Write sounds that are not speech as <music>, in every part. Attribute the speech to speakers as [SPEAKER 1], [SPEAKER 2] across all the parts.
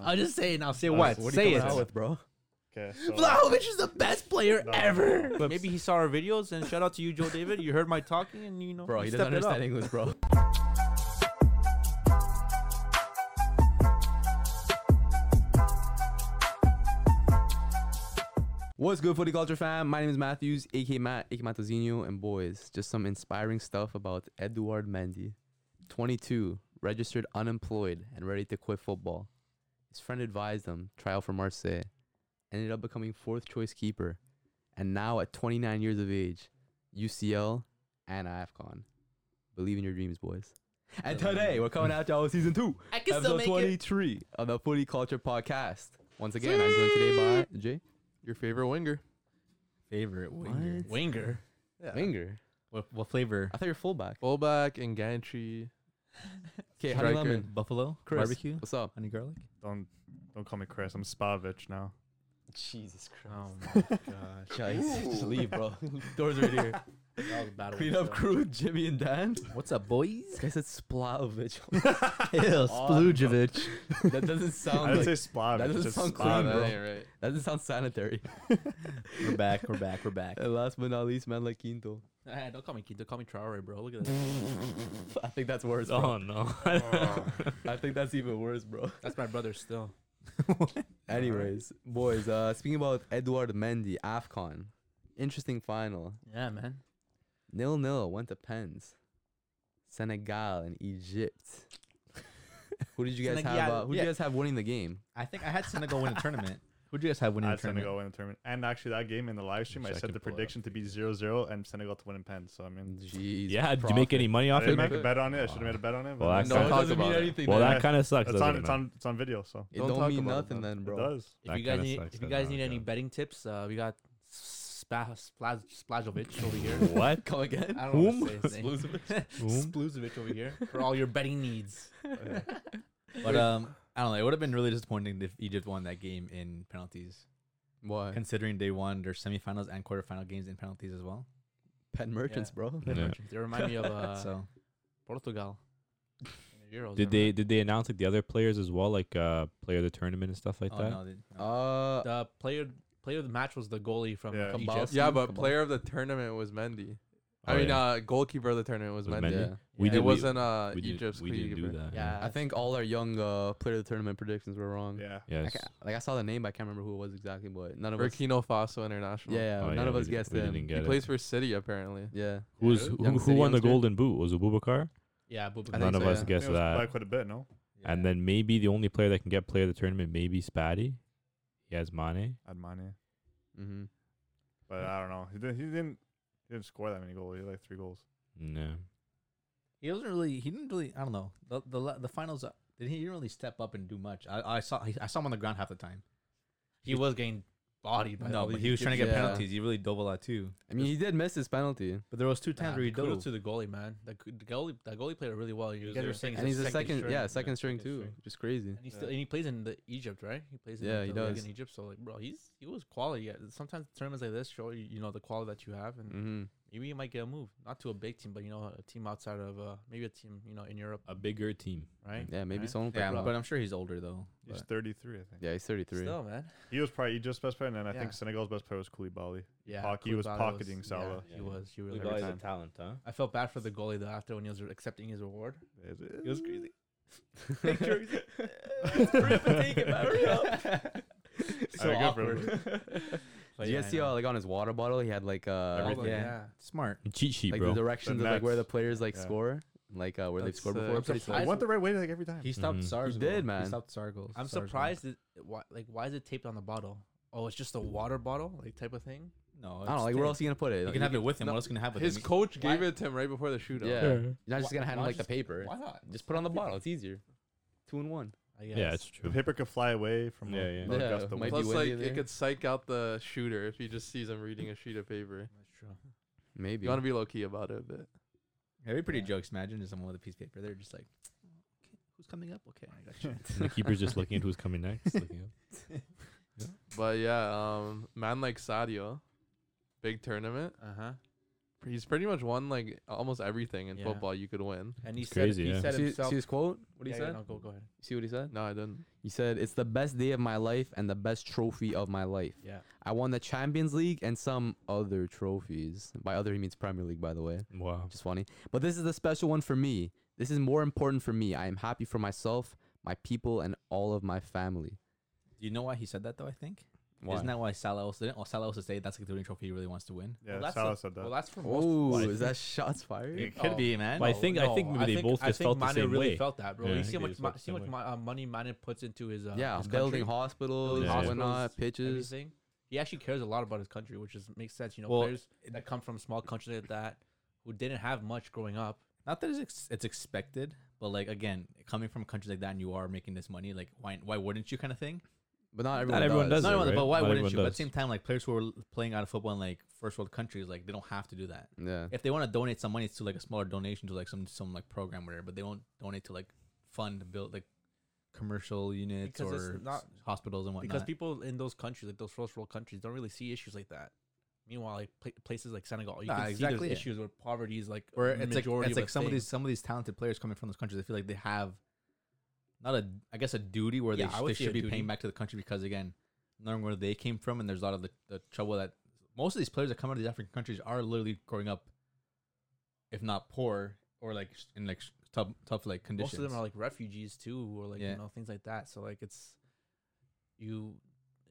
[SPEAKER 1] I'll just say it now. Say what?
[SPEAKER 2] What? What are you
[SPEAKER 1] say
[SPEAKER 2] coming
[SPEAKER 1] it.
[SPEAKER 2] out with, bro?
[SPEAKER 3] Okay. So,
[SPEAKER 1] Vlahovic is the best player
[SPEAKER 3] No.
[SPEAKER 1] ever.
[SPEAKER 4] Maybe he saw our videos and shout out to you, Joe David. You heard my talking and you know.
[SPEAKER 2] Bro,
[SPEAKER 4] you
[SPEAKER 2] he doesn't
[SPEAKER 4] stepped it up.
[SPEAKER 2] understand English, bro. What's good, footy culture fam? My name is Matthews, aka Matt, aka Matozinho, and boys, just some inspiring stuff about Eduard Mendy. 22, registered unemployed and ready to quit football. His friend advised him, try out for Marseille. Ended up becoming fourth choice keeper. And now at 29 years of age, UCL and AFCON. Believe in your dreams, boys. And today we're coming out to our season two,
[SPEAKER 1] I can still
[SPEAKER 2] episode
[SPEAKER 1] make it.
[SPEAKER 2] 23 of the Footy Culture Podcast. Once again, I'm joined today by Jay, your favorite winger.
[SPEAKER 4] Favorite
[SPEAKER 2] winger.
[SPEAKER 1] Winger.
[SPEAKER 2] Winger.
[SPEAKER 4] What, what flavor?
[SPEAKER 2] I thought you're fullback.
[SPEAKER 5] Fullback and Gantry.
[SPEAKER 2] Okay, honey
[SPEAKER 5] Striker.
[SPEAKER 2] lemon.
[SPEAKER 4] Buffalo?
[SPEAKER 2] Chris,
[SPEAKER 4] Barbecue?
[SPEAKER 2] What's up?
[SPEAKER 4] Honey garlic?
[SPEAKER 3] don't don't call me Chris. I'm Spavich now.
[SPEAKER 2] Jesus Christ.
[SPEAKER 3] Oh my gosh.
[SPEAKER 2] just leave, bro. Doors right <laughs> here.
[SPEAKER 1] That was a bad
[SPEAKER 2] Clean up crew, Jimmy and Dan.
[SPEAKER 1] What's up,
[SPEAKER 2] This
[SPEAKER 1] boys?
[SPEAKER 2] guy said Splaovic.
[SPEAKER 4] Ew,
[SPEAKER 2] <laughs>
[SPEAKER 4] Spludjevich.
[SPEAKER 2] that doesn't
[SPEAKER 3] I <laughs>
[SPEAKER 2] sound
[SPEAKER 3] didn't
[SPEAKER 2] like,
[SPEAKER 3] say Spavich.
[SPEAKER 2] Oh that doesn't
[SPEAKER 3] just
[SPEAKER 2] sound
[SPEAKER 5] Ah,
[SPEAKER 2] clean,
[SPEAKER 3] Spavich.
[SPEAKER 5] that
[SPEAKER 2] bro.
[SPEAKER 5] ain't right.
[SPEAKER 2] that doesn't sound sanitary.
[SPEAKER 4] <laughs> We're back, we're back, we're back.
[SPEAKER 2] and last but not least, man like
[SPEAKER 5] <laughs>
[SPEAKER 2] Quinto.
[SPEAKER 1] Ah, don't call me Kito. Call me Traore, bro. Look at this.
[SPEAKER 2] I think that's worse, bro.
[SPEAKER 4] Oh, no.
[SPEAKER 2] <laughs> I think that's even worse, bro.
[SPEAKER 1] That's my brother still.
[SPEAKER 2] Anyways, boys, uh speaking about Eduard Mendy, AFCON. Interesting final.
[SPEAKER 1] Yeah, man.
[SPEAKER 2] Nil nil went to pens. Senegal and Egypt. who did you guys have?
[SPEAKER 1] Senegal,
[SPEAKER 2] Uh, who did
[SPEAKER 4] yeah.
[SPEAKER 2] you guys have winning the game?
[SPEAKER 4] I think I had Senegal win the tournament. <laughs> Who'd you guys have
[SPEAKER 3] I
[SPEAKER 4] winning the
[SPEAKER 3] had
[SPEAKER 4] tournament?
[SPEAKER 3] Senegal win the tournament. And actually, that game in the live stream, I
[SPEAKER 5] Wish I
[SPEAKER 3] said
[SPEAKER 5] could
[SPEAKER 3] the
[SPEAKER 5] pull it up.
[SPEAKER 3] prediction to be 0 0 and Senegal to win in pen. So, I mean,
[SPEAKER 2] Jeez.
[SPEAKER 6] Yeah, did you make any money
[SPEAKER 3] I
[SPEAKER 6] off
[SPEAKER 3] didn't
[SPEAKER 6] it?
[SPEAKER 3] make a bet on it. I should have made a bet on it. but
[SPEAKER 6] Well,
[SPEAKER 3] I
[SPEAKER 6] I
[SPEAKER 3] made a
[SPEAKER 6] No,
[SPEAKER 3] bet.
[SPEAKER 6] it doesn't
[SPEAKER 2] mean
[SPEAKER 5] about it.
[SPEAKER 2] anything.
[SPEAKER 6] Well,
[SPEAKER 2] then.
[SPEAKER 6] that kind of sucks.
[SPEAKER 3] it's,
[SPEAKER 6] doesn't
[SPEAKER 3] on,
[SPEAKER 6] it,
[SPEAKER 3] it's,
[SPEAKER 6] man?
[SPEAKER 3] on, it's on video. So,
[SPEAKER 2] it
[SPEAKER 5] Don't
[SPEAKER 2] don't,
[SPEAKER 5] talk
[SPEAKER 2] mean
[SPEAKER 5] about it,
[SPEAKER 2] nothing
[SPEAKER 5] man.
[SPEAKER 2] then,
[SPEAKER 3] it
[SPEAKER 2] bro.
[SPEAKER 3] does.
[SPEAKER 1] If
[SPEAKER 6] That
[SPEAKER 1] you guys
[SPEAKER 6] kinda
[SPEAKER 1] need,
[SPEAKER 6] sucks
[SPEAKER 1] if
[SPEAKER 6] that
[SPEAKER 1] you guys
[SPEAKER 6] that
[SPEAKER 1] need any
[SPEAKER 6] happened.
[SPEAKER 1] betting tips, uh, we got Spa Splaz, Splazovic over here. <laughs>
[SPEAKER 6] What?
[SPEAKER 2] Come again?
[SPEAKER 1] I don't know
[SPEAKER 6] Whom?
[SPEAKER 1] what to say his name. <laughs> Sploozovic over here for all your betting needs.
[SPEAKER 4] But um, I don't know. It would have been really disappointing if Egypt won that game in penalties,
[SPEAKER 2] Why?
[SPEAKER 4] considering they won their semifinals and quarterfinal games in penalties as well.
[SPEAKER 2] Pen merchants, bro.
[SPEAKER 6] Yeah.
[SPEAKER 1] They remind me of uh,
[SPEAKER 4] so
[SPEAKER 1] Portugal. in the Euros,
[SPEAKER 6] Did
[SPEAKER 1] remember?
[SPEAKER 6] they did they announce like the other players as well, like uh player of the tournament and stuff like
[SPEAKER 4] oh
[SPEAKER 6] that?
[SPEAKER 4] no, they, no.
[SPEAKER 2] Uh,
[SPEAKER 1] The player player of the match was the goalie from
[SPEAKER 3] Yeah.
[SPEAKER 1] Egypt.
[SPEAKER 2] Kambowski.
[SPEAKER 5] Yeah, but
[SPEAKER 2] Come on.
[SPEAKER 5] player of the tournament was Mendy. I
[SPEAKER 6] Oh,
[SPEAKER 5] mean,
[SPEAKER 6] yeah.
[SPEAKER 5] uh, goalkeeper of the tournament was,
[SPEAKER 6] Was
[SPEAKER 5] Mendy.
[SPEAKER 6] Mendy.
[SPEAKER 2] Yeah.
[SPEAKER 6] we
[SPEAKER 1] yeah,
[SPEAKER 6] did
[SPEAKER 5] It
[SPEAKER 6] we-
[SPEAKER 5] wasn't uh,
[SPEAKER 6] we did-
[SPEAKER 5] Egypt's
[SPEAKER 6] we didn't do
[SPEAKER 5] goalkeeper.
[SPEAKER 6] that.
[SPEAKER 1] Yeah,
[SPEAKER 2] I think all our young uh, player of the tournament predictions were wrong.
[SPEAKER 3] Yeah.
[SPEAKER 2] I
[SPEAKER 6] Yes.
[SPEAKER 2] ca- like I saw the name, but I can't remember who it was exactly. But none of us,
[SPEAKER 5] Burkina Faso International.
[SPEAKER 2] yeah, yeah
[SPEAKER 6] Oh,
[SPEAKER 2] none
[SPEAKER 6] yeah,
[SPEAKER 2] of
[SPEAKER 6] we
[SPEAKER 2] us
[SPEAKER 6] did-
[SPEAKER 2] guessed
[SPEAKER 6] we
[SPEAKER 2] him.
[SPEAKER 6] didn't
[SPEAKER 5] He
[SPEAKER 6] get
[SPEAKER 5] plays
[SPEAKER 6] it.
[SPEAKER 5] for City apparently.
[SPEAKER 2] Yeah,
[SPEAKER 6] Who's
[SPEAKER 3] Yeah,
[SPEAKER 6] who,
[SPEAKER 2] young
[SPEAKER 6] who
[SPEAKER 2] city
[SPEAKER 6] won the
[SPEAKER 2] youngster.
[SPEAKER 6] golden boot? Was it Bubakar?
[SPEAKER 1] yeah, uh, Bubba
[SPEAKER 2] I
[SPEAKER 6] None
[SPEAKER 2] think so,
[SPEAKER 6] of us
[SPEAKER 2] yeah.
[SPEAKER 3] I think
[SPEAKER 6] guessed
[SPEAKER 3] it was by
[SPEAKER 6] that.
[SPEAKER 3] quite a bit, no?
[SPEAKER 6] And then maybe the only player that can get player of the tournament, maybe Spatty. He has Mane.
[SPEAKER 3] I'd money.
[SPEAKER 2] Mm-hmm.
[SPEAKER 3] But I don't know. He didn't, he didn't, he didn't score that many goals. He had like three goals.
[SPEAKER 6] No.
[SPEAKER 4] he wasn't really. He didn't really. I don't know. The the, la- the finals. uh, Did he didn't really step up and do much? I, I saw I saw him on the ground half the time.
[SPEAKER 1] He was getting bodied by
[SPEAKER 4] no,
[SPEAKER 1] all
[SPEAKER 4] but
[SPEAKER 1] these
[SPEAKER 4] he was trying to get
[SPEAKER 2] Yeah.
[SPEAKER 4] penalties. He really dove a lot too.
[SPEAKER 2] I mean, he did miss his penalty,
[SPEAKER 4] But there was two times
[SPEAKER 1] Nah,
[SPEAKER 4] where he
[SPEAKER 1] kudos
[SPEAKER 4] dove.
[SPEAKER 1] to the goalie, man. The, g- the goalie, that goalie played really well. You
[SPEAKER 4] was
[SPEAKER 1] guys
[SPEAKER 4] their
[SPEAKER 1] were saying,
[SPEAKER 2] and he's a second,
[SPEAKER 1] string.
[SPEAKER 2] yeah, second string
[SPEAKER 1] second
[SPEAKER 2] too,
[SPEAKER 1] string.
[SPEAKER 2] which is crazy.
[SPEAKER 1] And he still, and he plays in the Egypt, right? He plays in
[SPEAKER 2] Yeah,
[SPEAKER 1] like,
[SPEAKER 2] he
[SPEAKER 1] the league
[SPEAKER 2] does.
[SPEAKER 1] in Egypt. So like, bro, he's he was quality. Yeah, Sometimes tournaments like this show you, you know the quality that you have, and
[SPEAKER 2] Mm-hmm.
[SPEAKER 1] maybe you might get a move, not to a big team, but you know a team outside of uh, maybe a team you know in Europe,
[SPEAKER 6] A bigger team.
[SPEAKER 1] right?
[SPEAKER 2] Yeah, maybe
[SPEAKER 1] Right?
[SPEAKER 2] someone.
[SPEAKER 4] Yeah,
[SPEAKER 2] picked him
[SPEAKER 4] but
[SPEAKER 2] up.
[SPEAKER 4] I'm sure he's older though.
[SPEAKER 3] He's
[SPEAKER 4] but-
[SPEAKER 3] 33, I think.
[SPEAKER 2] yeah, he's 33.
[SPEAKER 1] Still, man.
[SPEAKER 3] He was probably Egypt's best player, and then I
[SPEAKER 1] Yeah.
[SPEAKER 3] think Senegal's best player was Koulibaly.
[SPEAKER 1] Yeah,
[SPEAKER 3] Pock- he was
[SPEAKER 1] Koulibaly
[SPEAKER 3] pocketing Salah.
[SPEAKER 1] Yeah, he was. He really
[SPEAKER 3] Koulibaly
[SPEAKER 1] was.
[SPEAKER 3] is a time.
[SPEAKER 6] talent, huh?
[SPEAKER 1] I felt bad for the goalie though after when he was accepting his
[SPEAKER 6] <laughs>
[SPEAKER 1] award.
[SPEAKER 3] Is it?
[SPEAKER 1] It was crazy. <laughs>
[SPEAKER 6] <laughs>
[SPEAKER 3] So awkward.
[SPEAKER 2] Did you guys see how like on his water bottle he had like uh
[SPEAKER 3] Everything.
[SPEAKER 4] yeah.
[SPEAKER 1] yeah.
[SPEAKER 4] Smart.
[SPEAKER 6] Cheat sheet,
[SPEAKER 2] like
[SPEAKER 6] bro.
[SPEAKER 2] the directions
[SPEAKER 3] The
[SPEAKER 2] of like where the
[SPEAKER 3] nets.
[SPEAKER 2] players like
[SPEAKER 3] Yeah.
[SPEAKER 2] score, like uh, where they've
[SPEAKER 5] That's,
[SPEAKER 2] scored
[SPEAKER 5] uh,
[SPEAKER 2] before.
[SPEAKER 5] I'm
[SPEAKER 2] Pretty
[SPEAKER 3] I
[SPEAKER 1] surprised-
[SPEAKER 2] cool.
[SPEAKER 3] went the right way like every time.
[SPEAKER 4] He stopped
[SPEAKER 6] Mhm.
[SPEAKER 4] SARS.
[SPEAKER 2] He did,
[SPEAKER 4] goal.
[SPEAKER 2] man.
[SPEAKER 4] He stopped SAR goals.
[SPEAKER 1] I'm
[SPEAKER 4] SARS goal.
[SPEAKER 1] surprised that why like why is it taped on the bottle? Oh, it's just a water bottle, like type of thing.
[SPEAKER 4] No,
[SPEAKER 2] I don't know, like where else are you gonna put it?
[SPEAKER 4] You
[SPEAKER 2] Like,
[SPEAKER 4] can have it with him.
[SPEAKER 5] No,
[SPEAKER 4] What else can you have with
[SPEAKER 5] His
[SPEAKER 4] him?
[SPEAKER 5] coach
[SPEAKER 4] Why-
[SPEAKER 5] gave it to him right before the shootout.
[SPEAKER 2] Yeah.
[SPEAKER 6] yeah.
[SPEAKER 2] You're not just
[SPEAKER 1] Why-
[SPEAKER 2] gonna hand him
[SPEAKER 1] why
[SPEAKER 2] like the
[SPEAKER 1] just-
[SPEAKER 2] paper.
[SPEAKER 1] Why not?
[SPEAKER 2] Just put it on the bottle. It's easier. Two and one.
[SPEAKER 1] I
[SPEAKER 6] yeah,
[SPEAKER 1] guess.
[SPEAKER 6] it's
[SPEAKER 3] The
[SPEAKER 6] true.
[SPEAKER 3] paper could fly away from
[SPEAKER 6] Yeah,
[SPEAKER 3] the,
[SPEAKER 6] yeah.
[SPEAKER 3] the
[SPEAKER 2] Yeah,
[SPEAKER 3] gust of
[SPEAKER 2] might
[SPEAKER 3] wind.
[SPEAKER 2] be
[SPEAKER 5] Plus, like,
[SPEAKER 2] windy there.
[SPEAKER 5] it could psych out the shooter if he just sees him reading a sheet of paper.
[SPEAKER 1] That's true.
[SPEAKER 2] Maybe.
[SPEAKER 5] You want to be low key about it a bit.
[SPEAKER 4] That'd be pretty
[SPEAKER 1] Yeah.
[SPEAKER 4] jokes. Imagine just someone with a piece of paper. They're just like, okay, who's coming up? Okay, I got you.
[SPEAKER 6] And the keeper's just looking at who's coming next. looking up.
[SPEAKER 5] But yeah, um, man like Sadio, big tournament.
[SPEAKER 1] Uh huh.
[SPEAKER 5] He's pretty much won like almost everything in
[SPEAKER 1] Yeah.
[SPEAKER 5] football you could win.
[SPEAKER 1] And he
[SPEAKER 6] crazy,
[SPEAKER 1] said he
[SPEAKER 6] yeah.
[SPEAKER 1] said
[SPEAKER 2] See,
[SPEAKER 1] himself.
[SPEAKER 2] see his quote? What he
[SPEAKER 1] Yeah, yeah,
[SPEAKER 2] said?
[SPEAKER 1] no, go go ahead.
[SPEAKER 2] See what he said?
[SPEAKER 5] No, I didn't.
[SPEAKER 2] He said, "It's the best day of my life and the best trophy of my life.
[SPEAKER 1] Yeah.
[SPEAKER 2] I won the Champions League and some other trophies. By other, he means Premier League, by the way.
[SPEAKER 6] Wow.
[SPEAKER 2] Just funny. But this is the special one for me. This is more important for me. I am happy for myself, my people, and all of my family.
[SPEAKER 4] Do you know why he said that though? I think
[SPEAKER 2] Why?
[SPEAKER 4] isn't that why Salah also didn't? Well, Salah also say that's like the only trophy he really wants to win.
[SPEAKER 3] Yeah,
[SPEAKER 1] that's
[SPEAKER 3] Salah
[SPEAKER 1] a-
[SPEAKER 3] said that.
[SPEAKER 1] Well, that's for
[SPEAKER 2] Oh,
[SPEAKER 1] most.
[SPEAKER 2] is that shots fired?
[SPEAKER 4] It could
[SPEAKER 1] Oh.
[SPEAKER 4] be, man.
[SPEAKER 6] Well, I think- I
[SPEAKER 1] no,
[SPEAKER 6] think maybe they both just felt the
[SPEAKER 1] Mane
[SPEAKER 6] same
[SPEAKER 1] really
[SPEAKER 6] way.
[SPEAKER 1] Felt that, bro.
[SPEAKER 6] Yeah, I
[SPEAKER 1] you see how
[SPEAKER 6] think they
[SPEAKER 1] much
[SPEAKER 6] just
[SPEAKER 1] mo-
[SPEAKER 6] felt the
[SPEAKER 1] see how
[SPEAKER 6] same
[SPEAKER 1] much mo- uh, money Mane puts into his uh,
[SPEAKER 2] yeah,
[SPEAKER 1] his
[SPEAKER 2] building
[SPEAKER 1] country,
[SPEAKER 2] hospitals,
[SPEAKER 1] building
[SPEAKER 6] Yeah.
[SPEAKER 2] whatnot, pitches.
[SPEAKER 1] everything. He actually cares a lot about his country, which is makes sense. You know,
[SPEAKER 4] Well,
[SPEAKER 1] players that come from small countries like that who didn't have much growing up.
[SPEAKER 4] Not that it's, ex- it's expected, but like again, coming from countries like that, and you are making this money, like why why wouldn't you kind of thing?
[SPEAKER 2] But not everyone,
[SPEAKER 6] everyone
[SPEAKER 2] does.
[SPEAKER 6] does
[SPEAKER 4] No, no,
[SPEAKER 6] it, right?
[SPEAKER 4] but why
[SPEAKER 6] Not
[SPEAKER 4] wouldn't
[SPEAKER 6] everyone
[SPEAKER 4] you? But at the
[SPEAKER 6] does.
[SPEAKER 4] same time, like players who are l- playing out of football in like first world countries, like they don't have to do that.
[SPEAKER 2] Yeah.
[SPEAKER 4] If they want to donate some money, it's to like a smaller donation to like some some like program or whatever, but they won't donate to like fund to build like commercial units
[SPEAKER 1] Because
[SPEAKER 4] or
[SPEAKER 1] it's not-
[SPEAKER 4] s- hospitals and whatnot.
[SPEAKER 1] because people in those countries, like those first world countries, don't really see issues like that. Meanwhile, like pla places like Senegal, you
[SPEAKER 4] Nah,
[SPEAKER 1] can see
[SPEAKER 4] exactly.
[SPEAKER 1] there's issues where poverty is like
[SPEAKER 4] where
[SPEAKER 1] a
[SPEAKER 4] it's like
[SPEAKER 1] majority
[SPEAKER 4] it's like
[SPEAKER 1] a
[SPEAKER 4] some of
[SPEAKER 1] thing.
[SPEAKER 4] these some of these talented players coming from those countries, I feel like they have not a I guess a duty where
[SPEAKER 1] Yeah,
[SPEAKER 4] they,
[SPEAKER 1] I
[SPEAKER 4] sh-
[SPEAKER 1] would
[SPEAKER 4] they
[SPEAKER 1] say
[SPEAKER 4] should
[SPEAKER 1] a
[SPEAKER 4] be
[SPEAKER 1] duty.
[SPEAKER 4] paying back to the country because again, knowing where they came from and there's a lot of the, the trouble that most of these players that come out of these African countries are literally growing up, if not poor or like sh- in like sh- tough tough like
[SPEAKER 1] most
[SPEAKER 4] conditions.
[SPEAKER 1] of them are like refugees too, or like
[SPEAKER 4] Yeah.
[SPEAKER 1] you know things like that. So like it's you,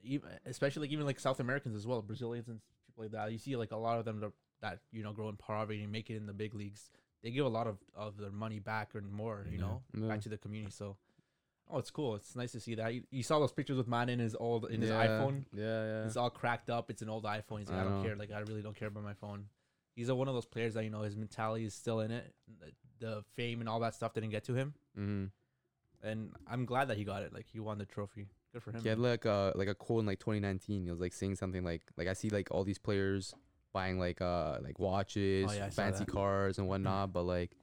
[SPEAKER 1] even especially like even like South Americans as well, Brazilians and people like that. You see like a lot of them that, that you know grow in poverty and make it in the big leagues. They give a lot of of their money back and more, you
[SPEAKER 6] Yeah.
[SPEAKER 1] know,
[SPEAKER 2] Yeah.
[SPEAKER 1] back to the community. So. Oh, it's cool. It's nice to see that. You, you saw those pictures with man in his old in his
[SPEAKER 2] yeah.
[SPEAKER 1] iPhone.
[SPEAKER 2] Yeah, yeah.
[SPEAKER 1] It's all cracked up. It's an old iPhone. He's like,
[SPEAKER 2] I
[SPEAKER 1] I, don't
[SPEAKER 2] know.
[SPEAKER 1] care. Like, I really don't care about my phone. He's a, one of those players that you know his mentality is still in it. The, the fame and all that stuff didn't get to him,
[SPEAKER 2] Mm-hmm.
[SPEAKER 1] and I'm glad that he got it. Like, he won the trophy. Good for him.
[SPEAKER 2] He had like a like a quote in like 2019. He was like saying something like like I see like all these players buying like uh like watches,
[SPEAKER 1] yeah, I saw
[SPEAKER 2] fancy
[SPEAKER 1] that.
[SPEAKER 2] cars and whatnot. But like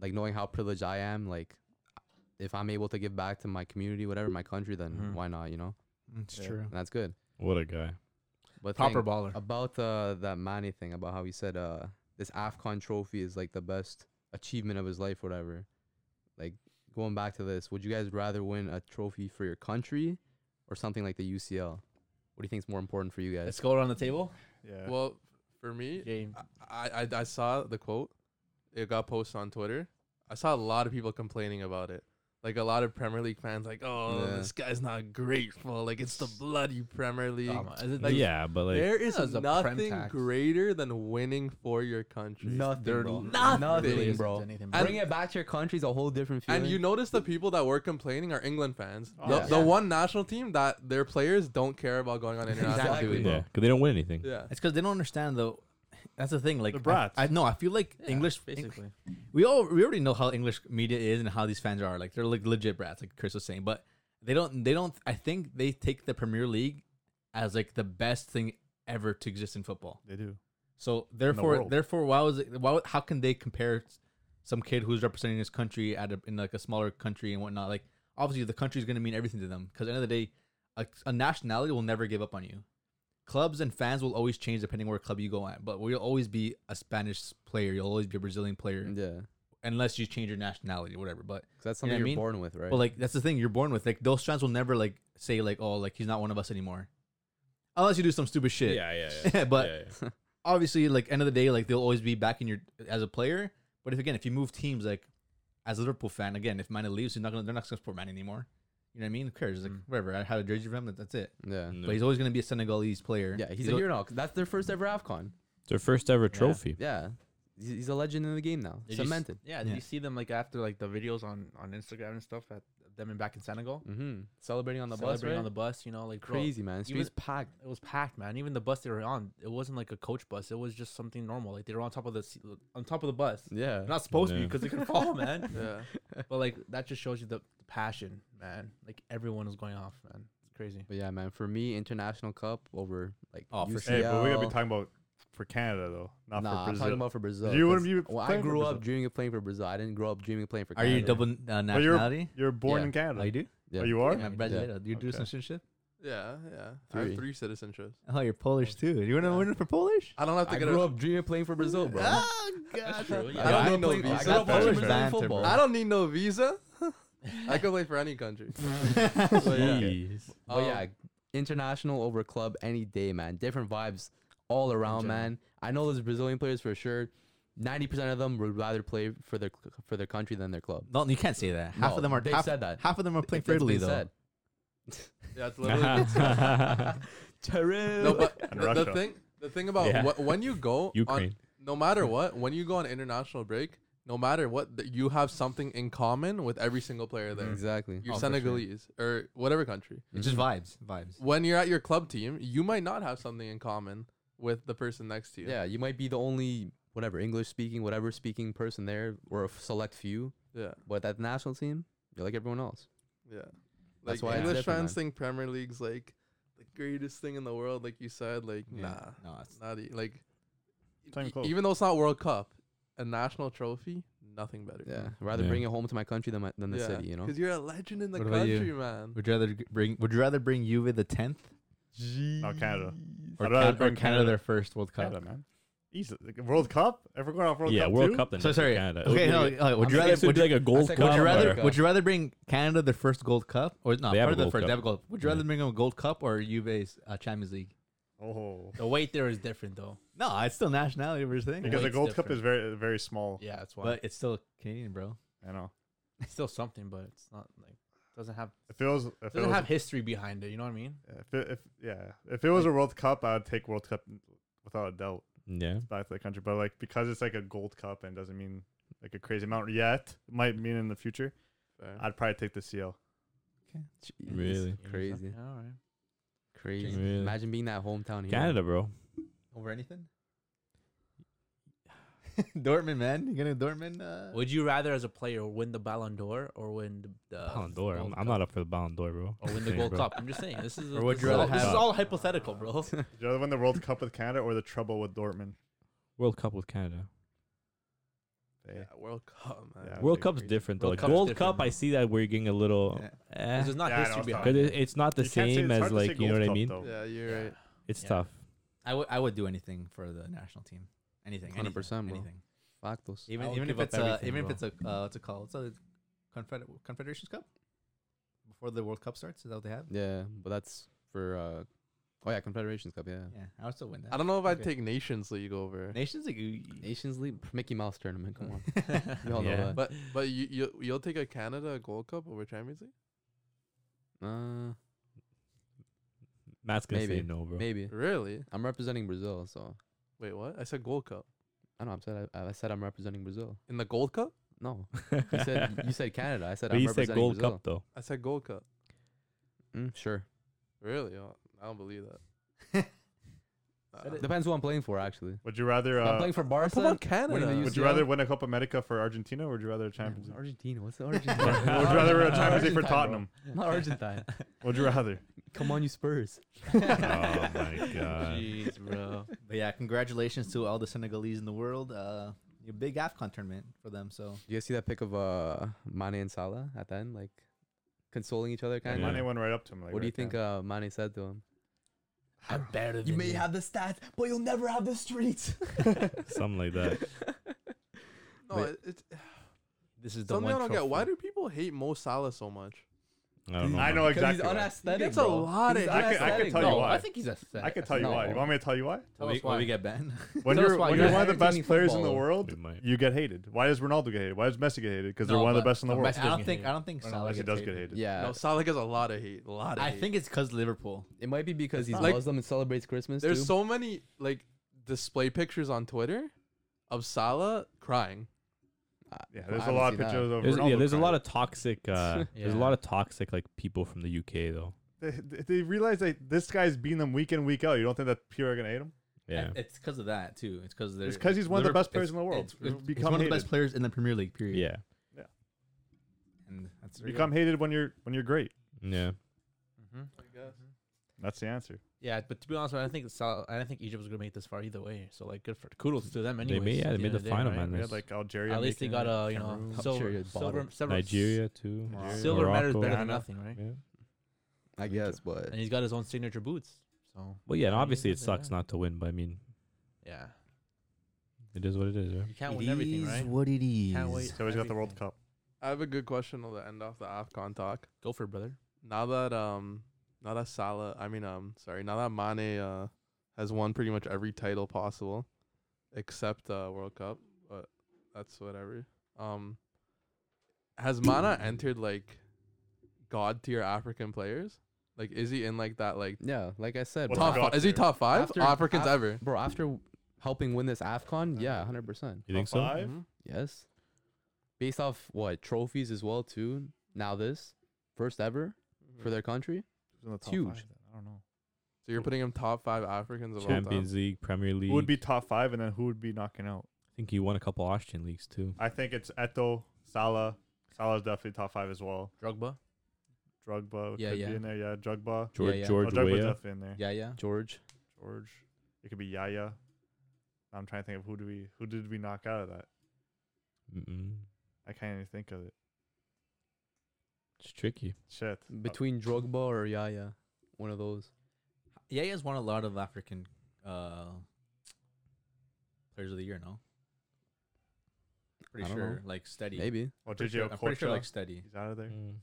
[SPEAKER 2] like knowing how privileged I am, like if I'm able to give back to my community, whatever my country, then
[SPEAKER 1] Mhm.
[SPEAKER 2] why not? You know,
[SPEAKER 4] it's
[SPEAKER 3] Yeah.
[SPEAKER 4] true.
[SPEAKER 2] and that's good.
[SPEAKER 6] What a guy.
[SPEAKER 2] But
[SPEAKER 1] Proper
[SPEAKER 2] think
[SPEAKER 1] baller.
[SPEAKER 2] about uh that Manny thing about how he said uh this Afcon trophy is like the best achievement of his life, whatever. Like going back to this, would you guys rather win a trophy for your country or something like the UCL? What do you think is more important for you guys?
[SPEAKER 1] Let's go around the table.
[SPEAKER 3] yeah.
[SPEAKER 5] Well, for me,
[SPEAKER 1] James.
[SPEAKER 5] I, I I saw the quote. It got posted on Twitter. I saw a lot of people complaining about it. Like a lot of Premier League fans, like, oh,
[SPEAKER 2] Yeah.
[SPEAKER 5] this guy's not grateful. Like it's the bloody Premier League.
[SPEAKER 1] Oh, my- is it-
[SPEAKER 5] Like,
[SPEAKER 6] yeah, but like
[SPEAKER 5] there is
[SPEAKER 1] Yeah, it's a prem
[SPEAKER 5] nothing
[SPEAKER 1] tax.
[SPEAKER 5] greater than winning for your country.
[SPEAKER 2] Nothing, bro.
[SPEAKER 1] really
[SPEAKER 5] nothing.
[SPEAKER 2] Nothing,
[SPEAKER 1] isn't
[SPEAKER 2] bro.
[SPEAKER 1] anything, bro.
[SPEAKER 2] Bring it back to your country's a whole different feeling.
[SPEAKER 5] And you notice the people that were complaining are England fans.
[SPEAKER 3] Oh,
[SPEAKER 5] the,
[SPEAKER 3] yeah.
[SPEAKER 5] the one national team that their players don't care about going on international
[SPEAKER 2] Exactly,
[SPEAKER 5] duty.
[SPEAKER 2] bro.
[SPEAKER 6] yeah, because they don't win anything.
[SPEAKER 5] Yeah.
[SPEAKER 4] It's because they don't understand though. That's the thing. Like
[SPEAKER 3] They're brats.
[SPEAKER 4] I, I know. I feel like
[SPEAKER 1] Yeah,
[SPEAKER 4] English.
[SPEAKER 1] basically.
[SPEAKER 4] we all we already know how English media is and how these fans are. Like they're like legit brats, like Chris was saying. But they don't. They don't. I think they take the Premier League as like the best thing ever to exist in football.
[SPEAKER 3] <laughs> they do.
[SPEAKER 4] So therefore,
[SPEAKER 3] world.
[SPEAKER 4] therefore, why was it, why? would- How can they compare some kid who's representing his country at a, in like a smaller country and whatnot? Like obviously, the country is going to mean everything to them because at the end of the day, a, a nationality will never give up on you. Clubs and fans will always change depending where club you go at, but we'll always be a Spanish player. You'll always be a Brazilian player
[SPEAKER 6] Mm.
[SPEAKER 2] yeah, 'Cause
[SPEAKER 4] unless you change your nationality, or whatever. But
[SPEAKER 2] that's
[SPEAKER 4] You know what
[SPEAKER 2] something
[SPEAKER 4] I
[SPEAKER 2] you are
[SPEAKER 4] mean?
[SPEAKER 2] born with, right?
[SPEAKER 4] but like that's the thing you're born with. Like those fans will never like say like oh like he's not one of us anymore, unless you do some stupid shit.
[SPEAKER 6] yeah, yeah.
[SPEAKER 4] <laughs> but
[SPEAKER 6] yeah, yeah.
[SPEAKER 4] obviously like end of the day like they'll always be back in your as a player but if again if you move teams like as a liverpool fan again if Mane leaves he's not gonna they're not gonna support Mane anymore you know what i mean who cares like
[SPEAKER 1] Mm.
[SPEAKER 4] whatever i had a jersey for him that- that's it
[SPEAKER 2] yeah,
[SPEAKER 6] No.
[SPEAKER 4] but he's always gonna be a senegalese player
[SPEAKER 2] yeah. He's
[SPEAKER 4] They
[SPEAKER 2] a
[SPEAKER 4] don't-
[SPEAKER 2] hero now. 'cause That's their first ever Afcon.
[SPEAKER 6] It's their first ever trophy.
[SPEAKER 2] Yeah, he's, he's a legend in the game now.
[SPEAKER 1] Did you s-
[SPEAKER 2] Cemented.
[SPEAKER 1] Yeah, did
[SPEAKER 4] Yeah.
[SPEAKER 1] you see them like after like the videos on on Instagram and stuff at them and back in Senegal
[SPEAKER 2] Mm-hmm. Celebrating on the bus,
[SPEAKER 1] Celebrating
[SPEAKER 2] right?
[SPEAKER 1] on the bus? You know, like bro,
[SPEAKER 2] Crazy man,
[SPEAKER 1] even-
[SPEAKER 2] streets packed.
[SPEAKER 1] it was packed, man. Even the bus they were on, it wasn't like a coach bus. It was just something normal. Like they were on top of the se- on top of the bus.
[SPEAKER 2] Yeah.
[SPEAKER 1] They're not supposed to
[SPEAKER 6] Yeah.
[SPEAKER 1] be because they could fall, man.
[SPEAKER 5] Yeah.
[SPEAKER 1] But like that just shows you the, the passion, man. Like everyone was going off, man. It's crazy.
[SPEAKER 2] But yeah, man, for me, international cup over like
[SPEAKER 4] Oh, for
[SPEAKER 2] UCL.
[SPEAKER 4] sure.
[SPEAKER 3] Hey, but we gotta be talking about for Canada though, not
[SPEAKER 2] nah,
[SPEAKER 3] for
[SPEAKER 2] I'm
[SPEAKER 3] Brazil.
[SPEAKER 2] talking about for Brazil.
[SPEAKER 3] You wouldn't
[SPEAKER 2] 'cause-
[SPEAKER 3] be
[SPEAKER 2] Well, I
[SPEAKER 3] playing for
[SPEAKER 2] grew up
[SPEAKER 3] Brazil.
[SPEAKER 2] dreaming of playing for Brazil. I didn't grow up dreaming of playing for.
[SPEAKER 4] are you
[SPEAKER 2] Canada.
[SPEAKER 4] double uh,
[SPEAKER 3] you're-
[SPEAKER 4] nationality
[SPEAKER 3] You're born
[SPEAKER 2] Yeah.
[SPEAKER 3] in Canada.
[SPEAKER 4] oh you do
[SPEAKER 2] Yeah.
[SPEAKER 3] Oh, you are.
[SPEAKER 4] yeah,
[SPEAKER 2] Yeah.
[SPEAKER 4] Brazil, do you do
[SPEAKER 3] Okay.
[SPEAKER 4] some shit
[SPEAKER 5] Yeah, yeah. I
[SPEAKER 2] Three.
[SPEAKER 5] have three citizenships.
[SPEAKER 4] Oh, you're Polish too. You want to win
[SPEAKER 2] <laughs>
[SPEAKER 4] for Polish?
[SPEAKER 5] I don't have to
[SPEAKER 2] I
[SPEAKER 5] get
[SPEAKER 2] grew
[SPEAKER 5] <laughs> a.
[SPEAKER 2] up dreaming of playing for Brazil, bro.
[SPEAKER 5] Ah,
[SPEAKER 1] That's
[SPEAKER 5] gosh.
[SPEAKER 1] true, yeah.
[SPEAKER 5] I
[SPEAKER 2] Yo,
[SPEAKER 5] don't
[SPEAKER 2] I
[SPEAKER 5] need
[SPEAKER 2] know
[SPEAKER 5] no
[SPEAKER 2] these- I
[SPEAKER 5] visa.
[SPEAKER 2] got
[SPEAKER 5] I
[SPEAKER 2] that
[SPEAKER 5] don't-
[SPEAKER 2] shit.
[SPEAKER 5] I don't need no visa. <laughs> I could play for any country. But yeah.
[SPEAKER 6] Jeez.
[SPEAKER 2] Oh
[SPEAKER 5] Um,
[SPEAKER 2] yeah, international over club any day, man. Different vibes all around, man. I know those Brazilian players for sure. Ninety percent of them would rather play for their for their country than their club.
[SPEAKER 4] No, you can't say that. Half
[SPEAKER 2] No,
[SPEAKER 4] of them are
[SPEAKER 2] they've
[SPEAKER 4] half,
[SPEAKER 2] said that.
[SPEAKER 4] Half of them are playing
[SPEAKER 2] It's
[SPEAKER 4] for
[SPEAKER 2] been
[SPEAKER 4] Italy though.
[SPEAKER 2] said.
[SPEAKER 5] Yeah, it's literally.
[SPEAKER 2] True.
[SPEAKER 5] no, but
[SPEAKER 3] And
[SPEAKER 5] the- the
[SPEAKER 3] Russia.
[SPEAKER 5] thing, the thing about
[SPEAKER 6] Yeah.
[SPEAKER 5] wh- when you go on,
[SPEAKER 6] Ukraine.
[SPEAKER 5] no matter what, when you go on international break, no matter what, th- you have something in common with every single player there.
[SPEAKER 2] exactly.
[SPEAKER 5] You're
[SPEAKER 4] Oh, for sure.
[SPEAKER 5] Senegalese or whatever country.
[SPEAKER 4] It's just vibes, vibes.
[SPEAKER 5] When you're at your club team, you might not have something in common with the person next to you.
[SPEAKER 2] Yeah, you might be the only whatever English speaking, whatever speaking person there, or a f- select few.
[SPEAKER 5] yeah,
[SPEAKER 2] But at the national team, you're like everyone else.
[SPEAKER 5] yeah. Like
[SPEAKER 2] That's why it's
[SPEAKER 5] English
[SPEAKER 2] different,
[SPEAKER 5] fans
[SPEAKER 2] man.
[SPEAKER 5] think Premier League's like the greatest thing in the world. Like you said, like
[SPEAKER 4] Yeah.
[SPEAKER 5] nah,
[SPEAKER 4] No, it's,
[SPEAKER 5] not e- like
[SPEAKER 3] It's not even
[SPEAKER 5] e-
[SPEAKER 3] close.
[SPEAKER 5] even though it's not World Cup, a national trophy, nothing better.
[SPEAKER 2] Yeah, rather
[SPEAKER 6] Yeah.
[SPEAKER 2] bring it home to my country than my, than the city. You know.
[SPEAKER 5] because you're a legend in the
[SPEAKER 4] What about you?
[SPEAKER 5] country, man.
[SPEAKER 4] would you rather g- bring? Would you rather bring Juve the tenth
[SPEAKER 3] No, Canada.
[SPEAKER 4] or,
[SPEAKER 3] I'd rather
[SPEAKER 4] Can- or
[SPEAKER 3] bring
[SPEAKER 4] Canada
[SPEAKER 3] Canada.
[SPEAKER 4] their first World Cup?
[SPEAKER 3] Canada, man. Easily. Like, World Cup? If we're going off World
[SPEAKER 6] yeah,
[SPEAKER 3] Cup
[SPEAKER 6] World
[SPEAKER 3] too?
[SPEAKER 6] Cup. Then
[SPEAKER 4] So
[SPEAKER 6] it's
[SPEAKER 4] sorry.
[SPEAKER 6] Canada.
[SPEAKER 4] Okay,
[SPEAKER 6] Would
[SPEAKER 4] no.
[SPEAKER 6] you-
[SPEAKER 4] like, would
[SPEAKER 2] I'm
[SPEAKER 4] you
[SPEAKER 2] thinking
[SPEAKER 4] rather?
[SPEAKER 2] it's
[SPEAKER 6] would you like a gold
[SPEAKER 2] second
[SPEAKER 6] cup?
[SPEAKER 4] Would you
[SPEAKER 2] Gold
[SPEAKER 4] rather?
[SPEAKER 2] Cup.
[SPEAKER 4] Would you rather bring Canada their first Gold Cup or not?
[SPEAKER 6] They have
[SPEAKER 4] part
[SPEAKER 6] a
[SPEAKER 4] of their
[SPEAKER 6] Gold
[SPEAKER 4] first.
[SPEAKER 6] Cup.
[SPEAKER 4] They have a Gold. Would you
[SPEAKER 6] Yeah.
[SPEAKER 4] rather bring them a Gold Cup or Juve's uh, Champions League?
[SPEAKER 3] Oh.
[SPEAKER 1] The weight there is different though.
[SPEAKER 4] No, it's still nationality versus thing.
[SPEAKER 3] Because the
[SPEAKER 1] weight's
[SPEAKER 3] Gold Cup
[SPEAKER 1] different.
[SPEAKER 3] is very, very small.
[SPEAKER 1] Yeah, that's why.
[SPEAKER 4] But it's still Canadian, bro.
[SPEAKER 3] I know.
[SPEAKER 1] it's still something, but it's not like doesn't have
[SPEAKER 3] If it was, if it
[SPEAKER 1] doesn't
[SPEAKER 3] was-
[SPEAKER 1] have history behind it. You know what I mean?
[SPEAKER 3] if, it, if yeah, if it was a World Cup, I would take World Cup without a doubt
[SPEAKER 6] Yeah.
[SPEAKER 3] back to the country. But like because it's like a Gold Cup and doesn't mean like a crazy amount yet, might mean in the future.
[SPEAKER 5] Fair.
[SPEAKER 3] I'd probably take the CL.
[SPEAKER 2] Jeez,
[SPEAKER 6] Really?
[SPEAKER 2] Crazy.
[SPEAKER 1] Yeah, all right.
[SPEAKER 2] Crazy.
[SPEAKER 6] Really?
[SPEAKER 2] Imagine being that hometown here.
[SPEAKER 6] Canada, bro.
[SPEAKER 4] Over anything? <laughs> Dortmund, man. You gonna Dortmund? Uh,
[SPEAKER 1] Would you rather, as a player, win the Ballon d'Or or win the, the
[SPEAKER 6] Ballon d'Or. I'm,
[SPEAKER 1] Gold
[SPEAKER 6] I'm
[SPEAKER 1] Cup?
[SPEAKER 6] not up for the Ballon d'or, bro.
[SPEAKER 1] Or win the
[SPEAKER 6] Same,
[SPEAKER 1] Gold
[SPEAKER 6] bro.
[SPEAKER 1] Cup. I'm just saying. This is.
[SPEAKER 4] Or would
[SPEAKER 1] this
[SPEAKER 4] you
[SPEAKER 1] is
[SPEAKER 4] rather
[SPEAKER 1] all- This
[SPEAKER 4] have-
[SPEAKER 1] is all hypothetical, bro.
[SPEAKER 3] Did you rather win the World Cup with Canada or the trouble with Dortmund?
[SPEAKER 6] World Cup with Canada.
[SPEAKER 3] They-
[SPEAKER 5] yeah, World Cup, man.
[SPEAKER 3] Yeah. That'd
[SPEAKER 6] World
[SPEAKER 3] be
[SPEAKER 6] Cup's
[SPEAKER 3] crazy.
[SPEAKER 6] different though.
[SPEAKER 1] World
[SPEAKER 6] Like,
[SPEAKER 1] Cup's
[SPEAKER 6] Gold
[SPEAKER 1] different,
[SPEAKER 6] Cup, I
[SPEAKER 1] man.
[SPEAKER 6] see that we're getting a little.
[SPEAKER 4] Yeah.
[SPEAKER 6] eh,
[SPEAKER 1] There's not
[SPEAKER 3] Yeah, I know,
[SPEAKER 1] history
[SPEAKER 3] it's not-
[SPEAKER 1] behind
[SPEAKER 6] Cause
[SPEAKER 1] it.
[SPEAKER 6] it, it's not the
[SPEAKER 3] You can't say-
[SPEAKER 6] same
[SPEAKER 3] it's
[SPEAKER 6] as
[SPEAKER 3] hard to say
[SPEAKER 6] like you know
[SPEAKER 3] Gold
[SPEAKER 6] what I
[SPEAKER 3] Cup,
[SPEAKER 6] mean.
[SPEAKER 3] though.
[SPEAKER 5] Yeah, you're right.
[SPEAKER 6] It's
[SPEAKER 1] Yeah.
[SPEAKER 6] tough.
[SPEAKER 4] I would I would do anything for the national team. Anything. anything,
[SPEAKER 2] 100%, bro.
[SPEAKER 4] Anything.
[SPEAKER 2] Factos.
[SPEAKER 4] Even
[SPEAKER 1] I would
[SPEAKER 4] even if
[SPEAKER 1] give up
[SPEAKER 4] it's uh,
[SPEAKER 1] everything,
[SPEAKER 4] even if
[SPEAKER 1] bro.
[SPEAKER 4] it's a uh, what's it called? What's the Confeder- Confederations Cup? Before the World Cup starts, is that what they have?
[SPEAKER 2] Yeah, but that's for uh oh yeah, Confederations Cup, yeah.
[SPEAKER 4] Yeah, I would still win that.
[SPEAKER 5] I don't know if I'd
[SPEAKER 4] Okay.
[SPEAKER 5] take Nations League over,
[SPEAKER 4] Nations League. you-
[SPEAKER 2] Nations League Mickey Mouse tournament, <laughs> come on.
[SPEAKER 4] <laughs>
[SPEAKER 2] We
[SPEAKER 4] you-
[SPEAKER 2] all
[SPEAKER 6] Yeah.
[SPEAKER 2] know that.
[SPEAKER 5] but but you you you'll take a Canada Gold Cup over Champions League?
[SPEAKER 2] Uh,
[SPEAKER 6] Matt's gonna say
[SPEAKER 2] Maybe.
[SPEAKER 6] no, bro.
[SPEAKER 2] maybe.
[SPEAKER 5] Really?
[SPEAKER 2] I'm representing Brazil, so
[SPEAKER 5] Wait, what? I said Gold Cup
[SPEAKER 2] I don't know, I said I, I said I'm representing Brazil.
[SPEAKER 5] in the Gold Cup.
[SPEAKER 2] No.
[SPEAKER 6] <laughs>
[SPEAKER 3] <laughs>
[SPEAKER 2] You said you said Canada. I said
[SPEAKER 6] But
[SPEAKER 2] I'm
[SPEAKER 6] he said
[SPEAKER 2] representing
[SPEAKER 6] Gold
[SPEAKER 2] Brazil.
[SPEAKER 6] Cup though.
[SPEAKER 5] I said Gold Cup.
[SPEAKER 2] Mm, sure.
[SPEAKER 5] Really? Oh, I don't believe that. Nah.
[SPEAKER 2] Depends who I'm playing for actually.
[SPEAKER 3] Would you rather?
[SPEAKER 2] If I'm
[SPEAKER 3] Uh,
[SPEAKER 2] playing for
[SPEAKER 5] Come on,
[SPEAKER 2] Barca.
[SPEAKER 5] Canada.
[SPEAKER 2] you
[SPEAKER 3] would you
[SPEAKER 2] UCL?
[SPEAKER 3] rather win a Copa America for Argentina, or would you rather a
[SPEAKER 2] Man,
[SPEAKER 6] <laughs>
[SPEAKER 3] Champions League?
[SPEAKER 2] Argentina, what's the Argentina?
[SPEAKER 3] <laughs> would you
[SPEAKER 2] Not
[SPEAKER 3] rather win a
[SPEAKER 2] Argentina,
[SPEAKER 3] Champions League for
[SPEAKER 2] bro.
[SPEAKER 3] Tottenham?
[SPEAKER 2] <laughs> Not Argentine.
[SPEAKER 3] Would you rather?
[SPEAKER 2] Come on,
[SPEAKER 3] <laughs>
[SPEAKER 2] you Spurs.
[SPEAKER 6] oh my god.
[SPEAKER 1] Jeez, bro.
[SPEAKER 4] But yeah, congratulations to all the Senegalese in the world. Uh, your big Afcon tournament for them. So
[SPEAKER 2] Do you guys see that pic of uh Mane and Salah at the end, like consoling each other
[SPEAKER 3] And
[SPEAKER 2] kind
[SPEAKER 6] Yeah.
[SPEAKER 2] of?
[SPEAKER 3] Mane went right up to him. Like,
[SPEAKER 2] What do you
[SPEAKER 3] right
[SPEAKER 2] think
[SPEAKER 3] there.
[SPEAKER 2] uh, Mane said to him?
[SPEAKER 1] I'm better than
[SPEAKER 2] You may have the stats, but you'll never have
[SPEAKER 1] <laughs>
[SPEAKER 2] the streets.
[SPEAKER 6] Something like that.
[SPEAKER 5] No,
[SPEAKER 2] Wait.
[SPEAKER 5] it, it's
[SPEAKER 1] This is the
[SPEAKER 5] something
[SPEAKER 1] one.
[SPEAKER 5] I don't get. Why
[SPEAKER 1] trophy.
[SPEAKER 5] do people hate Mo Salah so much?
[SPEAKER 3] <laughs>
[SPEAKER 6] I don't know.
[SPEAKER 3] I
[SPEAKER 6] man.
[SPEAKER 3] know Oh, exactly.
[SPEAKER 2] He's
[SPEAKER 3] why.
[SPEAKER 2] unaesthetic.
[SPEAKER 5] He gets a
[SPEAKER 2] bro.
[SPEAKER 5] lot
[SPEAKER 2] He's
[SPEAKER 5] of- I
[SPEAKER 3] could- I could
[SPEAKER 2] unaesthetic,
[SPEAKER 3] tell you
[SPEAKER 2] bro.
[SPEAKER 1] No,
[SPEAKER 3] why.
[SPEAKER 1] I think he's a.
[SPEAKER 3] I can tell you
[SPEAKER 2] No.
[SPEAKER 3] why. You want me to tell you why?
[SPEAKER 1] Tell us
[SPEAKER 4] we
[SPEAKER 1] why.
[SPEAKER 4] get banned.
[SPEAKER 3] <laughs> When
[SPEAKER 1] Tell us
[SPEAKER 3] you're
[SPEAKER 1] why
[SPEAKER 3] when
[SPEAKER 1] you're
[SPEAKER 3] you're one of the best
[SPEAKER 2] entertaining
[SPEAKER 3] players in the
[SPEAKER 2] footballer.
[SPEAKER 3] world,
[SPEAKER 6] We might.
[SPEAKER 3] you get hated. Why does Ronaldo get hated? Why does Messi get hated? Because
[SPEAKER 4] No,
[SPEAKER 3] they're one of the
[SPEAKER 4] but-
[SPEAKER 3] best in the
[SPEAKER 1] but
[SPEAKER 3] world.
[SPEAKER 1] Messi-
[SPEAKER 4] I don't
[SPEAKER 1] get
[SPEAKER 4] think
[SPEAKER 1] hated.
[SPEAKER 4] I don't think
[SPEAKER 1] Or
[SPEAKER 4] Salah
[SPEAKER 3] Messi
[SPEAKER 4] gets
[SPEAKER 3] does get
[SPEAKER 4] hated.
[SPEAKER 3] hated.
[SPEAKER 2] Yeah,
[SPEAKER 5] No, Salah gets a lot of hate. A lot of
[SPEAKER 4] I
[SPEAKER 5] hate.
[SPEAKER 4] think it's because Liverpool.
[SPEAKER 2] it might be because he's
[SPEAKER 5] not- Like,
[SPEAKER 2] Muslim and celebrates Christmas
[SPEAKER 5] there's
[SPEAKER 2] too.
[SPEAKER 5] so many like display pictures on Twitter of Salah crying.
[SPEAKER 2] Uh,
[SPEAKER 3] Yeah,
[SPEAKER 2] well,
[SPEAKER 3] there's
[SPEAKER 2] I
[SPEAKER 3] a
[SPEAKER 2] haven't
[SPEAKER 3] lot of
[SPEAKER 2] seen that.
[SPEAKER 3] pictures of
[SPEAKER 6] There's,
[SPEAKER 3] Ronaldo.
[SPEAKER 6] yeah, there's a
[SPEAKER 3] crying.
[SPEAKER 6] lot of toxic. Uh, There's a
[SPEAKER 1] Yeah.
[SPEAKER 6] lot of toxic like people from the UK though.
[SPEAKER 3] <laughs> They, they- they realize that this guy's beating them week in week out. You don't think that people are gonna hate him?
[SPEAKER 6] Yeah.
[SPEAKER 4] And It's because of that too. It's because
[SPEAKER 3] It's because he's one of the best players in the world.
[SPEAKER 4] It's,
[SPEAKER 3] You
[SPEAKER 4] it's- it's
[SPEAKER 3] become
[SPEAKER 4] one of the
[SPEAKER 3] hated.
[SPEAKER 4] best players in the Premier League. Period.
[SPEAKER 6] Yeah.
[SPEAKER 4] And that's
[SPEAKER 3] You become hated when you're when you're great.
[SPEAKER 6] Yeah.
[SPEAKER 1] Mhm.
[SPEAKER 3] That's the answer.
[SPEAKER 1] Yeah, but to be honest, I think Salah, I don't think Egypt was gonna make this far either way. So like, good for kudos to them.
[SPEAKER 6] They
[SPEAKER 1] Anyways,
[SPEAKER 6] made- yeah,
[SPEAKER 1] at
[SPEAKER 6] they
[SPEAKER 1] the
[SPEAKER 6] made
[SPEAKER 1] end
[SPEAKER 6] the
[SPEAKER 1] of day,
[SPEAKER 6] final,
[SPEAKER 1] right?
[SPEAKER 6] man.
[SPEAKER 3] We
[SPEAKER 6] That's-
[SPEAKER 3] had like Algeria.
[SPEAKER 1] At least they
[SPEAKER 3] making
[SPEAKER 1] got a
[SPEAKER 3] it,
[SPEAKER 1] you know
[SPEAKER 3] Cameroon.
[SPEAKER 2] Algeria
[SPEAKER 1] silver,
[SPEAKER 2] is
[SPEAKER 1] silver,
[SPEAKER 2] bottom.
[SPEAKER 1] silver,
[SPEAKER 6] Nigeria too.
[SPEAKER 3] Nigeria.
[SPEAKER 1] silver medal is
[SPEAKER 6] Morocco.
[SPEAKER 1] better than
[SPEAKER 3] Ghana.
[SPEAKER 1] nothing, right?
[SPEAKER 6] Yeah.
[SPEAKER 2] I guess, but
[SPEAKER 1] and he's got his own signature boots. So
[SPEAKER 6] Well, yeah, and
[SPEAKER 1] Yeah, you
[SPEAKER 6] obviously it
[SPEAKER 1] did say
[SPEAKER 6] sucks
[SPEAKER 1] that.
[SPEAKER 6] not to win, but I mean,
[SPEAKER 1] yeah,
[SPEAKER 6] it is what it is, right?
[SPEAKER 1] you can't win everything, right?
[SPEAKER 2] what it
[SPEAKER 1] Can't wait.
[SPEAKER 3] So he's got the World
[SPEAKER 1] everything.
[SPEAKER 3] Cup.
[SPEAKER 5] I have a good question to end off the Afcon talk.
[SPEAKER 1] Go for it, brother.
[SPEAKER 5] Now that um, now that Salah, I mean um, sorry, now that Mane uh has won pretty much every title possible, except uh World Cup, but that's whatever. Um, has <clears throat> Mana entered like god tier African players? Like, is he in like that like
[SPEAKER 2] Yeah, like I said,
[SPEAKER 3] What's
[SPEAKER 2] bro,
[SPEAKER 5] top?
[SPEAKER 3] God
[SPEAKER 5] Five? Is he
[SPEAKER 3] tier?
[SPEAKER 5] top five
[SPEAKER 2] After-
[SPEAKER 5] Africans
[SPEAKER 2] af-
[SPEAKER 5] ever?
[SPEAKER 2] bro, after helping win this AFCON, yeah, 100%.
[SPEAKER 6] You
[SPEAKER 3] Top
[SPEAKER 6] think so?
[SPEAKER 3] five?
[SPEAKER 5] Mhm.
[SPEAKER 2] Yes. Based off what? Trophies as well, too. Now this, first ever for their country.
[SPEAKER 3] He's in the top
[SPEAKER 2] Huge.
[SPEAKER 3] five then. I don't know.
[SPEAKER 5] So you're putting him top five Africans of all time.
[SPEAKER 6] Champions League, Premier League.
[SPEAKER 3] Who would be top five, and then who would be knocking out?
[SPEAKER 6] I think he won a couple Austrian leagues too.
[SPEAKER 3] I think it's Eto, Salah. Salah's definitely top five as well.
[SPEAKER 1] Drogba.
[SPEAKER 3] Drugba
[SPEAKER 4] Yeah,
[SPEAKER 3] could
[SPEAKER 4] yeah.
[SPEAKER 3] be in there. Yeah, Drugba.
[SPEAKER 6] George
[SPEAKER 4] yeah.
[SPEAKER 3] Oh,
[SPEAKER 6] George
[SPEAKER 3] Drugba's
[SPEAKER 6] Weah.
[SPEAKER 3] definitely in there.
[SPEAKER 4] Yeah, yeah.
[SPEAKER 2] George.
[SPEAKER 3] George. It could be Yaya. I'm trying to think of who do we who did we knock out of that.
[SPEAKER 6] Mm-mm.
[SPEAKER 3] I can't even think of it.
[SPEAKER 6] It's tricky.
[SPEAKER 3] Shit.
[SPEAKER 2] Between
[SPEAKER 1] Oh.
[SPEAKER 2] Drogba or Yaya. One of those.
[SPEAKER 4] Yaya's won a lot of African uh, players of the year, no? Pretty
[SPEAKER 2] I don't
[SPEAKER 4] sure,
[SPEAKER 2] know.
[SPEAKER 4] like steady.
[SPEAKER 2] Maybe.
[SPEAKER 3] Oh,
[SPEAKER 4] Pretty
[SPEAKER 3] JJ
[SPEAKER 4] sure, I'm pretty sure,
[SPEAKER 3] Okocha.
[SPEAKER 4] like steady.
[SPEAKER 3] He's out of there.
[SPEAKER 6] Mm.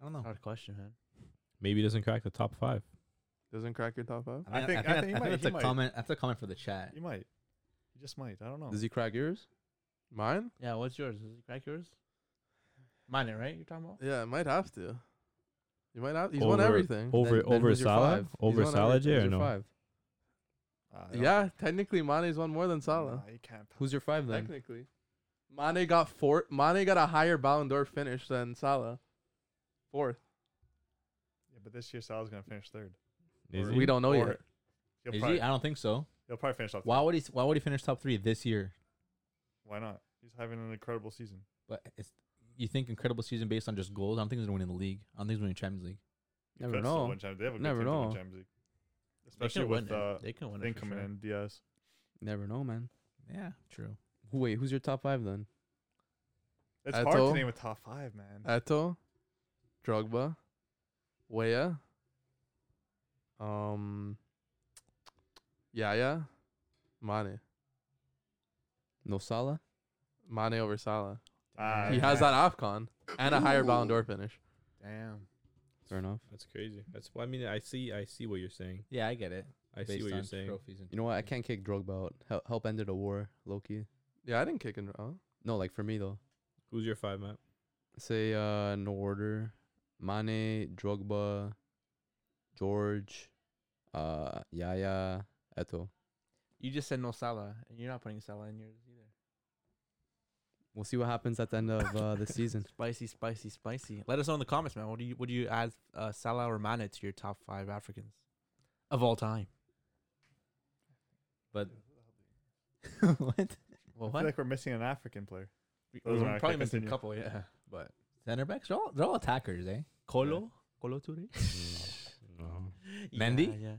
[SPEAKER 4] I don't know.
[SPEAKER 1] Hard question, man.
[SPEAKER 6] Maybe he doesn't crack the top five.
[SPEAKER 5] Doesn't crack your top five.
[SPEAKER 3] I think- I think he might-
[SPEAKER 4] that's
[SPEAKER 3] he
[SPEAKER 4] a
[SPEAKER 3] might.
[SPEAKER 4] comment. That's a comment for the chat.
[SPEAKER 3] He might. He just might. I don't know.
[SPEAKER 2] Does he crack yours?
[SPEAKER 5] Mine?
[SPEAKER 1] Yeah, what's yours? Is it crack yours? Mine, right? You're talking about?
[SPEAKER 5] Yeah, it might have to. You might have. He's won
[SPEAKER 6] Over-
[SPEAKER 5] everything.
[SPEAKER 6] Over
[SPEAKER 2] Then- then
[SPEAKER 6] over
[SPEAKER 2] who's your
[SPEAKER 6] Salah,
[SPEAKER 2] five?
[SPEAKER 6] over
[SPEAKER 5] won
[SPEAKER 6] Salah, Jay,
[SPEAKER 5] everything.
[SPEAKER 6] or
[SPEAKER 2] Who's your
[SPEAKER 6] no?
[SPEAKER 2] five?
[SPEAKER 3] Uh, I don't-
[SPEAKER 5] Yeah, technically Mane's won more than Salah.
[SPEAKER 3] Nah, you can't. pass.
[SPEAKER 2] Who's your five then?
[SPEAKER 5] Technically, Mane got four. Mane got a higher Ballon d'Or finish than Salah. Fourth.
[SPEAKER 3] Yeah, but this year Salah's gonna finish third.
[SPEAKER 6] Is
[SPEAKER 5] We
[SPEAKER 6] he?
[SPEAKER 5] don't know
[SPEAKER 3] Or
[SPEAKER 5] yet.
[SPEAKER 3] He'll
[SPEAKER 4] Is
[SPEAKER 3] probably,
[SPEAKER 4] he? I don't think so.
[SPEAKER 3] he'll probably finish off.
[SPEAKER 4] Why would he? Why would he finish top three this year?
[SPEAKER 3] Why not? He's having an incredible season.
[SPEAKER 4] But it's you think incredible season based on just goals. I don't think he's gonna win in the league. I don't think he's winning Champions League.
[SPEAKER 3] He
[SPEAKER 2] Never
[SPEAKER 3] could still
[SPEAKER 2] know.
[SPEAKER 3] win Champions- They have a good
[SPEAKER 2] Never
[SPEAKER 3] team to win
[SPEAKER 2] know.
[SPEAKER 3] Champions League.
[SPEAKER 1] They
[SPEAKER 3] Especially
[SPEAKER 1] can
[SPEAKER 3] with
[SPEAKER 1] win
[SPEAKER 3] uh,
[SPEAKER 1] it. They can win it.
[SPEAKER 3] Link
[SPEAKER 1] for
[SPEAKER 3] coming
[SPEAKER 1] sure.
[SPEAKER 3] in, Diaz.
[SPEAKER 2] Never know, man.
[SPEAKER 4] Yeah, true.
[SPEAKER 2] Who- Wait, who's your top five then?
[SPEAKER 3] It's hard to
[SPEAKER 5] Eto'o. Uh,
[SPEAKER 3] name a top five, man.
[SPEAKER 5] Eto, Drogba, Weah, um, Yaya, Mane.
[SPEAKER 2] No Salah?
[SPEAKER 5] Mane over Salah.
[SPEAKER 3] Ah,
[SPEAKER 5] He
[SPEAKER 3] yeah.
[SPEAKER 5] has that Afcon and a higher Ballon d'Or finish.
[SPEAKER 1] Damn.
[SPEAKER 2] Fair enough.
[SPEAKER 6] That's crazy. That's why I mean. I see. I see what you're saying.
[SPEAKER 4] Yeah, I get it.
[SPEAKER 6] I
[SPEAKER 4] Based on Trophies and
[SPEAKER 2] You know what? I
[SPEAKER 4] trophies.
[SPEAKER 2] can't kick Drogba out. Help, help ended a war, Loki.
[SPEAKER 5] Yeah, I didn't kick in. Oh.
[SPEAKER 2] No, like for me though.
[SPEAKER 6] Who's your five, Matt?
[SPEAKER 2] Say uh in order. Mane, Drogba, George, uh Yaya, Eto.
[SPEAKER 1] You just said no Salah, and you're not putting Salah in yours either.
[SPEAKER 2] We'll see what happens at the end of uh,
[SPEAKER 1] <laughs>
[SPEAKER 2] the season.
[SPEAKER 1] Spicy, spicy, spicy. Let us know in the comments, man. What do you What do you add uh, Salah or Mane to your top five Africans of all time?
[SPEAKER 4] <laughs> what?
[SPEAKER 1] Well,
[SPEAKER 3] I feel
[SPEAKER 1] what?
[SPEAKER 3] like we're missing an African player.
[SPEAKER 1] We,
[SPEAKER 3] Those
[SPEAKER 1] we're
[SPEAKER 3] are- okay,
[SPEAKER 1] probably missing a
[SPEAKER 3] continue.
[SPEAKER 1] couple, yeah. But
[SPEAKER 4] Center backs? They're all, they're all attackers, eh?
[SPEAKER 1] Colo, Colo Touré,
[SPEAKER 6] No.
[SPEAKER 4] Mendy?
[SPEAKER 1] yeah. yeah.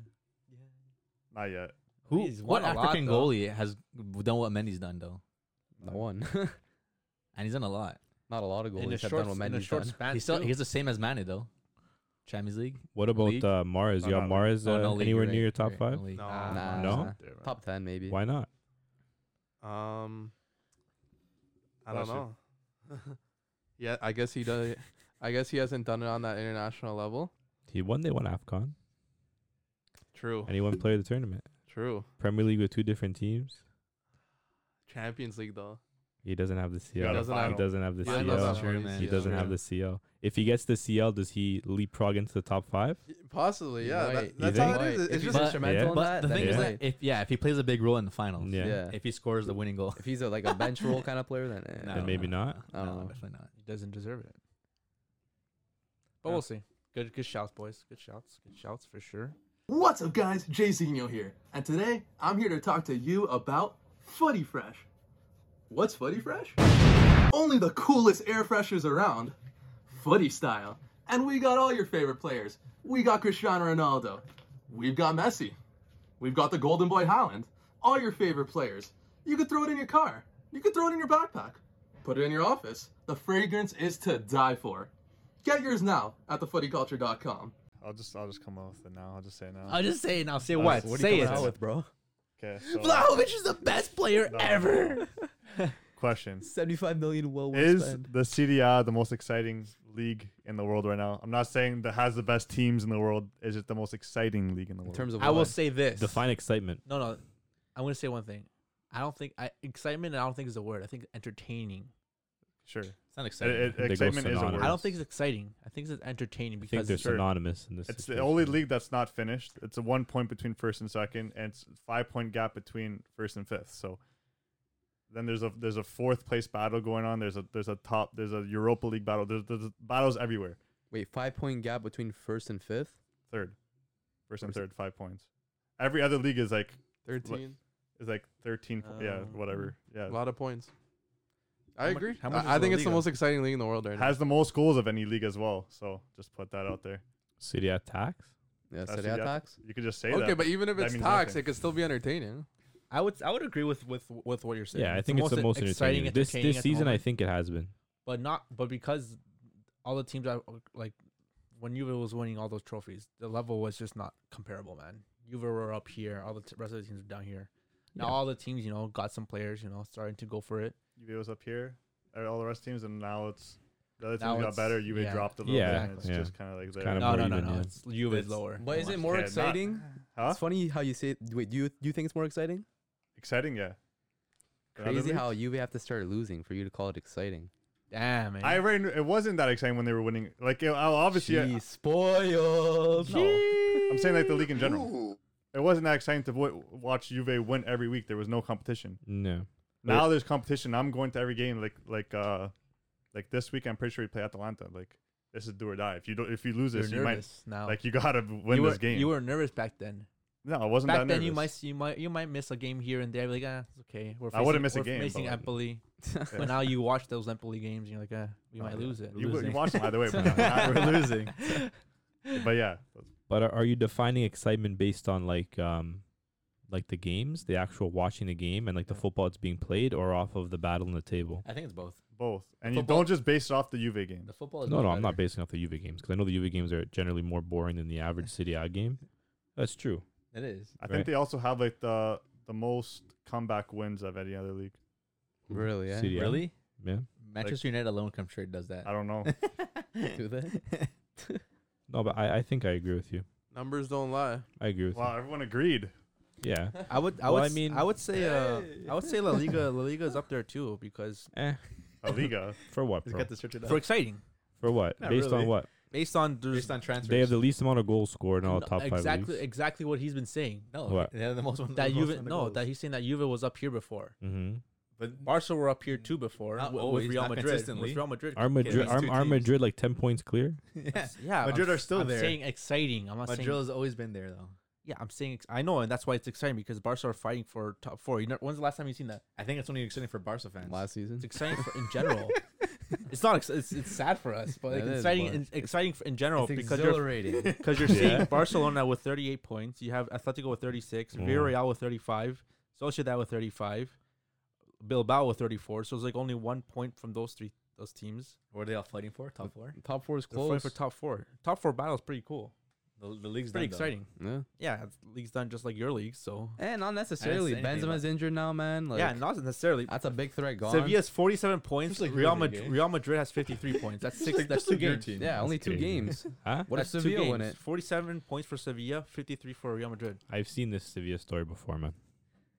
[SPEAKER 3] Not yet.
[SPEAKER 4] Who?
[SPEAKER 1] He's
[SPEAKER 4] What
[SPEAKER 1] won a lot,
[SPEAKER 4] African
[SPEAKER 1] though.
[SPEAKER 4] goalie has done what Mendy's
[SPEAKER 1] <laughs>
[SPEAKER 4] done though?
[SPEAKER 2] Not one.
[SPEAKER 4] And he's done a lot.
[SPEAKER 2] Not a lot of
[SPEAKER 1] In a
[SPEAKER 2] goalies have
[SPEAKER 1] short,
[SPEAKER 2] done what
[SPEAKER 1] in a
[SPEAKER 2] Mendy's
[SPEAKER 1] short
[SPEAKER 2] done.
[SPEAKER 1] span,
[SPEAKER 4] He's still
[SPEAKER 1] too.
[SPEAKER 4] he's the same as Mane though. Champions League.
[SPEAKER 6] What about
[SPEAKER 4] League?
[SPEAKER 6] uh, Mars?
[SPEAKER 3] No,
[SPEAKER 6] You
[SPEAKER 3] not
[SPEAKER 6] got Mars
[SPEAKER 4] Oh,
[SPEAKER 6] uh,
[SPEAKER 4] no, league,
[SPEAKER 6] anywhere
[SPEAKER 4] you're
[SPEAKER 6] near
[SPEAKER 4] right,
[SPEAKER 6] your top
[SPEAKER 4] you're right,
[SPEAKER 6] five?
[SPEAKER 4] league.
[SPEAKER 5] Nah,
[SPEAKER 2] Nah,
[SPEAKER 6] No?
[SPEAKER 2] nah. Top ten maybe.
[SPEAKER 6] Why not?
[SPEAKER 5] Um, I
[SPEAKER 3] Bless
[SPEAKER 5] don't know. <laughs> yeah, I guess he does. I guess he hasn't done it on that international level.
[SPEAKER 6] He won. They won Afcon,
[SPEAKER 5] True.
[SPEAKER 6] and he won Player of the Tournament.
[SPEAKER 5] True.
[SPEAKER 6] Premier League with two different teams.
[SPEAKER 5] Champions Legue though.
[SPEAKER 6] He doesn't have the CL.
[SPEAKER 3] got
[SPEAKER 5] a Doesn't have-
[SPEAKER 6] he doesn't have the
[SPEAKER 5] Yeah,
[SPEAKER 4] Finals
[SPEAKER 6] CL.
[SPEAKER 4] is
[SPEAKER 5] that's
[SPEAKER 4] true,
[SPEAKER 5] true,
[SPEAKER 4] man.
[SPEAKER 6] He
[SPEAKER 5] Yeah.
[SPEAKER 6] doesn't have the CL. If he gets the CL, does he leapfrog into the top five?
[SPEAKER 5] Possibly,
[SPEAKER 2] He
[SPEAKER 5] yeah.
[SPEAKER 2] might.
[SPEAKER 5] that-
[SPEAKER 2] You
[SPEAKER 5] that's
[SPEAKER 6] think?
[SPEAKER 5] all it is. It's
[SPEAKER 2] if he's
[SPEAKER 5] just
[SPEAKER 4] But-
[SPEAKER 2] instrumental in
[SPEAKER 4] But
[SPEAKER 2] that,
[SPEAKER 4] the
[SPEAKER 2] then
[SPEAKER 4] thing
[SPEAKER 2] he
[SPEAKER 4] is
[SPEAKER 2] might.
[SPEAKER 4] that if yeah, if he plays a big role in the finals,
[SPEAKER 6] Yeah.
[SPEAKER 2] Yeah.
[SPEAKER 4] if he scores the winning goal,
[SPEAKER 2] if he's a, like a bench role kind of player, then eh.
[SPEAKER 4] No,
[SPEAKER 6] Then maybe
[SPEAKER 4] no,
[SPEAKER 6] not.
[SPEAKER 2] I don't
[SPEAKER 4] <laughs> no,
[SPEAKER 2] know.
[SPEAKER 4] definitely not.
[SPEAKER 1] He doesn't deserve it. But
[SPEAKER 5] Yeah.
[SPEAKER 1] we'll see. Good, good shouts, boys. Good shouts. Good shouts for sure.
[SPEAKER 7] What's up, guys? Jay Zeno E here, and today I'm here to talk to you about Footy Fresh. What's Footy Fresh? Only the coolest air freshers around, footy style. And we got all your favorite players. We got Cristiano Ronaldo. We've got Messi. We've got the Golden Boy Holland. All your favorite players. You could throw it in your car. You could throw it in your backpack. Put it in your office. The fragrance is to die for. Get yours now at thefootyculture.com.
[SPEAKER 3] I'll just I'll just come out with it now. I'll just say it now.
[SPEAKER 1] I'll just say it now. Say
[SPEAKER 3] Nice.
[SPEAKER 1] what?
[SPEAKER 3] What do you
[SPEAKER 1] say
[SPEAKER 3] come
[SPEAKER 1] it.
[SPEAKER 3] out
[SPEAKER 2] with, bro.
[SPEAKER 3] Okay. So,
[SPEAKER 1] Vlahovic is the best player
[SPEAKER 3] No.
[SPEAKER 1] ever.
[SPEAKER 3] question:
[SPEAKER 2] 75 million well worth
[SPEAKER 3] Is
[SPEAKER 2] spent.
[SPEAKER 3] the CDA the most exciting league in the world right now? I'm not saying that has the best teams in the world. Is it the most exciting league in the
[SPEAKER 2] in
[SPEAKER 3] world?
[SPEAKER 2] terms of
[SPEAKER 1] I will
[SPEAKER 2] what?
[SPEAKER 1] say this.
[SPEAKER 6] Define excitement.
[SPEAKER 1] No, no. I'm gonna say one thing. I don't think I, excitement. I don't think is the word. I think entertaining.
[SPEAKER 3] sure.
[SPEAKER 4] It's not
[SPEAKER 3] It-
[SPEAKER 4] exciting.
[SPEAKER 3] it-
[SPEAKER 6] They go
[SPEAKER 3] excitement is a
[SPEAKER 6] synonymous.
[SPEAKER 3] word.
[SPEAKER 1] I don't think it's exciting. I think it's entertaining
[SPEAKER 6] I think
[SPEAKER 1] because
[SPEAKER 6] they're
[SPEAKER 3] sure.
[SPEAKER 6] synonymous in this.
[SPEAKER 3] It's the
[SPEAKER 6] situation.
[SPEAKER 3] only league that's not finished. It's a one point between first and second, and it's five point gap between first and fifth. So then there's a there's a fourth place battle going on. There's a there's a top there's a Europa League battle. There's, there's battles everywhere.
[SPEAKER 2] Wait, five point gap between first and fifth?
[SPEAKER 3] Third, first and
[SPEAKER 2] First-
[SPEAKER 3] third, five points. Every other league is like
[SPEAKER 5] 13.
[SPEAKER 3] is like thirteen. po- yeah,
[SPEAKER 1] Oh.
[SPEAKER 3] whatever. Yeah,
[SPEAKER 5] A lot of points. I
[SPEAKER 3] How mu-
[SPEAKER 5] agree.
[SPEAKER 3] how much
[SPEAKER 5] I, I
[SPEAKER 3] is La
[SPEAKER 5] think it's the
[SPEAKER 3] Liga?
[SPEAKER 5] most exciting league in the world right now.
[SPEAKER 3] has the most goals of any league as well. So just put that out there.
[SPEAKER 6] city attacks.
[SPEAKER 2] Yeah,
[SPEAKER 3] That's
[SPEAKER 2] Serie
[SPEAKER 3] the
[SPEAKER 2] A
[SPEAKER 3] gap.
[SPEAKER 2] tax?
[SPEAKER 3] You could just say
[SPEAKER 5] Okay,
[SPEAKER 3] that.
[SPEAKER 5] but even if
[SPEAKER 3] that
[SPEAKER 5] it's
[SPEAKER 3] means
[SPEAKER 5] tax,
[SPEAKER 3] nothing.
[SPEAKER 5] it could still be entertaining.
[SPEAKER 1] I would I would agree with with with what you're saying. e-
[SPEAKER 6] Yeah, I think it's the most entertaining. This
[SPEAKER 1] entertaining
[SPEAKER 6] this
[SPEAKER 1] at the
[SPEAKER 6] season, I
[SPEAKER 1] moment,
[SPEAKER 6] think it has been.
[SPEAKER 1] but not but because all the teams are like when Juve was winning all those trophies, the level was just not comparable, man. Juve were up here, all the t- rest of the teams were down here. Now
[SPEAKER 6] Yeah.
[SPEAKER 1] all the teams, you know, got some players, you know, starting to go for it.
[SPEAKER 3] Juve was up here, or all the rest teams, and now it's the other
[SPEAKER 1] Now
[SPEAKER 3] teams got
[SPEAKER 1] it's-
[SPEAKER 3] better. Juve
[SPEAKER 1] yeah.
[SPEAKER 3] dropped a little
[SPEAKER 6] Yeah.
[SPEAKER 3] bit. And it's
[SPEAKER 6] Yeah.
[SPEAKER 3] just kind of like there.
[SPEAKER 6] kinda
[SPEAKER 1] No,
[SPEAKER 6] more
[SPEAKER 1] no, no,
[SPEAKER 6] even,
[SPEAKER 1] no.
[SPEAKER 6] yeah.
[SPEAKER 1] It's Juve is
[SPEAKER 3] It's-
[SPEAKER 1] lower.
[SPEAKER 2] But is it more
[SPEAKER 3] Yeah, not-
[SPEAKER 2] exciting?
[SPEAKER 3] Huh?
[SPEAKER 2] It's funny how you say. Wait, do you do you think it's more exciting?
[SPEAKER 3] Exciting, yeah. Than other
[SPEAKER 2] Crazy how
[SPEAKER 3] leagues?
[SPEAKER 2] you have to start losing for you to call it exciting.
[SPEAKER 1] Damn, man.
[SPEAKER 3] I already knew it wasn't that exciting when they were winning. Like it, oh, obviously, I-
[SPEAKER 2] Jeez, spoiled.
[SPEAKER 3] no. I'm saying like the league in general. It wasn't that exciting to wa- watch Juve win every week. There was no competition.
[SPEAKER 6] No, But-
[SPEAKER 3] Now there's competition. I'm going to every game. Like like uh, like this week, I'm pretty sure we play Atalanta. Like this is do or die. If you don't, if you lose
[SPEAKER 1] you're
[SPEAKER 3] this, you might
[SPEAKER 1] nervous now.
[SPEAKER 3] like you gotta win
[SPEAKER 1] you were,
[SPEAKER 3] this game.
[SPEAKER 1] You were nervous back then.
[SPEAKER 3] no, I wasn't
[SPEAKER 1] back
[SPEAKER 3] that
[SPEAKER 1] then,
[SPEAKER 3] nervous.
[SPEAKER 1] you might you might you might miss a game here and there. Like, ah, it's okay. We're
[SPEAKER 3] I
[SPEAKER 1] facing-
[SPEAKER 3] wouldn't miss a
[SPEAKER 1] we're
[SPEAKER 3] game, but
[SPEAKER 1] Facing
[SPEAKER 3] like-
[SPEAKER 1] Empoli,
[SPEAKER 3] Yeah.
[SPEAKER 1] but now you watch those Empoli games, and you're like, ah, we
[SPEAKER 3] Oh,
[SPEAKER 1] might
[SPEAKER 3] yeah.
[SPEAKER 1] lose it.
[SPEAKER 3] You, would- you
[SPEAKER 6] losing.
[SPEAKER 3] watch
[SPEAKER 1] <laughs>
[SPEAKER 3] them either way, but not-
[SPEAKER 4] we're losing.
[SPEAKER 3] but yeah,
[SPEAKER 6] but are, are you defining excitement based on like um, like the games, the actual watching the game, and like the football that's being played, or off of the battle on the table?
[SPEAKER 4] I think it's both.
[SPEAKER 3] both. And you
[SPEAKER 4] Football-
[SPEAKER 3] don't just base it off the Juve game.
[SPEAKER 4] The football is
[SPEAKER 6] No,
[SPEAKER 4] much
[SPEAKER 6] no, I'm not
[SPEAKER 4] better.
[SPEAKER 6] basing off the UV games because I know the UV games are generally more boring than
[SPEAKER 1] <laughs>
[SPEAKER 6] the average City A game. That's true.
[SPEAKER 4] It is.
[SPEAKER 3] I think
[SPEAKER 6] Right.
[SPEAKER 3] they also have like the the most comeback wins of any other league.
[SPEAKER 1] Oh,
[SPEAKER 2] Really, yeah?
[SPEAKER 6] City A?
[SPEAKER 4] Really?
[SPEAKER 6] Yeah.
[SPEAKER 4] Manchester United alone, I'm sure,
[SPEAKER 3] <laughs>
[SPEAKER 4] does that.
[SPEAKER 3] I don't
[SPEAKER 6] <laughs>
[SPEAKER 3] know.
[SPEAKER 2] Do they?
[SPEAKER 6] No, but I, I think I agree with you.
[SPEAKER 5] Numbers don't lie.
[SPEAKER 6] I agree with
[SPEAKER 3] wow, everyone agreed.
[SPEAKER 6] you. Yeah.
[SPEAKER 1] <laughs> I would. I
[SPEAKER 6] Well,
[SPEAKER 1] would.
[SPEAKER 6] I
[SPEAKER 1] I mean,
[SPEAKER 6] mean-
[SPEAKER 1] I would say. Uh, I would say La Liga. La Liga is up there too
[SPEAKER 6] <laughs>
[SPEAKER 1] because
[SPEAKER 6] Eh.
[SPEAKER 3] La Liga.
[SPEAKER 6] For what, bro?
[SPEAKER 4] the shirt
[SPEAKER 1] for exciting,
[SPEAKER 6] For what?
[SPEAKER 4] Not
[SPEAKER 6] Based
[SPEAKER 4] really.
[SPEAKER 6] on what?
[SPEAKER 1] based on there's
[SPEAKER 4] based on transfers.
[SPEAKER 6] They have the least amount of goals scored in all
[SPEAKER 1] <laughs> no,
[SPEAKER 6] the top five
[SPEAKER 1] exactly
[SPEAKER 6] leagues.
[SPEAKER 1] exactly what he's been saying.
[SPEAKER 4] no.
[SPEAKER 6] What?
[SPEAKER 4] They have the most one.
[SPEAKER 1] That
[SPEAKER 4] the most
[SPEAKER 1] Juve,
[SPEAKER 4] on the
[SPEAKER 1] no,
[SPEAKER 4] goals.
[SPEAKER 1] that he's saying that Juve was up here before.
[SPEAKER 6] Mm-hmm.
[SPEAKER 4] <laughs> But
[SPEAKER 1] Barca were up here too before
[SPEAKER 4] Not
[SPEAKER 1] with,
[SPEAKER 4] always,
[SPEAKER 1] with Real
[SPEAKER 4] not
[SPEAKER 1] Madrid.
[SPEAKER 4] consistently.
[SPEAKER 1] With Real Madrid,
[SPEAKER 6] Are Madrid,
[SPEAKER 4] these
[SPEAKER 6] are,
[SPEAKER 4] two
[SPEAKER 6] are
[SPEAKER 4] teams.
[SPEAKER 6] Madrid like 10 points clear?
[SPEAKER 4] <laughs>
[SPEAKER 1] <laughs>
[SPEAKER 4] yeah,
[SPEAKER 1] yeah,
[SPEAKER 4] Madrid
[SPEAKER 1] I'm,
[SPEAKER 4] are still
[SPEAKER 1] I'm
[SPEAKER 4] there.
[SPEAKER 1] Saying exciting. I'm not
[SPEAKER 4] Madrid
[SPEAKER 1] saying
[SPEAKER 4] has always been there though.
[SPEAKER 1] Yeah, I'm saying ex- I know, and that's why it's exciting because Barca are fighting for top four. You know, when's the last time you seen that?
[SPEAKER 4] I think it's only exciting for Barca fans.
[SPEAKER 2] Last season?
[SPEAKER 1] It's exciting for, in
[SPEAKER 2] <laughs>
[SPEAKER 1] general. it's not. Ex- it's, it's sad for us, but like,
[SPEAKER 2] It is,
[SPEAKER 1] exciting.
[SPEAKER 2] but
[SPEAKER 1] in, exciting for, in general
[SPEAKER 2] It's
[SPEAKER 1] because you're <laughs>
[SPEAKER 2] exhilarating.
[SPEAKER 1] because you're seeing Barcelona with 38 points. You have Atletico with 36,
[SPEAKER 6] Yeah.
[SPEAKER 1] Villarreal with 35, Sociedad with 35, Bilbao with 34. So it's like only one point from those three those teams.
[SPEAKER 4] What are they all fighting for? Top four.
[SPEAKER 2] Top four is
[SPEAKER 1] They're fighting
[SPEAKER 2] close.
[SPEAKER 1] for top four. Top four battle is pretty cool.
[SPEAKER 4] The, the league's
[SPEAKER 1] It's pretty
[SPEAKER 4] done, though.
[SPEAKER 1] exciting.
[SPEAKER 2] yeah.
[SPEAKER 1] Yeah, it's- league's done just like your league. So
[SPEAKER 2] And Eh, not necessarily.
[SPEAKER 4] say anything
[SPEAKER 2] Benzema's injured now, man. Like,
[SPEAKER 1] yeah, not necessarily.
[SPEAKER 2] that's a big threat gone.
[SPEAKER 1] Sevilla's 47 points.
[SPEAKER 4] Just like
[SPEAKER 1] Real,
[SPEAKER 4] your
[SPEAKER 1] Mad-
[SPEAKER 4] league, eh?
[SPEAKER 1] Real Madrid has 53 points.
[SPEAKER 2] <laughs>
[SPEAKER 1] That's six. that's two games.
[SPEAKER 4] team.
[SPEAKER 2] Yeah, only two
[SPEAKER 6] crazy.
[SPEAKER 2] games.
[SPEAKER 6] Huh?
[SPEAKER 2] What if
[SPEAKER 1] That's two
[SPEAKER 2] Sevilla win
[SPEAKER 1] games.
[SPEAKER 2] it?
[SPEAKER 1] 47 points for Sevilla, 53 for Real Madrid.
[SPEAKER 6] I've seen this Sevilla story before, man.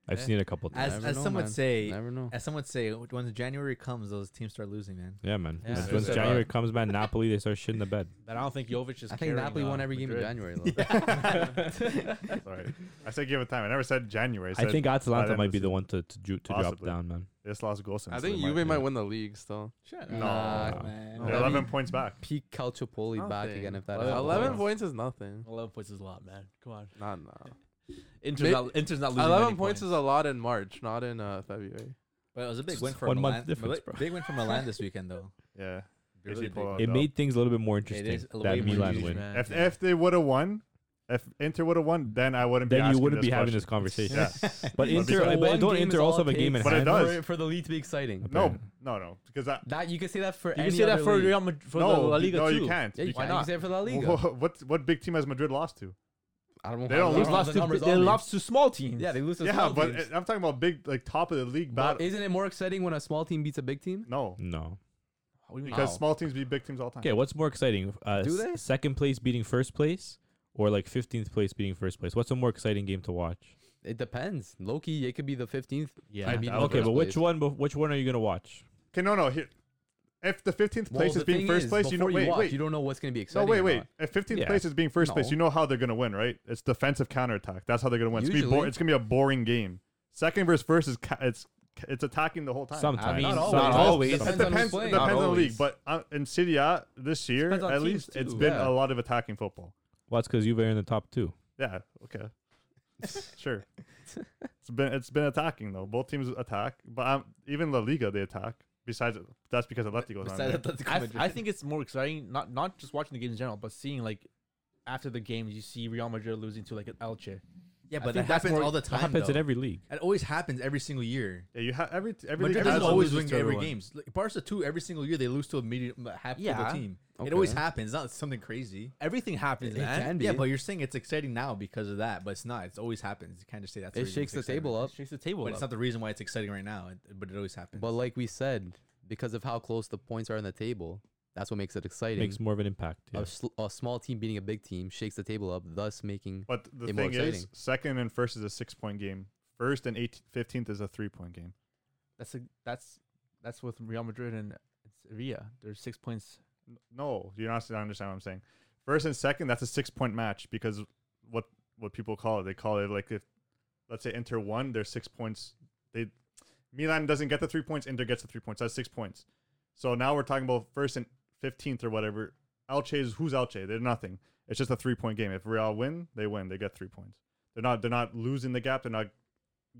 [SPEAKER 6] I've
[SPEAKER 1] Yeah.
[SPEAKER 6] seen it a couple times.
[SPEAKER 4] As,
[SPEAKER 2] Never
[SPEAKER 4] as
[SPEAKER 2] know,
[SPEAKER 4] some would
[SPEAKER 2] man.
[SPEAKER 4] say,
[SPEAKER 2] Never know.
[SPEAKER 4] as some would say, when January comes, those teams start losing, man.
[SPEAKER 6] yeah, man.
[SPEAKER 2] Yeah.
[SPEAKER 6] Once-
[SPEAKER 3] Yeah.
[SPEAKER 6] Once
[SPEAKER 3] Yeah.
[SPEAKER 6] January comes, man, Napoli, they start shitting the bed.
[SPEAKER 1] But I don't think Jovic is.
[SPEAKER 2] I think Napoli won every game in January. though. <laughs>
[SPEAKER 3] Sorry. I said give it time. I never said January. I,
[SPEAKER 6] I
[SPEAKER 3] said
[SPEAKER 6] think Atalanta
[SPEAKER 3] then
[SPEAKER 6] might
[SPEAKER 3] it's-
[SPEAKER 6] be the one to, to, ju- to drop
[SPEAKER 3] Possibly.
[SPEAKER 6] down, man.
[SPEAKER 3] they just lost goals.
[SPEAKER 5] I think Juve might win the league still.
[SPEAKER 4] Shut
[SPEAKER 2] No.
[SPEAKER 6] No.
[SPEAKER 4] up, man.
[SPEAKER 3] They're
[SPEAKER 2] That'd be-
[SPEAKER 3] Eleven points back.
[SPEAKER 2] Peak Calciopoli back
[SPEAKER 5] Nothing.
[SPEAKER 2] again if that
[SPEAKER 5] Eleven,
[SPEAKER 2] happens.
[SPEAKER 5] points is nothing.
[SPEAKER 1] 11 points is a lot, man. Come on.
[SPEAKER 5] Nah, nah.
[SPEAKER 1] Inter's,
[SPEAKER 5] May-
[SPEAKER 1] not, Inter's not losing.
[SPEAKER 5] Eleven
[SPEAKER 1] many
[SPEAKER 5] points is a lot in March, not in uh, February.
[SPEAKER 4] But it was a big win for
[SPEAKER 6] One month
[SPEAKER 4] Milan.
[SPEAKER 6] difference,
[SPEAKER 4] big-
[SPEAKER 6] bro.
[SPEAKER 4] Big win for Milan this
[SPEAKER 3] <laughs>
[SPEAKER 4] weekend, though.
[SPEAKER 3] Yeah.
[SPEAKER 4] Really
[SPEAKER 3] If you
[SPEAKER 4] big
[SPEAKER 3] pull
[SPEAKER 4] win. <laughs>
[SPEAKER 3] out
[SPEAKER 6] It
[SPEAKER 3] the-
[SPEAKER 6] made things a little bit more
[SPEAKER 4] is
[SPEAKER 6] interesting.
[SPEAKER 4] a way
[SPEAKER 6] That
[SPEAKER 4] more
[SPEAKER 6] Milan
[SPEAKER 4] interesting,
[SPEAKER 6] win.
[SPEAKER 1] man.
[SPEAKER 3] if if they would have won, If Inter would have won, then I wouldn't be.
[SPEAKER 6] Then you
[SPEAKER 3] asking
[SPEAKER 6] wouldn't be having this
[SPEAKER 3] question.
[SPEAKER 6] conversation.
[SPEAKER 3] Yeah.
[SPEAKER 6] But
[SPEAKER 3] But
[SPEAKER 6] Inter,
[SPEAKER 3] because-
[SPEAKER 6] but don't
[SPEAKER 2] game
[SPEAKER 6] Inter
[SPEAKER 2] is
[SPEAKER 6] also
[SPEAKER 2] all
[SPEAKER 6] have a
[SPEAKER 2] it
[SPEAKER 6] game in
[SPEAKER 2] takes
[SPEAKER 3] But it
[SPEAKER 6] hand?
[SPEAKER 3] does.
[SPEAKER 2] For, for the league to be exciting.
[SPEAKER 3] No, no, no. Because that.
[SPEAKER 2] That you could say that for
[SPEAKER 1] You
[SPEAKER 2] any
[SPEAKER 1] can say that
[SPEAKER 2] other
[SPEAKER 1] for
[SPEAKER 2] league.
[SPEAKER 1] Real Madrid, for
[SPEAKER 3] No,
[SPEAKER 1] the La
[SPEAKER 3] you-
[SPEAKER 1] Liga
[SPEAKER 3] no,
[SPEAKER 1] too.
[SPEAKER 3] you can't.
[SPEAKER 2] Yeah, you
[SPEAKER 1] Why
[SPEAKER 2] can. You
[SPEAKER 1] not?
[SPEAKER 2] can say it for La Liga.
[SPEAKER 3] Wha- <laughs> What what big team has Madrid lost to?
[SPEAKER 2] I don't know.
[SPEAKER 3] They
[SPEAKER 2] how-
[SPEAKER 3] don't
[SPEAKER 2] I
[SPEAKER 1] They
[SPEAKER 3] lose.
[SPEAKER 2] know
[SPEAKER 1] lost
[SPEAKER 2] the
[SPEAKER 1] to
[SPEAKER 2] numbers
[SPEAKER 1] they
[SPEAKER 2] on
[SPEAKER 1] lost
[SPEAKER 2] these.
[SPEAKER 1] to small teams.
[SPEAKER 2] Yeah, they lose to
[SPEAKER 3] Yeah,
[SPEAKER 2] small
[SPEAKER 3] but
[SPEAKER 2] teams.
[SPEAKER 3] it- I'm talking about big, like top of the league
[SPEAKER 2] But
[SPEAKER 3] battle.
[SPEAKER 2] isn't it more exciting when a small team beats a big team?
[SPEAKER 3] No,
[SPEAKER 6] No.
[SPEAKER 3] because
[SPEAKER 2] How?
[SPEAKER 3] small teams beat big teams all the time.
[SPEAKER 6] Okay, what's more exciting? Uh,
[SPEAKER 2] Do
[SPEAKER 6] s-
[SPEAKER 2] they?
[SPEAKER 6] Second place beating first place, or like fifteenth place beating first place? What's a more exciting game to watch?
[SPEAKER 2] It depends. Loki, it could be the 15th.
[SPEAKER 1] Yeah.
[SPEAKER 2] I mean,
[SPEAKER 3] That would
[SPEAKER 6] Okay,
[SPEAKER 3] first
[SPEAKER 6] but which one? bef- Which one are you gonna watch?
[SPEAKER 3] Okay, no, no. Here, if the 15th place is being first place, you know. Wait,
[SPEAKER 2] watch,
[SPEAKER 3] wait.
[SPEAKER 2] You don't know what's going to be
[SPEAKER 3] no,
[SPEAKER 2] exciting.
[SPEAKER 3] wait,
[SPEAKER 2] or
[SPEAKER 3] wait.
[SPEAKER 2] not.
[SPEAKER 3] If 15th
[SPEAKER 6] Yeah.
[SPEAKER 3] place is being first place,
[SPEAKER 2] No.
[SPEAKER 3] you know how they're gonna win, right? It's defensive counterattack. That's how they're gonna win. It's gonna, be bo-
[SPEAKER 2] Usually.
[SPEAKER 3] it's gonna be a boring game. Second versus first is ca- it's it's attacking the whole time.
[SPEAKER 6] Sometimes,
[SPEAKER 2] mean, not
[SPEAKER 6] sometimes.
[SPEAKER 1] always.
[SPEAKER 3] It
[SPEAKER 1] Depends
[SPEAKER 3] depends.
[SPEAKER 2] on who's
[SPEAKER 3] Depends,
[SPEAKER 2] playing.
[SPEAKER 3] depends
[SPEAKER 2] Not
[SPEAKER 3] on the league,
[SPEAKER 2] always.
[SPEAKER 3] but uh, in Serie A this year,
[SPEAKER 1] Depends on
[SPEAKER 3] at
[SPEAKER 1] teams
[SPEAKER 3] least, it's
[SPEAKER 1] too.
[SPEAKER 3] been
[SPEAKER 2] Yeah.
[SPEAKER 3] a lot of attacking football.
[SPEAKER 6] Well, that's because Juve are in the top two.
[SPEAKER 3] Yeah. Okay. sure. It's been it's been attacking though. Both teams attack, but um, even La Liga they attack. Besides, that's because Atletico's on there.
[SPEAKER 4] Besides Atletico
[SPEAKER 1] I,
[SPEAKER 4] Madrid.
[SPEAKER 1] I think it's more exciting not not just watching the game in general, but seeing like after the games you see Real Madrid losing to like an Elche. I
[SPEAKER 4] yeah, but that
[SPEAKER 1] think that's
[SPEAKER 4] happens
[SPEAKER 1] more-
[SPEAKER 4] all the
[SPEAKER 6] That
[SPEAKER 4] time.
[SPEAKER 6] happens in
[SPEAKER 4] though.
[SPEAKER 6] every league.
[SPEAKER 4] It always happens every single year.
[SPEAKER 3] Yeah, you have every t- every league
[SPEAKER 4] Madrid
[SPEAKER 3] has
[SPEAKER 4] doesn't
[SPEAKER 3] a
[SPEAKER 4] always
[SPEAKER 3] losers
[SPEAKER 4] win
[SPEAKER 3] to
[SPEAKER 4] every
[SPEAKER 3] everyone.
[SPEAKER 4] games. Like, Barca two every single year they lose to a medium half
[SPEAKER 1] Yeah.
[SPEAKER 4] yeah. team.
[SPEAKER 2] Okay.
[SPEAKER 4] It always happens. It's not something crazy.
[SPEAKER 1] Everything happens,
[SPEAKER 2] It
[SPEAKER 1] man.
[SPEAKER 2] can be.
[SPEAKER 4] Yeah, but you're saying it's exciting now because of that, but it's not. It's always happens. You can't just say that's.
[SPEAKER 2] It
[SPEAKER 4] reason
[SPEAKER 2] shakes
[SPEAKER 4] it's
[SPEAKER 2] the
[SPEAKER 4] exciting.
[SPEAKER 2] table up.
[SPEAKER 1] Shakes the table.
[SPEAKER 4] but it's
[SPEAKER 1] up.
[SPEAKER 4] not the reason why it's exciting right now. it- But it always happens.
[SPEAKER 2] But like we said, because of how close the points are on the table, that's what makes it
[SPEAKER 6] It
[SPEAKER 2] exciting.
[SPEAKER 6] makes more of an impact.
[SPEAKER 2] a,
[SPEAKER 6] Yeah.
[SPEAKER 2] sl- a small team beating a big team shakes the table up, thus making.
[SPEAKER 3] But the
[SPEAKER 2] They're more
[SPEAKER 3] thing is,
[SPEAKER 2] exciting.
[SPEAKER 3] second and first is a six point game. First and 18, 15th is a three point game.
[SPEAKER 1] that's a, that's that's with Real Madrid and Sevilla. There's six points.
[SPEAKER 3] N- No, you're not I understand what I'm saying. First and second, that's a six point match because what what people call it, they call it like if let's say Inter won, there's six points. They Milan doesn't get the three points, Inter gets the three points. That's six points. So now we're talking about first and fifteenth or whatever. Alche is who's Alche? They're nothing. It's just a three point game. If Real win, they win. They get three points. They're not they're not losing the gap. They're not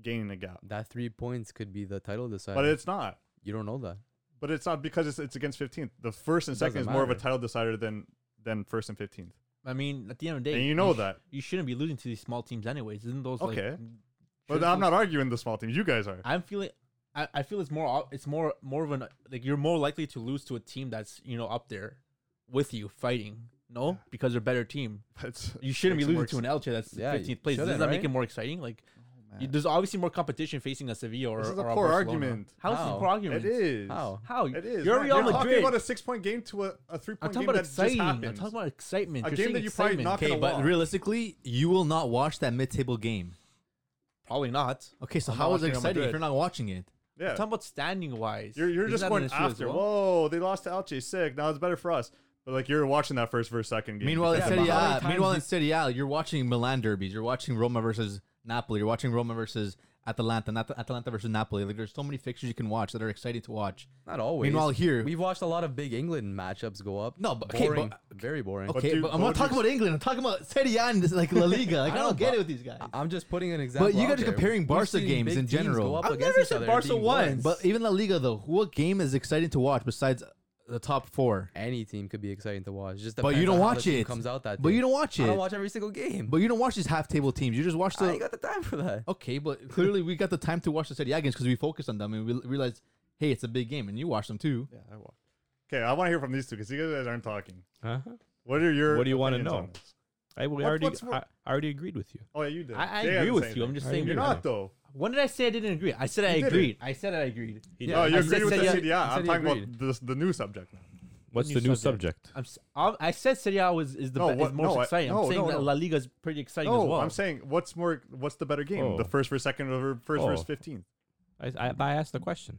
[SPEAKER 3] gaining the gap.
[SPEAKER 2] That three points could be the title decider.
[SPEAKER 3] But it's not.
[SPEAKER 2] you don't know that.
[SPEAKER 3] But it's not because it's it's against fifteenth. The first and
[SPEAKER 2] Doesn't
[SPEAKER 3] second is more of a
[SPEAKER 2] matter.
[SPEAKER 3] title decider than than first and fifteenth.
[SPEAKER 1] I mean, at the end of the day,
[SPEAKER 3] And you know
[SPEAKER 1] sh-
[SPEAKER 3] that.
[SPEAKER 1] you shouldn't be losing to these small teams, anyways. Isn't those
[SPEAKER 3] Okay.
[SPEAKER 1] Like,
[SPEAKER 3] But
[SPEAKER 1] shouldn't
[SPEAKER 3] I'm
[SPEAKER 1] those-
[SPEAKER 3] not arguing the small teams. You guys are. <laughs>
[SPEAKER 1] I'm feeling. I, I feel it's more. o- It's more more of an like you're more likely to lose to a team that's you know up there with you fighting. No, because they're a better team.
[SPEAKER 3] But
[SPEAKER 1] You shouldn't be
[SPEAKER 3] Makes it
[SPEAKER 1] losing
[SPEAKER 3] more
[SPEAKER 1] to an Elche that's
[SPEAKER 2] Yeah, you
[SPEAKER 1] 15th place. Doesn't
[SPEAKER 2] shouldn't,
[SPEAKER 1] that make
[SPEAKER 2] right? Oh,
[SPEAKER 1] it more exciting? Like, you- there's obviously more competition facing a Sevilla or
[SPEAKER 3] this is a
[SPEAKER 1] or
[SPEAKER 3] poor
[SPEAKER 1] Barcelona.
[SPEAKER 3] argument.
[SPEAKER 1] How is this a
[SPEAKER 2] How?
[SPEAKER 1] poor
[SPEAKER 3] It
[SPEAKER 1] argument?
[SPEAKER 3] is.
[SPEAKER 2] How?
[SPEAKER 1] How
[SPEAKER 3] It is.
[SPEAKER 1] You're
[SPEAKER 3] man.
[SPEAKER 1] Real
[SPEAKER 3] You're talking
[SPEAKER 1] Madrid.
[SPEAKER 3] about a six-point game to a, a
[SPEAKER 1] I'm
[SPEAKER 3] three-point
[SPEAKER 1] talking
[SPEAKER 3] game
[SPEAKER 1] about
[SPEAKER 3] that just
[SPEAKER 1] exciting. I'm
[SPEAKER 3] happened.
[SPEAKER 1] talking about excitement.
[SPEAKER 3] A
[SPEAKER 1] You're
[SPEAKER 3] game
[SPEAKER 1] saying
[SPEAKER 3] that you probably
[SPEAKER 1] excitement.
[SPEAKER 3] knock-
[SPEAKER 4] okay,
[SPEAKER 3] gonna
[SPEAKER 4] but
[SPEAKER 3] walk.
[SPEAKER 4] realistically, you will not watch that mid-table game.
[SPEAKER 1] Probably not.
[SPEAKER 4] Okay, so
[SPEAKER 1] I'm
[SPEAKER 4] how
[SPEAKER 1] not
[SPEAKER 4] is it
[SPEAKER 1] watching Real
[SPEAKER 4] exciting if
[SPEAKER 1] Madrid.
[SPEAKER 4] you're not watching it?
[SPEAKER 1] I'm
[SPEAKER 3] yeah.
[SPEAKER 1] talking about standing wise.
[SPEAKER 3] You're, you're just going after. Whoa, they lost to Elche. Sick. Now it's better for us. But like you're watching that first versus second game.
[SPEAKER 4] Meanwhile, in
[SPEAKER 3] because
[SPEAKER 1] but
[SPEAKER 4] Serie
[SPEAKER 1] how many
[SPEAKER 4] A,
[SPEAKER 1] times
[SPEAKER 4] meanwhile
[SPEAKER 1] do-
[SPEAKER 4] in Serie A, you're watching Milan derbies. You're watching Roma versus Napoli. You're watching Roma versus Atalanta. Not Atalanta versus Napoli. Like there's so many fixtures you can watch that are exciting to watch.
[SPEAKER 2] Not always.
[SPEAKER 4] Meanwhile, here-
[SPEAKER 2] we've watched a lot of big England matchups go up.
[SPEAKER 4] No, but- okay,
[SPEAKER 2] Boring.
[SPEAKER 4] but-
[SPEAKER 2] very boring.
[SPEAKER 4] Okay,
[SPEAKER 3] do-
[SPEAKER 4] but I'm not
[SPEAKER 3] what
[SPEAKER 4] talking
[SPEAKER 3] do-
[SPEAKER 4] about England. I'm talking about Serie A and this, like La Liga. Like I, don't get it with these guys.
[SPEAKER 2] I- I'm just putting an example.
[SPEAKER 4] But you
[SPEAKER 2] out
[SPEAKER 4] guys are
[SPEAKER 2] there.
[SPEAKER 4] comparing
[SPEAKER 2] We've
[SPEAKER 4] Barca
[SPEAKER 2] seen
[SPEAKER 4] games
[SPEAKER 2] big
[SPEAKER 4] in
[SPEAKER 2] teams go
[SPEAKER 4] general.
[SPEAKER 2] up
[SPEAKER 1] I've
[SPEAKER 2] against
[SPEAKER 1] never
[SPEAKER 2] each
[SPEAKER 1] said
[SPEAKER 2] other
[SPEAKER 1] Barca
[SPEAKER 2] being
[SPEAKER 1] won,
[SPEAKER 2] boring.
[SPEAKER 4] But even La Liga though, what game is exciting to watch besides the top four?
[SPEAKER 2] any team could be exciting to watch. Just
[SPEAKER 4] But you
[SPEAKER 2] depends
[SPEAKER 4] don't
[SPEAKER 2] on how the
[SPEAKER 4] watch
[SPEAKER 2] team
[SPEAKER 4] it.
[SPEAKER 2] Comes out that.
[SPEAKER 4] But
[SPEAKER 2] day.
[SPEAKER 4] you don't watch
[SPEAKER 2] I
[SPEAKER 4] it.
[SPEAKER 2] don't watch every single game.
[SPEAKER 4] But you don't watch these half table teams. You just watch
[SPEAKER 2] I ain't
[SPEAKER 4] the.
[SPEAKER 2] got the time for that.
[SPEAKER 4] Okay, but clearly we got the time to watch the Serie A games because we focused on them and we realized, hey, it's a big game, and you watch them too.
[SPEAKER 3] Yeah, I walked. Okay, I want to hear from these two because you guys aren't talking.
[SPEAKER 6] Uh-huh.
[SPEAKER 3] What are your?
[SPEAKER 6] What do you wanna
[SPEAKER 3] opinions
[SPEAKER 6] know?
[SPEAKER 3] on this?
[SPEAKER 6] I, we
[SPEAKER 3] What-
[SPEAKER 6] already,
[SPEAKER 3] what's wor-
[SPEAKER 6] I, I already agreed with you.
[SPEAKER 3] Oh yeah, you did.
[SPEAKER 1] I, I
[SPEAKER 3] They had
[SPEAKER 1] agree
[SPEAKER 3] the
[SPEAKER 1] with
[SPEAKER 3] same
[SPEAKER 1] you. I'm
[SPEAKER 3] thing.
[SPEAKER 1] just
[SPEAKER 6] I
[SPEAKER 1] saying.
[SPEAKER 3] You're
[SPEAKER 6] agree
[SPEAKER 1] You're
[SPEAKER 6] with
[SPEAKER 1] not.
[SPEAKER 3] not though.
[SPEAKER 1] When did I say I didn't agree? I said I
[SPEAKER 3] You didn't.
[SPEAKER 1] agreed. I said I agreed.
[SPEAKER 3] No, you
[SPEAKER 1] I
[SPEAKER 3] agreed
[SPEAKER 1] said
[SPEAKER 3] with the
[SPEAKER 1] Serie A-
[SPEAKER 3] Serie A.
[SPEAKER 2] I
[SPEAKER 3] I'm
[SPEAKER 2] said
[SPEAKER 3] talking
[SPEAKER 2] you
[SPEAKER 3] about this, the new subject now.
[SPEAKER 6] What's
[SPEAKER 1] New
[SPEAKER 6] the new
[SPEAKER 1] subject.
[SPEAKER 6] subject?
[SPEAKER 1] I'm, s- I'm- I said Serie A was is the
[SPEAKER 3] No,
[SPEAKER 1] be-
[SPEAKER 3] what-
[SPEAKER 1] is most
[SPEAKER 3] no, I-
[SPEAKER 1] exciting.
[SPEAKER 3] no,
[SPEAKER 1] I'm saying
[SPEAKER 3] no,
[SPEAKER 1] that
[SPEAKER 3] no.
[SPEAKER 1] La Liga is pretty exciting
[SPEAKER 3] No,
[SPEAKER 1] as well.
[SPEAKER 3] I'm saying what's more, what's the better game? The
[SPEAKER 6] Oh.
[SPEAKER 3] first versus second or first
[SPEAKER 6] Oh.
[SPEAKER 3] versus fifteenth?
[SPEAKER 6] I, I, I asked the question.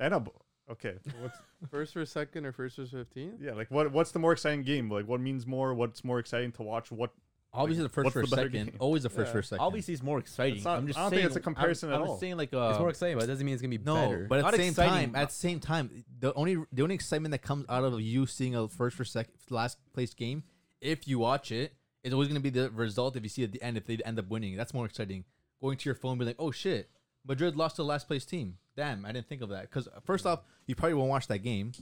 [SPEAKER 3] I know. but- Okay, what's
[SPEAKER 5] First versus second or first versus fifteenth?
[SPEAKER 3] yeah? Like what? What's the more exciting game? Like what means more? What's more exciting to watch? What?
[SPEAKER 4] Obviously, the first
[SPEAKER 3] what's the
[SPEAKER 4] versus
[SPEAKER 3] better
[SPEAKER 4] second.
[SPEAKER 3] game?
[SPEAKER 4] Always the first
[SPEAKER 5] Yeah.
[SPEAKER 4] versus second.
[SPEAKER 1] obviously it's more exciting.
[SPEAKER 3] It's not-
[SPEAKER 1] I'm just
[SPEAKER 3] I don't
[SPEAKER 1] saying
[SPEAKER 3] think it's a comparison
[SPEAKER 1] I'm,
[SPEAKER 3] at
[SPEAKER 1] I'm
[SPEAKER 3] all.
[SPEAKER 1] just saying like
[SPEAKER 2] it's more
[SPEAKER 1] uh,
[SPEAKER 2] exciting, but it doesn't mean it's gonna be
[SPEAKER 4] no,
[SPEAKER 2] better.
[SPEAKER 4] but at
[SPEAKER 1] Not
[SPEAKER 4] the same
[SPEAKER 1] exciting,
[SPEAKER 4] time, at
[SPEAKER 1] not-
[SPEAKER 4] the same time, the only the only excitement that comes out of you seeing a first versus second last place game, if you watch it, is always going to be the result. If you see at the end, if they end up winning, that's more exciting. Going to your phone, be like, oh shit, uh, Madrid lost to the last place team. Damn, I didn't think of that. Because first off, you probably won't watch that game.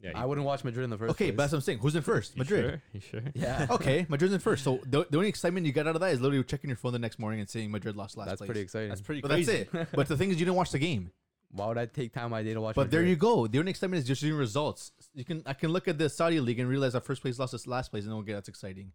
[SPEAKER 6] Yeah,
[SPEAKER 2] I wouldn't watch Madrid in the first
[SPEAKER 4] Okay,
[SPEAKER 2] place.
[SPEAKER 4] but that's what I'm saying. Who's in first?
[SPEAKER 6] you
[SPEAKER 4] Madrid.
[SPEAKER 6] Sure? You sure?
[SPEAKER 2] yeah,
[SPEAKER 4] Okay, Madrid's in first. So the, the only excitement you got out of that is literally checking your phone the next morning and saying Madrid lost last
[SPEAKER 2] that's
[SPEAKER 4] place.
[SPEAKER 2] pretty exciting.
[SPEAKER 1] That's pretty
[SPEAKER 4] But
[SPEAKER 1] crazy.
[SPEAKER 4] that's it. But the thing is, you didn't watch the game.
[SPEAKER 2] <laughs> Why would I take time I did to watch?
[SPEAKER 4] But there
[SPEAKER 2] Madrid?
[SPEAKER 4] you go. The only excitement is just seeing results. You can I can look at the Saudi league and realize that first place lost to last place, and okay, that's exciting.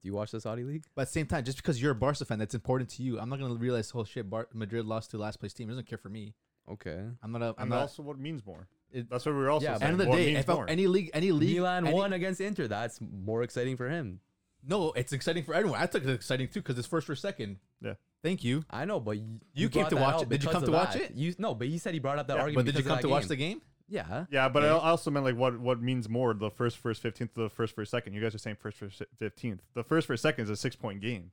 [SPEAKER 2] Do you watch the Saudi league?
[SPEAKER 4] But at the same time, just because you're a Barca fan, that's important to you. I'm not gonna realize, oh shit, Bar- Madrid lost to last place team. It doesn't care for me.
[SPEAKER 2] Okay.
[SPEAKER 4] I'm not. A, I'm
[SPEAKER 3] and
[SPEAKER 4] not.
[SPEAKER 3] also what means more.
[SPEAKER 4] It-
[SPEAKER 3] That's what we were also
[SPEAKER 2] Yeah,
[SPEAKER 3] saying.
[SPEAKER 2] but-
[SPEAKER 4] End of the
[SPEAKER 3] what
[SPEAKER 4] day,
[SPEAKER 3] means
[SPEAKER 4] if I'm-
[SPEAKER 3] more.
[SPEAKER 4] any league, any league,
[SPEAKER 2] Milan
[SPEAKER 4] any-
[SPEAKER 2] won against Inter. That's more exciting for him.
[SPEAKER 4] No, it's exciting for everyone. I took it exciting too because it's first or second.
[SPEAKER 3] Yeah.
[SPEAKER 4] Thank you.
[SPEAKER 2] I know, but you,
[SPEAKER 4] came
[SPEAKER 2] brought
[SPEAKER 4] to
[SPEAKER 2] that
[SPEAKER 4] watch
[SPEAKER 2] out
[SPEAKER 4] it. Did you
[SPEAKER 2] because
[SPEAKER 4] come
[SPEAKER 2] of
[SPEAKER 4] to watch
[SPEAKER 2] that.
[SPEAKER 4] it?
[SPEAKER 2] You no, but you said he brought up that
[SPEAKER 4] but
[SPEAKER 2] argument.
[SPEAKER 4] did you
[SPEAKER 2] because
[SPEAKER 4] come
[SPEAKER 2] of
[SPEAKER 4] to
[SPEAKER 2] that
[SPEAKER 4] watch the
[SPEAKER 2] game.
[SPEAKER 4] game?
[SPEAKER 2] Yeah.
[SPEAKER 3] yeah, but I al- I also meant like what what means more the first first fifteenth to the first first second. You guys are saying first first fifteenth. The first first second is a six point game.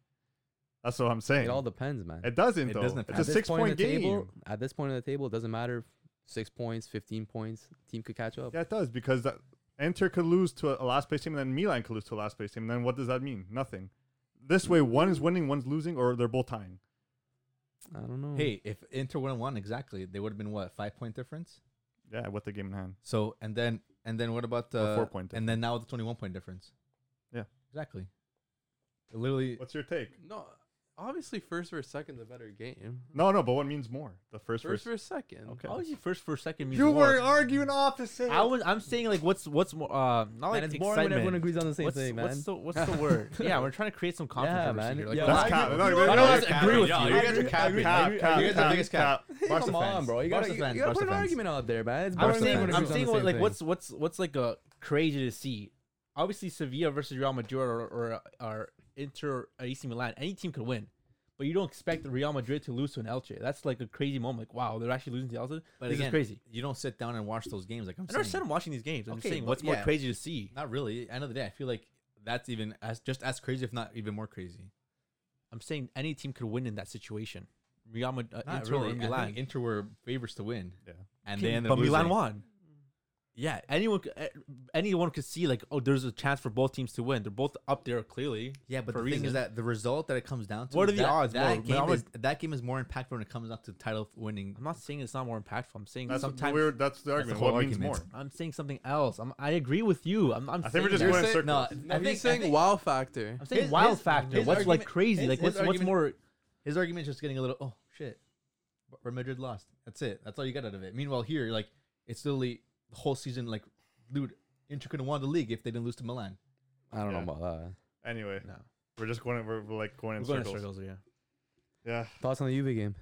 [SPEAKER 3] That's what I'm saying.
[SPEAKER 2] It all depends, man.
[SPEAKER 3] It doesn't
[SPEAKER 4] It
[SPEAKER 3] though.
[SPEAKER 4] doesn't
[SPEAKER 2] At
[SPEAKER 3] it's a
[SPEAKER 2] this
[SPEAKER 3] six
[SPEAKER 2] point in
[SPEAKER 3] point
[SPEAKER 2] the
[SPEAKER 3] game.
[SPEAKER 2] Table, at this point in the table, it doesn't matter. if Six points, fifteen points. Team could catch up.
[SPEAKER 3] Yeah, it does because that Inter could lose to a last place team, and then Milan could lose to a last place team. And then what does that mean? Nothing. This way, one is winning, one's losing, or they're both tying.
[SPEAKER 2] I don't know.
[SPEAKER 4] Hey, if Inter would have won exactly, they would have been what five point difference.
[SPEAKER 3] Yeah, with the game in hand.
[SPEAKER 4] So and then and then what about the
[SPEAKER 3] four-point
[SPEAKER 4] And then now the twenty one point difference.
[SPEAKER 3] Yeah.
[SPEAKER 4] exactly. It literally,
[SPEAKER 3] What's your take?
[SPEAKER 5] No, obviously first versus second's a better game.
[SPEAKER 3] No, no, but what means more? The first
[SPEAKER 5] First
[SPEAKER 3] versus.
[SPEAKER 5] versus second.
[SPEAKER 3] Okay.
[SPEAKER 1] Obviously, first for second means
[SPEAKER 3] You
[SPEAKER 1] more.
[SPEAKER 3] were arguing opposite.
[SPEAKER 1] I was. I'm saying like, what's what's more? Uh, not like
[SPEAKER 2] man, it's boring
[SPEAKER 1] excitement.
[SPEAKER 2] when everyone agrees on the same
[SPEAKER 1] what's,
[SPEAKER 2] thing, man.
[SPEAKER 1] what's the what's
[SPEAKER 2] <laughs>
[SPEAKER 1] the word? yeah, we're trying to create some controversy
[SPEAKER 2] man.
[SPEAKER 1] here. Like,
[SPEAKER 2] Yeah,
[SPEAKER 1] why-
[SPEAKER 3] That's cap. No, you
[SPEAKER 1] I
[SPEAKER 3] know
[SPEAKER 1] don't
[SPEAKER 3] what?
[SPEAKER 1] disagree with
[SPEAKER 4] Yeah,
[SPEAKER 1] you.
[SPEAKER 4] you guys are capping.
[SPEAKER 3] Cap,
[SPEAKER 4] You
[SPEAKER 3] cap,
[SPEAKER 4] guys are the
[SPEAKER 3] cap,
[SPEAKER 4] biggest
[SPEAKER 3] cap.
[SPEAKER 4] Barca
[SPEAKER 2] Come on,
[SPEAKER 4] fans.
[SPEAKER 2] bro. You
[SPEAKER 4] Barca
[SPEAKER 2] gotta, you,
[SPEAKER 4] fans,
[SPEAKER 2] you gotta
[SPEAKER 4] Barca
[SPEAKER 2] put an
[SPEAKER 4] fans.
[SPEAKER 2] argument out there, man. It's
[SPEAKER 1] I'm
[SPEAKER 2] Barca
[SPEAKER 1] saying,
[SPEAKER 2] fans.
[SPEAKER 1] I'm
[SPEAKER 2] Everyone's on
[SPEAKER 1] saying
[SPEAKER 2] the
[SPEAKER 1] what,
[SPEAKER 2] same
[SPEAKER 1] like
[SPEAKER 2] thing.
[SPEAKER 1] what's what's what's like a crazy to see. Obviously, Sevilla versus Real Madrid or or, or Inter or AC Milan, any team could win. But you don't expect Real Madrid to lose to an Elche. That's like a crazy moment. Like, wow, they're actually losing to Elche.
[SPEAKER 4] but
[SPEAKER 1] this
[SPEAKER 4] again,
[SPEAKER 1] is crazy.
[SPEAKER 4] You don't sit down and watch those games like I'm
[SPEAKER 1] I never said
[SPEAKER 4] saying.
[SPEAKER 1] I'm watching these games. I'm just
[SPEAKER 4] Okay,
[SPEAKER 1] saying
[SPEAKER 4] but
[SPEAKER 1] what's more
[SPEAKER 4] yeah.
[SPEAKER 1] crazy to see.
[SPEAKER 4] Not really. At the end of the day, I feel like that's even as just as crazy, if not even more crazy.
[SPEAKER 1] I'm saying any team could win in that situation. Real Madrid, uh,
[SPEAKER 4] Not
[SPEAKER 1] Inter,
[SPEAKER 4] really.
[SPEAKER 1] or
[SPEAKER 4] I
[SPEAKER 1] Milan.
[SPEAKER 4] think Inter were favorites to win.
[SPEAKER 3] Yeah.
[SPEAKER 4] and
[SPEAKER 1] Okay,
[SPEAKER 4] they ended
[SPEAKER 1] but
[SPEAKER 4] up
[SPEAKER 1] Milan
[SPEAKER 4] losing.
[SPEAKER 1] won. Yeah, anyone c- eh, anyone could see like, oh, there's a chance for both teams to win. They're both up there clearly.
[SPEAKER 4] Yeah, but
[SPEAKER 1] for
[SPEAKER 4] the
[SPEAKER 1] a
[SPEAKER 4] thing
[SPEAKER 1] reason.
[SPEAKER 4] is that the result that it comes down to.
[SPEAKER 1] What
[SPEAKER 4] is
[SPEAKER 1] are the
[SPEAKER 4] that-
[SPEAKER 1] odds, bro?
[SPEAKER 4] That game,
[SPEAKER 1] Milan
[SPEAKER 4] is, that game is more impactful when it comes down to title winning.
[SPEAKER 1] I'm not saying it's not more impactful. I'm saying
[SPEAKER 3] That's
[SPEAKER 1] sometimes
[SPEAKER 3] we're, that's the argument.
[SPEAKER 4] whole
[SPEAKER 3] what means more?
[SPEAKER 4] argument.
[SPEAKER 1] I'm saying something else. I'm, I agree with you. I'm, I'm
[SPEAKER 3] I think
[SPEAKER 1] saying
[SPEAKER 3] we're just
[SPEAKER 1] that.
[SPEAKER 5] You're
[SPEAKER 3] going in
[SPEAKER 5] saying-
[SPEAKER 3] circles.
[SPEAKER 4] No,
[SPEAKER 5] I'm just saying wow factor.
[SPEAKER 1] I'm saying
[SPEAKER 4] his-
[SPEAKER 1] wild
[SPEAKER 4] his-
[SPEAKER 1] factor.
[SPEAKER 4] his
[SPEAKER 1] what's like
[SPEAKER 4] argument-
[SPEAKER 1] crazy?
[SPEAKER 4] his-
[SPEAKER 1] like what's
[SPEAKER 4] his
[SPEAKER 1] what's more?
[SPEAKER 4] His argument is just getting a little. Oh shit, Real Madrid lost. That's it. That's all you got out of it. Meanwhile, here, like it's literally the whole season. Like, dude, Inter could have won the league if they didn't lose to Milan.
[SPEAKER 2] I don't
[SPEAKER 3] Yeah.
[SPEAKER 2] know about that.
[SPEAKER 3] Anyway,
[SPEAKER 1] No,
[SPEAKER 3] we're just going. We're, we're like going
[SPEAKER 1] we're
[SPEAKER 3] in
[SPEAKER 1] going in
[SPEAKER 3] circles.
[SPEAKER 1] circles. Yeah.
[SPEAKER 3] Yeah,
[SPEAKER 2] Thoughts on the UV game?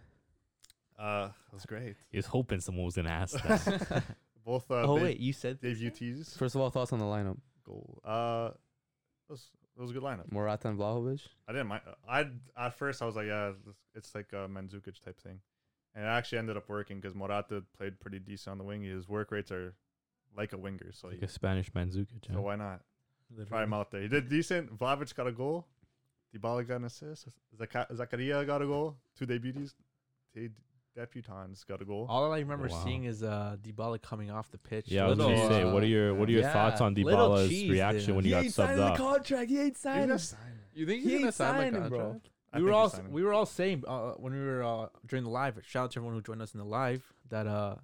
[SPEAKER 3] uh, that was great.
[SPEAKER 6] He was hoping someone was gonna ask that.
[SPEAKER 3] <laughs> Both. Uh,
[SPEAKER 1] Oh
[SPEAKER 3] Dave-
[SPEAKER 1] wait, you said
[SPEAKER 3] Dave UT's
[SPEAKER 2] First of all, thoughts on the lineup?
[SPEAKER 3] goal. Uh, that was, that was a good lineup.
[SPEAKER 2] Morata and Vlahovic.
[SPEAKER 3] I didn't mind. I at first I was like, yeah, this- it's like a Mandzukic type thing, and it actually ended up working because Morata played pretty decent on the wing. His work rates are like a winger, so
[SPEAKER 6] <laughs> like
[SPEAKER 3] he-
[SPEAKER 6] a Spanish Mandzukic.
[SPEAKER 3] so
[SPEAKER 6] huh?
[SPEAKER 3] why not? Try him out there. He did decent. Vlahovic got a goal. Dybala got an assist. Zaka- Zakaria got a goal. Two debutees. Two debutants got a goal.
[SPEAKER 1] all I remember
[SPEAKER 6] Wow.
[SPEAKER 1] seeing is uh Dybala coming off the pitch.
[SPEAKER 6] Yeah, I was gonna
[SPEAKER 1] Little,
[SPEAKER 6] say,
[SPEAKER 1] uh,
[SPEAKER 6] what are your what are your
[SPEAKER 2] yeah,
[SPEAKER 6] thoughts on
[SPEAKER 1] little
[SPEAKER 6] Dybala's
[SPEAKER 1] cheese
[SPEAKER 6] reaction
[SPEAKER 1] there.
[SPEAKER 6] when he got subbed up?
[SPEAKER 2] contract. He ain't
[SPEAKER 3] He
[SPEAKER 2] signing.
[SPEAKER 3] just signed it.
[SPEAKER 5] You think
[SPEAKER 2] He
[SPEAKER 5] he's gonna
[SPEAKER 2] ain't
[SPEAKER 5] sign the
[SPEAKER 2] signing, bro.
[SPEAKER 5] contract?
[SPEAKER 3] I
[SPEAKER 1] we were
[SPEAKER 3] think
[SPEAKER 1] all
[SPEAKER 3] he's signing.
[SPEAKER 1] we were all saying uh, when we were uh, during the live. Shout out to everyone who joined us in the live. That uh,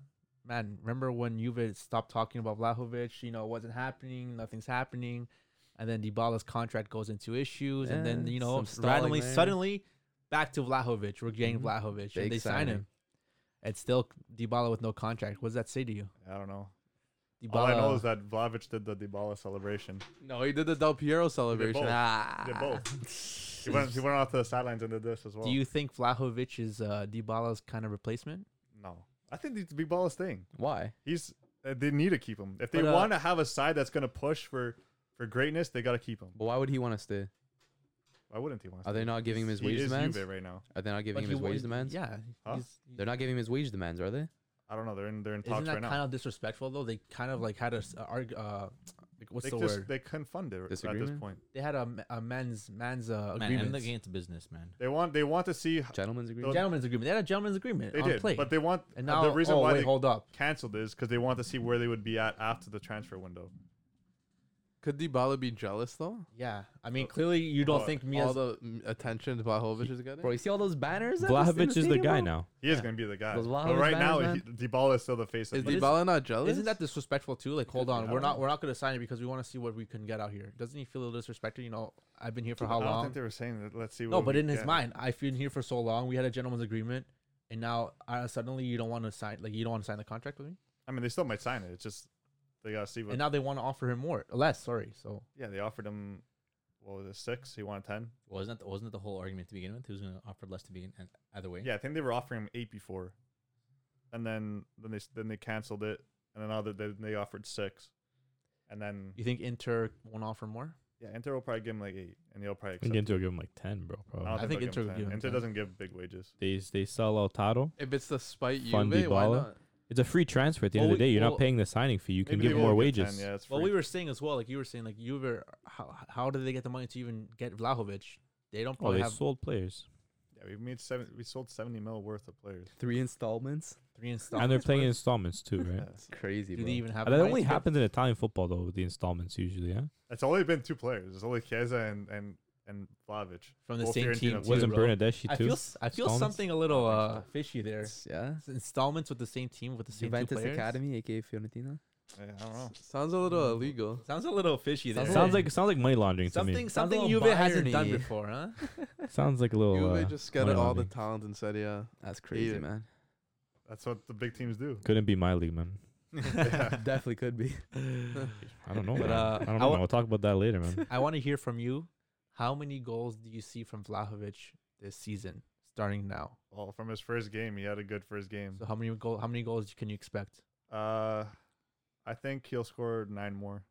[SPEAKER 1] man, remember when Juve stopped talking about Vlahovic? You know, it wasn't happening. Nothing's happening, and then Dybala's contract goes into issues, and then
[SPEAKER 2] Yeah,
[SPEAKER 1] you know
[SPEAKER 2] some stalling
[SPEAKER 1] randomly,
[SPEAKER 2] there.
[SPEAKER 1] suddenly, back to Vlahovic. We're getting
[SPEAKER 2] Mhm.
[SPEAKER 1] Vlahovic,
[SPEAKER 2] Big
[SPEAKER 1] and they sign
[SPEAKER 2] signing.
[SPEAKER 1] him. It's still Dybala with no contract. What does that say to you?
[SPEAKER 3] I don't know.
[SPEAKER 1] Dybala,
[SPEAKER 3] All I know is that Vlahovic did the Dybala celebration.
[SPEAKER 5] No, he did the Del Piero celebration.
[SPEAKER 3] both.
[SPEAKER 5] Ah.
[SPEAKER 1] <laughs>
[SPEAKER 3] They both. He went, he went off to the sidelines and did this as well.
[SPEAKER 1] do you think Vlahovic is uh, Dybala's kind of replacement?
[SPEAKER 3] no. I think it's Dybala's thing.
[SPEAKER 2] Why?
[SPEAKER 3] He's uh, they need to keep him. If they
[SPEAKER 1] But, uh,
[SPEAKER 3] want to have a side that's going to push for for greatness, they got to keep him.
[SPEAKER 2] But why would he want to stay?
[SPEAKER 3] Why wouldn't he want?
[SPEAKER 2] Are they not giving him his
[SPEAKER 3] he
[SPEAKER 2] wage
[SPEAKER 3] is
[SPEAKER 2] demands?
[SPEAKER 3] Juve right now.
[SPEAKER 2] Are they not giving
[SPEAKER 1] Like,
[SPEAKER 2] him
[SPEAKER 1] he
[SPEAKER 2] his
[SPEAKER 1] wa-
[SPEAKER 2] wage demands?
[SPEAKER 1] Yeah,
[SPEAKER 3] Huh?
[SPEAKER 1] he's-
[SPEAKER 2] They're not giving him his wage demands, are they?
[SPEAKER 3] I don't know. They're in they're in
[SPEAKER 1] Isn't
[SPEAKER 3] talks
[SPEAKER 1] that
[SPEAKER 3] right now.
[SPEAKER 1] kind of disrespectful though? They kind of like had a s- a arg- uh, like, what's
[SPEAKER 3] they
[SPEAKER 1] the
[SPEAKER 3] just
[SPEAKER 1] word? They,
[SPEAKER 3] they couldn't fund it at this
[SPEAKER 2] Disagreement?
[SPEAKER 3] point.
[SPEAKER 1] had a, ma- a man's man's uh,
[SPEAKER 4] Man,
[SPEAKER 1] agreement,
[SPEAKER 4] and the game's business, man.
[SPEAKER 3] They want they want to see h-
[SPEAKER 2] Gentlemen's agreement.
[SPEAKER 1] gentleman's agreement. They had a gentleman's agreement
[SPEAKER 3] they
[SPEAKER 1] on
[SPEAKER 3] did,
[SPEAKER 1] play,
[SPEAKER 3] but they want
[SPEAKER 1] and
[SPEAKER 3] uh,
[SPEAKER 1] now
[SPEAKER 3] the reason
[SPEAKER 1] oh,
[SPEAKER 3] why
[SPEAKER 1] wait,
[SPEAKER 3] they
[SPEAKER 1] hold up.
[SPEAKER 3] canceled is because they want to see where they would be at after the transfer window.
[SPEAKER 5] Could Dybala be jealous though?
[SPEAKER 1] Yeah, I mean, clearly you don't
[SPEAKER 3] Oh,
[SPEAKER 1] think me
[SPEAKER 5] All
[SPEAKER 1] as
[SPEAKER 5] the mm, attention Vlahovic is getting.
[SPEAKER 2] Bro, you see all those banners? at in
[SPEAKER 6] Vlahovic is the
[SPEAKER 2] stadium,
[SPEAKER 6] guy
[SPEAKER 2] bro?
[SPEAKER 6] now.
[SPEAKER 3] He is
[SPEAKER 1] Yeah.
[SPEAKER 3] gonna be the guy.
[SPEAKER 2] Those
[SPEAKER 3] But
[SPEAKER 2] Vlahovic
[SPEAKER 3] right now,
[SPEAKER 2] banners,
[SPEAKER 3] he, Dybala is still the face
[SPEAKER 5] Is
[SPEAKER 3] of. Is
[SPEAKER 5] Dybala not jealous?
[SPEAKER 1] isn't that disrespectful too? Like, hold
[SPEAKER 5] could
[SPEAKER 1] on,
[SPEAKER 5] be.
[SPEAKER 1] we're
[SPEAKER 5] I
[SPEAKER 1] not
[SPEAKER 5] don't
[SPEAKER 1] we're not gonna sign it because we want to see what we can get out here. Doesn't he feel a little disrespected? You know, I've been here for how
[SPEAKER 3] I don't
[SPEAKER 1] long?
[SPEAKER 3] think they were saying that. Let's see.
[SPEAKER 1] No,
[SPEAKER 3] what
[SPEAKER 1] but
[SPEAKER 3] we
[SPEAKER 1] in his
[SPEAKER 3] get.
[SPEAKER 1] mind, I've been here for so long. We had a gentleman's agreement, and now uh, suddenly you don't want to sign. Like you don't want to sign the contract with me,
[SPEAKER 3] I mean, they still might sign it. It's just they gotta see what.
[SPEAKER 1] and now they want to offer him more, less. Sorry, so
[SPEAKER 3] yeah, they offered him. What was it? Six. He wanted ten.
[SPEAKER 4] Wasn't that, wasn't that the whole argument to begin with? Who's going to offer less to begin and either way?
[SPEAKER 3] Yeah, I think they were offering him eight before, and then then they s- then they canceled it, and then other then they offered six, and then
[SPEAKER 1] you think Inter won't offer more?
[SPEAKER 3] yeah, Inter will probably give him like eight, and he'll probably.
[SPEAKER 6] I think
[SPEAKER 3] Accept
[SPEAKER 6] Inter will give him like ten, bro.
[SPEAKER 3] it.
[SPEAKER 6] Probably.
[SPEAKER 3] don't
[SPEAKER 1] I think
[SPEAKER 3] they'll
[SPEAKER 1] Inter
[SPEAKER 3] give him
[SPEAKER 1] will give
[SPEAKER 3] 10.
[SPEAKER 1] him
[SPEAKER 3] Inter
[SPEAKER 1] 10.
[SPEAKER 3] doesn't give big wages.
[SPEAKER 6] They they sell Lautaro.
[SPEAKER 5] If it's the spite
[SPEAKER 6] Fun
[SPEAKER 5] Juve, why
[SPEAKER 6] Dybala?
[SPEAKER 5] not?
[SPEAKER 6] It's a free transfer at the
[SPEAKER 1] Well,
[SPEAKER 6] end of the
[SPEAKER 1] we-
[SPEAKER 6] day. You're
[SPEAKER 1] well,
[SPEAKER 6] not paying the signing fee. You can
[SPEAKER 3] Maybe
[SPEAKER 6] give
[SPEAKER 3] they
[SPEAKER 6] more
[SPEAKER 3] will get 10,
[SPEAKER 6] wages.
[SPEAKER 3] yeah, it's
[SPEAKER 1] Well, we
[SPEAKER 3] free.
[SPEAKER 1] were saying as well, like you were saying, like you were, how, how did they get the money to even get Vlahovic? They don't
[SPEAKER 6] Oh,
[SPEAKER 1] probably
[SPEAKER 6] they
[SPEAKER 1] have
[SPEAKER 6] sold players,
[SPEAKER 3] yeah, we made seven. We sold seventy mil worth of players.
[SPEAKER 2] Three installments.
[SPEAKER 1] three installments.
[SPEAKER 6] and they're playing in
[SPEAKER 1] bro.
[SPEAKER 6] installments too, right?
[SPEAKER 3] Yeah.
[SPEAKER 2] It's crazy,
[SPEAKER 1] Do
[SPEAKER 2] bro.
[SPEAKER 1] they even <laughs> have?
[SPEAKER 6] That
[SPEAKER 1] the money
[SPEAKER 6] only
[SPEAKER 1] to get-
[SPEAKER 6] happens in Italian football though. with The installments usually, yeah.
[SPEAKER 3] It's only been two players. It's only Chiesa and and and Vlahovic.
[SPEAKER 1] From the
[SPEAKER 3] Both
[SPEAKER 1] same
[SPEAKER 3] Fiorentina
[SPEAKER 1] team,
[SPEAKER 3] players.
[SPEAKER 1] too,
[SPEAKER 6] Wasn't
[SPEAKER 1] bro.
[SPEAKER 6] Bernadeschi
[SPEAKER 1] I
[SPEAKER 6] too?
[SPEAKER 1] feel s- I feel
[SPEAKER 6] Installments?
[SPEAKER 1] something a little
[SPEAKER 3] I don't
[SPEAKER 1] uh,
[SPEAKER 3] think so.
[SPEAKER 1] fishy there.
[SPEAKER 2] It's- yeah.
[SPEAKER 1] It's Installments with the same team <laughs> with the same two
[SPEAKER 2] Juventus
[SPEAKER 1] players.
[SPEAKER 2] Academy, aka Fiorentina.
[SPEAKER 3] Yeah, I don't know.
[SPEAKER 5] Sounds a little
[SPEAKER 2] uh,
[SPEAKER 5] illegal.
[SPEAKER 1] Sounds a little fishy there.
[SPEAKER 2] Sounds
[SPEAKER 6] Sounds like sounds like money laundering to me.
[SPEAKER 1] something something
[SPEAKER 2] little
[SPEAKER 1] Juve hasn't done
[SPEAKER 2] Bayern-y.
[SPEAKER 1] before, huh?
[SPEAKER 6] <laughs> Sounds like a little.
[SPEAKER 5] Juve
[SPEAKER 6] uh,
[SPEAKER 5] just scattered
[SPEAKER 6] money
[SPEAKER 5] all the
[SPEAKER 6] laundering.
[SPEAKER 5] talent and said, "Yeah,
[SPEAKER 2] That's crazy,
[SPEAKER 5] Either.
[SPEAKER 2] man.
[SPEAKER 3] That's what the big teams do.
[SPEAKER 6] Couldn't be my league, man.
[SPEAKER 2] <laughs> Definitely could
[SPEAKER 5] <laughs>
[SPEAKER 2] be.
[SPEAKER 6] I don't know.
[SPEAKER 1] But,
[SPEAKER 6] man.
[SPEAKER 1] uh,
[SPEAKER 6] I
[SPEAKER 1] I
[SPEAKER 6] don't know.
[SPEAKER 1] wa-
[SPEAKER 6] man. We'll talk about that later,
[SPEAKER 1] <laughs>
[SPEAKER 6] man.
[SPEAKER 1] I want to hear from you. How many goals do you see from Vlahovic this season, starting now?
[SPEAKER 3] Well, from his first game, he had a good first game.
[SPEAKER 1] So how many goal? How many goals can you expect?
[SPEAKER 3] Uh, I think he'll score nine more.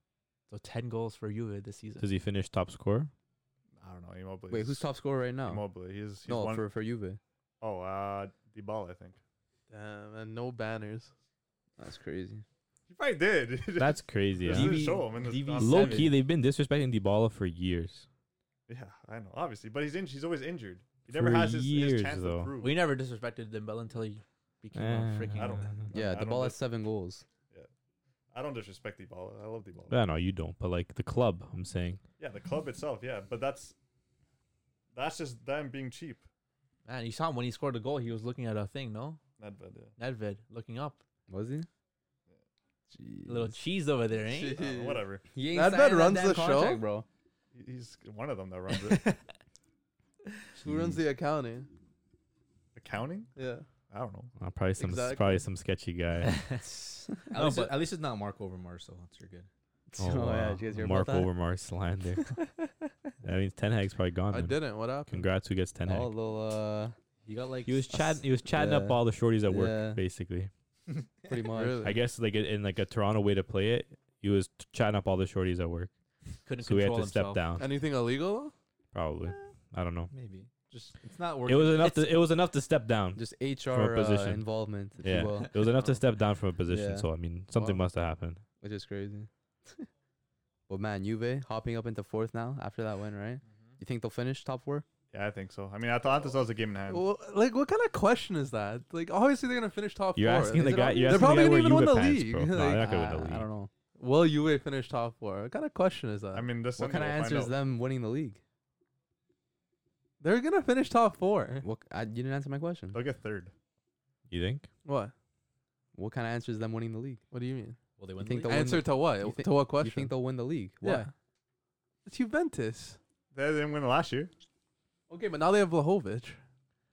[SPEAKER 1] So ten goals for Juve this season.
[SPEAKER 6] Does he finish top scorer?
[SPEAKER 1] <laughs>
[SPEAKER 3] I don't know. Immobile.
[SPEAKER 2] Wait, who's top scorer right now?
[SPEAKER 3] Immobile. He's, he's
[SPEAKER 2] No,
[SPEAKER 3] one-
[SPEAKER 2] for for Juve.
[SPEAKER 3] oh, uh, Dybala, I think.
[SPEAKER 5] damn, and no banners."
[SPEAKER 2] That's crazy.
[SPEAKER 3] He probably did. <laughs>
[SPEAKER 6] That's crazy.
[SPEAKER 3] This
[SPEAKER 6] yeah.
[SPEAKER 3] is
[SPEAKER 1] DB
[SPEAKER 3] show him in the
[SPEAKER 1] DB
[SPEAKER 3] top
[SPEAKER 6] Low
[SPEAKER 1] seven.
[SPEAKER 6] key, they've been disrespecting DiBala for years.
[SPEAKER 3] Yeah, I know. Obviously, but he's in, he's always injured. He
[SPEAKER 6] For
[SPEAKER 3] never has his, his
[SPEAKER 6] years,
[SPEAKER 3] chance
[SPEAKER 6] though.
[SPEAKER 3] to prove.
[SPEAKER 1] We never disrespected Dembele until he became a
[SPEAKER 6] Eh,
[SPEAKER 1] freaking.
[SPEAKER 3] I don't- I
[SPEAKER 2] Yeah, the
[SPEAKER 3] don't
[SPEAKER 2] ball
[SPEAKER 3] dis-
[SPEAKER 2] has seven goals.
[SPEAKER 3] I don't disrespect Dybala. I love Dybala.
[SPEAKER 6] I know you don't, but like the club, I'm saying.
[SPEAKER 3] yeah, the club itself. Yeah, but that's that's just them being cheap.
[SPEAKER 1] Man, you saw him when he scored the goal. He was looking at a thing, no?
[SPEAKER 3] Not bad.
[SPEAKER 1] <laughs>
[SPEAKER 3] Yeah.
[SPEAKER 1] Nedved looking up.
[SPEAKER 2] Was he?
[SPEAKER 5] <laughs>
[SPEAKER 1] Little cheese over there, ain't?
[SPEAKER 3] I don't know, whatever.
[SPEAKER 2] He
[SPEAKER 5] That man
[SPEAKER 2] signing
[SPEAKER 5] runs
[SPEAKER 2] damn
[SPEAKER 5] the
[SPEAKER 2] contract,
[SPEAKER 5] show?
[SPEAKER 2] bro.
[SPEAKER 3] He- He's one of them that runs
[SPEAKER 1] <laughs>
[SPEAKER 3] it.
[SPEAKER 5] Who runs
[SPEAKER 2] Mm.
[SPEAKER 5] the accounting?
[SPEAKER 3] Accounting?
[SPEAKER 5] Yeah,
[SPEAKER 3] I don't know.
[SPEAKER 6] Uh, probably some
[SPEAKER 5] Exactly.
[SPEAKER 6] probably some
[SPEAKER 1] <laughs>
[SPEAKER 6] sketchy
[SPEAKER 1] Oh,
[SPEAKER 6] guy.
[SPEAKER 4] At, least it- at least it's not Mark over Mars, so that's you're good.
[SPEAKER 2] Oh, yeah,
[SPEAKER 6] wow.
[SPEAKER 2] did you guys hear
[SPEAKER 6] Mark
[SPEAKER 2] about that? <laughs>
[SPEAKER 6] Overmars slander.
[SPEAKER 1] <laughs>
[SPEAKER 6] that means Ten Hag's probably gone.
[SPEAKER 5] I
[SPEAKER 6] man.
[SPEAKER 5] didn't. What happened?
[SPEAKER 6] Congrats, who gets Ten Hag.
[SPEAKER 2] Oh, little
[SPEAKER 4] You got like
[SPEAKER 6] he was
[SPEAKER 4] s-
[SPEAKER 6] chatting. He was chatting up
[SPEAKER 2] yeah.
[SPEAKER 6] all the shorties at work,
[SPEAKER 2] Yeah.
[SPEAKER 6] basically.
[SPEAKER 4] <laughs>
[SPEAKER 2] uh,
[SPEAKER 6] <laughs>
[SPEAKER 2] pretty much. <laughs>
[SPEAKER 5] Really?
[SPEAKER 6] I guess like in like a Toronto way to play it, he was t- chatting up all the shorties at work.
[SPEAKER 1] Couldn't
[SPEAKER 6] So we had
[SPEAKER 1] control
[SPEAKER 6] to step
[SPEAKER 1] himself.
[SPEAKER 6] down.
[SPEAKER 5] Anything illegal?
[SPEAKER 6] Probably. I don't know.
[SPEAKER 4] maybe just it's not
[SPEAKER 6] It
[SPEAKER 4] working.
[SPEAKER 6] was enough.
[SPEAKER 4] It's-
[SPEAKER 6] To, it was enough to step down.
[SPEAKER 2] Just HR uh,
[SPEAKER 6] position.
[SPEAKER 2] involvement, if
[SPEAKER 6] Yeah,
[SPEAKER 2] you
[SPEAKER 6] <laughs>
[SPEAKER 2] will,
[SPEAKER 6] it was enough to step down from a position.
[SPEAKER 2] Yeah.
[SPEAKER 6] So I mean, something
[SPEAKER 2] Wow.
[SPEAKER 6] must have happened.
[SPEAKER 2] which is crazy. <laughs> well, man, Juve hopping up into fourth now after that win, right?
[SPEAKER 5] Mm-hmm.
[SPEAKER 2] You think they'll finish top four?
[SPEAKER 3] Yeah, I think so. I mean, Atalanta still has a game in hand.
[SPEAKER 5] Well, like, what kind of question is that? Like, obviously they're gonna finish top
[SPEAKER 6] You're
[SPEAKER 5] four.
[SPEAKER 6] asking
[SPEAKER 5] Is
[SPEAKER 6] the
[SPEAKER 5] it
[SPEAKER 6] guy.
[SPEAKER 5] ob-
[SPEAKER 6] You're
[SPEAKER 5] they
[SPEAKER 6] asking
[SPEAKER 5] probably
[SPEAKER 6] the guy
[SPEAKER 5] didn't
[SPEAKER 6] where
[SPEAKER 5] even win
[SPEAKER 6] Juve
[SPEAKER 5] the
[SPEAKER 6] pants,
[SPEAKER 5] league.
[SPEAKER 6] bro. No,
[SPEAKER 5] Like,
[SPEAKER 6] they're not
[SPEAKER 2] Ah,
[SPEAKER 6] gonna win
[SPEAKER 2] I
[SPEAKER 6] the
[SPEAKER 2] don't
[SPEAKER 6] league.
[SPEAKER 2] know.
[SPEAKER 5] will Juve finish top four? What kind of question is that?
[SPEAKER 3] I mean, this
[SPEAKER 2] What kind of answer is them winning the
[SPEAKER 6] <laughs>
[SPEAKER 2] league?
[SPEAKER 5] they're gonna finish top four.
[SPEAKER 2] What I, you didn't answer my question.
[SPEAKER 3] They'll get third.
[SPEAKER 6] You think?
[SPEAKER 5] What?
[SPEAKER 2] What kind of answer is them winning the league?
[SPEAKER 5] What do you mean?
[SPEAKER 4] Will they win?
[SPEAKER 2] think
[SPEAKER 4] the
[SPEAKER 2] they'll
[SPEAKER 4] league?
[SPEAKER 2] win
[SPEAKER 5] Answer
[SPEAKER 2] the-
[SPEAKER 5] to what?
[SPEAKER 2] you thi-
[SPEAKER 5] to what
[SPEAKER 2] You
[SPEAKER 5] question?
[SPEAKER 2] think they'll win the league? Why?
[SPEAKER 5] Yeah. It's Juventus.
[SPEAKER 3] They didn't win last year.
[SPEAKER 5] Okay, but now they have Vlahovic.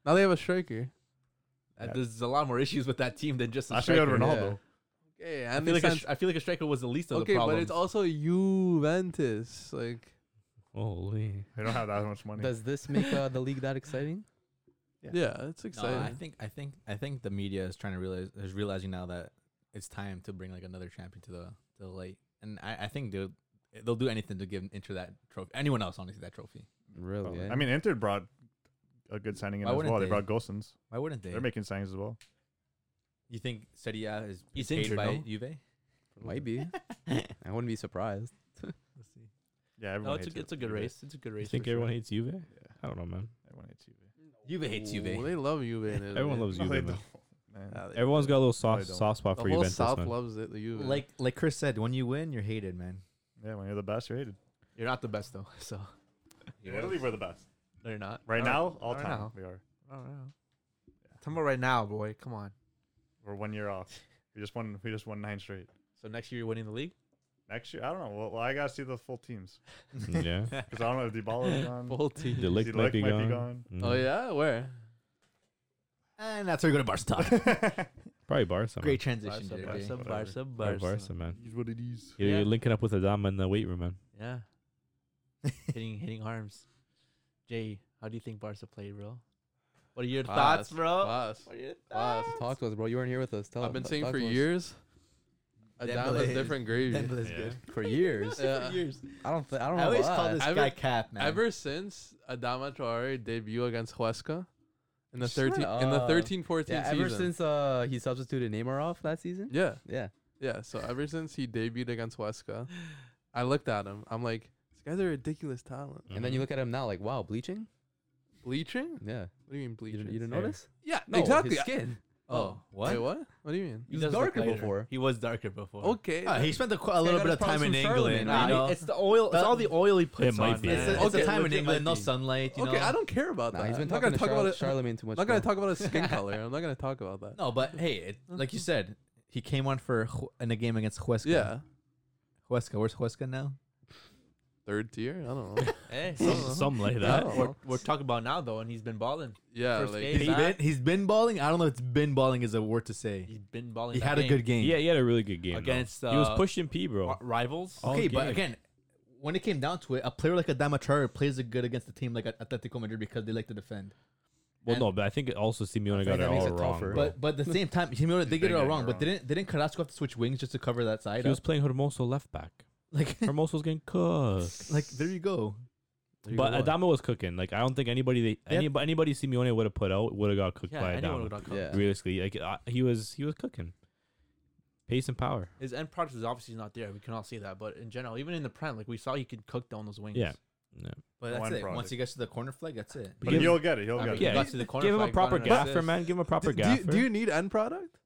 [SPEAKER 5] Now they have a striker.
[SPEAKER 1] Uh, There's a lot more issues with that team than just the
[SPEAKER 3] Last year
[SPEAKER 1] striker.
[SPEAKER 3] they had Ronaldo.
[SPEAKER 5] Okay,
[SPEAKER 1] I feel,
[SPEAKER 5] and they
[SPEAKER 1] like a
[SPEAKER 5] sent-
[SPEAKER 1] sh- I feel like a striker was the least of
[SPEAKER 5] okay,
[SPEAKER 1] the problems.
[SPEAKER 5] but it's also Juventus. Like,
[SPEAKER 6] Holy.
[SPEAKER 3] They don't have that much money.
[SPEAKER 2] Does this make uh, the league that exciting?
[SPEAKER 5] yeah,
[SPEAKER 3] Yeah.
[SPEAKER 5] it's
[SPEAKER 4] No, I
[SPEAKER 5] exciting.
[SPEAKER 4] think I think I think the media is trying to realize is realizing now that it's time to bring like another champion to the to the light, and I, I think they'll they'll do anything to give Inter that trophy. Anyone else, honestly, that trophy.
[SPEAKER 2] Really? eh?
[SPEAKER 3] I mean, Inter brought a good signing in
[SPEAKER 4] Why
[SPEAKER 3] as
[SPEAKER 4] wouldn't
[SPEAKER 3] well. They
[SPEAKER 4] they?
[SPEAKER 3] brought Gosens.
[SPEAKER 4] Why wouldn't they?
[SPEAKER 3] They're making signings as well.
[SPEAKER 4] you think Serie A is
[SPEAKER 1] It's
[SPEAKER 4] paid
[SPEAKER 1] Inter,
[SPEAKER 4] by
[SPEAKER 1] no?
[SPEAKER 4] Juve?
[SPEAKER 2] might
[SPEAKER 4] <laughs>
[SPEAKER 2] be. I wouldn't be surprised.
[SPEAKER 3] Yeah, everyone
[SPEAKER 1] no, Oh, it's
[SPEAKER 3] hates
[SPEAKER 1] a,
[SPEAKER 3] it.
[SPEAKER 1] it's a good race. It's a good
[SPEAKER 6] You
[SPEAKER 1] race.
[SPEAKER 6] think
[SPEAKER 1] for sure.
[SPEAKER 6] everyone hates Juve?
[SPEAKER 3] Yeah,
[SPEAKER 6] I don't know, man.
[SPEAKER 3] everyone hates Juve.
[SPEAKER 4] Juve hates
[SPEAKER 5] Ooh,
[SPEAKER 4] Juve.
[SPEAKER 5] They love Juve. in
[SPEAKER 4] <laughs>
[SPEAKER 5] Italy.
[SPEAKER 6] Everyone loves
[SPEAKER 3] No, they
[SPEAKER 6] Juve, man.
[SPEAKER 3] don't. Man.
[SPEAKER 6] Uh,
[SPEAKER 5] Yeah, they-
[SPEAKER 6] Everyone's got a little soft
[SPEAKER 3] don't.
[SPEAKER 6] soft spot
[SPEAKER 5] the
[SPEAKER 6] for
[SPEAKER 5] whole
[SPEAKER 6] Juventus,
[SPEAKER 5] South
[SPEAKER 6] man.
[SPEAKER 5] loves it. The Juve.
[SPEAKER 4] Like like Chris said, when you win, you're hated, man.
[SPEAKER 3] Yeah, when you're the best, you're hated.
[SPEAKER 1] You're not the best though. <laughs> So
[SPEAKER 3] In Italy, we're the best.
[SPEAKER 1] no, you're not.
[SPEAKER 3] Right
[SPEAKER 1] Not
[SPEAKER 3] now, all
[SPEAKER 1] right
[SPEAKER 3] time
[SPEAKER 1] now.
[SPEAKER 3] we are.
[SPEAKER 1] Not right now. Talking about right now, boy. Come on.
[SPEAKER 3] We're one year off. We just won. We just won nine straight.
[SPEAKER 1] So next year you're winning the league.
[SPEAKER 3] Next year, I don't know. Well, well I gotta see the full teams
[SPEAKER 6] Mm, yeah.
[SPEAKER 3] because I don't know if Dybala is gone.
[SPEAKER 5] Full team.
[SPEAKER 6] The lick
[SPEAKER 3] Lick
[SPEAKER 6] might, be,
[SPEAKER 3] might be
[SPEAKER 6] gone.
[SPEAKER 3] gone.
[SPEAKER 6] Mhm.
[SPEAKER 5] Oh yeah, where?
[SPEAKER 4] And that's where we go to Barca <laughs> talk.
[SPEAKER 6] Probably Barca. man.
[SPEAKER 4] Great transition,
[SPEAKER 1] Barca,
[SPEAKER 4] JJ.
[SPEAKER 1] Barca,
[SPEAKER 3] Whatever.
[SPEAKER 1] Barca,
[SPEAKER 6] Probably
[SPEAKER 1] Barca.
[SPEAKER 6] Barca, man.
[SPEAKER 3] He's what it is.
[SPEAKER 6] You're,
[SPEAKER 1] Yeah.
[SPEAKER 6] you're linking up with Adama in the weight
[SPEAKER 1] <laughs>
[SPEAKER 6] room, man.
[SPEAKER 1] Yeah.
[SPEAKER 4] <laughs>
[SPEAKER 1] hitting hitting arms. Jay, how do you think Barca played, bro? What are your thoughts,
[SPEAKER 5] Class,
[SPEAKER 4] Oh.
[SPEAKER 1] bro?
[SPEAKER 5] class.
[SPEAKER 1] What are your
[SPEAKER 5] class.
[SPEAKER 2] Talk to us, bro. You weren't here with us. Tell
[SPEAKER 5] I've been
[SPEAKER 2] t-
[SPEAKER 5] saying
[SPEAKER 2] talk
[SPEAKER 5] for
[SPEAKER 2] to us.
[SPEAKER 5] years.
[SPEAKER 4] Dembele
[SPEAKER 5] Adama's
[SPEAKER 4] is-
[SPEAKER 5] different gravy. <laughs>
[SPEAKER 4] Dembele's
[SPEAKER 6] Yeah.
[SPEAKER 4] good.
[SPEAKER 2] For years.
[SPEAKER 4] <laughs>
[SPEAKER 5] Yeah.
[SPEAKER 4] Years.
[SPEAKER 2] I don't. Th- I don't know.
[SPEAKER 4] I always
[SPEAKER 2] why.
[SPEAKER 4] call this
[SPEAKER 5] Ever-
[SPEAKER 4] guy Cap, man.
[SPEAKER 5] Ever since Adama Traore debut against Huesca in the
[SPEAKER 2] Shut
[SPEAKER 5] 13 in the
[SPEAKER 2] up.
[SPEAKER 5] 13-14
[SPEAKER 2] Yeah,
[SPEAKER 5] season.
[SPEAKER 2] ever since uh he substituted Neymar off that season.
[SPEAKER 5] yeah.
[SPEAKER 2] Yeah.
[SPEAKER 5] Yeah, so ever since he debuted against Huesca, I looked at him. I'm like, this guy's a ridiculous talent.
[SPEAKER 2] And then you look at him now, like wow, bleaching.
[SPEAKER 5] Bleaching? What
[SPEAKER 2] Yeah.
[SPEAKER 5] do you mean
[SPEAKER 2] You
[SPEAKER 5] bleaching?
[SPEAKER 2] didn't, you didn't
[SPEAKER 4] Hair.
[SPEAKER 2] notice?
[SPEAKER 5] yeah,
[SPEAKER 2] No,
[SPEAKER 5] exactly.
[SPEAKER 2] His skin.
[SPEAKER 4] oh, what?
[SPEAKER 5] Wait, what? What do you mean?
[SPEAKER 2] He was darker before.
[SPEAKER 4] He was darker before.
[SPEAKER 5] Okay.
[SPEAKER 4] Ah, he spent a, qu- a little
[SPEAKER 2] got
[SPEAKER 4] bit
[SPEAKER 2] his
[SPEAKER 4] of time in
[SPEAKER 2] problems from Charlemagne,
[SPEAKER 4] England. you
[SPEAKER 2] right?
[SPEAKER 4] know?
[SPEAKER 1] It's the oil. It's all the oil he puts
[SPEAKER 6] might
[SPEAKER 1] on.
[SPEAKER 6] be.
[SPEAKER 1] man.
[SPEAKER 4] It's, a, it's a
[SPEAKER 5] Okay,
[SPEAKER 4] time in
[SPEAKER 1] legit
[SPEAKER 4] England,
[SPEAKER 1] might
[SPEAKER 4] no
[SPEAKER 1] be.
[SPEAKER 4] sunlight. You
[SPEAKER 5] okay,
[SPEAKER 4] know?
[SPEAKER 5] I don't care about
[SPEAKER 2] Nah,
[SPEAKER 5] that.
[SPEAKER 2] he's been
[SPEAKER 5] I'm not gonna
[SPEAKER 2] talking
[SPEAKER 5] talk
[SPEAKER 2] to Char-
[SPEAKER 5] about it.
[SPEAKER 2] Charlemagne too much.
[SPEAKER 5] I'm not gonna
[SPEAKER 2] bro.
[SPEAKER 5] talk about his skin color. I'm not gonna talk about that.
[SPEAKER 4] No, but hey, it, like you said, he came on for Ju- in a game against Huesca.
[SPEAKER 5] Yeah,
[SPEAKER 4] Huesca. Where's Huesca now?
[SPEAKER 5] third tier. I don't know.
[SPEAKER 1] Hey,
[SPEAKER 6] Some, something like
[SPEAKER 5] I
[SPEAKER 6] that.
[SPEAKER 2] Oh.
[SPEAKER 5] don't
[SPEAKER 1] we're,
[SPEAKER 5] know.
[SPEAKER 1] we're talking about now though, and he's been balling.
[SPEAKER 5] Yeah,
[SPEAKER 1] First
[SPEAKER 5] like
[SPEAKER 1] game.
[SPEAKER 4] He's
[SPEAKER 1] He's
[SPEAKER 4] been
[SPEAKER 1] back.
[SPEAKER 4] he's been balling. I don't know if been balling is a word to say.
[SPEAKER 1] He's been balling.
[SPEAKER 4] He
[SPEAKER 1] that
[SPEAKER 4] had a
[SPEAKER 1] game.
[SPEAKER 4] good game.
[SPEAKER 6] Yeah, he had a really good game though.
[SPEAKER 1] Against,
[SPEAKER 6] he was
[SPEAKER 1] uh,
[SPEAKER 6] pushing P, bro.
[SPEAKER 1] Ri- rivals.
[SPEAKER 6] Oh,
[SPEAKER 4] Okay, but
[SPEAKER 6] game.
[SPEAKER 4] again, when it came down to it, a player like Adama Traore plays it good against a team like Atletico Madrid because they like to defend.
[SPEAKER 6] Well,
[SPEAKER 4] and-
[SPEAKER 6] no, but I think also Simeone got
[SPEAKER 2] that
[SPEAKER 6] it
[SPEAKER 2] makes
[SPEAKER 6] all
[SPEAKER 2] it
[SPEAKER 6] wrong.
[SPEAKER 2] tougher.
[SPEAKER 6] bro.
[SPEAKER 4] But but at the same time, you know, they get it
[SPEAKER 3] been
[SPEAKER 4] all
[SPEAKER 3] getting
[SPEAKER 4] wrong.
[SPEAKER 3] it
[SPEAKER 4] But
[SPEAKER 3] wrong.
[SPEAKER 4] didn't didn't Carrasco have to switch wings just to cover that side?
[SPEAKER 6] he
[SPEAKER 4] up? <laughs>
[SPEAKER 6] was playing Hermoso
[SPEAKER 1] <laughs>
[SPEAKER 6] left back.
[SPEAKER 4] like
[SPEAKER 6] Hermoso was getting cooked.
[SPEAKER 4] like there you go.
[SPEAKER 6] But Adama was cooking. Like I don't think anybody they
[SPEAKER 4] Yeah.
[SPEAKER 6] anybody, anybody Simeone would have put out would have got cooked
[SPEAKER 1] Yeah,
[SPEAKER 6] by
[SPEAKER 1] anyone
[SPEAKER 6] Adama.
[SPEAKER 1] would have come.
[SPEAKER 2] Yeah.
[SPEAKER 6] Realistically, like uh, he was he was cooking. Pace and power.
[SPEAKER 1] His end product is obviously not there. We can all see that. But in general, even in the prem, like we saw, he could cook down those wings.
[SPEAKER 6] Yeah. No.
[SPEAKER 4] But
[SPEAKER 3] that's
[SPEAKER 4] that's
[SPEAKER 3] One
[SPEAKER 4] it.
[SPEAKER 3] it. Once
[SPEAKER 4] Once
[SPEAKER 3] project.
[SPEAKER 4] he gets to the corner flag, that's it.
[SPEAKER 3] But he'll get it. He'll
[SPEAKER 1] I mean,
[SPEAKER 3] get it.
[SPEAKER 1] he
[SPEAKER 6] yeah,
[SPEAKER 1] got to the corner
[SPEAKER 6] Give him a
[SPEAKER 1] flag,
[SPEAKER 6] proper
[SPEAKER 1] got an assist.
[SPEAKER 6] gaffer, man. Give him a proper
[SPEAKER 5] do, do, you,
[SPEAKER 6] gaffer.
[SPEAKER 5] do you need end product?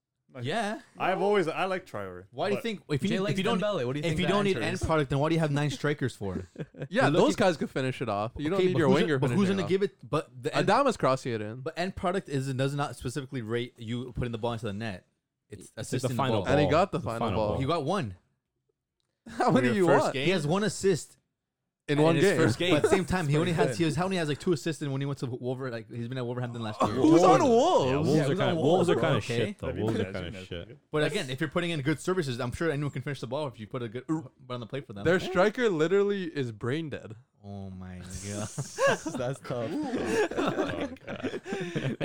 [SPEAKER 4] Yeah.
[SPEAKER 3] I've always I like Traore.
[SPEAKER 4] Why do you
[SPEAKER 3] but
[SPEAKER 4] think if you,
[SPEAKER 2] Jay
[SPEAKER 4] need, if
[SPEAKER 2] likes
[SPEAKER 4] you don't
[SPEAKER 2] Dembele. What do you think
[SPEAKER 4] if you
[SPEAKER 2] that
[SPEAKER 4] don't need
[SPEAKER 2] answer
[SPEAKER 4] end
[SPEAKER 2] is?
[SPEAKER 4] product, then why do you have nine strikers for?
[SPEAKER 5] Yeah,
[SPEAKER 4] looking-
[SPEAKER 5] those guys could finish it off. You don't
[SPEAKER 4] Okay,
[SPEAKER 5] need
[SPEAKER 4] but
[SPEAKER 5] your
[SPEAKER 4] who's
[SPEAKER 5] winger.
[SPEAKER 4] gonna- But who's going
[SPEAKER 5] finishing
[SPEAKER 4] to
[SPEAKER 5] it
[SPEAKER 4] give it? But the
[SPEAKER 5] off.
[SPEAKER 4] end,
[SPEAKER 5] Adama's crossing it in,
[SPEAKER 4] but end product is it does not specifically rate you putting the ball into the net. It's
[SPEAKER 6] It's the
[SPEAKER 4] assisting the,
[SPEAKER 6] final
[SPEAKER 4] ball.
[SPEAKER 5] And he got the
[SPEAKER 6] It's
[SPEAKER 5] final ball.
[SPEAKER 4] He got one.
[SPEAKER 5] How many
[SPEAKER 1] Your
[SPEAKER 5] do you
[SPEAKER 1] first
[SPEAKER 5] want
[SPEAKER 1] game?
[SPEAKER 4] He <laughs> has one assist
[SPEAKER 5] in one
[SPEAKER 1] his
[SPEAKER 5] game?
[SPEAKER 1] first game.
[SPEAKER 4] But at the same time, he only has he was how many has like two assists and when he went to Wolver like he's been at Wolverhampton last year.
[SPEAKER 5] Who's on
[SPEAKER 6] Yeah,
[SPEAKER 5] Wolves?
[SPEAKER 6] wolves
[SPEAKER 4] Yeah,
[SPEAKER 6] are
[SPEAKER 4] who's
[SPEAKER 6] kind
[SPEAKER 4] on
[SPEAKER 6] of wolves are
[SPEAKER 4] Wolves,
[SPEAKER 6] kind of
[SPEAKER 4] okay.
[SPEAKER 6] shit though.
[SPEAKER 3] That'd be
[SPEAKER 6] Wolves are
[SPEAKER 3] good.
[SPEAKER 6] kind of
[SPEAKER 3] That's
[SPEAKER 6] shit.
[SPEAKER 3] good.
[SPEAKER 4] But again, if you're putting in good services, I'm sure anyone can finish the ball if you put a good put on the plate for them.
[SPEAKER 5] Their striker literally is brain dead.
[SPEAKER 4] oh my god.
[SPEAKER 2] That's tough.
[SPEAKER 1] and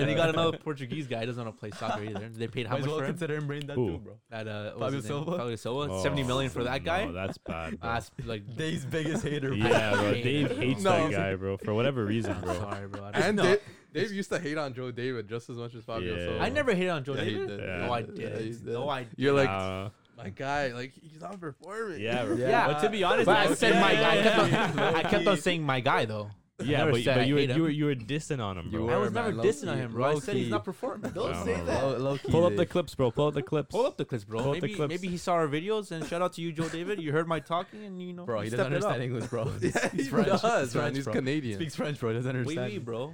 [SPEAKER 1] he got another Portuguese guy. He doesn't want to play
[SPEAKER 4] <laughs>
[SPEAKER 1] soccer either. They paid how
[SPEAKER 2] Might as
[SPEAKER 1] much
[SPEAKER 2] well
[SPEAKER 1] for him?
[SPEAKER 2] consider him brain dead
[SPEAKER 6] Who?
[SPEAKER 2] too, bro.
[SPEAKER 1] That uh, what was his
[SPEAKER 2] Fabio
[SPEAKER 1] name?
[SPEAKER 2] Silva?
[SPEAKER 1] Fabio Silva. Seventy
[SPEAKER 6] Oh,
[SPEAKER 1] million for that guy. Ah,
[SPEAKER 6] No,
[SPEAKER 1] <laughs>
[SPEAKER 6] that's bad. Bro.
[SPEAKER 1] That's like <laughs>
[SPEAKER 2] Dave's biggest hater. bro.
[SPEAKER 6] yeah, bro.
[SPEAKER 1] hate
[SPEAKER 6] Dave
[SPEAKER 1] <laughs> it, bro.
[SPEAKER 6] hates
[SPEAKER 5] No.
[SPEAKER 6] that guy, bro, for whatever reason,
[SPEAKER 1] I'm
[SPEAKER 6] bro.
[SPEAKER 1] sorry, bro. I, don't-
[SPEAKER 5] And
[SPEAKER 4] No.
[SPEAKER 5] Dave, Dave used to hate on Joe David just as much as Fabio.
[SPEAKER 6] Yeah.
[SPEAKER 5] Silva.
[SPEAKER 1] I never hated on Joe
[SPEAKER 5] Yeah, he
[SPEAKER 1] David.
[SPEAKER 5] did.
[SPEAKER 1] No, I
[SPEAKER 5] Yeah,
[SPEAKER 1] didn't.
[SPEAKER 5] he did.
[SPEAKER 1] No, I didn't.
[SPEAKER 5] You're like
[SPEAKER 6] Uh,
[SPEAKER 5] my guy. Like he's not performing.
[SPEAKER 6] yeah, bro.
[SPEAKER 1] Yeah,
[SPEAKER 6] But to be honest,
[SPEAKER 1] But I
[SPEAKER 6] was-
[SPEAKER 1] said
[SPEAKER 6] yeah,
[SPEAKER 1] my
[SPEAKER 6] yeah,
[SPEAKER 1] guy. I
[SPEAKER 6] yeah,
[SPEAKER 1] kept,
[SPEAKER 6] yeah.
[SPEAKER 1] on, <laughs> I kept on saying my guy though.
[SPEAKER 6] Yeah,
[SPEAKER 1] never
[SPEAKER 6] but,
[SPEAKER 1] said I
[SPEAKER 6] but you were
[SPEAKER 1] hate him.
[SPEAKER 6] you were you were dissing on him, bro.
[SPEAKER 1] I
[SPEAKER 2] were,
[SPEAKER 1] was never
[SPEAKER 2] man. Low
[SPEAKER 1] dissing on
[SPEAKER 2] key.
[SPEAKER 1] him, bro. I
[SPEAKER 2] Low
[SPEAKER 1] said he's
[SPEAKER 2] key.
[SPEAKER 1] not performing.
[SPEAKER 6] Don't
[SPEAKER 1] Don't
[SPEAKER 6] Wow.
[SPEAKER 1] say
[SPEAKER 6] say
[SPEAKER 1] that.
[SPEAKER 6] that.
[SPEAKER 2] Low, low key,
[SPEAKER 6] Pull up the
[SPEAKER 2] Dave.
[SPEAKER 6] clips, bro. Pull up the clips.
[SPEAKER 1] Pull up the clips, bro.
[SPEAKER 6] Pull up
[SPEAKER 1] maybe,
[SPEAKER 6] the clips.
[SPEAKER 1] maybe he saw our videos and shout out to you, Joe David. You heard my talking and you know.
[SPEAKER 2] Bro,
[SPEAKER 1] you
[SPEAKER 2] he doesn't
[SPEAKER 1] stepped it up.
[SPEAKER 2] understand
[SPEAKER 1] <laughs>
[SPEAKER 2] English,
[SPEAKER 4] <laughs>
[SPEAKER 2] bro.
[SPEAKER 5] yeah he
[SPEAKER 2] He's French.
[SPEAKER 5] does,
[SPEAKER 2] He's
[SPEAKER 5] man.
[SPEAKER 2] French,
[SPEAKER 5] He's
[SPEAKER 2] bro.
[SPEAKER 5] Canadian.
[SPEAKER 2] Speaks French, bro. He Doesn't
[SPEAKER 1] Wee
[SPEAKER 2] understand.
[SPEAKER 1] wee, bro.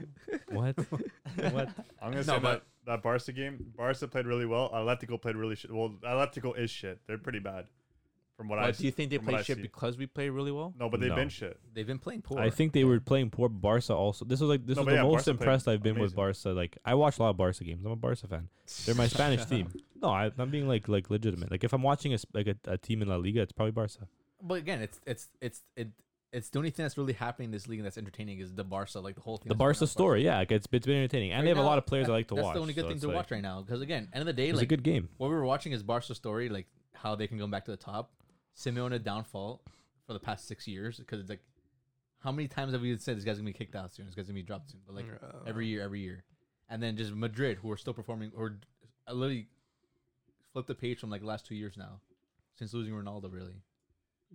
[SPEAKER 6] What?
[SPEAKER 1] <laughs>
[SPEAKER 6] what?
[SPEAKER 3] I'm gonna
[SPEAKER 4] No,
[SPEAKER 3] say that
[SPEAKER 4] but-
[SPEAKER 3] that Barca game. Barca played really well. Atletico played really shit. Well, Atletico is shit. They're pretty bad, from what I
[SPEAKER 1] But do you think they
[SPEAKER 3] from what
[SPEAKER 1] play
[SPEAKER 3] I
[SPEAKER 1] shit
[SPEAKER 3] see.
[SPEAKER 1] because we play really well?
[SPEAKER 3] No, but they've
[SPEAKER 6] No.
[SPEAKER 3] been shit.
[SPEAKER 4] They've been playing poor.
[SPEAKER 6] I think they were playing poor Barca. Also, this was like this
[SPEAKER 3] No,
[SPEAKER 6] was
[SPEAKER 3] but
[SPEAKER 6] the
[SPEAKER 3] yeah,
[SPEAKER 6] most
[SPEAKER 3] Barca played
[SPEAKER 6] impressed I've been with
[SPEAKER 3] amazing.
[SPEAKER 6] Barca. Like I watch a lot of Barca games. I'm a Barca fan. They're my Spanish team. No, I, I'm being like like legitimate. Like if I'm watching a s- like a, a team in La Liga, it's probably Barca.
[SPEAKER 4] But again, it's it's it's it, it's the only thing that's really happening in this league that's entertaining is the Barca, like the whole thing.
[SPEAKER 6] The
[SPEAKER 4] that's going on
[SPEAKER 6] Barca
[SPEAKER 4] with
[SPEAKER 6] story, yeah, like, it's it's been entertaining, and they
[SPEAKER 4] Right
[SPEAKER 6] have a
[SPEAKER 4] now,
[SPEAKER 6] lot of players I
[SPEAKER 4] that-
[SPEAKER 6] like to
[SPEAKER 4] that's
[SPEAKER 6] watch.
[SPEAKER 4] the only good
[SPEAKER 6] so
[SPEAKER 4] thing
[SPEAKER 6] it's
[SPEAKER 4] to
[SPEAKER 6] like-
[SPEAKER 4] watch right now. Because again, end of the day,
[SPEAKER 6] It was a
[SPEAKER 4] like
[SPEAKER 6] good game.
[SPEAKER 4] what we were watching is Barca story, like how they can go back to the top. Simeone downfall for the past six years because it's like, how many times have we said this guy's gonna be kicked out soon? This guy's gonna be dropped soon. But like
[SPEAKER 5] Yeah.
[SPEAKER 4] every year, every year, and then just Madrid, who are still performing, or I literally flipped the page from like last two years now, since losing Ronaldo, really.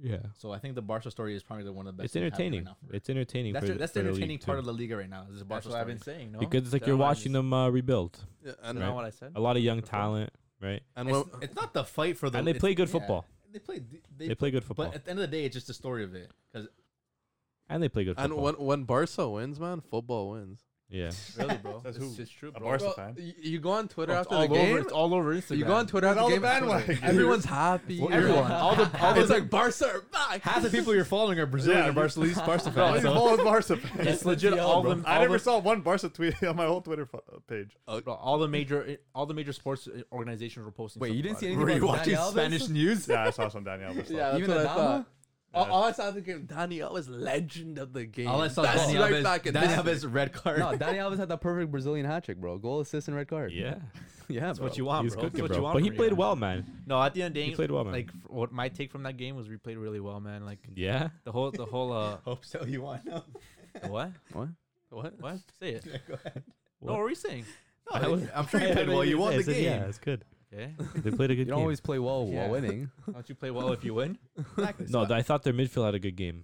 [SPEAKER 6] Yeah,
[SPEAKER 4] So I think the Barca story is probably the one of the best.
[SPEAKER 6] it's entertaining. it's entertaining.
[SPEAKER 4] that's
[SPEAKER 6] for
[SPEAKER 4] the,
[SPEAKER 6] the-
[SPEAKER 4] that's the
[SPEAKER 6] for the league,
[SPEAKER 4] entertaining part
[SPEAKER 6] too.
[SPEAKER 4] of La Liga right now. Is the
[SPEAKER 1] That's
[SPEAKER 4] Barca
[SPEAKER 1] what I've
[SPEAKER 4] story.
[SPEAKER 1] been saying. No,
[SPEAKER 6] because it's like
[SPEAKER 1] That's
[SPEAKER 6] you're
[SPEAKER 1] what I
[SPEAKER 6] watching
[SPEAKER 1] just-
[SPEAKER 6] them uh, rebuild.
[SPEAKER 5] Yeah, and
[SPEAKER 1] That's not
[SPEAKER 6] right. Oh.
[SPEAKER 1] what I said.
[SPEAKER 6] A lot of young talent, right?
[SPEAKER 5] and
[SPEAKER 4] It's,
[SPEAKER 5] when,
[SPEAKER 4] it's not the fight for the
[SPEAKER 6] And they play good
[SPEAKER 4] it's-
[SPEAKER 6] football.
[SPEAKER 4] yeah. they play d- they,
[SPEAKER 6] They play good football,
[SPEAKER 4] but at the end of the day, it's just the story of it. Because
[SPEAKER 6] and they play good
[SPEAKER 5] And
[SPEAKER 6] football.
[SPEAKER 5] when when Barca wins, man, football wins.
[SPEAKER 6] yeah,
[SPEAKER 4] really, bro,
[SPEAKER 3] <laughs> Says
[SPEAKER 1] It's,
[SPEAKER 3] who?
[SPEAKER 1] it's true,
[SPEAKER 3] A
[SPEAKER 1] bro.
[SPEAKER 3] Barca
[SPEAKER 5] Well,
[SPEAKER 3] fan.
[SPEAKER 5] y- you go on Twitter
[SPEAKER 1] It's
[SPEAKER 5] after
[SPEAKER 1] all
[SPEAKER 5] the
[SPEAKER 1] over.
[SPEAKER 5] game.
[SPEAKER 1] It's all over Instagram.
[SPEAKER 5] you go on Twitter after
[SPEAKER 3] all
[SPEAKER 5] the
[SPEAKER 3] the
[SPEAKER 5] game.
[SPEAKER 3] <laughs>
[SPEAKER 5] it's like,
[SPEAKER 3] bandwagon.
[SPEAKER 5] Everyone's happy.
[SPEAKER 4] everyone, all the all
[SPEAKER 5] It's
[SPEAKER 4] the,
[SPEAKER 5] like Barca are back.
[SPEAKER 4] half the people you're following are Brazilian
[SPEAKER 3] Yeah,
[SPEAKER 4] or Barcelona
[SPEAKER 3] <laughs>
[SPEAKER 4] Barca
[SPEAKER 3] All
[SPEAKER 4] fans.
[SPEAKER 3] these
[SPEAKER 4] so-
[SPEAKER 3] old Barca fans.
[SPEAKER 1] It's legit. All them.
[SPEAKER 3] I
[SPEAKER 1] all
[SPEAKER 3] never
[SPEAKER 1] the-
[SPEAKER 3] saw one Barca tweet <laughs> on my whole Twitter fo- uh,
[SPEAKER 1] <laughs>
[SPEAKER 3] page.
[SPEAKER 1] bro, all the major, all the major sports organizations were posting.
[SPEAKER 2] Wait,
[SPEAKER 1] stuff
[SPEAKER 2] you didn't
[SPEAKER 1] about
[SPEAKER 2] see
[SPEAKER 1] it.
[SPEAKER 2] anything about Dani Alves?
[SPEAKER 5] news?
[SPEAKER 3] Yeah, I saw some Daniel. Alves stuff.
[SPEAKER 5] that's
[SPEAKER 2] Even
[SPEAKER 5] what I
[SPEAKER 2] Adama?
[SPEAKER 5] thought. All,
[SPEAKER 3] Yeah.
[SPEAKER 5] all I saw was game. Danny Alves, legend of the game.
[SPEAKER 4] All I saw was
[SPEAKER 5] Best
[SPEAKER 4] Dani
[SPEAKER 5] right
[SPEAKER 4] Alves-
[SPEAKER 5] back in
[SPEAKER 4] Dani
[SPEAKER 5] history.
[SPEAKER 4] Alves red card.
[SPEAKER 2] No, Danny Alves had that perfect Brazilian hat trick, bro. Goal, assist, and red card.
[SPEAKER 6] <laughs> yeah.
[SPEAKER 2] yeah,
[SPEAKER 1] That's
[SPEAKER 2] bro.
[SPEAKER 1] what you want,
[SPEAKER 6] He's
[SPEAKER 1] bro.
[SPEAKER 6] cooking,
[SPEAKER 1] That's what
[SPEAKER 6] bro.
[SPEAKER 1] you want
[SPEAKER 6] But he
[SPEAKER 1] from your
[SPEAKER 6] played
[SPEAKER 1] guy.
[SPEAKER 6] well, man.
[SPEAKER 1] No, at the end of the
[SPEAKER 6] He
[SPEAKER 1] game,
[SPEAKER 6] played well, man.
[SPEAKER 1] like f- what my take from that game was, we played really well, man. Like
[SPEAKER 6] Yeah.
[SPEAKER 1] the whole, the whole, uh,
[SPEAKER 4] <laughs> Hope so. You want no?
[SPEAKER 1] the what,
[SPEAKER 2] What?
[SPEAKER 1] what, what? Say
[SPEAKER 4] <laughs>
[SPEAKER 1] it.
[SPEAKER 4] Go ahead.
[SPEAKER 1] No, what were you saying?
[SPEAKER 6] I was-
[SPEAKER 4] I'm sure you played well. You won
[SPEAKER 6] I
[SPEAKER 4] the
[SPEAKER 6] said, Yeah, <laughs>
[SPEAKER 4] game.
[SPEAKER 6] it's good.
[SPEAKER 1] Okay,
[SPEAKER 6] They played a
[SPEAKER 2] You
[SPEAKER 6] good
[SPEAKER 2] don't
[SPEAKER 6] game.
[SPEAKER 2] always play Oh, well
[SPEAKER 1] Yeah.
[SPEAKER 2] while winning.
[SPEAKER 1] <laughs> Why don't you play well if you win?
[SPEAKER 4] Exactly.
[SPEAKER 6] No, I thought their midfield had a good game.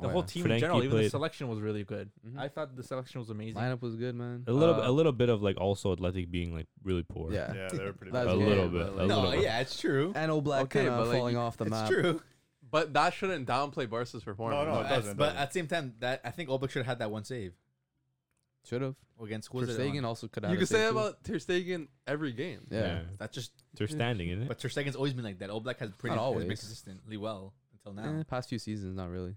[SPEAKER 1] The
[SPEAKER 2] Oh,
[SPEAKER 1] whole
[SPEAKER 2] yeah.
[SPEAKER 1] team
[SPEAKER 6] Frankie
[SPEAKER 1] in general, even the
[SPEAKER 6] played-
[SPEAKER 1] selection was really good.
[SPEAKER 2] Mhm.
[SPEAKER 1] I thought the selection was amazing.
[SPEAKER 2] Lineup was good, man.
[SPEAKER 6] A little,
[SPEAKER 1] Uh,
[SPEAKER 6] a little bit of like also Athletic being like really poor.
[SPEAKER 2] Yeah.
[SPEAKER 3] Yeah, they were pretty.
[SPEAKER 2] That's
[SPEAKER 6] a
[SPEAKER 3] bad.
[SPEAKER 2] good,
[SPEAKER 6] little
[SPEAKER 2] but
[SPEAKER 6] bit.
[SPEAKER 2] like-
[SPEAKER 6] a little
[SPEAKER 4] no,
[SPEAKER 6] bit.
[SPEAKER 4] yeah, it's true.
[SPEAKER 2] And Old Black
[SPEAKER 5] Okay,
[SPEAKER 2] kind
[SPEAKER 5] but,
[SPEAKER 2] of
[SPEAKER 5] like,
[SPEAKER 2] falling off the
[SPEAKER 4] It's
[SPEAKER 2] map.
[SPEAKER 4] true. <laughs>
[SPEAKER 5] But that shouldn't downplay Barca's performance.
[SPEAKER 3] No, it
[SPEAKER 4] That's-
[SPEAKER 3] doesn't,
[SPEAKER 4] but
[SPEAKER 3] doesn't.
[SPEAKER 4] at the same time, that I think Olbeck should have had that one save
[SPEAKER 2] Should have.
[SPEAKER 4] against who
[SPEAKER 2] Ter
[SPEAKER 4] was it on?
[SPEAKER 2] Stegen also could have.
[SPEAKER 5] You
[SPEAKER 2] had a
[SPEAKER 5] could say
[SPEAKER 2] save,
[SPEAKER 5] that
[SPEAKER 2] too.
[SPEAKER 5] about Ter Stegen every game.
[SPEAKER 2] Yeah.
[SPEAKER 4] That's just.
[SPEAKER 6] They're standing, isn't it?
[SPEAKER 4] But Ter Stegen's always been like that. Olbeck has pretty
[SPEAKER 2] Not
[SPEAKER 4] has been
[SPEAKER 2] always.
[SPEAKER 4] consistently well until now.
[SPEAKER 2] Eh, past few seasons, not really.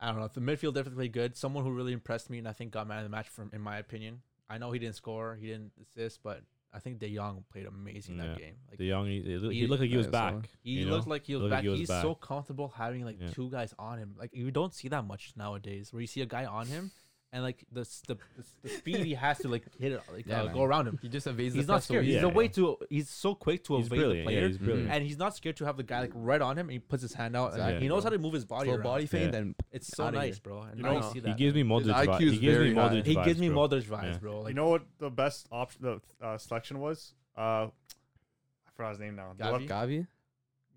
[SPEAKER 1] I don't know. The midfield definitely played good. Someone who really impressed me and I think got man of the match from, in my opinion. I know he didn't score, he didn't assist, but I think De Jong played amazing that
[SPEAKER 6] Yeah.
[SPEAKER 1] game. Like
[SPEAKER 6] the young, he, he looked- he
[SPEAKER 1] He-
[SPEAKER 6] looked like he was
[SPEAKER 2] Yeah,
[SPEAKER 6] back.
[SPEAKER 2] so-
[SPEAKER 1] he
[SPEAKER 6] you know?
[SPEAKER 1] looked like he was
[SPEAKER 6] Looked like
[SPEAKER 1] back.
[SPEAKER 6] he was
[SPEAKER 1] He's
[SPEAKER 6] back.
[SPEAKER 1] so comfortable having like
[SPEAKER 6] Yeah.
[SPEAKER 1] two guys on him. Like you don't see that much nowadays, where you see a guy on him and like the s- the, the, s- the speed he has to like hit it, like
[SPEAKER 2] Yeah,
[SPEAKER 1] uh,
[SPEAKER 2] man.
[SPEAKER 1] go around him.
[SPEAKER 2] He just evades
[SPEAKER 1] He's
[SPEAKER 2] the
[SPEAKER 1] not
[SPEAKER 2] press. so
[SPEAKER 1] scared.
[SPEAKER 2] easy.
[SPEAKER 1] He's
[SPEAKER 6] Yeah,
[SPEAKER 1] a way
[SPEAKER 6] yeah.
[SPEAKER 1] to. He's so quick to
[SPEAKER 6] He's
[SPEAKER 1] evade the
[SPEAKER 6] brilliant.
[SPEAKER 1] player,
[SPEAKER 6] Yeah, he's brilliant.
[SPEAKER 1] and he's not scared to have the guy like right on him. and He puts his hand out. and
[SPEAKER 2] Exactly,
[SPEAKER 1] he knows
[SPEAKER 2] bro.
[SPEAKER 1] how to move his body.
[SPEAKER 2] Slow
[SPEAKER 1] around.
[SPEAKER 2] body fade,
[SPEAKER 6] Yeah.
[SPEAKER 2] then
[SPEAKER 1] It's so
[SPEAKER 2] outta here.
[SPEAKER 1] nice, bro. And
[SPEAKER 3] You
[SPEAKER 1] now you
[SPEAKER 5] know,
[SPEAKER 1] see
[SPEAKER 6] He
[SPEAKER 1] that.
[SPEAKER 6] gives me Modric
[SPEAKER 5] IQ
[SPEAKER 6] vibes.
[SPEAKER 5] is
[SPEAKER 6] He gives me
[SPEAKER 5] very high.
[SPEAKER 6] Modric
[SPEAKER 1] He
[SPEAKER 6] vibes.
[SPEAKER 1] gives me
[SPEAKER 6] bro.
[SPEAKER 1] Modric vibes,
[SPEAKER 6] Yeah.
[SPEAKER 1] bro. Like
[SPEAKER 3] you know what the best option, the uh, selection was? Uh, I forgot his name now. The
[SPEAKER 1] Gavi?
[SPEAKER 3] left-
[SPEAKER 2] Gavi.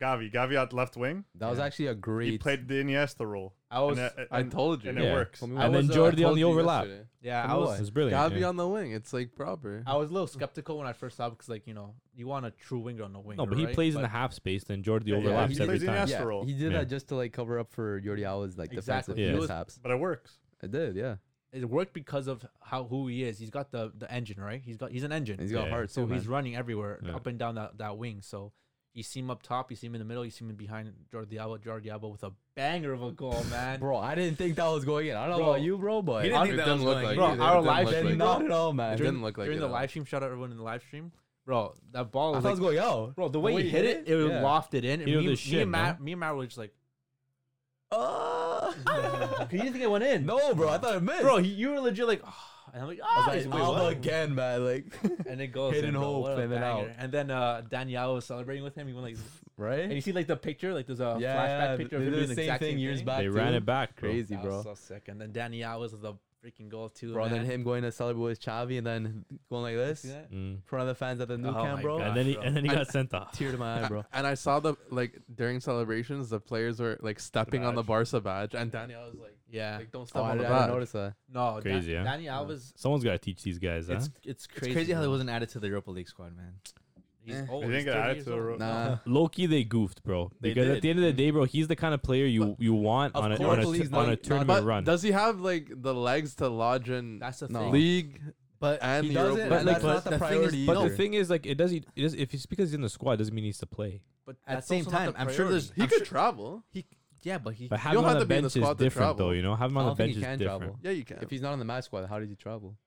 [SPEAKER 3] Gavi. Gavi at left wing.
[SPEAKER 2] That was
[SPEAKER 1] Yeah.
[SPEAKER 2] actually a great.
[SPEAKER 3] He played the Iniesta role.
[SPEAKER 1] I was,
[SPEAKER 3] and, uh,
[SPEAKER 5] I
[SPEAKER 3] and-
[SPEAKER 5] told you.
[SPEAKER 3] and
[SPEAKER 5] Yeah.
[SPEAKER 3] it
[SPEAKER 6] Yeah.
[SPEAKER 3] works.
[SPEAKER 2] Tell me
[SPEAKER 1] I
[SPEAKER 2] what-
[SPEAKER 6] And then
[SPEAKER 1] was, uh,
[SPEAKER 6] Jordi on
[SPEAKER 5] Told
[SPEAKER 6] the
[SPEAKER 5] you
[SPEAKER 6] overlap.
[SPEAKER 5] yesterday.
[SPEAKER 1] yeah,
[SPEAKER 6] It
[SPEAKER 1] I was,
[SPEAKER 6] was brilliant.
[SPEAKER 5] Gavi
[SPEAKER 6] yeah.
[SPEAKER 5] on the wing. It's like proper.
[SPEAKER 1] I was a little skeptical when I first saw because, like, you know, you want a true winger on the wing.
[SPEAKER 6] No, but he
[SPEAKER 1] right?
[SPEAKER 6] plays in
[SPEAKER 1] But
[SPEAKER 6] the half space, then Jordi
[SPEAKER 3] Yeah, yeah,
[SPEAKER 6] overlaps
[SPEAKER 3] he
[SPEAKER 6] every
[SPEAKER 3] plays in
[SPEAKER 6] time.
[SPEAKER 3] the
[SPEAKER 2] yeah,
[SPEAKER 3] Astro.
[SPEAKER 2] he did
[SPEAKER 6] Yeah.
[SPEAKER 2] that just to like cover up for Jordi Alba's like
[SPEAKER 1] Exactly.
[SPEAKER 2] defensive
[SPEAKER 6] Yeah. He was-
[SPEAKER 2] mishaps.
[SPEAKER 3] But it works.
[SPEAKER 2] It did, yeah.
[SPEAKER 1] It worked because of how who he is. He's got the the engine, right? He's got he's an engine.
[SPEAKER 2] And he's got
[SPEAKER 6] Yeah.
[SPEAKER 2] heart
[SPEAKER 1] so
[SPEAKER 2] too, man.
[SPEAKER 1] he's running everywhere,
[SPEAKER 6] Yeah.
[SPEAKER 1] up and down that, that wing. So you see him up top, you see him in the middle, you see him behind Jordi Alba. Jordi Alba with a banger of a goal, man.
[SPEAKER 2] Bro, I didn't think that was going in. I don't know
[SPEAKER 1] Bro,
[SPEAKER 2] about you, bro, but
[SPEAKER 4] He didn't think that was going
[SPEAKER 5] like
[SPEAKER 4] in.
[SPEAKER 1] Bro,
[SPEAKER 5] it. It
[SPEAKER 1] our
[SPEAKER 5] didn't
[SPEAKER 1] live
[SPEAKER 5] look
[SPEAKER 1] stream-
[SPEAKER 5] like it.
[SPEAKER 2] not at all, man.
[SPEAKER 5] It
[SPEAKER 1] during
[SPEAKER 5] didn't look like
[SPEAKER 1] during
[SPEAKER 5] it
[SPEAKER 1] the
[SPEAKER 5] at all.
[SPEAKER 1] live stream, shout out everyone in the live stream. Bro, that ball
[SPEAKER 2] I
[SPEAKER 1] was
[SPEAKER 2] thought it
[SPEAKER 1] like
[SPEAKER 2] was going out.
[SPEAKER 1] Bro, the way he hit it, it was
[SPEAKER 2] yeah.
[SPEAKER 1] lofted in. And
[SPEAKER 6] He
[SPEAKER 1] me,
[SPEAKER 6] was the
[SPEAKER 1] me,
[SPEAKER 6] shit,
[SPEAKER 1] and Matt,
[SPEAKER 6] no?
[SPEAKER 1] me and Matt were just
[SPEAKER 2] <laughs>
[SPEAKER 1] like, <laughs>
[SPEAKER 2] Oh.
[SPEAKER 1] "Cause you didn't think it went in?"
[SPEAKER 2] no, bro, I thought it missed.
[SPEAKER 1] bro, he- you were legit like, <sighs> "Ah," and I'm like,
[SPEAKER 2] I
[SPEAKER 1] "Ah,"
[SPEAKER 2] was
[SPEAKER 1] he's
[SPEAKER 2] like,
[SPEAKER 1] like,
[SPEAKER 2] Alba
[SPEAKER 1] "What?"
[SPEAKER 2] again, man. Like,
[SPEAKER 1] and it goes
[SPEAKER 2] Hidden
[SPEAKER 1] in, bro.
[SPEAKER 2] hope,
[SPEAKER 1] What a
[SPEAKER 2] and then
[SPEAKER 1] banger.
[SPEAKER 2] out.
[SPEAKER 1] And then uh, Danielle was celebrating with him. He went like, and you
[SPEAKER 2] right?
[SPEAKER 1] see like the picture, like there's a flashback picture of
[SPEAKER 2] they
[SPEAKER 1] him
[SPEAKER 2] did
[SPEAKER 1] doing
[SPEAKER 2] the
[SPEAKER 1] the
[SPEAKER 2] same
[SPEAKER 1] exact
[SPEAKER 2] thing
[SPEAKER 1] same
[SPEAKER 2] years
[SPEAKER 1] thing.
[SPEAKER 2] back.
[SPEAKER 6] They ran
[SPEAKER 2] too.
[SPEAKER 6] it back. bro.
[SPEAKER 2] Crazy,
[SPEAKER 1] That was
[SPEAKER 2] bro.
[SPEAKER 1] so sick. And then Danielle was the freaking goal too.
[SPEAKER 2] Bro, and then
[SPEAKER 1] man.
[SPEAKER 2] him going to celebrate with Chavi and then going like this
[SPEAKER 1] See
[SPEAKER 2] in
[SPEAKER 1] that?
[SPEAKER 6] Mm.
[SPEAKER 2] front of the fans at the new
[SPEAKER 1] Oh
[SPEAKER 2] camp,
[SPEAKER 1] my
[SPEAKER 4] <laughs>
[SPEAKER 2] bro.
[SPEAKER 1] God.
[SPEAKER 6] And then he
[SPEAKER 1] bro.
[SPEAKER 6] and then he
[SPEAKER 5] And-
[SPEAKER 6] got sent off.
[SPEAKER 2] Tear to my eye, bro.
[SPEAKER 5] And I saw the like during celebrations, the players were like stepping on the
[SPEAKER 3] badge.
[SPEAKER 5] Barca badge, and Daniel was like,
[SPEAKER 1] Yeah.
[SPEAKER 5] like don't step
[SPEAKER 2] Oh, I
[SPEAKER 5] on the
[SPEAKER 2] didn't I didn't
[SPEAKER 5] badge.
[SPEAKER 2] notice that.
[SPEAKER 1] No, Da-
[SPEAKER 6] Crazy, huh?
[SPEAKER 1] Danielle was.
[SPEAKER 6] Someone's got to teach these guys. Huh?
[SPEAKER 1] It's it's crazy.
[SPEAKER 4] It's crazy how he
[SPEAKER 1] bro.
[SPEAKER 4] wasn't added to the Europa League squad, man.
[SPEAKER 1] He's
[SPEAKER 2] Eh.
[SPEAKER 1] old.
[SPEAKER 3] They
[SPEAKER 1] He's
[SPEAKER 3] didn't get
[SPEAKER 1] 30
[SPEAKER 3] added
[SPEAKER 1] years
[SPEAKER 3] to the
[SPEAKER 1] old.
[SPEAKER 3] ro-
[SPEAKER 2] Nah.
[SPEAKER 6] Loki, they goofed, bro.
[SPEAKER 4] They
[SPEAKER 6] Because at
[SPEAKER 4] did.
[SPEAKER 6] the end of the day, bro, he's the kind of player you you want
[SPEAKER 5] of
[SPEAKER 6] on a,
[SPEAKER 5] course,
[SPEAKER 6] on a,
[SPEAKER 2] the league's
[SPEAKER 6] tu- on
[SPEAKER 2] not-
[SPEAKER 6] a
[SPEAKER 2] not-
[SPEAKER 6] tournament
[SPEAKER 5] But
[SPEAKER 6] run.
[SPEAKER 5] does he have like the legs to lodge in
[SPEAKER 1] That's the
[SPEAKER 2] No.
[SPEAKER 1] thing.
[SPEAKER 5] league?
[SPEAKER 4] But
[SPEAKER 5] and
[SPEAKER 2] He
[SPEAKER 5] the Europa
[SPEAKER 2] doesn't,
[SPEAKER 5] League?
[SPEAKER 2] and that's
[SPEAKER 6] But
[SPEAKER 2] not the
[SPEAKER 4] the thing is-
[SPEAKER 2] priority
[SPEAKER 6] But
[SPEAKER 2] either.
[SPEAKER 6] the thing is, like, it doesn't. It does, if it's because he's in the squad, doesn't mean he's to play.
[SPEAKER 1] But
[SPEAKER 4] At
[SPEAKER 1] that's
[SPEAKER 4] the same
[SPEAKER 1] also not
[SPEAKER 4] time, I'm sure
[SPEAKER 1] priority.
[SPEAKER 4] there's
[SPEAKER 5] he
[SPEAKER 4] I'm
[SPEAKER 1] <laughs>
[SPEAKER 5] could
[SPEAKER 4] sure-
[SPEAKER 5] travel.
[SPEAKER 4] he yeah, but he
[SPEAKER 6] But
[SPEAKER 5] You
[SPEAKER 6] having
[SPEAKER 5] don't
[SPEAKER 6] him on
[SPEAKER 5] have
[SPEAKER 6] the
[SPEAKER 5] to be in the
[SPEAKER 6] bench is
[SPEAKER 5] squad to
[SPEAKER 6] different, though.
[SPEAKER 5] travel.
[SPEAKER 6] You know, having him
[SPEAKER 2] I
[SPEAKER 6] on the
[SPEAKER 2] don't think
[SPEAKER 6] bench
[SPEAKER 2] he
[SPEAKER 6] is
[SPEAKER 2] can
[SPEAKER 6] different.
[SPEAKER 2] travel.
[SPEAKER 5] Yeah, you can.
[SPEAKER 2] If he's not on the match squad, how did he travel?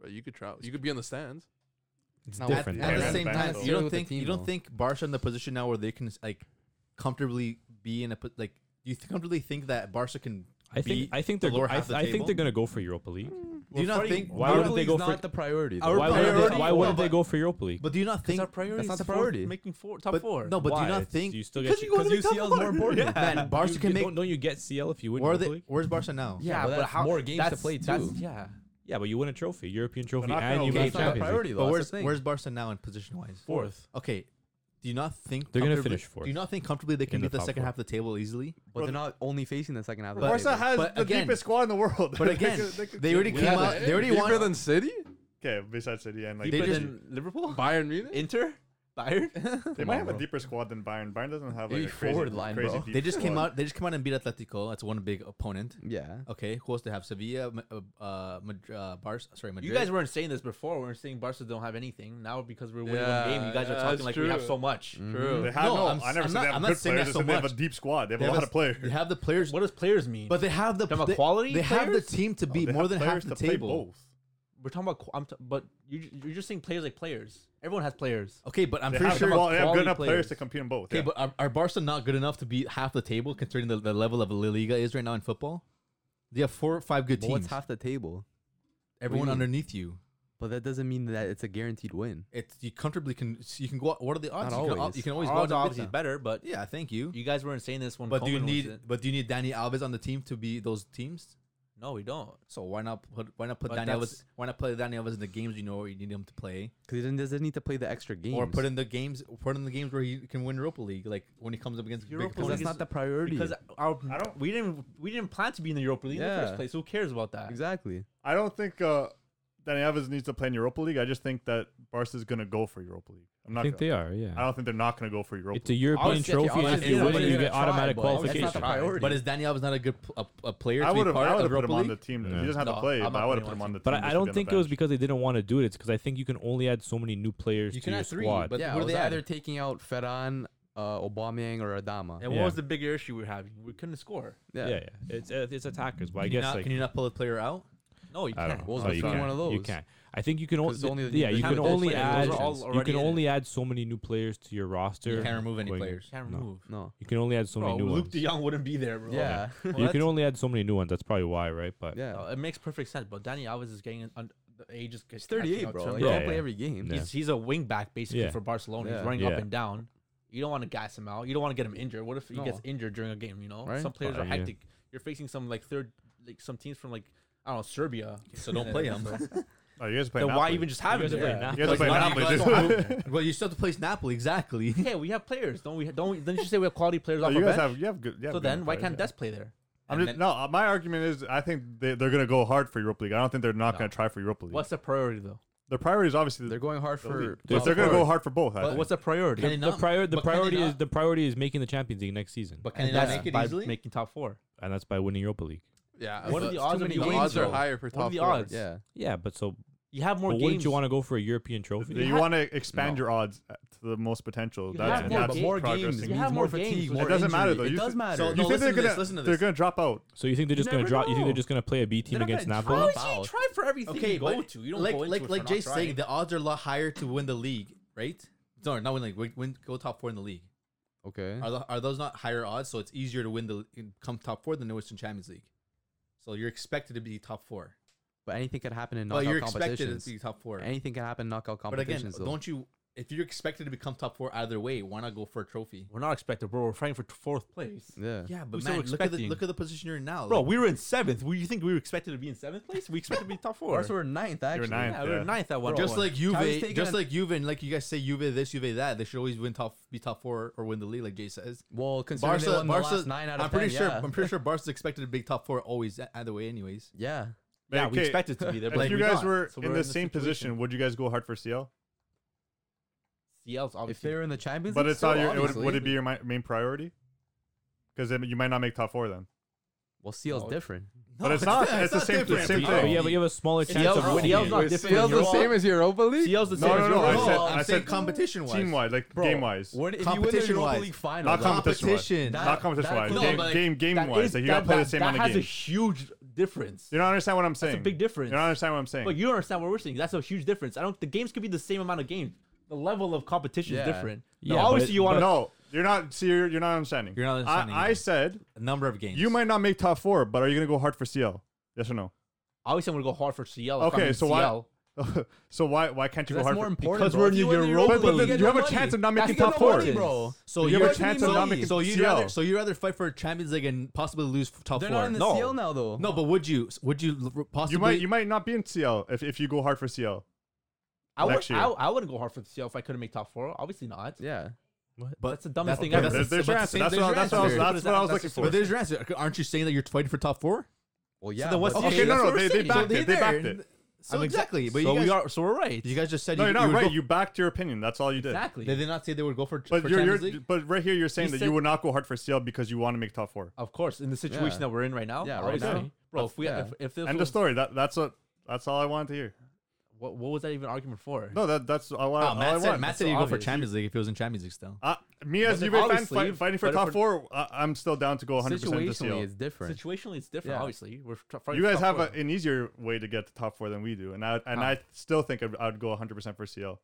[SPEAKER 5] Bro, you could travel. You could be on the stands.
[SPEAKER 6] It's
[SPEAKER 2] Now,
[SPEAKER 4] at,
[SPEAKER 6] different.
[SPEAKER 4] at the
[SPEAKER 3] Yeah.
[SPEAKER 6] bro.
[SPEAKER 4] same
[SPEAKER 3] Yeah.
[SPEAKER 4] time,
[SPEAKER 3] Yeah.
[SPEAKER 4] you don't
[SPEAKER 2] With the
[SPEAKER 4] think you
[SPEAKER 2] team,
[SPEAKER 4] don't
[SPEAKER 2] though.
[SPEAKER 4] think Barca in the position now where they can like comfortably be in a po- like do you th- comfortably think that Barca can
[SPEAKER 6] I think
[SPEAKER 4] beat
[SPEAKER 6] I think
[SPEAKER 4] the
[SPEAKER 6] they're go-
[SPEAKER 4] lower
[SPEAKER 6] I,
[SPEAKER 4] half of
[SPEAKER 6] th-
[SPEAKER 4] the
[SPEAKER 6] I think
[SPEAKER 4] table?
[SPEAKER 6] they're gonna go for Europa League.
[SPEAKER 4] do you not
[SPEAKER 1] fighting-
[SPEAKER 4] think
[SPEAKER 6] Why
[SPEAKER 4] do you
[SPEAKER 6] wouldn't
[SPEAKER 4] not
[SPEAKER 6] they
[SPEAKER 2] It's
[SPEAKER 6] go for-
[SPEAKER 2] not the priority. though.
[SPEAKER 1] Our
[SPEAKER 6] Why would they,
[SPEAKER 1] priority-
[SPEAKER 6] why wouldn't
[SPEAKER 1] No,
[SPEAKER 6] they
[SPEAKER 1] but-
[SPEAKER 6] go for Europa League?
[SPEAKER 4] But do you not think
[SPEAKER 1] Because our priority
[SPEAKER 2] That's not
[SPEAKER 1] is
[SPEAKER 2] the
[SPEAKER 1] fourth-
[SPEAKER 2] priority.
[SPEAKER 1] Making four, top
[SPEAKER 4] but,
[SPEAKER 1] four.
[SPEAKER 4] No, but do
[SPEAKER 6] Why?
[SPEAKER 4] you not
[SPEAKER 6] It's-
[SPEAKER 4] think
[SPEAKER 6] you still
[SPEAKER 4] because
[SPEAKER 6] get-
[SPEAKER 4] you go to
[SPEAKER 2] because
[SPEAKER 4] the
[SPEAKER 2] UCL
[SPEAKER 4] top
[SPEAKER 2] is
[SPEAKER 6] <laughs>
[SPEAKER 4] four.
[SPEAKER 2] more important.
[SPEAKER 4] Man, Barca
[SPEAKER 6] You
[SPEAKER 4] can
[SPEAKER 6] get-
[SPEAKER 4] make
[SPEAKER 6] Don't, don't you get CL if you win
[SPEAKER 4] where are
[SPEAKER 6] Europa
[SPEAKER 4] they,
[SPEAKER 6] League?
[SPEAKER 4] where's Barca now?
[SPEAKER 2] Yeah, but that's more games to
[SPEAKER 1] that's-
[SPEAKER 2] play
[SPEAKER 1] that's-
[SPEAKER 2] too.
[SPEAKER 1] Yeah,
[SPEAKER 6] Yeah, but you win a trophy, European trophy,
[SPEAKER 3] not
[SPEAKER 6] and
[SPEAKER 3] gonna
[SPEAKER 6] you
[SPEAKER 3] win
[SPEAKER 6] win
[SPEAKER 2] That's
[SPEAKER 3] the
[SPEAKER 2] not the
[SPEAKER 6] Champions League.
[SPEAKER 2] priority though.
[SPEAKER 4] But
[SPEAKER 2] that's
[SPEAKER 4] where's
[SPEAKER 2] the thing.
[SPEAKER 4] where's Barca now in position wise?
[SPEAKER 1] fourth.
[SPEAKER 4] Okay. Do you not think
[SPEAKER 6] They're gonna
[SPEAKER 4] comfortably-
[SPEAKER 6] finish fourth
[SPEAKER 4] Do you not think comfortably they can
[SPEAKER 6] in the
[SPEAKER 4] beat the,
[SPEAKER 6] top
[SPEAKER 4] second
[SPEAKER 6] four.
[SPEAKER 4] half of the table easily?
[SPEAKER 2] But they're not only facing the second half. of the
[SPEAKER 3] Barca
[SPEAKER 2] table.
[SPEAKER 3] has
[SPEAKER 4] But
[SPEAKER 3] the
[SPEAKER 4] again-
[SPEAKER 3] deepest squad in the world.
[SPEAKER 4] But again, they already came out. They already
[SPEAKER 5] Deeper
[SPEAKER 4] won.
[SPEAKER 5] than <laughs> City,
[SPEAKER 3] <laughs> Okay, besides City and like
[SPEAKER 4] They
[SPEAKER 1] Deeper
[SPEAKER 4] just-
[SPEAKER 1] than Liverpool,
[SPEAKER 5] Bayern Munich.
[SPEAKER 1] Inter.
[SPEAKER 4] Bayern.
[SPEAKER 3] They might have a deeper squad than Bayern. Bayern doesn't have like
[SPEAKER 2] Maybe
[SPEAKER 3] a crazy,
[SPEAKER 2] forward line,
[SPEAKER 3] crazy
[SPEAKER 2] bro.
[SPEAKER 3] deep
[SPEAKER 4] they just came
[SPEAKER 3] squad.
[SPEAKER 4] out. They just came out and beat Atletico. That's one big opponent.
[SPEAKER 2] Yeah.
[SPEAKER 4] Okay, who else they have? Sevilla, Ma- uh, uh, Madrid, uh, Barca. Sorry, Madrid.
[SPEAKER 1] You guys weren't saying this before. We were saying Barca don't have anything. Now because we're winning one
[SPEAKER 5] Yeah,
[SPEAKER 1] game, you guys
[SPEAKER 5] yeah,
[SPEAKER 1] are
[SPEAKER 5] that's
[SPEAKER 1] talking like we have
[SPEAKER 5] true.
[SPEAKER 1] so much.
[SPEAKER 5] True.
[SPEAKER 3] They have
[SPEAKER 4] No,
[SPEAKER 3] no.
[SPEAKER 4] I'm s-
[SPEAKER 3] I never
[SPEAKER 4] I'm
[SPEAKER 3] said
[SPEAKER 4] not-
[SPEAKER 3] they have
[SPEAKER 4] I'm not
[SPEAKER 3] good
[SPEAKER 4] saying
[SPEAKER 3] players.
[SPEAKER 4] that
[SPEAKER 3] I
[SPEAKER 4] so
[SPEAKER 3] said they have
[SPEAKER 4] much.
[SPEAKER 3] a deep squad. They have
[SPEAKER 4] They
[SPEAKER 3] a lot
[SPEAKER 4] a-
[SPEAKER 3] of players.
[SPEAKER 4] They have the players,
[SPEAKER 1] What does players mean?
[SPEAKER 4] but they have the
[SPEAKER 1] Talking about
[SPEAKER 4] they,
[SPEAKER 1] quality
[SPEAKER 4] They have the
[SPEAKER 1] players?
[SPEAKER 4] team to
[SPEAKER 3] Oh,
[SPEAKER 4] beat
[SPEAKER 3] they
[SPEAKER 4] more
[SPEAKER 3] have
[SPEAKER 4] than half
[SPEAKER 3] players
[SPEAKER 4] the
[SPEAKER 3] to play
[SPEAKER 4] table.
[SPEAKER 3] both.
[SPEAKER 1] we're talking about. qu- I'm t- but you you're just saying players like players. Everyone has players.
[SPEAKER 4] Okay, but I'm
[SPEAKER 3] They
[SPEAKER 4] pretty
[SPEAKER 3] have,
[SPEAKER 4] sure.
[SPEAKER 3] qual- they have
[SPEAKER 1] quality
[SPEAKER 3] good enough players.
[SPEAKER 1] players.
[SPEAKER 3] to compete in both.
[SPEAKER 4] Okay,
[SPEAKER 3] yeah.
[SPEAKER 4] but are, are Barca not good enough to beat half the table considering the, the level of La Liga is right now in football? They have four or five good
[SPEAKER 2] But what's
[SPEAKER 4] teams.
[SPEAKER 2] half the table?
[SPEAKER 4] Everyone
[SPEAKER 2] mean?
[SPEAKER 4] underneath you.
[SPEAKER 2] But that doesn't mean that it's a guaranteed win.
[SPEAKER 4] It's you comfortably can so you can go. out- What are the odds?
[SPEAKER 2] Not
[SPEAKER 4] you, can, al-
[SPEAKER 2] always.
[SPEAKER 4] you can always go out
[SPEAKER 1] Odds
[SPEAKER 4] and beat
[SPEAKER 1] obviously
[SPEAKER 4] them.
[SPEAKER 1] better, but
[SPEAKER 4] Yeah, thank you.
[SPEAKER 1] you guys weren't saying this when.
[SPEAKER 4] But do you
[SPEAKER 1] Coleman was
[SPEAKER 4] need?
[SPEAKER 1] in-
[SPEAKER 4] But do you need Danny Alves on the team to be those teams?
[SPEAKER 1] No, we don't.
[SPEAKER 4] So why not put? Why not put
[SPEAKER 1] But
[SPEAKER 4] Danny Alves?
[SPEAKER 1] that's-
[SPEAKER 4] Why not play Danny Alves in the games you know where you need him to play,
[SPEAKER 2] Because he doesn't need to play the extra games.
[SPEAKER 4] or put in the games, put in the games where he can win Europa League, like when he comes up against
[SPEAKER 1] Europa
[SPEAKER 4] big
[SPEAKER 2] Because that's
[SPEAKER 4] opponents.
[SPEAKER 1] League
[SPEAKER 2] not the priority.
[SPEAKER 1] Because our
[SPEAKER 3] I don't-
[SPEAKER 1] we didn't we didn't plan to be in the Europa League in the
[SPEAKER 2] Yeah.
[SPEAKER 1] first place. Who cares about that?
[SPEAKER 2] exactly.
[SPEAKER 3] I don't think uh, Danny Alves needs to play in Europa League. I just think that Barca is going to go for Europa League. I'm
[SPEAKER 6] I
[SPEAKER 3] not.
[SPEAKER 6] think
[SPEAKER 3] Gonna,
[SPEAKER 6] they are. Yeah.
[SPEAKER 3] I don't think they're not going to go for Europa.
[SPEAKER 6] It's a
[SPEAKER 3] League.
[SPEAKER 6] European
[SPEAKER 1] Obviously, okay,
[SPEAKER 6] trophy. If
[SPEAKER 1] obviously,
[SPEAKER 6] you win
[SPEAKER 1] they're
[SPEAKER 6] it, you
[SPEAKER 1] gonna
[SPEAKER 6] get
[SPEAKER 1] try,
[SPEAKER 6] automatic
[SPEAKER 1] but that's not
[SPEAKER 2] That's not the
[SPEAKER 6] qualification.
[SPEAKER 2] priority.
[SPEAKER 4] But is Danny Alves not a good pl- a, a player
[SPEAKER 3] I
[SPEAKER 4] to
[SPEAKER 3] would
[SPEAKER 4] be
[SPEAKER 3] have.
[SPEAKER 4] part
[SPEAKER 3] I would have
[SPEAKER 4] of
[SPEAKER 3] put
[SPEAKER 4] Europa
[SPEAKER 3] him on the
[SPEAKER 4] League?
[SPEAKER 3] team.
[SPEAKER 6] Yeah.
[SPEAKER 3] He doesn't have
[SPEAKER 1] No,
[SPEAKER 3] to play,
[SPEAKER 1] I'm
[SPEAKER 3] but
[SPEAKER 1] not
[SPEAKER 3] I would have
[SPEAKER 1] putting
[SPEAKER 3] put
[SPEAKER 1] him
[SPEAKER 3] him
[SPEAKER 1] on
[SPEAKER 3] on the team.
[SPEAKER 6] But
[SPEAKER 3] just
[SPEAKER 6] I, I
[SPEAKER 3] to be
[SPEAKER 6] don't
[SPEAKER 3] on
[SPEAKER 6] think
[SPEAKER 3] the
[SPEAKER 6] it was
[SPEAKER 3] bench.
[SPEAKER 6] because they didn't want to do it. It's because I think you can only add so many new players
[SPEAKER 4] You
[SPEAKER 6] to
[SPEAKER 4] can
[SPEAKER 6] your
[SPEAKER 4] add three,
[SPEAKER 6] squad.
[SPEAKER 4] but
[SPEAKER 2] yeah,
[SPEAKER 4] what
[SPEAKER 2] it
[SPEAKER 4] do
[SPEAKER 2] was
[SPEAKER 4] they add?
[SPEAKER 2] either taking out Ferran, uh, Aubameyang, or Adama.
[SPEAKER 1] And what
[SPEAKER 6] Yeah.
[SPEAKER 1] was the bigger issue we were having? We couldn't score.
[SPEAKER 2] Yeah.
[SPEAKER 6] yeah, yeah. It's uh, it's attackers, but I
[SPEAKER 4] Can you
[SPEAKER 6] guess
[SPEAKER 4] not,
[SPEAKER 6] like
[SPEAKER 4] can you not pull a player out?
[SPEAKER 1] No, you can't.
[SPEAKER 6] I don't know.
[SPEAKER 2] Well,
[SPEAKER 6] Oh,
[SPEAKER 2] it's
[SPEAKER 6] you
[SPEAKER 2] between
[SPEAKER 6] can't.
[SPEAKER 2] one of those.
[SPEAKER 6] You can't. I think you can only.
[SPEAKER 2] it's only the-
[SPEAKER 6] yeah,
[SPEAKER 2] the
[SPEAKER 6] you
[SPEAKER 1] kind
[SPEAKER 6] can
[SPEAKER 1] of those
[SPEAKER 6] only
[SPEAKER 1] players,
[SPEAKER 6] add.
[SPEAKER 1] those are all
[SPEAKER 6] You
[SPEAKER 1] already
[SPEAKER 6] can
[SPEAKER 1] in
[SPEAKER 6] only add so many new players to your roster.
[SPEAKER 4] You can't remove any
[SPEAKER 6] going-
[SPEAKER 4] players.
[SPEAKER 1] Can't
[SPEAKER 6] No.
[SPEAKER 1] remove.
[SPEAKER 2] No.
[SPEAKER 6] You can only add so
[SPEAKER 1] Bro,
[SPEAKER 6] many new
[SPEAKER 1] Luke
[SPEAKER 6] ones.
[SPEAKER 1] De Jong wouldn't be there, bro.
[SPEAKER 2] Yeah.
[SPEAKER 6] you can only add so many new ones. That's probably why, right? But
[SPEAKER 2] yeah.
[SPEAKER 1] No, it makes perfect sense. But Danny Alves is getting on the age is
[SPEAKER 2] He's 38, bro. Like, yeah,
[SPEAKER 6] Yeah,
[SPEAKER 2] don't play
[SPEAKER 6] yeah.
[SPEAKER 2] every game.
[SPEAKER 6] Yeah.
[SPEAKER 1] He's, he's a wing back basically
[SPEAKER 6] Yeah.
[SPEAKER 1] for Barcelona.
[SPEAKER 2] Yeah.
[SPEAKER 1] He's running
[SPEAKER 6] Yeah.
[SPEAKER 1] up and down. You don't want to gas him out. You don't want to get him injured. What if he gets
[SPEAKER 2] No.
[SPEAKER 1] injured during a game? You know,
[SPEAKER 2] Right?
[SPEAKER 1] some players
[SPEAKER 6] Oh,
[SPEAKER 1] are
[SPEAKER 6] yeah.
[SPEAKER 1] hectic. You're facing some like third, like some teams from like I don't know Serbia.
[SPEAKER 4] So
[SPEAKER 1] <laughs>
[SPEAKER 4] don't play him.
[SPEAKER 3] Oh, you guys are playing.
[SPEAKER 1] Then why
[SPEAKER 3] Napoli.
[SPEAKER 1] even just have him?
[SPEAKER 6] guys are
[SPEAKER 1] there?
[SPEAKER 6] playing Napoli.
[SPEAKER 3] You guys are
[SPEAKER 4] Like,
[SPEAKER 3] playing
[SPEAKER 4] why do you guys
[SPEAKER 3] Napoli. dude.
[SPEAKER 4] well, you still have to place Napoli, exactly. <laughs>
[SPEAKER 1] Yeah, we have players. Don't we? Don't we, then you say we have quality players
[SPEAKER 3] No,
[SPEAKER 1] off
[SPEAKER 3] You
[SPEAKER 1] our
[SPEAKER 3] guys
[SPEAKER 1] bench?
[SPEAKER 3] have. You have good. you have
[SPEAKER 1] so
[SPEAKER 3] good
[SPEAKER 1] then why
[SPEAKER 3] players,
[SPEAKER 1] can't
[SPEAKER 3] yeah.
[SPEAKER 1] Des play there?
[SPEAKER 3] I'm
[SPEAKER 4] And
[SPEAKER 3] just,
[SPEAKER 4] then-
[SPEAKER 3] no, uh, my argument is I think they, they're going to go hard for Europa League. I don't think they're not
[SPEAKER 1] No.
[SPEAKER 3] going to try for Europa League.
[SPEAKER 1] What's the priority though?
[SPEAKER 3] Their priority is obviously
[SPEAKER 2] They're
[SPEAKER 3] the,
[SPEAKER 2] going hard
[SPEAKER 3] the
[SPEAKER 2] for.
[SPEAKER 3] league. But they're going to go hard for both. I
[SPEAKER 4] But
[SPEAKER 3] think.
[SPEAKER 1] What's the priority?
[SPEAKER 4] Can they
[SPEAKER 6] the
[SPEAKER 4] not-
[SPEAKER 6] prior the
[SPEAKER 4] but can they
[SPEAKER 6] priority is
[SPEAKER 4] not-
[SPEAKER 6] the priority is making the Champions League next season,
[SPEAKER 4] But can they
[SPEAKER 1] And
[SPEAKER 4] not
[SPEAKER 1] that's
[SPEAKER 4] make it
[SPEAKER 1] by
[SPEAKER 4] easily?
[SPEAKER 1] making top four.
[SPEAKER 6] and that's by winning Europa League.
[SPEAKER 5] Yeah.
[SPEAKER 1] What are
[SPEAKER 5] but
[SPEAKER 1] the odds
[SPEAKER 5] too
[SPEAKER 1] of
[SPEAKER 5] many
[SPEAKER 1] you
[SPEAKER 5] The
[SPEAKER 1] winning,
[SPEAKER 5] odds are
[SPEAKER 1] though?
[SPEAKER 5] higher for
[SPEAKER 1] What are
[SPEAKER 5] top
[SPEAKER 1] the
[SPEAKER 5] four.
[SPEAKER 1] odds?
[SPEAKER 2] Yeah.
[SPEAKER 6] Yeah, but so
[SPEAKER 1] You have more
[SPEAKER 6] but
[SPEAKER 1] games.
[SPEAKER 6] wouldn't you want to go for a European
[SPEAKER 3] Do
[SPEAKER 6] trophy?
[SPEAKER 3] you
[SPEAKER 1] ha-
[SPEAKER 3] want to expand
[SPEAKER 2] No.
[SPEAKER 3] your odds uh, to the most potential.
[SPEAKER 1] You
[SPEAKER 3] That's,
[SPEAKER 1] have more
[SPEAKER 3] that's
[SPEAKER 1] games. More
[SPEAKER 3] progressing.
[SPEAKER 1] games. You have more games,
[SPEAKER 2] fatigue,
[SPEAKER 1] which
[SPEAKER 2] more
[SPEAKER 3] It doesn't matter,
[SPEAKER 2] injury.
[SPEAKER 3] though.
[SPEAKER 2] It
[SPEAKER 3] You
[SPEAKER 2] does
[SPEAKER 3] thi-
[SPEAKER 2] matter.
[SPEAKER 4] So,
[SPEAKER 3] You
[SPEAKER 4] no,
[SPEAKER 3] think
[SPEAKER 4] listen
[SPEAKER 3] they're
[SPEAKER 4] to
[SPEAKER 3] gonna
[SPEAKER 4] this. Listen to
[SPEAKER 3] they're
[SPEAKER 4] this.
[SPEAKER 3] gonna drop out?
[SPEAKER 6] so you think they're just
[SPEAKER 1] You
[SPEAKER 6] gonna
[SPEAKER 1] never
[SPEAKER 6] drop? You think they're
[SPEAKER 1] know.
[SPEAKER 6] just gonna play a B team
[SPEAKER 2] They're not
[SPEAKER 6] against
[SPEAKER 2] gonna
[SPEAKER 6] Napoli?
[SPEAKER 2] drop.
[SPEAKER 1] How is
[SPEAKER 2] Wow.
[SPEAKER 1] he try for everything
[SPEAKER 4] Okay,
[SPEAKER 1] you
[SPEAKER 4] but
[SPEAKER 1] go to? You don't
[SPEAKER 4] like
[SPEAKER 1] go into
[SPEAKER 4] like
[SPEAKER 1] it
[SPEAKER 4] like
[SPEAKER 1] for
[SPEAKER 4] Jay's
[SPEAKER 1] not
[SPEAKER 4] saying,
[SPEAKER 1] trying.
[SPEAKER 4] the odds are a lot higher to win the league, right? No, not win the league. Win, win go top four in the league.
[SPEAKER 2] Okay.
[SPEAKER 4] Are, the, are those not higher odds? So it's easier to win the come top four than the Western Champions League. So you're expected to be top four.
[SPEAKER 2] But anything could happen in
[SPEAKER 4] Well,
[SPEAKER 2] knockout
[SPEAKER 4] you're expected
[SPEAKER 2] competitions.
[SPEAKER 4] to be top four.
[SPEAKER 2] Anything can happen in knockout
[SPEAKER 4] But again,
[SPEAKER 2] competitions. though.
[SPEAKER 4] don't you? If you're expected to become top four either way, why not go for a trophy?
[SPEAKER 1] We're not expected, bro. We're fighting for t- fourth place.
[SPEAKER 2] Yeah.
[SPEAKER 4] Yeah,
[SPEAKER 1] We still
[SPEAKER 4] but man, look at the
[SPEAKER 1] expecting.
[SPEAKER 4] look at the position you're in now,
[SPEAKER 1] Bro,
[SPEAKER 4] Like,
[SPEAKER 1] we were in seventh. We, you think we were expected to be in seventh place? We expected to be top four.
[SPEAKER 2] Barca were ninth, actually.
[SPEAKER 3] ninth.
[SPEAKER 1] yeah, we were
[SPEAKER 3] Yeah.
[SPEAKER 1] ninth at one
[SPEAKER 4] just
[SPEAKER 1] point.
[SPEAKER 4] like
[SPEAKER 2] Chavez
[SPEAKER 4] Juve,
[SPEAKER 2] taking
[SPEAKER 4] just
[SPEAKER 2] a-
[SPEAKER 4] like Juve, and like you guys say, Juve this, Juve that. They should always win top, be top four or win the league, like Jay says.
[SPEAKER 2] Well, considering they
[SPEAKER 4] Barca,
[SPEAKER 2] won the
[SPEAKER 4] Barca,
[SPEAKER 2] last nine out of
[SPEAKER 4] I'm pretty
[SPEAKER 2] 10,
[SPEAKER 4] sure,
[SPEAKER 2] yeah.
[SPEAKER 4] I'm pretty sure Barca's expected to be top four always, e- either way, anyways.
[SPEAKER 2] Yeah.
[SPEAKER 1] yeah, we
[SPEAKER 3] Okay,
[SPEAKER 1] expected to be there.
[SPEAKER 3] If
[SPEAKER 1] But like,
[SPEAKER 3] you
[SPEAKER 1] we
[SPEAKER 3] guys
[SPEAKER 1] not.
[SPEAKER 3] were
[SPEAKER 1] So
[SPEAKER 3] in
[SPEAKER 1] we're
[SPEAKER 3] the
[SPEAKER 1] this
[SPEAKER 3] same
[SPEAKER 1] situation.
[SPEAKER 3] position, would you guys go hard for CL?
[SPEAKER 1] CL's
[SPEAKER 2] If
[SPEAKER 1] obviously.
[SPEAKER 2] they were in the Champions
[SPEAKER 3] But
[SPEAKER 2] League,
[SPEAKER 3] it's not
[SPEAKER 2] still,
[SPEAKER 3] your. It would,
[SPEAKER 2] obviously.
[SPEAKER 3] would it be your mi- main priority? Because you might not make top four then.
[SPEAKER 2] Well, CL's
[SPEAKER 1] No. different.
[SPEAKER 2] different.
[SPEAKER 3] But it's not. It's the same.
[SPEAKER 4] different.
[SPEAKER 3] the Same
[SPEAKER 6] You, but you have,
[SPEAKER 3] thing.
[SPEAKER 6] you have a smaller
[SPEAKER 1] It's
[SPEAKER 6] chance
[SPEAKER 1] CL's
[SPEAKER 6] of winning.
[SPEAKER 1] CL's
[SPEAKER 6] it.
[SPEAKER 1] not different.
[SPEAKER 2] CL's the
[SPEAKER 1] You're
[SPEAKER 2] same
[SPEAKER 1] all-
[SPEAKER 2] as Europa League.
[SPEAKER 1] CL's the
[SPEAKER 3] No,
[SPEAKER 1] same
[SPEAKER 3] no,
[SPEAKER 1] as
[SPEAKER 3] no,
[SPEAKER 1] yours.
[SPEAKER 3] I said-
[SPEAKER 4] I'm
[SPEAKER 3] I
[SPEAKER 4] saying
[SPEAKER 3] said
[SPEAKER 4] competition wise.
[SPEAKER 3] Team wise, like game wise,
[SPEAKER 2] When, if you win the
[SPEAKER 4] Competition
[SPEAKER 2] Europa
[SPEAKER 4] wise.
[SPEAKER 2] League final,
[SPEAKER 3] not
[SPEAKER 2] that's-
[SPEAKER 3] competition
[SPEAKER 4] competition.
[SPEAKER 3] wise, not
[SPEAKER 2] That-
[SPEAKER 3] competition wise.
[SPEAKER 2] that-
[SPEAKER 4] No,
[SPEAKER 3] Game
[SPEAKER 4] but-
[SPEAKER 3] game game
[SPEAKER 1] That
[SPEAKER 3] wise,
[SPEAKER 1] is-
[SPEAKER 3] like you gotta
[SPEAKER 1] that-
[SPEAKER 3] play the
[SPEAKER 1] that-
[SPEAKER 3] same amount
[SPEAKER 1] That
[SPEAKER 3] of
[SPEAKER 1] has a
[SPEAKER 3] games.
[SPEAKER 1] huge difference.
[SPEAKER 3] You don't understand what I'm saying.
[SPEAKER 1] big difference.
[SPEAKER 3] You don't understand what I'm saying.
[SPEAKER 1] But you don't understand what we're saying. That's a huge difference. I don't. The games could be the same amount of games. The level of competition
[SPEAKER 2] Yeah.
[SPEAKER 1] is different.
[SPEAKER 6] Yeah,
[SPEAKER 1] Now, obviously,
[SPEAKER 6] but-
[SPEAKER 1] you want to.
[SPEAKER 3] no, you're not. See, you're, you're not understanding.
[SPEAKER 4] You're not understanding
[SPEAKER 3] I, I
[SPEAKER 4] either.
[SPEAKER 3] said
[SPEAKER 4] A number of games.
[SPEAKER 3] you might not make top four, but are you gonna go hard for CL? Yes or no? <laughs>
[SPEAKER 1] Obviously, I'm gonna go hard for CL. if I'm
[SPEAKER 3] Okay,
[SPEAKER 1] in
[SPEAKER 3] so
[SPEAKER 1] CL.
[SPEAKER 3] why? so why why can't you go
[SPEAKER 2] That's
[SPEAKER 3] hard
[SPEAKER 2] more
[SPEAKER 3] for?
[SPEAKER 2] important.
[SPEAKER 1] Because
[SPEAKER 2] bro.
[SPEAKER 1] we're
[SPEAKER 2] If
[SPEAKER 1] in
[SPEAKER 2] you win the
[SPEAKER 1] Europa
[SPEAKER 2] Europa
[SPEAKER 1] League.
[SPEAKER 3] But then
[SPEAKER 2] League,
[SPEAKER 3] you have
[SPEAKER 2] get the
[SPEAKER 3] a chance
[SPEAKER 2] money.
[SPEAKER 3] of not making
[SPEAKER 2] That's
[SPEAKER 3] top
[SPEAKER 2] the
[SPEAKER 3] four.
[SPEAKER 2] money, bro.
[SPEAKER 4] So
[SPEAKER 3] You
[SPEAKER 4] you
[SPEAKER 3] have
[SPEAKER 4] are
[SPEAKER 3] a chance of not making
[SPEAKER 4] so you'd
[SPEAKER 3] CL.
[SPEAKER 4] rather so you'd rather fight for a Champions League and possibly lose top
[SPEAKER 2] They're
[SPEAKER 4] four.
[SPEAKER 2] not in the
[SPEAKER 1] No.
[SPEAKER 2] CL now, though.
[SPEAKER 4] no, but would you? Would you l- possibly?
[SPEAKER 3] You might you might not be in CL if, if you go hard for CL.
[SPEAKER 1] I, would,
[SPEAKER 3] next year.
[SPEAKER 1] I, I wouldn't go hard for CL if I couldn't make top four. Obviously not.
[SPEAKER 2] Yeah.
[SPEAKER 4] But
[SPEAKER 1] That's the dumbest thing
[SPEAKER 4] okay,
[SPEAKER 1] ever.
[SPEAKER 4] but
[SPEAKER 3] There's, there's
[SPEAKER 4] the
[SPEAKER 3] your answer.
[SPEAKER 4] same-
[SPEAKER 3] That's
[SPEAKER 4] there's
[SPEAKER 3] what,
[SPEAKER 4] your
[SPEAKER 3] that's
[SPEAKER 4] answer.
[SPEAKER 3] what I was,
[SPEAKER 1] What is
[SPEAKER 3] that's what I was
[SPEAKER 1] that?
[SPEAKER 3] looking
[SPEAKER 1] That's
[SPEAKER 3] for.
[SPEAKER 4] But there's your answer. Aren't you saying that you're fighting for top four?
[SPEAKER 2] Well, yeah.
[SPEAKER 1] then what's
[SPEAKER 2] but-
[SPEAKER 1] the
[SPEAKER 3] Okay,
[SPEAKER 1] issue?
[SPEAKER 3] no,
[SPEAKER 1] That's
[SPEAKER 3] no,
[SPEAKER 1] what
[SPEAKER 3] they,
[SPEAKER 1] we're
[SPEAKER 3] they
[SPEAKER 1] saying.
[SPEAKER 3] backed
[SPEAKER 4] they
[SPEAKER 3] it. They
[SPEAKER 4] there.
[SPEAKER 3] backed it.
[SPEAKER 4] So
[SPEAKER 1] I'm exa-
[SPEAKER 4] exactly, but
[SPEAKER 1] so
[SPEAKER 4] you guys,
[SPEAKER 1] we are. So we're right.
[SPEAKER 4] you guys just said
[SPEAKER 3] No,
[SPEAKER 4] you,
[SPEAKER 3] you're not
[SPEAKER 4] would
[SPEAKER 3] right.
[SPEAKER 4] go-
[SPEAKER 3] You backed your opinion. That's all you did.
[SPEAKER 1] exactly.
[SPEAKER 4] They did not say they would go for,
[SPEAKER 3] But
[SPEAKER 4] for
[SPEAKER 3] you're,
[SPEAKER 4] Champions
[SPEAKER 3] you're
[SPEAKER 4] League.
[SPEAKER 3] but right here you're saying that you
[SPEAKER 1] said-
[SPEAKER 3] would not go hard for CL because you want to make top four.
[SPEAKER 1] Of course, in the situation
[SPEAKER 2] Yeah.
[SPEAKER 1] that we're in right now.
[SPEAKER 2] Yeah, right
[SPEAKER 1] obviously.
[SPEAKER 2] now.
[SPEAKER 1] bro. If we
[SPEAKER 2] Yeah.
[SPEAKER 1] if, if this
[SPEAKER 3] End of
[SPEAKER 1] was,
[SPEAKER 3] story. That that's what that's all I wanted to hear.
[SPEAKER 1] what, what was that even argument for?
[SPEAKER 3] No, that that's all I,
[SPEAKER 4] Oh,
[SPEAKER 3] all I
[SPEAKER 4] Matt, said,
[SPEAKER 3] want.
[SPEAKER 4] Matt
[SPEAKER 1] so
[SPEAKER 4] said he'd go for
[SPEAKER 1] obvious.
[SPEAKER 4] Champions League if it was in Champions League still.
[SPEAKER 3] Uh, me as
[SPEAKER 1] But
[SPEAKER 3] Juve
[SPEAKER 1] then
[SPEAKER 3] fan
[SPEAKER 1] obviously,
[SPEAKER 3] fight, fighting for
[SPEAKER 1] but if
[SPEAKER 3] top
[SPEAKER 1] we're-
[SPEAKER 3] four. I, I'm still down to go 100 percent to
[SPEAKER 2] Situationally,
[SPEAKER 3] CL.
[SPEAKER 2] it's different.
[SPEAKER 1] Situationally, it's different.
[SPEAKER 2] Yeah.
[SPEAKER 1] Obviously, we're tr- fighting
[SPEAKER 3] You guys
[SPEAKER 1] top
[SPEAKER 3] have
[SPEAKER 1] four.
[SPEAKER 3] a, an easier way to get to top four than we do, and I and
[SPEAKER 2] How?
[SPEAKER 3] I still think I'd, I'd go 100 percent for CL.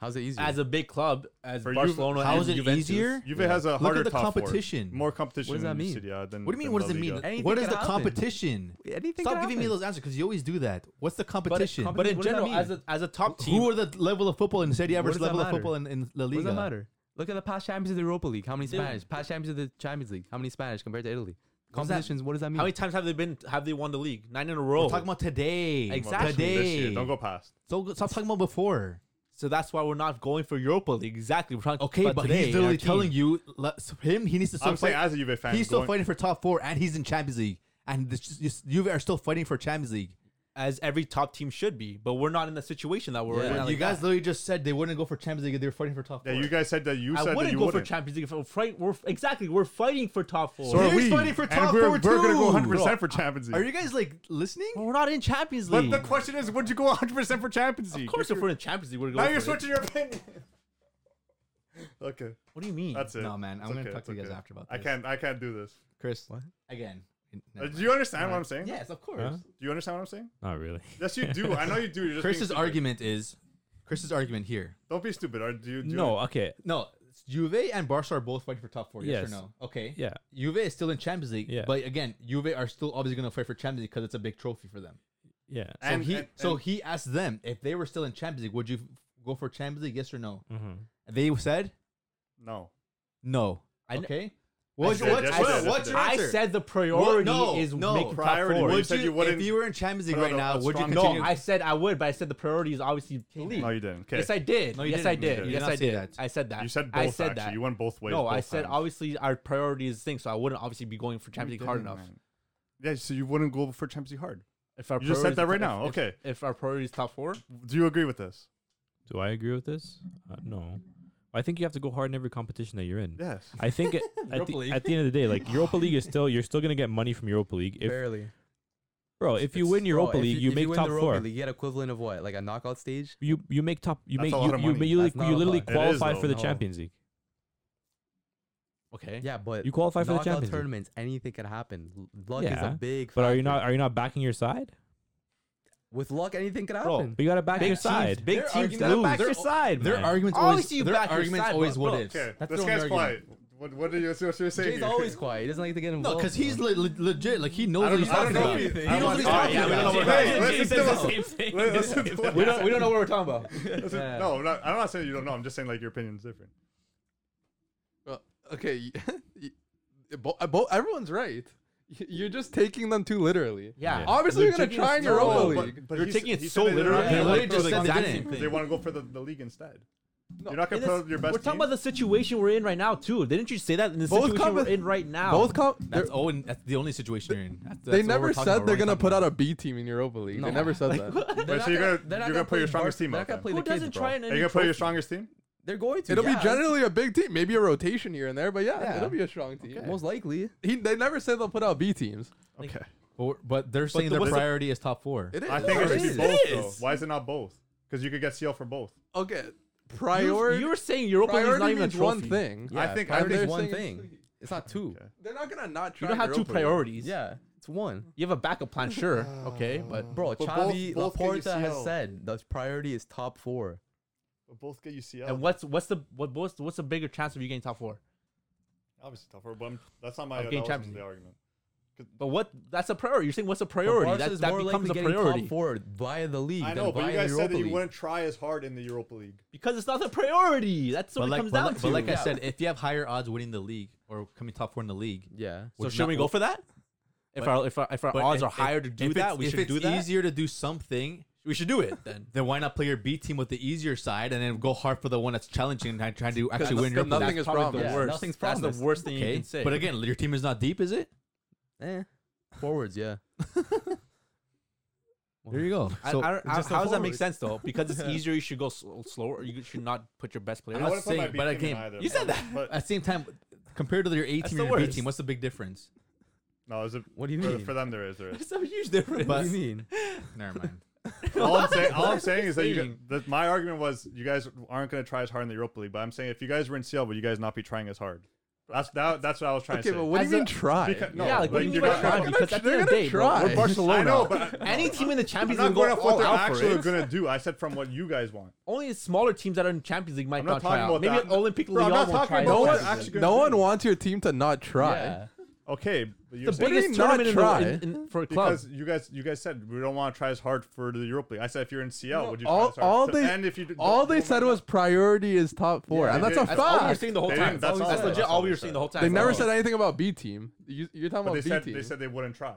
[SPEAKER 2] How's it easier?
[SPEAKER 1] as a big club as
[SPEAKER 3] For Juve-
[SPEAKER 1] Barcelona.
[SPEAKER 4] How
[SPEAKER 1] and
[SPEAKER 4] is it
[SPEAKER 1] Juventus.
[SPEAKER 4] easier?
[SPEAKER 3] Juve
[SPEAKER 2] Yeah.
[SPEAKER 3] has a
[SPEAKER 4] Look
[SPEAKER 3] harder
[SPEAKER 4] at the
[SPEAKER 3] top four.
[SPEAKER 4] competition.
[SPEAKER 3] more competition.
[SPEAKER 2] What does that
[SPEAKER 3] in
[SPEAKER 2] mean?
[SPEAKER 3] Serie A than
[SPEAKER 4] What do you mean?
[SPEAKER 3] than
[SPEAKER 4] What does
[SPEAKER 3] La
[SPEAKER 4] it mean?
[SPEAKER 3] Liga.
[SPEAKER 2] Anything
[SPEAKER 4] What is
[SPEAKER 2] can
[SPEAKER 4] the
[SPEAKER 2] happen.
[SPEAKER 4] competition?
[SPEAKER 2] Anything
[SPEAKER 4] Stop
[SPEAKER 2] can
[SPEAKER 4] giving me
[SPEAKER 2] happen.
[SPEAKER 4] those answers because you always do that. What's the
[SPEAKER 1] But,
[SPEAKER 4] competition?
[SPEAKER 1] but in
[SPEAKER 2] What does that
[SPEAKER 1] general,
[SPEAKER 2] mean?
[SPEAKER 1] as a as a top team,
[SPEAKER 4] who are the level of football in Serie A
[SPEAKER 2] What
[SPEAKER 4] versus
[SPEAKER 2] does that
[SPEAKER 4] level of
[SPEAKER 2] matter?
[SPEAKER 4] football in, in La Liga?
[SPEAKER 2] What does that matter? Look at the past champions of the Europa League. How many
[SPEAKER 1] They-
[SPEAKER 2] Spanish? Past champions of the Champions League. How many Spanish compared to Italy?
[SPEAKER 4] does that-
[SPEAKER 2] Competitions. What does that mean?
[SPEAKER 1] how many times have they been? Have they won the league? Nine in a row.
[SPEAKER 4] We're talking about today.
[SPEAKER 1] Exactly.
[SPEAKER 3] This year,
[SPEAKER 4] Today.
[SPEAKER 3] don't go past.
[SPEAKER 4] So stop talking about before.
[SPEAKER 1] so that's why we're not going for Europa League. Exactly. We're talking
[SPEAKER 4] Okay,
[SPEAKER 1] about
[SPEAKER 4] but
[SPEAKER 1] today,
[SPEAKER 4] he's literally
[SPEAKER 1] our team.
[SPEAKER 4] telling you let- him he needs to. Still
[SPEAKER 3] I'm
[SPEAKER 4] fight.
[SPEAKER 3] saying as a Juve fan,
[SPEAKER 4] he's still
[SPEAKER 3] going-
[SPEAKER 4] fighting for top four, and he's in Champions League, and this, this, Juve are still fighting for Champions League.
[SPEAKER 1] as every top team should be, but we're not in the situation that we're
[SPEAKER 2] Yeah.
[SPEAKER 1] in.
[SPEAKER 2] Not
[SPEAKER 4] you guys literally just said they wouldn't go for Champions League if they were fighting for top
[SPEAKER 3] Yeah,
[SPEAKER 4] four.
[SPEAKER 3] you guys said that you
[SPEAKER 1] I
[SPEAKER 3] said that
[SPEAKER 1] wouldn't
[SPEAKER 3] you
[SPEAKER 1] go
[SPEAKER 3] wouldn't.
[SPEAKER 1] for Champions League. If we're, fight, we're exactly we're fighting for top four.
[SPEAKER 3] So are
[SPEAKER 4] He's
[SPEAKER 3] we.
[SPEAKER 4] fighting for
[SPEAKER 3] and
[SPEAKER 4] top
[SPEAKER 3] we're,
[SPEAKER 4] four,
[SPEAKER 3] we're gonna go
[SPEAKER 4] too.
[SPEAKER 3] 100 percent for Champions League.
[SPEAKER 4] are you guys like listening?
[SPEAKER 1] But we're not in Champions
[SPEAKER 3] but
[SPEAKER 1] League.
[SPEAKER 3] the question is, would you go 100 percent for Champions League?
[SPEAKER 1] of course, if we're in Champions League, we're going.
[SPEAKER 3] now
[SPEAKER 1] for
[SPEAKER 3] you're
[SPEAKER 1] it.
[SPEAKER 3] switching your opinion. okay,
[SPEAKER 1] What do you mean?
[SPEAKER 3] that's it.
[SPEAKER 4] No, man,
[SPEAKER 3] It's
[SPEAKER 4] I'm gonna
[SPEAKER 3] okay,
[SPEAKER 4] talk to
[SPEAKER 3] it's
[SPEAKER 4] you guys
[SPEAKER 3] okay.
[SPEAKER 4] after about
[SPEAKER 3] I
[SPEAKER 4] this.
[SPEAKER 3] can't. I can't do this.
[SPEAKER 4] Chris.
[SPEAKER 2] What?
[SPEAKER 4] Again.
[SPEAKER 3] Uh,
[SPEAKER 4] Never
[SPEAKER 3] do
[SPEAKER 4] mind.
[SPEAKER 3] you understand what I'm saying?
[SPEAKER 4] Yes, of course.
[SPEAKER 6] Huh?
[SPEAKER 3] Do you understand what I'm saying?
[SPEAKER 6] Not really.
[SPEAKER 3] Yes, you do. I know you do. You're just being
[SPEAKER 4] Chris's
[SPEAKER 3] stupid.
[SPEAKER 4] argument is Chris's argument here.
[SPEAKER 3] Don't be stupid. Or do you? Do
[SPEAKER 6] No. Okay.
[SPEAKER 4] No, Juve and Barca are both fighting for top four. Yes,
[SPEAKER 6] Yes.
[SPEAKER 4] or no? Okay.
[SPEAKER 6] Yeah.
[SPEAKER 4] Juve is still in Champions League,
[SPEAKER 6] Yeah.
[SPEAKER 4] but again, Juve are still obviously going to fight for Champions League because it's a big trophy for them.
[SPEAKER 6] Yeah.
[SPEAKER 4] So
[SPEAKER 3] And-
[SPEAKER 4] he
[SPEAKER 3] and-
[SPEAKER 4] so
[SPEAKER 3] and-
[SPEAKER 4] he asked them if they were still in Champions League, would you go for Champions League? Yes or no?
[SPEAKER 6] Mm-hmm.
[SPEAKER 4] They said
[SPEAKER 3] No.
[SPEAKER 4] no.
[SPEAKER 1] I kn-
[SPEAKER 4] okay.
[SPEAKER 3] I
[SPEAKER 4] What,
[SPEAKER 3] said
[SPEAKER 4] what,
[SPEAKER 3] yes,
[SPEAKER 4] what-
[SPEAKER 3] I said
[SPEAKER 4] what's
[SPEAKER 3] yes.
[SPEAKER 4] your
[SPEAKER 1] I
[SPEAKER 4] answer?
[SPEAKER 1] said the priority
[SPEAKER 4] no,
[SPEAKER 1] is
[SPEAKER 4] no.
[SPEAKER 1] making
[SPEAKER 3] Priority.
[SPEAKER 1] top
[SPEAKER 3] You
[SPEAKER 1] four.
[SPEAKER 4] Would
[SPEAKER 3] said you
[SPEAKER 4] if
[SPEAKER 3] wouldn't
[SPEAKER 4] you were in Champions League
[SPEAKER 3] put
[SPEAKER 4] right
[SPEAKER 3] out a-
[SPEAKER 4] now,
[SPEAKER 3] a
[SPEAKER 4] would you
[SPEAKER 3] strong
[SPEAKER 4] continue?
[SPEAKER 3] team.
[SPEAKER 1] No, I said I would, but I said the priority is obviously to leave.
[SPEAKER 3] No, you didn't. Okay.
[SPEAKER 1] Yes, I did.
[SPEAKER 4] No, you
[SPEAKER 1] yes,
[SPEAKER 4] didn't.
[SPEAKER 1] I
[SPEAKER 4] You
[SPEAKER 1] did.
[SPEAKER 4] did
[SPEAKER 1] Yes,
[SPEAKER 4] not
[SPEAKER 1] I
[SPEAKER 4] say
[SPEAKER 1] did.
[SPEAKER 4] that.
[SPEAKER 1] I said that.
[SPEAKER 3] You said both.
[SPEAKER 1] I said
[SPEAKER 3] actually.
[SPEAKER 1] that.
[SPEAKER 3] You went both ways.
[SPEAKER 1] no, I
[SPEAKER 3] both
[SPEAKER 1] said
[SPEAKER 3] times.
[SPEAKER 1] obviously our priority is thing, so I wouldn't obviously be going for
[SPEAKER 3] You
[SPEAKER 1] Champions League
[SPEAKER 3] didn't,
[SPEAKER 1] hard enough.
[SPEAKER 3] man. Yeah, so you wouldn't go for Champions League hard.
[SPEAKER 1] If our
[SPEAKER 3] You just said
[SPEAKER 1] priority
[SPEAKER 3] that
[SPEAKER 1] is-
[SPEAKER 3] right now.
[SPEAKER 1] if-
[SPEAKER 3] Okay.
[SPEAKER 1] If, if our priority is top four,
[SPEAKER 3] Do you agree with this?
[SPEAKER 6] Do I agree with this? Uh, no. I think you have to go hard in every competition that you're in.
[SPEAKER 3] Yes.
[SPEAKER 6] I think at, at,
[SPEAKER 4] Europa
[SPEAKER 6] the,
[SPEAKER 4] League.
[SPEAKER 6] at the end of the day, like Europa League is still you're still gonna get money from Europa League. If
[SPEAKER 2] Barely.
[SPEAKER 6] bro, if you win
[SPEAKER 2] Bro,
[SPEAKER 6] Europa
[SPEAKER 2] if
[SPEAKER 6] League,
[SPEAKER 2] if
[SPEAKER 6] you make
[SPEAKER 2] win
[SPEAKER 6] top
[SPEAKER 2] the Europa <laughs>
[SPEAKER 6] four.
[SPEAKER 2] League, you get equivalent of what? Like a knockout stage?
[SPEAKER 6] You you make top. You
[SPEAKER 3] That's
[SPEAKER 6] make
[SPEAKER 3] a lot
[SPEAKER 6] you
[SPEAKER 3] of
[SPEAKER 6] you,
[SPEAKER 3] money.
[SPEAKER 6] you,
[SPEAKER 2] That's
[SPEAKER 6] like,
[SPEAKER 2] not
[SPEAKER 6] you
[SPEAKER 2] a
[SPEAKER 6] literally
[SPEAKER 2] lot.
[SPEAKER 3] It is,
[SPEAKER 6] qualify
[SPEAKER 3] though.
[SPEAKER 6] for the
[SPEAKER 2] No.
[SPEAKER 6] Champions League.
[SPEAKER 1] okay.
[SPEAKER 2] Yeah, but
[SPEAKER 6] You qualify for the
[SPEAKER 2] knockout
[SPEAKER 6] Champions League.
[SPEAKER 2] tournaments, anything can happen. L- Luck is
[SPEAKER 6] Yeah,
[SPEAKER 2] a big.
[SPEAKER 6] But are you not
[SPEAKER 2] factor.
[SPEAKER 6] are you not backing your side?
[SPEAKER 2] With luck, anything could
[SPEAKER 6] Bro,
[SPEAKER 2] happen.
[SPEAKER 6] Oh, but you gotta back your side.
[SPEAKER 1] big
[SPEAKER 4] Their
[SPEAKER 1] teams
[SPEAKER 4] argument-
[SPEAKER 1] that
[SPEAKER 4] Lose.
[SPEAKER 1] back
[SPEAKER 4] Their-
[SPEAKER 1] your side.
[SPEAKER 4] Their
[SPEAKER 6] man.
[SPEAKER 4] arguments
[SPEAKER 1] Always
[SPEAKER 4] always
[SPEAKER 1] you
[SPEAKER 4] their
[SPEAKER 1] back your
[SPEAKER 4] arguments
[SPEAKER 1] side,
[SPEAKER 4] always
[SPEAKER 1] bro.
[SPEAKER 4] what
[SPEAKER 1] Bro,
[SPEAKER 4] ifs.
[SPEAKER 3] Okay.
[SPEAKER 4] That's
[SPEAKER 3] this
[SPEAKER 4] their only
[SPEAKER 3] guy's
[SPEAKER 4] argument.
[SPEAKER 3] quiet. What, what are you, what's what you're saying?
[SPEAKER 2] Jay's
[SPEAKER 3] here? <laughs>
[SPEAKER 2] always quiet. He doesn't like to get
[SPEAKER 4] No,
[SPEAKER 2] involved.
[SPEAKER 4] because he's le- le- legit. Like he knows
[SPEAKER 3] I
[SPEAKER 4] what
[SPEAKER 3] don't,
[SPEAKER 4] he's
[SPEAKER 3] I don't know
[SPEAKER 4] talking about. He
[SPEAKER 3] anything.
[SPEAKER 4] knows what he's talking
[SPEAKER 1] yeah, we don't know what
[SPEAKER 4] about.
[SPEAKER 1] we're
[SPEAKER 3] Hey,
[SPEAKER 1] talking
[SPEAKER 3] let's
[SPEAKER 1] James
[SPEAKER 3] still-
[SPEAKER 1] says the same thing.
[SPEAKER 3] let- let's still-
[SPEAKER 4] We don't, we don't know what we're talking about.
[SPEAKER 3] let's- No, I'm not, I'm not saying you don't know. I'm just saying like your opinion's different.
[SPEAKER 5] Well, okay, <laughs> both bo- everyone's right. <laughs> Y- You're just taking them too literally.
[SPEAKER 1] Yeah.
[SPEAKER 6] Yeah.
[SPEAKER 1] They're
[SPEAKER 5] Obviously, you're gonna
[SPEAKER 1] taking
[SPEAKER 5] try
[SPEAKER 1] us-
[SPEAKER 5] in
[SPEAKER 1] no,
[SPEAKER 5] Europa
[SPEAKER 1] no,
[SPEAKER 5] League.
[SPEAKER 3] but
[SPEAKER 1] You're
[SPEAKER 3] he
[SPEAKER 1] taking
[SPEAKER 3] said-
[SPEAKER 1] it
[SPEAKER 3] he
[SPEAKER 1] so
[SPEAKER 3] said they're
[SPEAKER 1] literally.
[SPEAKER 3] not
[SPEAKER 4] They
[SPEAKER 3] gonna
[SPEAKER 1] They're
[SPEAKER 4] literally
[SPEAKER 3] go
[SPEAKER 1] like
[SPEAKER 3] for
[SPEAKER 4] just
[SPEAKER 1] the
[SPEAKER 3] the
[SPEAKER 4] said they
[SPEAKER 3] exact
[SPEAKER 1] exact
[SPEAKER 4] didn't.
[SPEAKER 1] same
[SPEAKER 3] same-
[SPEAKER 1] thing.
[SPEAKER 3] They want to go for the, the league instead. You're not gonna
[SPEAKER 1] It
[SPEAKER 3] put
[SPEAKER 1] is-
[SPEAKER 3] out your best
[SPEAKER 1] We're talking
[SPEAKER 3] team?
[SPEAKER 1] about the situation we're in right now too. Didn't you say that in the
[SPEAKER 5] Both
[SPEAKER 1] situation
[SPEAKER 5] compet-
[SPEAKER 1] we're in right now?
[SPEAKER 5] Both com- they're-
[SPEAKER 4] That's Owen. That's the only situation you're in. That's,
[SPEAKER 5] they never said they're gonna put out a B team in Europa League. They never <laughs> said that.
[SPEAKER 2] They're
[SPEAKER 3] Wait,
[SPEAKER 2] not
[SPEAKER 3] so you're gonna-
[SPEAKER 2] they're not
[SPEAKER 3] you're gonna put your
[SPEAKER 2] play
[SPEAKER 3] strongest
[SPEAKER 2] Bar-
[SPEAKER 3] team
[SPEAKER 2] They're
[SPEAKER 3] out
[SPEAKER 2] not gonna
[SPEAKER 3] then.
[SPEAKER 2] play
[SPEAKER 1] Who
[SPEAKER 2] the kids,
[SPEAKER 1] doesn't
[SPEAKER 2] bro.
[SPEAKER 1] try and
[SPEAKER 3] Are you gonna play your strongest team?
[SPEAKER 2] They're going to.
[SPEAKER 5] It'll
[SPEAKER 2] yeah.
[SPEAKER 5] be generally a big team, maybe a rotation here and there, but yeah,
[SPEAKER 2] Yeah.
[SPEAKER 5] it'll be a strong team.
[SPEAKER 2] most likely.
[SPEAKER 5] He, they never said they'll put out B teams.
[SPEAKER 3] Okay.
[SPEAKER 4] But, but they're saying
[SPEAKER 3] the-
[SPEAKER 4] their
[SPEAKER 3] what's the-
[SPEAKER 4] priority is top four.
[SPEAKER 5] It is.
[SPEAKER 3] I think it should be
[SPEAKER 2] is.
[SPEAKER 3] both
[SPEAKER 5] It
[SPEAKER 3] though.
[SPEAKER 5] is.
[SPEAKER 3] Why is it not both? Because you could get CL for both.
[SPEAKER 5] Okay,
[SPEAKER 1] You,
[SPEAKER 5] priority.
[SPEAKER 1] you were saying Europa League is not
[SPEAKER 5] priority
[SPEAKER 1] even a
[SPEAKER 5] means one
[SPEAKER 1] trophy.
[SPEAKER 5] thing.
[SPEAKER 2] Yeah,
[SPEAKER 3] think- I
[SPEAKER 2] priority
[SPEAKER 3] think-
[SPEAKER 2] is one
[SPEAKER 5] They're saying-
[SPEAKER 2] thing. It's not two.
[SPEAKER 3] Okay.
[SPEAKER 5] They're not gonna not
[SPEAKER 1] You
[SPEAKER 5] try.
[SPEAKER 1] don't have two
[SPEAKER 5] Europa League.
[SPEAKER 1] priorities.
[SPEAKER 2] Yeah, it's one.
[SPEAKER 1] You have a backup plan, sure. Okay, but
[SPEAKER 2] Bro,
[SPEAKER 3] But both-
[SPEAKER 2] Xavi
[SPEAKER 3] both get you
[SPEAKER 2] Laporta has
[SPEAKER 3] CL.
[SPEAKER 2] said the priority is top four.
[SPEAKER 3] But both get you CL.
[SPEAKER 1] and what's what's the what what's, what's the bigger chance of you getting top four?
[SPEAKER 3] Obviously tougher, but I'm- that's not my
[SPEAKER 1] Of getting
[SPEAKER 3] that wasn't
[SPEAKER 1] Champions
[SPEAKER 3] the
[SPEAKER 1] League.
[SPEAKER 3] argument.
[SPEAKER 1] But what that's a priority. You're saying what's a
[SPEAKER 2] But
[SPEAKER 1] priority?
[SPEAKER 2] Barca's
[SPEAKER 1] That, that
[SPEAKER 2] more
[SPEAKER 1] becomes
[SPEAKER 2] likely
[SPEAKER 1] a
[SPEAKER 2] getting
[SPEAKER 1] priority
[SPEAKER 2] Top four via the league.
[SPEAKER 3] I
[SPEAKER 2] than
[SPEAKER 3] know, but
[SPEAKER 2] via
[SPEAKER 3] you guys
[SPEAKER 2] the
[SPEAKER 3] said that
[SPEAKER 2] Europa
[SPEAKER 3] you
[SPEAKER 2] League.
[SPEAKER 3] wouldn't try as hard in the Europa League.
[SPEAKER 1] because it's not the priority. That's what
[SPEAKER 4] But
[SPEAKER 1] it
[SPEAKER 4] like,
[SPEAKER 1] comes
[SPEAKER 4] but
[SPEAKER 1] down
[SPEAKER 4] like-
[SPEAKER 1] to.
[SPEAKER 4] but like I said, if you have higher odds winning the league or coming top four in the league,
[SPEAKER 2] Yeah.
[SPEAKER 1] so
[SPEAKER 4] would
[SPEAKER 1] should
[SPEAKER 4] not-
[SPEAKER 1] we go for that? If
[SPEAKER 4] But-
[SPEAKER 1] our if our, if our
[SPEAKER 4] but
[SPEAKER 1] odds
[SPEAKER 4] if-
[SPEAKER 1] are higher to
[SPEAKER 4] if-
[SPEAKER 1] do
[SPEAKER 4] if
[SPEAKER 1] that,
[SPEAKER 4] it's-
[SPEAKER 1] we
[SPEAKER 4] if
[SPEAKER 1] should
[SPEAKER 4] it's
[SPEAKER 1] do that.
[SPEAKER 4] easier to do something.
[SPEAKER 1] We should do it then.
[SPEAKER 4] <laughs> Then why not play your B team with the easier side and then go hard for the one that's challenging and trying to actually win your
[SPEAKER 5] Nothing
[SPEAKER 1] That's
[SPEAKER 5] is
[SPEAKER 1] probably
[SPEAKER 5] promised.
[SPEAKER 1] The
[SPEAKER 2] Yeah,
[SPEAKER 1] worst.
[SPEAKER 2] nothing's
[SPEAKER 1] That's the
[SPEAKER 2] promised.
[SPEAKER 1] worst thing you
[SPEAKER 4] Okay,
[SPEAKER 1] can say.
[SPEAKER 4] but again, your team is not deep, is it?
[SPEAKER 2] Eh. Forwards, yeah.
[SPEAKER 4] There you go.
[SPEAKER 1] I-
[SPEAKER 4] So
[SPEAKER 1] I don't- I-
[SPEAKER 3] just a
[SPEAKER 1] how does that make
[SPEAKER 3] forward.
[SPEAKER 1] sense though? Because it's easier, you should go sl- slower. You should not put your best player.
[SPEAKER 3] I
[SPEAKER 1] out.
[SPEAKER 3] would've put my
[SPEAKER 4] saying,
[SPEAKER 3] B
[SPEAKER 4] but
[SPEAKER 3] team in
[SPEAKER 4] again,
[SPEAKER 3] either,
[SPEAKER 4] you said
[SPEAKER 3] but- But
[SPEAKER 4] at the same time, compared to your A
[SPEAKER 1] That's
[SPEAKER 4] team
[SPEAKER 1] the
[SPEAKER 4] and your B
[SPEAKER 1] worst.
[SPEAKER 4] team, what's the big difference?
[SPEAKER 3] no, is it,
[SPEAKER 2] What do you
[SPEAKER 3] for,
[SPEAKER 2] mean?
[SPEAKER 3] for them there is there is.
[SPEAKER 1] It's a huge difference.
[SPEAKER 4] But-
[SPEAKER 2] what do you mean?
[SPEAKER 4] Never mind.
[SPEAKER 1] <laughs>
[SPEAKER 3] All I'm saying, all I'm saying is that, you
[SPEAKER 4] Saying.
[SPEAKER 3] got- that my argument was you guys aren't going to try as hard in the Europa League. But I'm saying if you guys were in CL, would you guys not be trying as hard? That's that, that's what I was trying
[SPEAKER 5] Okay,
[SPEAKER 3] to say.
[SPEAKER 5] but what do
[SPEAKER 1] As
[SPEAKER 5] you mean
[SPEAKER 1] a-
[SPEAKER 5] try?
[SPEAKER 3] Because- no,
[SPEAKER 1] yeah, like,
[SPEAKER 3] like,
[SPEAKER 1] we need
[SPEAKER 3] you're
[SPEAKER 1] to
[SPEAKER 3] not-
[SPEAKER 1] try
[SPEAKER 5] they're
[SPEAKER 1] because
[SPEAKER 5] gonna-
[SPEAKER 1] at the end of the
[SPEAKER 5] they're
[SPEAKER 1] day,
[SPEAKER 5] gonna
[SPEAKER 1] bro, we're
[SPEAKER 5] try.
[SPEAKER 1] Barcelona.
[SPEAKER 3] I know, but I-
[SPEAKER 1] any team in the
[SPEAKER 3] I'm
[SPEAKER 1] Champions
[SPEAKER 3] not
[SPEAKER 1] League
[SPEAKER 3] going
[SPEAKER 1] will
[SPEAKER 3] off
[SPEAKER 1] go
[SPEAKER 3] what
[SPEAKER 1] all
[SPEAKER 3] they're
[SPEAKER 1] out for
[SPEAKER 3] actually
[SPEAKER 1] it.
[SPEAKER 3] going to do. I said from what you guys want.
[SPEAKER 1] Only smaller teams that are in Champions League might
[SPEAKER 3] I'm
[SPEAKER 1] not,
[SPEAKER 3] not
[SPEAKER 1] try
[SPEAKER 3] talking
[SPEAKER 1] out.
[SPEAKER 3] about
[SPEAKER 1] Maybe
[SPEAKER 3] that.
[SPEAKER 1] an Olympic
[SPEAKER 3] Bro, I'm
[SPEAKER 1] Lyon
[SPEAKER 3] not
[SPEAKER 1] will
[SPEAKER 3] talking
[SPEAKER 1] try
[SPEAKER 3] about
[SPEAKER 5] No
[SPEAKER 1] out.
[SPEAKER 3] what
[SPEAKER 5] one,
[SPEAKER 3] they're actually gonna
[SPEAKER 5] no
[SPEAKER 3] do.
[SPEAKER 5] one wants your team to not try.
[SPEAKER 1] Yeah.
[SPEAKER 3] Okay, but you're
[SPEAKER 1] The
[SPEAKER 3] saying-
[SPEAKER 1] biggest
[SPEAKER 5] did not
[SPEAKER 1] tournament in the-
[SPEAKER 5] try?
[SPEAKER 1] in, in, for a club.
[SPEAKER 3] Because you guys, you guys said we don't want to try as hard for the Europa League. I said if you're in CL, would you
[SPEAKER 5] all,
[SPEAKER 3] try as hard?
[SPEAKER 5] all
[SPEAKER 3] So-
[SPEAKER 5] they,
[SPEAKER 3] and if you d-
[SPEAKER 5] all
[SPEAKER 3] don't-
[SPEAKER 5] they
[SPEAKER 3] don't
[SPEAKER 5] said
[SPEAKER 3] mind
[SPEAKER 5] was
[SPEAKER 3] that.
[SPEAKER 5] priority is top four,
[SPEAKER 3] Yeah,
[SPEAKER 5] and
[SPEAKER 3] they
[SPEAKER 5] that's
[SPEAKER 3] did.
[SPEAKER 5] a
[SPEAKER 1] That's all we were
[SPEAKER 5] fact.
[SPEAKER 1] saying the whole
[SPEAKER 3] They
[SPEAKER 1] time.
[SPEAKER 3] didn't- that's
[SPEAKER 1] That's,
[SPEAKER 3] all they
[SPEAKER 1] legit
[SPEAKER 3] said.
[SPEAKER 1] all we were
[SPEAKER 3] That's all
[SPEAKER 1] saying
[SPEAKER 3] they
[SPEAKER 1] the whole time.
[SPEAKER 5] They never
[SPEAKER 1] That's all.
[SPEAKER 5] said anything about B team. You, you're talking
[SPEAKER 3] But
[SPEAKER 5] about
[SPEAKER 3] they
[SPEAKER 5] B
[SPEAKER 3] said
[SPEAKER 5] team.
[SPEAKER 3] they said they wouldn't try.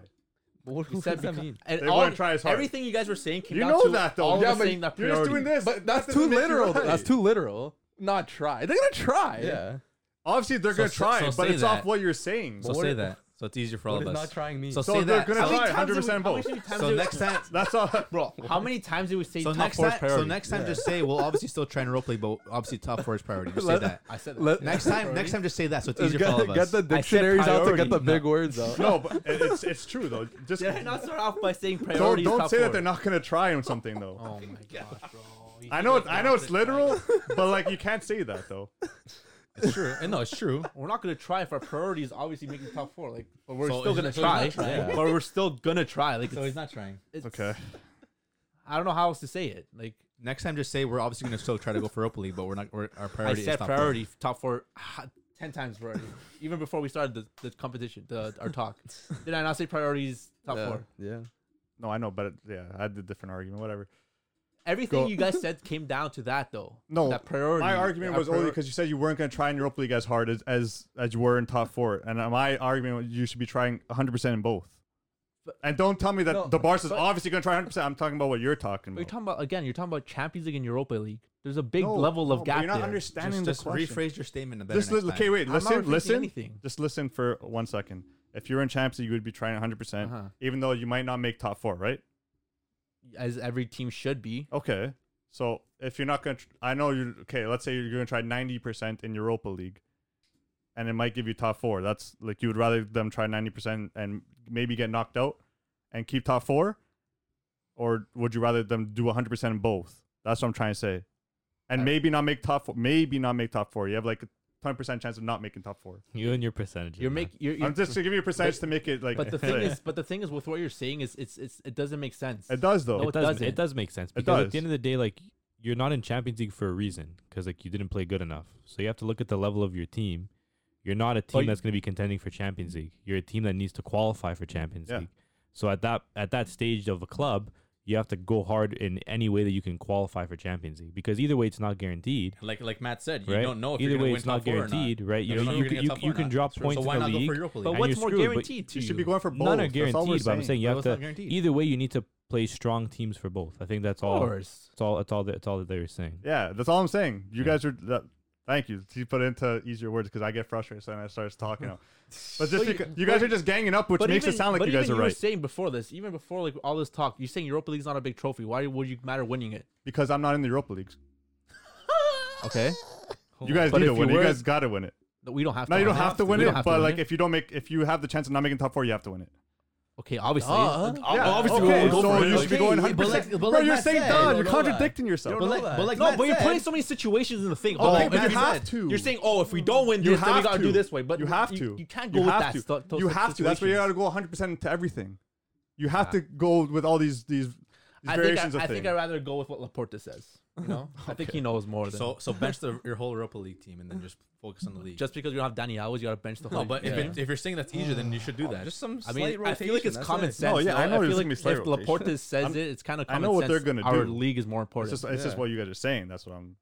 [SPEAKER 2] What,
[SPEAKER 1] You
[SPEAKER 2] what
[SPEAKER 1] said
[SPEAKER 2] does that
[SPEAKER 1] beca-
[SPEAKER 2] mean?
[SPEAKER 1] and
[SPEAKER 3] They
[SPEAKER 1] all-
[SPEAKER 3] wouldn't try as hard.
[SPEAKER 1] Everything you guys were saying came
[SPEAKER 3] You
[SPEAKER 1] down
[SPEAKER 3] know
[SPEAKER 1] to
[SPEAKER 3] that, though.
[SPEAKER 1] all of
[SPEAKER 3] Yeah,
[SPEAKER 1] us
[SPEAKER 3] but
[SPEAKER 1] saying that
[SPEAKER 3] You're just doing
[SPEAKER 1] priority.
[SPEAKER 3] this.
[SPEAKER 5] But that's
[SPEAKER 3] That doesn't
[SPEAKER 5] too
[SPEAKER 3] make you
[SPEAKER 5] literal. though.
[SPEAKER 3] right.
[SPEAKER 5] That's too literal. Not try. They're gonna try.
[SPEAKER 2] Yeah.
[SPEAKER 3] Obviously, they're
[SPEAKER 4] So
[SPEAKER 3] gonna
[SPEAKER 4] s-
[SPEAKER 3] try,
[SPEAKER 4] so
[SPEAKER 3] but
[SPEAKER 4] say
[SPEAKER 3] it's
[SPEAKER 4] that.
[SPEAKER 3] off what you're saying.
[SPEAKER 4] So
[SPEAKER 3] So,
[SPEAKER 4] say that. So it's easier for all
[SPEAKER 2] What
[SPEAKER 4] of
[SPEAKER 2] does
[SPEAKER 4] us.
[SPEAKER 2] not trying mean?
[SPEAKER 4] So say
[SPEAKER 3] they're
[SPEAKER 4] that.
[SPEAKER 3] gonna
[SPEAKER 4] So-
[SPEAKER 3] try
[SPEAKER 1] How many
[SPEAKER 3] 100
[SPEAKER 1] times did we-
[SPEAKER 3] percent
[SPEAKER 1] how
[SPEAKER 3] both.
[SPEAKER 1] many times
[SPEAKER 4] So
[SPEAKER 1] did we-
[SPEAKER 4] next time,
[SPEAKER 3] That's all,
[SPEAKER 1] <laughs> bro. How many times did we say
[SPEAKER 4] so
[SPEAKER 1] top
[SPEAKER 4] next
[SPEAKER 1] four is
[SPEAKER 4] time, so
[SPEAKER 1] priority? <laughs>
[SPEAKER 4] next time, just say we'll obviously still try and role play, but obviously top four is priority. Just say
[SPEAKER 5] Let-
[SPEAKER 4] that.
[SPEAKER 1] I said that.
[SPEAKER 5] Let-
[SPEAKER 4] Next time, next time, just say that. So it's easier
[SPEAKER 5] get,
[SPEAKER 4] for all of us.
[SPEAKER 5] get the dictionaries out to get the
[SPEAKER 1] priority.
[SPEAKER 5] big words
[SPEAKER 3] <laughs>
[SPEAKER 5] out.
[SPEAKER 3] No, but it- it's it's true though. Just
[SPEAKER 1] Did I
[SPEAKER 3] don't,
[SPEAKER 1] not start off by saying priority? is
[SPEAKER 3] don't
[SPEAKER 1] top
[SPEAKER 3] say
[SPEAKER 1] four?
[SPEAKER 3] that they're not gonna try on something though.
[SPEAKER 1] <laughs> Oh my gosh, bro. You
[SPEAKER 3] I know,
[SPEAKER 1] guys
[SPEAKER 3] I
[SPEAKER 1] got
[SPEAKER 3] know it's
[SPEAKER 1] this, <laughs>
[SPEAKER 3] literal,
[SPEAKER 1] man.
[SPEAKER 3] but like you can't say that though.
[SPEAKER 4] It's true. And no, it's true.
[SPEAKER 1] We're not gonna try if our priority is obviously making top four. Like, but we're
[SPEAKER 4] So
[SPEAKER 1] still
[SPEAKER 4] is-
[SPEAKER 1] gonna
[SPEAKER 4] so he's
[SPEAKER 1] try.
[SPEAKER 4] not trying.
[SPEAKER 1] Yeah. But we're still gonna try. Like,
[SPEAKER 4] So he's not trying.
[SPEAKER 1] it's,
[SPEAKER 3] Okay,
[SPEAKER 1] I don't know how else to say it. Like,
[SPEAKER 4] Next time, just say we're obviously gonna still try to go for Europa League, but we're not. We're, our
[SPEAKER 1] I
[SPEAKER 4] priority is
[SPEAKER 1] said
[SPEAKER 4] top
[SPEAKER 1] priority top four ah, ten times already, <laughs> even before we started the, the competition, the, our
[SPEAKER 4] <laughs>
[SPEAKER 1] talk. Did I not say priorities top
[SPEAKER 5] Yeah.
[SPEAKER 1] four?
[SPEAKER 2] Yeah.
[SPEAKER 3] no, I know, but it, yeah, I had a different argument. Whatever.
[SPEAKER 1] Everything
[SPEAKER 3] Go.
[SPEAKER 1] you guys said came down to that though.
[SPEAKER 3] No,
[SPEAKER 1] that priority.
[SPEAKER 3] My argument
[SPEAKER 1] our
[SPEAKER 3] was only
[SPEAKER 1] prior-
[SPEAKER 3] because you said you weren't going to try in Europa League as hard as as, as you were in top four, and uh, my argument was you should be trying 100 percent in both. And don't tell me that
[SPEAKER 1] No,
[SPEAKER 3] the Barca's
[SPEAKER 1] but-
[SPEAKER 3] obviously going to try 100. percent I'm talking about what you're talking
[SPEAKER 1] We're
[SPEAKER 3] about.
[SPEAKER 1] talking about again. You're talking about Champions League and Europa League. There's a big
[SPEAKER 3] No,
[SPEAKER 1] level of
[SPEAKER 3] no, but
[SPEAKER 1] gap
[SPEAKER 3] You're not
[SPEAKER 1] there.
[SPEAKER 4] four.
[SPEAKER 3] understanding
[SPEAKER 4] Just, just
[SPEAKER 3] the question.
[SPEAKER 4] rephrase your statement. Better
[SPEAKER 3] Just
[SPEAKER 4] next
[SPEAKER 3] li- okay,
[SPEAKER 4] time.
[SPEAKER 3] wait.
[SPEAKER 1] I'm not
[SPEAKER 3] Listen,
[SPEAKER 1] referencing
[SPEAKER 3] listen.
[SPEAKER 1] anything.
[SPEAKER 3] Just listen for one second. If you're in Champions League, you would be trying 100, percent
[SPEAKER 1] Uh-huh.
[SPEAKER 3] even though you might not make top four, right?
[SPEAKER 1] as every team should be.
[SPEAKER 3] Okay. So if you're not going to, tr- I know you're, okay, let's say you're going to try 90% in Europa League and it might give you top four. That's like you would rather them try 90% and maybe get knocked out and keep top four? Or would you rather them do 100% in both? That's what I'm trying to say. And maybe not make top four. Maybe not make top four. You have like a 20% chance of not making top four.
[SPEAKER 6] You and your percentages.
[SPEAKER 1] You're
[SPEAKER 6] man.
[SPEAKER 1] making. You're, you're,
[SPEAKER 3] I'm just to give you a percentage to make it
[SPEAKER 1] <laughs>
[SPEAKER 3] like. <laughs>
[SPEAKER 1] but the thing is, but the thing is, with what you're saying is, it's it's it doesn't make sense.
[SPEAKER 3] it does though.
[SPEAKER 1] No,
[SPEAKER 6] it does.
[SPEAKER 1] doesn't.
[SPEAKER 6] It does make sense because at
[SPEAKER 3] does.
[SPEAKER 6] the end of the day, like you're not in Champions League for a reason because like you didn't play good enough. So you have to look at the level of your team. You're not a team
[SPEAKER 1] you-
[SPEAKER 6] that's going to be contending for Champions League. You're a team that needs to qualify for Champions
[SPEAKER 3] Yeah.
[SPEAKER 6] League. So at that at that stage of a club, you have to go hard in any way that you can qualify for Champions League because either way, it's not guaranteed.
[SPEAKER 4] Like like Matt said, you
[SPEAKER 6] Right.
[SPEAKER 4] don't know if
[SPEAKER 6] Either
[SPEAKER 4] you're
[SPEAKER 6] way,
[SPEAKER 4] gonna win
[SPEAKER 6] it's not
[SPEAKER 4] top four or
[SPEAKER 6] guaranteed, right? You,
[SPEAKER 4] don't know
[SPEAKER 6] know,
[SPEAKER 4] if
[SPEAKER 6] you, can-
[SPEAKER 4] you're gonna
[SPEAKER 6] you,
[SPEAKER 4] get top
[SPEAKER 6] you
[SPEAKER 4] four or
[SPEAKER 6] can
[SPEAKER 4] not.
[SPEAKER 6] drop
[SPEAKER 4] So
[SPEAKER 6] points
[SPEAKER 4] why
[SPEAKER 6] in the
[SPEAKER 4] not go for
[SPEAKER 6] league.
[SPEAKER 4] Europa League?
[SPEAKER 6] but
[SPEAKER 4] And
[SPEAKER 6] what's
[SPEAKER 4] you're
[SPEAKER 6] more
[SPEAKER 4] screwed, but-
[SPEAKER 6] guaranteed to
[SPEAKER 3] you
[SPEAKER 6] you?
[SPEAKER 3] should be going for both.
[SPEAKER 6] None are
[SPEAKER 3] That's all we're
[SPEAKER 6] guaranteed, but I'm
[SPEAKER 3] saying.
[SPEAKER 6] saying you
[SPEAKER 4] But
[SPEAKER 6] have
[SPEAKER 4] it's not
[SPEAKER 6] to.
[SPEAKER 4] guaranteed.
[SPEAKER 6] Either way, you need to play strong teams for both. I think that's all.
[SPEAKER 1] course.
[SPEAKER 6] That's all. That's all. that- That's all that they were saying.
[SPEAKER 3] Yeah, that's all I'm saying. You
[SPEAKER 6] Yeah.
[SPEAKER 3] guys are. That, thank you. You put into easier words because I get frustrated and I start
[SPEAKER 1] <laughs>
[SPEAKER 3] talking. out. But just
[SPEAKER 1] But you-
[SPEAKER 3] because you guys
[SPEAKER 1] but-
[SPEAKER 3] are just ganging up, which
[SPEAKER 1] But
[SPEAKER 3] makes
[SPEAKER 1] even-
[SPEAKER 3] it sound
[SPEAKER 1] but
[SPEAKER 3] like you guys
[SPEAKER 1] even
[SPEAKER 3] are
[SPEAKER 1] were
[SPEAKER 3] right.
[SPEAKER 1] saying before this, even before like all this talk, you're saying Europa League's not a big trophy. Why would you matter winning it?
[SPEAKER 3] Because I'm not in the Europa League.
[SPEAKER 1] Okay,
[SPEAKER 3] You guys
[SPEAKER 1] But
[SPEAKER 3] need to
[SPEAKER 1] if you
[SPEAKER 3] win. it. You
[SPEAKER 1] were-
[SPEAKER 3] guys got to win it.
[SPEAKER 1] No, we don't have.
[SPEAKER 3] No,
[SPEAKER 1] to
[SPEAKER 3] you don't have to win
[SPEAKER 1] We
[SPEAKER 3] it.
[SPEAKER 1] don't have to
[SPEAKER 3] But
[SPEAKER 1] win
[SPEAKER 3] like, if you don't make, if you have the chance of not making top four, you have to win it.
[SPEAKER 1] okay, obviously,
[SPEAKER 5] Duh.
[SPEAKER 1] Ob-
[SPEAKER 3] Yeah,
[SPEAKER 1] obviously,
[SPEAKER 3] okay,
[SPEAKER 1] we'll go
[SPEAKER 3] so
[SPEAKER 1] for it.
[SPEAKER 3] you should be
[SPEAKER 1] Like,
[SPEAKER 3] going 100.
[SPEAKER 4] but like- but
[SPEAKER 3] percent
[SPEAKER 4] like
[SPEAKER 3] Bro, you're
[SPEAKER 4] Matt
[SPEAKER 3] saying
[SPEAKER 4] said,
[SPEAKER 3] done.
[SPEAKER 4] you
[SPEAKER 3] You're
[SPEAKER 4] don't know that.
[SPEAKER 3] contradicting yourself.
[SPEAKER 4] But like,
[SPEAKER 2] that.
[SPEAKER 4] but like
[SPEAKER 1] no,
[SPEAKER 4] Matt
[SPEAKER 1] but you're
[SPEAKER 4] said-
[SPEAKER 1] putting so many situations in the thing.
[SPEAKER 3] Okay,
[SPEAKER 1] Oh,
[SPEAKER 3] but you
[SPEAKER 1] Matt
[SPEAKER 3] have
[SPEAKER 1] said-
[SPEAKER 3] to.
[SPEAKER 1] You're saying, oh, if we don't win
[SPEAKER 3] You
[SPEAKER 1] this, then we
[SPEAKER 3] have
[SPEAKER 1] gotta
[SPEAKER 3] to.
[SPEAKER 1] do this way. But
[SPEAKER 3] you have to.
[SPEAKER 1] You can't go
[SPEAKER 3] You
[SPEAKER 1] with
[SPEAKER 3] have
[SPEAKER 1] that.
[SPEAKER 3] to.
[SPEAKER 1] stu- those
[SPEAKER 3] You have to. That's why you
[SPEAKER 1] situations.
[SPEAKER 3] got to go 100 percent into everything. You have to go with all these these, these
[SPEAKER 1] I think
[SPEAKER 3] variations
[SPEAKER 1] I, I
[SPEAKER 3] of things.
[SPEAKER 1] think I'd rather go with what Laporta says. You know, I think he knows more than
[SPEAKER 4] So so bench the, your whole Europa League team and then just focus on the league.
[SPEAKER 1] just because we don't have Danny Alves, you gotta bench the whole.
[SPEAKER 4] no, but if, it, if you're saying that's easier, then you should do that.
[SPEAKER 2] Just some
[SPEAKER 1] I
[SPEAKER 2] slight
[SPEAKER 1] mean, I feel like it's common sense.
[SPEAKER 3] No, yeah,
[SPEAKER 1] though.
[SPEAKER 3] I know
[SPEAKER 1] feel
[SPEAKER 3] it's
[SPEAKER 1] like
[SPEAKER 3] gonna be slight
[SPEAKER 1] if
[SPEAKER 3] rotation.
[SPEAKER 1] Laporta says
[SPEAKER 3] I'm-
[SPEAKER 1] it, it's kind of.
[SPEAKER 3] I know what they're gonna
[SPEAKER 1] Our
[SPEAKER 3] do.
[SPEAKER 1] league is more
[SPEAKER 3] It's
[SPEAKER 1] important.
[SPEAKER 3] just it's just
[SPEAKER 2] Yeah.
[SPEAKER 3] what you guys are saying. That's what I'm.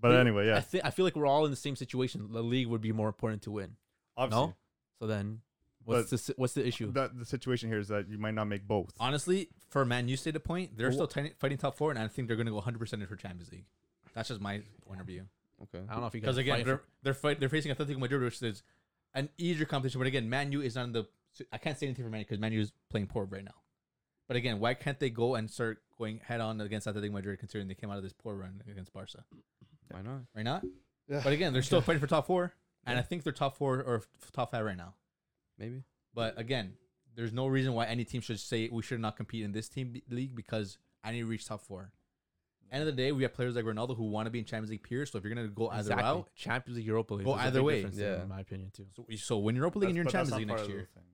[SPEAKER 3] But
[SPEAKER 1] We-
[SPEAKER 3] anyway,
[SPEAKER 1] I
[SPEAKER 3] yeah,
[SPEAKER 1] think I feel like we're all in the same situation. The league would be more important to win.
[SPEAKER 3] obviously,
[SPEAKER 1] No, so then what's
[SPEAKER 3] But-
[SPEAKER 1] the what's the issue?
[SPEAKER 3] that the situation here is that you might not make both.
[SPEAKER 4] Honestly, for Man U stayed a point. They're still tiny- fighting top four, and I think they're going to go 100 percent in for Champions League. That's just my point of view.
[SPEAKER 2] Okay.
[SPEAKER 1] I don't know if you guys
[SPEAKER 4] Because again,
[SPEAKER 1] fight
[SPEAKER 4] they're
[SPEAKER 1] for-
[SPEAKER 4] they're, fight, they're facing Atletico Madrid, which is an easier competition. But again, Man U is not in the. I can't say anything for Man U because Man U is playing poor right now. But again, why can't they go and start going head on against Athletic Madrid, considering they came out of this poor run against Barca?
[SPEAKER 2] Why not?
[SPEAKER 4] Right not?
[SPEAKER 5] Yeah.
[SPEAKER 4] But again, they're still fighting for top four, and I think they're top four or f- top five right now.
[SPEAKER 2] Maybe.
[SPEAKER 4] But again, there's no reason why any team should say we should not compete in this team b- league because I need to reach top four. End of the day, we have players like Ronaldo who want to be in Champions League peers. So if you're gonna go either
[SPEAKER 1] Exactly.
[SPEAKER 4] route,
[SPEAKER 1] Champions League, Europa League.
[SPEAKER 4] Go
[SPEAKER 1] there's a
[SPEAKER 4] either
[SPEAKER 1] big
[SPEAKER 4] way.
[SPEAKER 1] difference in
[SPEAKER 2] Yeah.
[SPEAKER 1] my opinion too.
[SPEAKER 4] so, so win Europa League and you're in
[SPEAKER 3] That's- but
[SPEAKER 4] Champions League
[SPEAKER 3] that's not
[SPEAKER 4] next year.
[SPEAKER 3] part of the thing.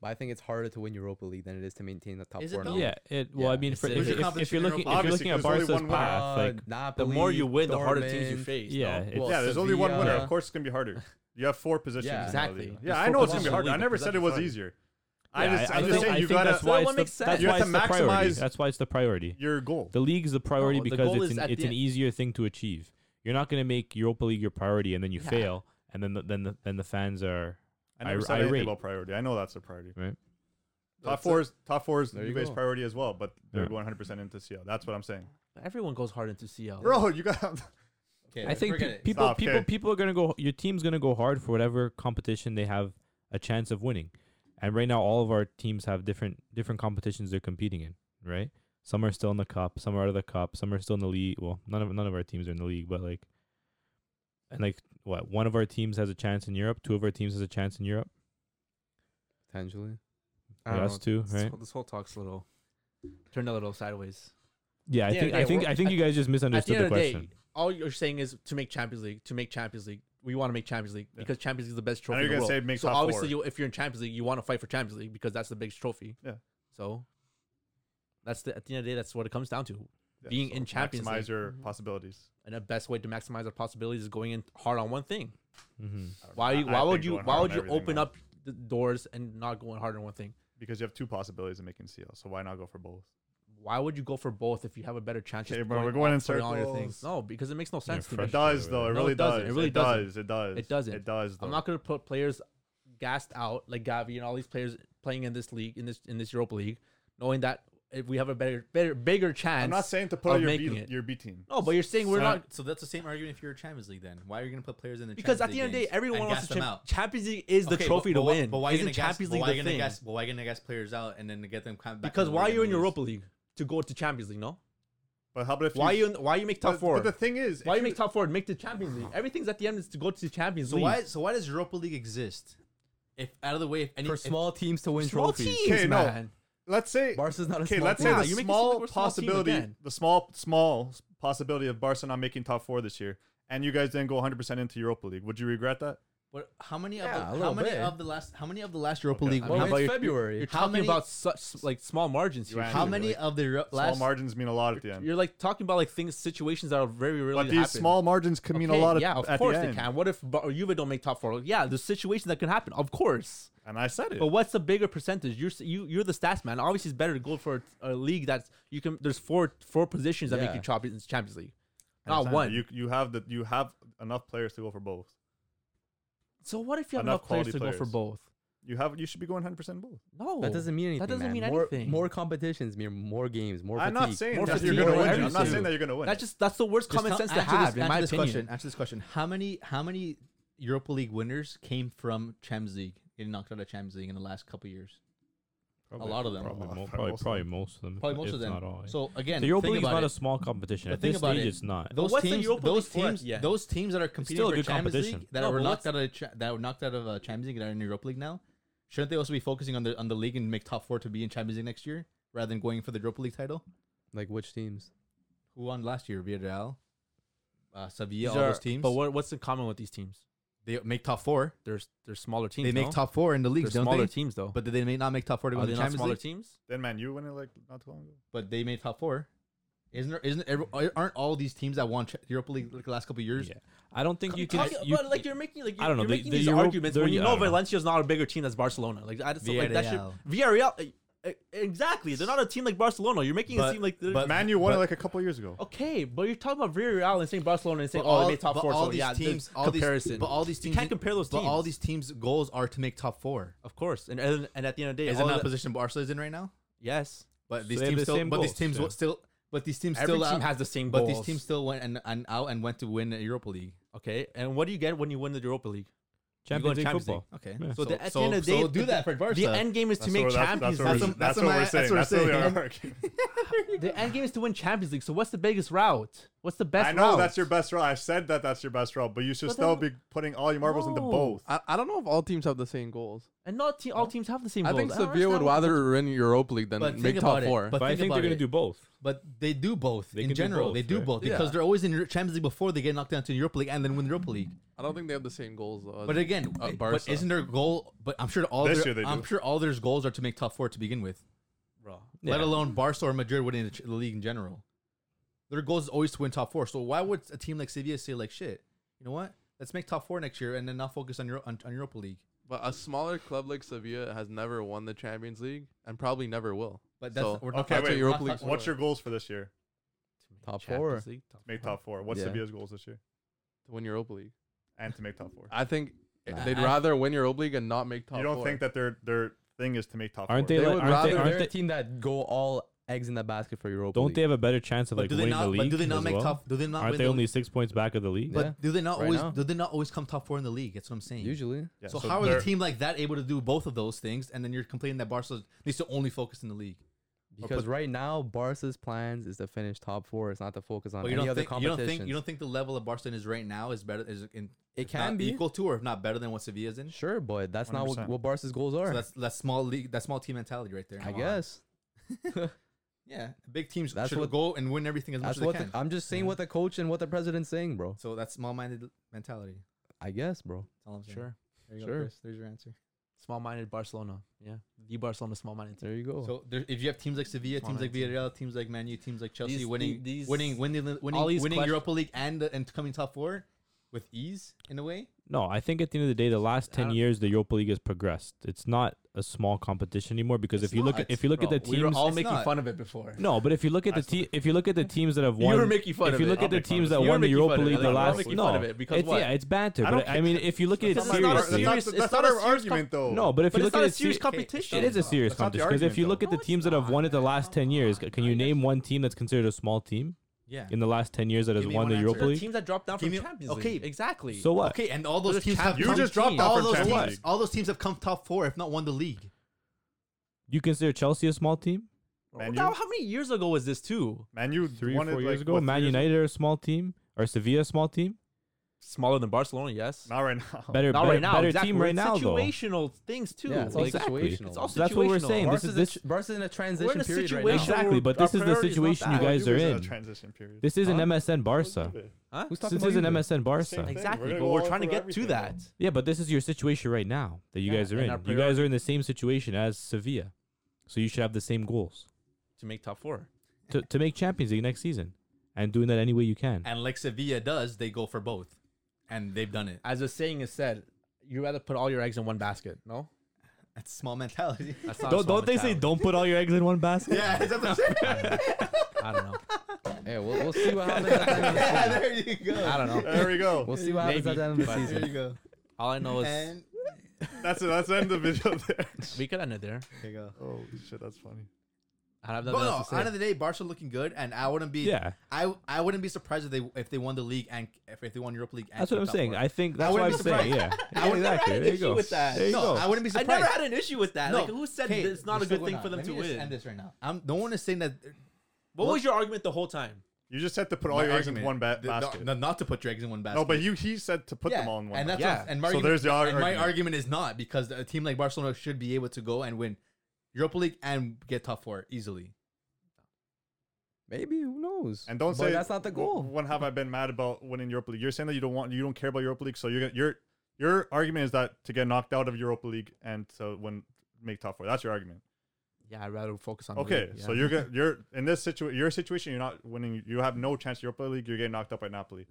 [SPEAKER 2] But I think it's harder to win Europa League than it is to maintain the top
[SPEAKER 4] Is it
[SPEAKER 2] four.
[SPEAKER 4] though?
[SPEAKER 2] now.
[SPEAKER 4] Yeah,
[SPEAKER 6] Yeah, it. Well, I
[SPEAKER 1] yeah,
[SPEAKER 6] mean,
[SPEAKER 1] it's
[SPEAKER 6] for,
[SPEAKER 1] a-
[SPEAKER 6] if,
[SPEAKER 1] it's
[SPEAKER 6] you're-
[SPEAKER 1] a
[SPEAKER 6] if, if you're looking, if you're
[SPEAKER 3] Obviously,
[SPEAKER 6] looking at
[SPEAKER 3] 'cause there's only one
[SPEAKER 6] Barca's
[SPEAKER 3] winner.
[SPEAKER 6] path, like
[SPEAKER 1] The more you win, the harder teams you face.
[SPEAKER 6] Yeah, it's-
[SPEAKER 3] yeah, there's only one winner.
[SPEAKER 2] Sevilla.
[SPEAKER 3] Of course, it's gonna
[SPEAKER 1] <laughs>
[SPEAKER 3] be harder. You have four positions.
[SPEAKER 2] Yeah.
[SPEAKER 3] in the
[SPEAKER 1] uh, Exactly.
[SPEAKER 3] league.
[SPEAKER 1] There's
[SPEAKER 3] Yeah, I
[SPEAKER 1] four
[SPEAKER 3] know it's gonna
[SPEAKER 1] positions
[SPEAKER 3] be
[SPEAKER 1] in
[SPEAKER 3] harder.
[SPEAKER 1] the
[SPEAKER 3] I
[SPEAKER 1] league,
[SPEAKER 3] never
[SPEAKER 1] but
[SPEAKER 3] said
[SPEAKER 1] that's
[SPEAKER 3] it was
[SPEAKER 1] fine.
[SPEAKER 3] easier. I
[SPEAKER 6] yeah,
[SPEAKER 3] just,
[SPEAKER 6] I- I
[SPEAKER 3] I'm
[SPEAKER 6] think-
[SPEAKER 3] just saying
[SPEAKER 6] I
[SPEAKER 3] you
[SPEAKER 6] think
[SPEAKER 3] gotta
[SPEAKER 6] that's why
[SPEAKER 1] That
[SPEAKER 6] it's
[SPEAKER 1] one
[SPEAKER 6] the,
[SPEAKER 1] makes
[SPEAKER 6] that's
[SPEAKER 1] sense.
[SPEAKER 6] why
[SPEAKER 3] You
[SPEAKER 6] it's
[SPEAKER 3] have
[SPEAKER 6] the
[SPEAKER 3] to
[SPEAKER 6] priority.
[SPEAKER 3] maximize
[SPEAKER 6] That's why it's the priority.
[SPEAKER 3] your goal.
[SPEAKER 6] The league's the priority
[SPEAKER 1] No, the
[SPEAKER 6] because
[SPEAKER 1] goal
[SPEAKER 6] it's
[SPEAKER 1] is
[SPEAKER 6] an,
[SPEAKER 1] at
[SPEAKER 6] it's
[SPEAKER 1] the
[SPEAKER 6] an
[SPEAKER 1] end.
[SPEAKER 6] easier thing to achieve. You're not gonna make Europa League your priority and then you
[SPEAKER 1] Yeah.
[SPEAKER 6] fail, and then the, then the, then the fans are
[SPEAKER 3] I never
[SPEAKER 6] ir-
[SPEAKER 3] said anything
[SPEAKER 6] irate.
[SPEAKER 3] about priority. I know that's a priority.
[SPEAKER 6] right.
[SPEAKER 3] Top
[SPEAKER 5] That's it.
[SPEAKER 3] four is top four is
[SPEAKER 2] There you
[SPEAKER 3] Juve's
[SPEAKER 2] go.
[SPEAKER 3] priority as well, but they're
[SPEAKER 6] Yeah.
[SPEAKER 3] going 100 percent into CL. That's what
[SPEAKER 1] <laughs>
[SPEAKER 3] I'm saying,
[SPEAKER 1] Everyone goes hard into CL.
[SPEAKER 3] bro. You got
[SPEAKER 4] Okay,
[SPEAKER 6] I think
[SPEAKER 4] forget
[SPEAKER 6] pe-
[SPEAKER 4] it.
[SPEAKER 6] people
[SPEAKER 3] Stop,
[SPEAKER 6] people
[SPEAKER 3] okay.
[SPEAKER 6] people are gonna go. Your team's gonna go hard for whatever competition they have a chance of winning. And right now, all of our teams have different different competitions they're competing in. Right? Some are still in the cup. Some are out of the cup. Some are still in the league. Well, none of none of our teams are in the league, but like, and like what? One of our teams has a chance in Europe. Two of our teams has a chance in Europe.
[SPEAKER 2] Potentially.
[SPEAKER 5] I don't
[SPEAKER 6] Us too,
[SPEAKER 1] This,
[SPEAKER 6] right?
[SPEAKER 1] whole, this whole talk's a little turned a little sideways.
[SPEAKER 6] Yeah, I
[SPEAKER 1] Yeah,
[SPEAKER 6] think
[SPEAKER 1] yeah,
[SPEAKER 6] I think
[SPEAKER 1] we're-
[SPEAKER 6] I think you guys just
[SPEAKER 1] At the
[SPEAKER 6] misunderstood
[SPEAKER 1] end
[SPEAKER 6] the
[SPEAKER 1] of the day,
[SPEAKER 6] question.
[SPEAKER 1] all you're saying is to make Champions League, to make Champions League. We want to make Champions League because Champions League is the best
[SPEAKER 3] know
[SPEAKER 1] trophy. in
[SPEAKER 3] you're
[SPEAKER 1] the
[SPEAKER 3] gonna
[SPEAKER 1] world.
[SPEAKER 3] say make
[SPEAKER 1] so
[SPEAKER 3] top
[SPEAKER 1] obviously,
[SPEAKER 3] four.
[SPEAKER 1] you, if you're in Champions League, you want to fight for Champions League because that's the biggest trophy.
[SPEAKER 3] Yeah.
[SPEAKER 1] So that's the at the end of the day, that's what it comes down to.
[SPEAKER 3] Yeah,
[SPEAKER 1] Being in Champions
[SPEAKER 3] maximize
[SPEAKER 1] League.
[SPEAKER 3] your possibilities.
[SPEAKER 1] And the best way to maximize our possibilities is going in hard on one thing.
[SPEAKER 6] hmm
[SPEAKER 1] <laughs> Why?
[SPEAKER 3] I-
[SPEAKER 1] why
[SPEAKER 3] I think
[SPEAKER 1] would you?
[SPEAKER 3] going
[SPEAKER 1] Why
[SPEAKER 3] hard
[SPEAKER 1] would
[SPEAKER 3] on
[SPEAKER 1] you
[SPEAKER 3] everything,
[SPEAKER 1] open
[SPEAKER 3] though.
[SPEAKER 1] up the doors and not going hard on one thing?
[SPEAKER 3] because you have two possibilities of making CL. So why not go for both?
[SPEAKER 1] Why would you go for both if you have a better chance?
[SPEAKER 3] Okay,
[SPEAKER 1] just
[SPEAKER 3] bro, we're going in
[SPEAKER 1] for all your
[SPEAKER 3] circles.
[SPEAKER 1] No, because it makes no sense to me.
[SPEAKER 3] It does though. It
[SPEAKER 1] No,
[SPEAKER 3] really
[SPEAKER 1] it
[SPEAKER 3] does.
[SPEAKER 1] doesn't.
[SPEAKER 3] It
[SPEAKER 1] It really doesn't.
[SPEAKER 3] does. It does.
[SPEAKER 1] It doesn't.
[SPEAKER 3] It does. Though.
[SPEAKER 1] I'm not going to put players gassed out like Gavi and all these players playing in this league in this in this Europa League, knowing that if we have a better, better, bigger chance.
[SPEAKER 3] I'm not saying to put out
[SPEAKER 1] of
[SPEAKER 3] your
[SPEAKER 1] making
[SPEAKER 3] B,
[SPEAKER 1] it.
[SPEAKER 3] your B team.
[SPEAKER 1] No, but you're saying we're
[SPEAKER 3] So-
[SPEAKER 1] not
[SPEAKER 4] So that's the same argument if you're a Champions League. Then why are you gonna put players in the
[SPEAKER 1] because at
[SPEAKER 4] Champions
[SPEAKER 1] the end of the
[SPEAKER 4] League
[SPEAKER 1] day,
[SPEAKER 4] games
[SPEAKER 1] everyone
[SPEAKER 4] and
[SPEAKER 1] wants
[SPEAKER 4] gas
[SPEAKER 1] to
[SPEAKER 4] them
[SPEAKER 1] champ-
[SPEAKER 4] out?
[SPEAKER 1] Champions League is the
[SPEAKER 4] Okay,
[SPEAKER 1] trophy
[SPEAKER 4] but,
[SPEAKER 1] to
[SPEAKER 4] but why-
[SPEAKER 1] win.
[SPEAKER 4] But why are you
[SPEAKER 1] Isn't
[SPEAKER 4] gonna
[SPEAKER 1] Champions
[SPEAKER 4] gas,
[SPEAKER 1] League
[SPEAKER 4] but why
[SPEAKER 1] the
[SPEAKER 4] you gonna
[SPEAKER 1] thing?
[SPEAKER 4] gas? But why are you gonna gas players out and then get them come back?
[SPEAKER 1] because
[SPEAKER 4] and
[SPEAKER 1] why
[SPEAKER 4] we're
[SPEAKER 1] are you
[SPEAKER 4] gonna
[SPEAKER 1] in
[SPEAKER 4] lose?
[SPEAKER 1] Europa League to go to Champions League? No,
[SPEAKER 3] But how about if
[SPEAKER 1] why
[SPEAKER 3] you,
[SPEAKER 1] you why you make
[SPEAKER 3] but,
[SPEAKER 1] top four?
[SPEAKER 3] But the thing is, if
[SPEAKER 1] Why you make top four? Make the Champions League. Everything's at the end is to go to the Champions
[SPEAKER 4] So
[SPEAKER 1] League.
[SPEAKER 4] why? So why does Europa League exist? If out of the way, if any
[SPEAKER 2] For
[SPEAKER 4] if-
[SPEAKER 2] small teams to win
[SPEAKER 1] Small
[SPEAKER 2] trophies.
[SPEAKER 1] teams,
[SPEAKER 3] Okay, no.
[SPEAKER 1] man.
[SPEAKER 3] let's say
[SPEAKER 2] Barca's not a
[SPEAKER 3] okay,
[SPEAKER 2] small
[SPEAKER 3] let's
[SPEAKER 2] team.
[SPEAKER 3] say
[SPEAKER 1] Yeah,
[SPEAKER 3] the
[SPEAKER 1] you make it seem
[SPEAKER 3] small
[SPEAKER 1] like we're a small team
[SPEAKER 3] possibility,
[SPEAKER 1] again.
[SPEAKER 3] the small small s- possibility of Barca not making top four this year, and you guys didn't go 100 percent into Europa League. Would you regret that?
[SPEAKER 4] What, how many
[SPEAKER 2] Yeah, a
[SPEAKER 4] of the, how
[SPEAKER 2] little
[SPEAKER 4] many
[SPEAKER 2] bit.
[SPEAKER 4] of the last how many of the last Europa
[SPEAKER 3] Okay.
[SPEAKER 4] League
[SPEAKER 1] I
[SPEAKER 2] Well,
[SPEAKER 1] mean, how about
[SPEAKER 2] it's
[SPEAKER 1] your-
[SPEAKER 2] February.
[SPEAKER 1] You're
[SPEAKER 4] How
[SPEAKER 1] talking
[SPEAKER 4] many-
[SPEAKER 1] about such like small margins here.
[SPEAKER 3] Right.
[SPEAKER 4] how
[SPEAKER 1] too,
[SPEAKER 4] many
[SPEAKER 1] like-
[SPEAKER 4] of the re-
[SPEAKER 3] Small
[SPEAKER 4] last
[SPEAKER 3] margins mean a lot at the end.
[SPEAKER 1] You're like talking about like things, situations that are very rarely
[SPEAKER 3] But these
[SPEAKER 1] happen.
[SPEAKER 3] small margins can mean a
[SPEAKER 1] Okay,
[SPEAKER 3] lot at,
[SPEAKER 1] yeah, of
[SPEAKER 3] at
[SPEAKER 1] course
[SPEAKER 3] the
[SPEAKER 1] they
[SPEAKER 3] end.
[SPEAKER 1] can. What if Bar- Juve don't make top four? Yeah, there's situations that can happen, of course.
[SPEAKER 3] And I said it.
[SPEAKER 1] But what's the bigger percentage? You're s- you you're the stats man. Obviously, it's better to go for a, a league that's you can. There's four four positions that make
[SPEAKER 2] Yeah.
[SPEAKER 1] you Champions Champions League,
[SPEAKER 3] I understand
[SPEAKER 1] not
[SPEAKER 3] that.
[SPEAKER 1] one.
[SPEAKER 3] You you have the you have enough players to go for both.
[SPEAKER 1] so what if you have
[SPEAKER 3] Enough
[SPEAKER 1] enough, players
[SPEAKER 3] quality
[SPEAKER 1] to go for
[SPEAKER 3] players.
[SPEAKER 1] both?
[SPEAKER 3] You have you should be going 100 percent both.
[SPEAKER 1] No,
[SPEAKER 2] That doesn't mean anything.
[SPEAKER 1] That doesn't
[SPEAKER 2] man.
[SPEAKER 1] mean
[SPEAKER 2] more,
[SPEAKER 1] anything.
[SPEAKER 2] More competitions mean more games, more
[SPEAKER 3] I'm
[SPEAKER 2] fatigue.
[SPEAKER 3] not saying
[SPEAKER 1] More
[SPEAKER 3] that you're
[SPEAKER 1] fatigue,
[SPEAKER 3] gonna
[SPEAKER 1] more
[SPEAKER 3] win. I'm not
[SPEAKER 1] everything.
[SPEAKER 3] saying that you're gonna win.
[SPEAKER 1] That's just that's the worst
[SPEAKER 4] Just
[SPEAKER 1] common
[SPEAKER 4] tell-
[SPEAKER 1] sense to
[SPEAKER 4] answer
[SPEAKER 1] have,
[SPEAKER 4] this-
[SPEAKER 1] in
[SPEAKER 4] answer
[SPEAKER 1] my
[SPEAKER 4] this
[SPEAKER 1] opinion.
[SPEAKER 4] Question, answer this question: How many how many Europa League winners came from Champions League getting knocked out of Champions League in the last couple years?
[SPEAKER 6] Probably-
[SPEAKER 4] lot of them.
[SPEAKER 6] Probably,
[SPEAKER 3] Probably
[SPEAKER 6] mo-
[SPEAKER 3] most
[SPEAKER 6] probably,
[SPEAKER 3] of
[SPEAKER 6] probably
[SPEAKER 3] them.
[SPEAKER 6] most of them.
[SPEAKER 4] Probably
[SPEAKER 6] if
[SPEAKER 4] most of them.
[SPEAKER 6] Not all. yeah.
[SPEAKER 4] So again,
[SPEAKER 6] the Europa
[SPEAKER 4] think
[SPEAKER 6] League is
[SPEAKER 4] about
[SPEAKER 6] not
[SPEAKER 4] it.
[SPEAKER 6] a small competition.
[SPEAKER 4] But
[SPEAKER 6] At
[SPEAKER 4] think
[SPEAKER 6] this
[SPEAKER 4] about
[SPEAKER 6] stage,
[SPEAKER 4] it.
[SPEAKER 6] it's not.
[SPEAKER 4] Those
[SPEAKER 1] what's the
[SPEAKER 4] teams,
[SPEAKER 1] Europa
[SPEAKER 4] those
[SPEAKER 1] League for at
[SPEAKER 4] teams,
[SPEAKER 1] the end?
[SPEAKER 4] those teams that are competing
[SPEAKER 6] still a
[SPEAKER 4] for
[SPEAKER 6] good
[SPEAKER 4] Champions
[SPEAKER 6] competition.
[SPEAKER 4] League that
[SPEAKER 1] No,
[SPEAKER 4] were
[SPEAKER 1] but
[SPEAKER 4] knocked
[SPEAKER 1] what's-
[SPEAKER 4] out of cha- that were knocked out of uh, Champions League that are in Europa League now. Shouldn't they also be focusing on the on the league and make top four to be in Champions League next year rather than going for the Europa League title?
[SPEAKER 2] Like which teams?
[SPEAKER 4] Who won last year? Villarreal, uh, Sevilla,
[SPEAKER 1] These
[SPEAKER 4] all those
[SPEAKER 1] are-
[SPEAKER 4] teams.
[SPEAKER 1] But what, what's in common with these teams?
[SPEAKER 4] they make top four.
[SPEAKER 1] They're they're smaller teams.
[SPEAKER 4] They make
[SPEAKER 1] no?
[SPEAKER 4] top four in the
[SPEAKER 1] They're
[SPEAKER 4] leagues, don't
[SPEAKER 1] smaller
[SPEAKER 4] they?
[SPEAKER 1] teams though.
[SPEAKER 4] But they may not make top four to go
[SPEAKER 1] are
[SPEAKER 4] to
[SPEAKER 1] they
[SPEAKER 4] the
[SPEAKER 1] not
[SPEAKER 4] Champions
[SPEAKER 1] smaller
[SPEAKER 4] League.
[SPEAKER 1] teams?
[SPEAKER 3] then man, you win it like not too long ago.
[SPEAKER 4] But they made top four. Isn't there? Isn't every, aren't all these teams that won Ch- Europa League like the last couple of years?
[SPEAKER 6] Yeah. I don't think you can.
[SPEAKER 1] Talking-
[SPEAKER 6] you-
[SPEAKER 1] but like you're making like you're,
[SPEAKER 6] I don't know,
[SPEAKER 1] you're
[SPEAKER 6] the-
[SPEAKER 1] making
[SPEAKER 6] the
[SPEAKER 1] these
[SPEAKER 6] Euro-
[SPEAKER 1] arguments
[SPEAKER 6] the-
[SPEAKER 1] when you
[SPEAKER 6] I
[SPEAKER 1] know
[SPEAKER 6] don't know.
[SPEAKER 1] Valencia's not a bigger team that's Barcelona. Like I just like that should
[SPEAKER 4] Villarreal.
[SPEAKER 1] Villarreal uh, uh, exactly. They're not a team like Barcelona. You're making it
[SPEAKER 4] But-
[SPEAKER 1] seem like they're
[SPEAKER 4] but-
[SPEAKER 3] Man, you won it like a couple years ago.
[SPEAKER 1] okay, but you're talking about Villarreal and saying Barcelona and saying
[SPEAKER 4] But
[SPEAKER 1] oh
[SPEAKER 4] all-
[SPEAKER 1] they made top
[SPEAKER 4] but
[SPEAKER 1] four.
[SPEAKER 4] all
[SPEAKER 1] so
[SPEAKER 4] these
[SPEAKER 1] yeah,
[SPEAKER 4] teams,
[SPEAKER 1] teams,
[SPEAKER 4] all these-
[SPEAKER 1] comparison.
[SPEAKER 4] but all these
[SPEAKER 1] you
[SPEAKER 4] teams-
[SPEAKER 1] can't compare those
[SPEAKER 4] But
[SPEAKER 1] teams.
[SPEAKER 4] all these teams' goals are to make top four.
[SPEAKER 1] of course, and and, and at the end of the day,
[SPEAKER 4] Is
[SPEAKER 1] all
[SPEAKER 4] it not
[SPEAKER 1] of
[SPEAKER 4] a
[SPEAKER 1] the-
[SPEAKER 4] position Barcelona is in right now?
[SPEAKER 1] yes,
[SPEAKER 4] But these
[SPEAKER 6] they have
[SPEAKER 4] teams
[SPEAKER 6] the
[SPEAKER 4] still.
[SPEAKER 6] same
[SPEAKER 4] But these
[SPEAKER 6] goals,
[SPEAKER 4] teams
[SPEAKER 6] yeah.
[SPEAKER 4] still. But these teams
[SPEAKER 1] every
[SPEAKER 4] still.
[SPEAKER 1] team
[SPEAKER 4] out-
[SPEAKER 1] has the same.
[SPEAKER 4] But
[SPEAKER 1] goals.
[SPEAKER 4] these teams still went and, and out and went to win the Europa League.
[SPEAKER 1] okay. And what do you get when you win the Europa League?
[SPEAKER 6] Champions League
[SPEAKER 4] Champions
[SPEAKER 6] football.
[SPEAKER 4] Okay.
[SPEAKER 6] Yeah.
[SPEAKER 1] So,
[SPEAKER 4] So,
[SPEAKER 1] the, at
[SPEAKER 4] so-
[SPEAKER 1] the end of the day,
[SPEAKER 4] so do
[SPEAKER 1] the-
[SPEAKER 4] that for
[SPEAKER 1] The
[SPEAKER 4] Barca.
[SPEAKER 1] end game is to make
[SPEAKER 3] what-
[SPEAKER 1] Champions
[SPEAKER 3] that's,
[SPEAKER 1] League.
[SPEAKER 4] League.
[SPEAKER 3] what, that's,
[SPEAKER 4] That's
[SPEAKER 3] what
[SPEAKER 4] what
[SPEAKER 3] we're
[SPEAKER 4] my-
[SPEAKER 3] saying. That's,
[SPEAKER 4] that's what we're
[SPEAKER 3] really
[SPEAKER 4] saying.
[SPEAKER 3] our argument.
[SPEAKER 1] The end game is to win Champions League. So what's the biggest route? What's the best?
[SPEAKER 3] I know
[SPEAKER 1] route?
[SPEAKER 3] that's your best role. I said that that's your best role, but you should
[SPEAKER 1] But
[SPEAKER 3] still
[SPEAKER 1] then-
[SPEAKER 3] be putting all your marbles into
[SPEAKER 1] No.
[SPEAKER 3] both.
[SPEAKER 5] <laughs> I, I don't know if all teams have the same goals.
[SPEAKER 1] And not te- all teams have the same.
[SPEAKER 5] I
[SPEAKER 1] goals.
[SPEAKER 5] think
[SPEAKER 1] don't
[SPEAKER 5] Sevilla
[SPEAKER 1] understand
[SPEAKER 5] would
[SPEAKER 1] why-
[SPEAKER 5] rather win Europa League than
[SPEAKER 4] But
[SPEAKER 5] make
[SPEAKER 4] think
[SPEAKER 5] top
[SPEAKER 4] about it.
[SPEAKER 5] four.
[SPEAKER 4] But
[SPEAKER 6] But I
[SPEAKER 4] think
[SPEAKER 6] think
[SPEAKER 4] about
[SPEAKER 6] they're gonna
[SPEAKER 4] it.
[SPEAKER 6] do both.
[SPEAKER 4] But they do both
[SPEAKER 6] They
[SPEAKER 4] in
[SPEAKER 6] can do
[SPEAKER 4] general.
[SPEAKER 6] both,
[SPEAKER 4] they do
[SPEAKER 6] right?
[SPEAKER 4] both because
[SPEAKER 5] Yeah.
[SPEAKER 4] they're always in Euro- Champions League before they get knocked out to Europa League and then win the Europa League.
[SPEAKER 5] I don't think they have the same goals though.
[SPEAKER 4] But again,
[SPEAKER 5] Uh,
[SPEAKER 4] it- but
[SPEAKER 5] Barca.
[SPEAKER 4] isn't their goal? But I'm sure all
[SPEAKER 3] This
[SPEAKER 4] their,
[SPEAKER 3] year they
[SPEAKER 4] I'm
[SPEAKER 3] do.
[SPEAKER 4] sure all their goals are to make top four to begin with. Let
[SPEAKER 6] Yeah.
[SPEAKER 4] alone Barca or Madrid winning the, ch- the league in general. Their goal is always to win top four. So why would a team like Sevilla say like shit? You know what? Let's make top four next year and then not focus on Euro- on, on Europa League.
[SPEAKER 5] but a smaller club like Sevilla has never won the Champions League and probably never will.
[SPEAKER 4] But that's
[SPEAKER 5] So,
[SPEAKER 4] we're
[SPEAKER 3] okay,
[SPEAKER 5] that's
[SPEAKER 4] talking-
[SPEAKER 5] what
[SPEAKER 3] wait,
[SPEAKER 4] we're
[SPEAKER 5] Europa
[SPEAKER 4] not
[SPEAKER 5] League's
[SPEAKER 4] talking-
[SPEAKER 3] What's your goals for this year?
[SPEAKER 2] Top
[SPEAKER 1] Champions
[SPEAKER 2] four.
[SPEAKER 1] League, top
[SPEAKER 3] Make top four. What's
[SPEAKER 2] Yeah.
[SPEAKER 3] Sevilla's goals this year?
[SPEAKER 5] to win Europa League.
[SPEAKER 3] And to make top four.
[SPEAKER 5] I think
[SPEAKER 4] Nah,
[SPEAKER 5] they'd
[SPEAKER 4] I-
[SPEAKER 5] rather win Europa League and not make top.
[SPEAKER 3] you don't
[SPEAKER 5] four.
[SPEAKER 3] think that their their thing is to make top
[SPEAKER 6] Aren't
[SPEAKER 3] four?
[SPEAKER 6] they,
[SPEAKER 5] They
[SPEAKER 6] like,
[SPEAKER 5] would
[SPEAKER 6] aren't they,
[SPEAKER 5] rather-
[SPEAKER 6] aren't
[SPEAKER 2] They're
[SPEAKER 6] they,
[SPEAKER 2] a team that go all eggs in the basket for Europa
[SPEAKER 6] don't
[SPEAKER 2] League.
[SPEAKER 6] they have a better chance of
[SPEAKER 4] But
[SPEAKER 6] like
[SPEAKER 4] do they
[SPEAKER 6] winning
[SPEAKER 4] not?
[SPEAKER 6] the
[SPEAKER 4] But
[SPEAKER 6] league?
[SPEAKER 4] do they not
[SPEAKER 6] as
[SPEAKER 4] make
[SPEAKER 6] well?
[SPEAKER 4] top? Do they not?
[SPEAKER 6] Aren't
[SPEAKER 4] win
[SPEAKER 6] they
[SPEAKER 4] the-
[SPEAKER 6] only six points back of the league?
[SPEAKER 4] But
[SPEAKER 2] Yeah,
[SPEAKER 4] do they not
[SPEAKER 2] right
[SPEAKER 4] always?
[SPEAKER 2] now.
[SPEAKER 4] Do they not always come top four in the league? That's what I'm saying.
[SPEAKER 2] Usually.
[SPEAKER 3] Yeah,
[SPEAKER 4] so, how
[SPEAKER 3] they're-
[SPEAKER 4] is a team like that able to do both of those things? And then you're complaining that Barcelona needs to only focus in the league.
[SPEAKER 2] Because right now, Barca's plans is to finish top four. It's not to focus on
[SPEAKER 4] But you
[SPEAKER 2] any
[SPEAKER 4] don't
[SPEAKER 2] other
[SPEAKER 4] think you don't
[SPEAKER 2] competition.
[SPEAKER 4] think you don't think the level of Barcelona is right now is better is in,
[SPEAKER 2] It
[SPEAKER 4] if
[SPEAKER 2] can
[SPEAKER 4] not
[SPEAKER 2] be.
[SPEAKER 4] equal to or if not better than what Sevilla's in.
[SPEAKER 2] Sure, but that's not
[SPEAKER 3] 100%.
[SPEAKER 2] what, what Barca's goals are.
[SPEAKER 4] So that's that small league, that small team mentality right there.
[SPEAKER 2] I
[SPEAKER 4] Come on.
[SPEAKER 2] guess.
[SPEAKER 4] Yeah, big teams
[SPEAKER 2] That's
[SPEAKER 4] should
[SPEAKER 2] what-
[SPEAKER 4] go and win everything as much
[SPEAKER 2] That's
[SPEAKER 4] as they
[SPEAKER 2] what
[SPEAKER 4] can.
[SPEAKER 2] the, uh, I'm just saying what the coach and what the president's saying, bro.
[SPEAKER 4] so that's small-minded mentality.
[SPEAKER 2] I guess, bro.
[SPEAKER 4] That's all I'm saying.
[SPEAKER 1] Sure.
[SPEAKER 4] There you
[SPEAKER 2] Sure.
[SPEAKER 4] go, Chris. There's your answer.
[SPEAKER 1] Small-minded Barcelona. Yeah, the Barcelona small-minded team.
[SPEAKER 2] There you go.
[SPEAKER 4] So there, if you have teams like Sevilla,
[SPEAKER 1] Small
[SPEAKER 4] teams like
[SPEAKER 1] minded team.
[SPEAKER 4] Villarreal, teams like Man U, teams like Chelsea,
[SPEAKER 1] These-
[SPEAKER 4] winning,
[SPEAKER 1] the- these-
[SPEAKER 4] winning, winning, the- winning,
[SPEAKER 1] all these
[SPEAKER 4] winning
[SPEAKER 1] quest-
[SPEAKER 4] Europa League and the- and coming top four with ease in a way.
[SPEAKER 6] No, I think at the end of the day, the last
[SPEAKER 1] I
[SPEAKER 6] ten
[SPEAKER 1] don't-
[SPEAKER 6] years, the Europa League has progressed. It's not a small competition anymore because
[SPEAKER 4] It's
[SPEAKER 6] if you look
[SPEAKER 4] not,
[SPEAKER 6] at if you look
[SPEAKER 1] Bro,
[SPEAKER 6] at the teams,
[SPEAKER 1] we were all
[SPEAKER 4] It's
[SPEAKER 1] making
[SPEAKER 4] not.
[SPEAKER 1] fun of it before.
[SPEAKER 6] no, but if you look at
[SPEAKER 3] I
[SPEAKER 6] the team, if you look at the teams that have
[SPEAKER 1] You
[SPEAKER 6] won,
[SPEAKER 1] were making fun
[SPEAKER 6] if
[SPEAKER 1] of
[SPEAKER 6] you
[SPEAKER 1] it.
[SPEAKER 6] look
[SPEAKER 3] I'll
[SPEAKER 6] at the
[SPEAKER 3] make fun
[SPEAKER 6] teams
[SPEAKER 3] of it.
[SPEAKER 6] that
[SPEAKER 1] You were
[SPEAKER 6] won the
[SPEAKER 1] making
[SPEAKER 6] Europa
[SPEAKER 1] fun of it.
[SPEAKER 6] League
[SPEAKER 1] I
[SPEAKER 6] the
[SPEAKER 1] don't know. I'm
[SPEAKER 6] last
[SPEAKER 1] making fun
[SPEAKER 6] no,
[SPEAKER 1] of it because
[SPEAKER 6] it's,
[SPEAKER 1] why?
[SPEAKER 6] yeah, it's banter.
[SPEAKER 3] I
[SPEAKER 6] But
[SPEAKER 3] don't
[SPEAKER 6] I mean, if you look at it
[SPEAKER 1] Because it's not a
[SPEAKER 3] That's
[SPEAKER 6] seriously,
[SPEAKER 3] not-
[SPEAKER 1] serious-
[SPEAKER 3] that's
[SPEAKER 1] it's
[SPEAKER 3] not
[SPEAKER 1] not
[SPEAKER 3] our
[SPEAKER 1] a serious
[SPEAKER 3] argument, though.
[SPEAKER 6] no, but if
[SPEAKER 1] But
[SPEAKER 6] you
[SPEAKER 1] it's
[SPEAKER 6] look
[SPEAKER 1] not
[SPEAKER 6] at
[SPEAKER 1] a
[SPEAKER 6] it
[SPEAKER 1] serious
[SPEAKER 6] serious.
[SPEAKER 1] competition.
[SPEAKER 6] It is a serious
[SPEAKER 3] That's not the
[SPEAKER 6] competition because if you
[SPEAKER 3] argument,
[SPEAKER 6] look
[SPEAKER 3] though.
[SPEAKER 6] at the teams that have won it the last ten years, c- can you name one team that's considered a small team
[SPEAKER 4] Yeah.
[SPEAKER 6] in the last ten years that has
[SPEAKER 4] Give me
[SPEAKER 6] won
[SPEAKER 4] one
[SPEAKER 6] the
[SPEAKER 4] answer.
[SPEAKER 6] Europa
[SPEAKER 1] The
[SPEAKER 6] League?
[SPEAKER 1] teams that dropped down from
[SPEAKER 4] Give me-
[SPEAKER 1] Champions
[SPEAKER 4] okay.
[SPEAKER 1] League. Exactly.
[SPEAKER 6] So what?
[SPEAKER 4] Okay, and all those
[SPEAKER 1] Those
[SPEAKER 4] teams have
[SPEAKER 3] You
[SPEAKER 4] come-
[SPEAKER 3] just dropped
[SPEAKER 4] all
[SPEAKER 3] off from
[SPEAKER 4] those
[SPEAKER 3] Champions
[SPEAKER 4] teams.
[SPEAKER 3] League.
[SPEAKER 4] All those teams have come top four, if not won the league.
[SPEAKER 6] You consider Chelsea a small team?
[SPEAKER 3] Man
[SPEAKER 1] Now,
[SPEAKER 3] U-
[SPEAKER 1] how many years ago was this too?
[SPEAKER 3] Man U
[SPEAKER 6] Three or
[SPEAKER 3] won
[SPEAKER 6] four
[SPEAKER 3] it,
[SPEAKER 6] years
[SPEAKER 3] like,
[SPEAKER 6] ago,
[SPEAKER 3] what, three
[SPEAKER 6] Man
[SPEAKER 3] years
[SPEAKER 6] United are a small team or Sevilla a small team?
[SPEAKER 1] Smaller than Barcelona, yes.
[SPEAKER 3] Not right now.
[SPEAKER 6] Better,
[SPEAKER 1] Not
[SPEAKER 6] better,
[SPEAKER 1] right now.
[SPEAKER 6] better
[SPEAKER 1] exactly.
[SPEAKER 6] team right
[SPEAKER 1] It's
[SPEAKER 6] now though.
[SPEAKER 1] situational things too.
[SPEAKER 2] Yeah, it's all
[SPEAKER 1] Like,
[SPEAKER 2] situational.
[SPEAKER 1] It's all
[SPEAKER 6] So that's what we're
[SPEAKER 1] situational.
[SPEAKER 6] saying. This
[SPEAKER 2] Barca's,
[SPEAKER 6] is this
[SPEAKER 2] a, Barca's in a transition
[SPEAKER 1] We're in a
[SPEAKER 2] period
[SPEAKER 1] situation
[SPEAKER 2] right now.
[SPEAKER 1] where
[SPEAKER 6] Exactly, but
[SPEAKER 1] our
[SPEAKER 6] this is the
[SPEAKER 1] priority not
[SPEAKER 6] situation you
[SPEAKER 1] that.
[SPEAKER 3] All
[SPEAKER 6] guys
[SPEAKER 3] do
[SPEAKER 6] are
[SPEAKER 3] is
[SPEAKER 6] in.
[SPEAKER 3] transition period.
[SPEAKER 6] This is an
[SPEAKER 2] Huh?
[SPEAKER 6] MSN Barca.
[SPEAKER 1] Huh?
[SPEAKER 2] Who's talking
[SPEAKER 6] This
[SPEAKER 2] about
[SPEAKER 6] is an
[SPEAKER 2] you?
[SPEAKER 6] MSN Barca.
[SPEAKER 3] Same thing.
[SPEAKER 1] Exactly,
[SPEAKER 3] We're gonna
[SPEAKER 1] but
[SPEAKER 3] go
[SPEAKER 1] we're
[SPEAKER 3] all
[SPEAKER 1] trying to
[SPEAKER 3] for
[SPEAKER 1] get to
[SPEAKER 3] everything,
[SPEAKER 1] that.
[SPEAKER 6] Yeah, but this is your situation right now that you
[SPEAKER 1] Yeah,
[SPEAKER 6] guys are
[SPEAKER 1] and
[SPEAKER 6] in.
[SPEAKER 1] our
[SPEAKER 6] You guys
[SPEAKER 1] priority-
[SPEAKER 6] are in the same situation as Sevilla, so you should have the same goals
[SPEAKER 1] to make top four.
[SPEAKER 6] to to make Champions League next season, and doing that any way you can.
[SPEAKER 4] And like Sevilla does, they go for both, and they've done it.
[SPEAKER 1] As the saying is said, you rather put all your eggs in one basket. No,
[SPEAKER 4] <laughs> That's small mentality.
[SPEAKER 1] That's not a
[SPEAKER 6] Don't
[SPEAKER 1] small
[SPEAKER 6] don't they say
[SPEAKER 1] mentality.
[SPEAKER 6] don't put all your eggs in one basket?
[SPEAKER 4] <laughs> yeah, is that what I'm
[SPEAKER 1] <laughs>
[SPEAKER 4] saying?
[SPEAKER 1] I don't know.
[SPEAKER 2] Yeah, we'll, we'll see what happens at the end of the season.
[SPEAKER 4] yeah, there you go.
[SPEAKER 1] I don't know.
[SPEAKER 3] There we go.
[SPEAKER 2] We'll see what happens
[SPEAKER 1] Maybe,
[SPEAKER 2] at the end of the
[SPEAKER 1] but-
[SPEAKER 4] There
[SPEAKER 2] season.
[SPEAKER 4] you go.
[SPEAKER 1] All I know is
[SPEAKER 4] And
[SPEAKER 3] That's it. That's the end of the video there.
[SPEAKER 1] we could end it there.
[SPEAKER 4] there you go.
[SPEAKER 3] Oh shit, that's funny.
[SPEAKER 1] I have
[SPEAKER 4] But
[SPEAKER 1] nothing
[SPEAKER 4] no,
[SPEAKER 1] else to
[SPEAKER 4] end
[SPEAKER 1] say.
[SPEAKER 4] of the day, Barca looking good, and I wouldn't be.
[SPEAKER 6] Yeah.
[SPEAKER 4] I I wouldn't be surprised if they if they won the league and if, if they won Europa League. And
[SPEAKER 6] That's what
[SPEAKER 4] came
[SPEAKER 6] I'm
[SPEAKER 4] top
[SPEAKER 6] saying.
[SPEAKER 4] four.
[SPEAKER 6] I think that's what
[SPEAKER 4] wouldn't
[SPEAKER 6] I'm
[SPEAKER 4] be
[SPEAKER 6] saying. Yeah,
[SPEAKER 4] surprised. I would never
[SPEAKER 6] exactly.
[SPEAKER 4] had an
[SPEAKER 6] There you
[SPEAKER 4] issue
[SPEAKER 6] go.
[SPEAKER 4] with that.
[SPEAKER 6] There you
[SPEAKER 4] no,
[SPEAKER 6] go.
[SPEAKER 4] I wouldn't be
[SPEAKER 1] I
[SPEAKER 4] surprised.
[SPEAKER 1] never had an issue with that.
[SPEAKER 4] No.
[SPEAKER 1] Like, who said
[SPEAKER 4] Okay,
[SPEAKER 1] that it's not a
[SPEAKER 4] we're still
[SPEAKER 1] good
[SPEAKER 4] going
[SPEAKER 1] thing
[SPEAKER 4] on.
[SPEAKER 1] for them
[SPEAKER 4] Let
[SPEAKER 1] to
[SPEAKER 4] me just
[SPEAKER 1] win?
[SPEAKER 4] End this right now. I'm no one is saying that.
[SPEAKER 1] What was your argument the whole time?
[SPEAKER 3] You just had to put all your eggs in one ba-
[SPEAKER 4] The- the-
[SPEAKER 3] basket.
[SPEAKER 4] no, not to put your eggs in one basket.
[SPEAKER 3] No, but you he said to put
[SPEAKER 4] Yeah,
[SPEAKER 3] them all in one.
[SPEAKER 4] And that's
[SPEAKER 3] basket.
[SPEAKER 4] what
[SPEAKER 1] Yeah.
[SPEAKER 4] I'm- and
[SPEAKER 3] So
[SPEAKER 4] my argument-
[SPEAKER 3] there's your
[SPEAKER 4] and my
[SPEAKER 3] argument.
[SPEAKER 4] argument is not because a team like Barcelona should be able to go and win Europa League and get top four easily.
[SPEAKER 2] Maybe who knows?
[SPEAKER 3] And don't
[SPEAKER 2] But
[SPEAKER 3] say
[SPEAKER 2] that's not the
[SPEAKER 3] w-
[SPEAKER 2] goal.
[SPEAKER 3] When have I been mad about winning Europa League? You're saying that you don't want, you don't care about Europa League. So you're gonna- your your argument is that to get knocked out of Europa League and to win, make top four. That's your argument.
[SPEAKER 1] Yeah, I'd rather focus on. the
[SPEAKER 3] Okay,
[SPEAKER 1] league,
[SPEAKER 3] so
[SPEAKER 1] yeah.
[SPEAKER 3] you're gonna you're in this situation. Your situation, you're not winning. You have no chance Europa League. You're getting knocked out by Napoli.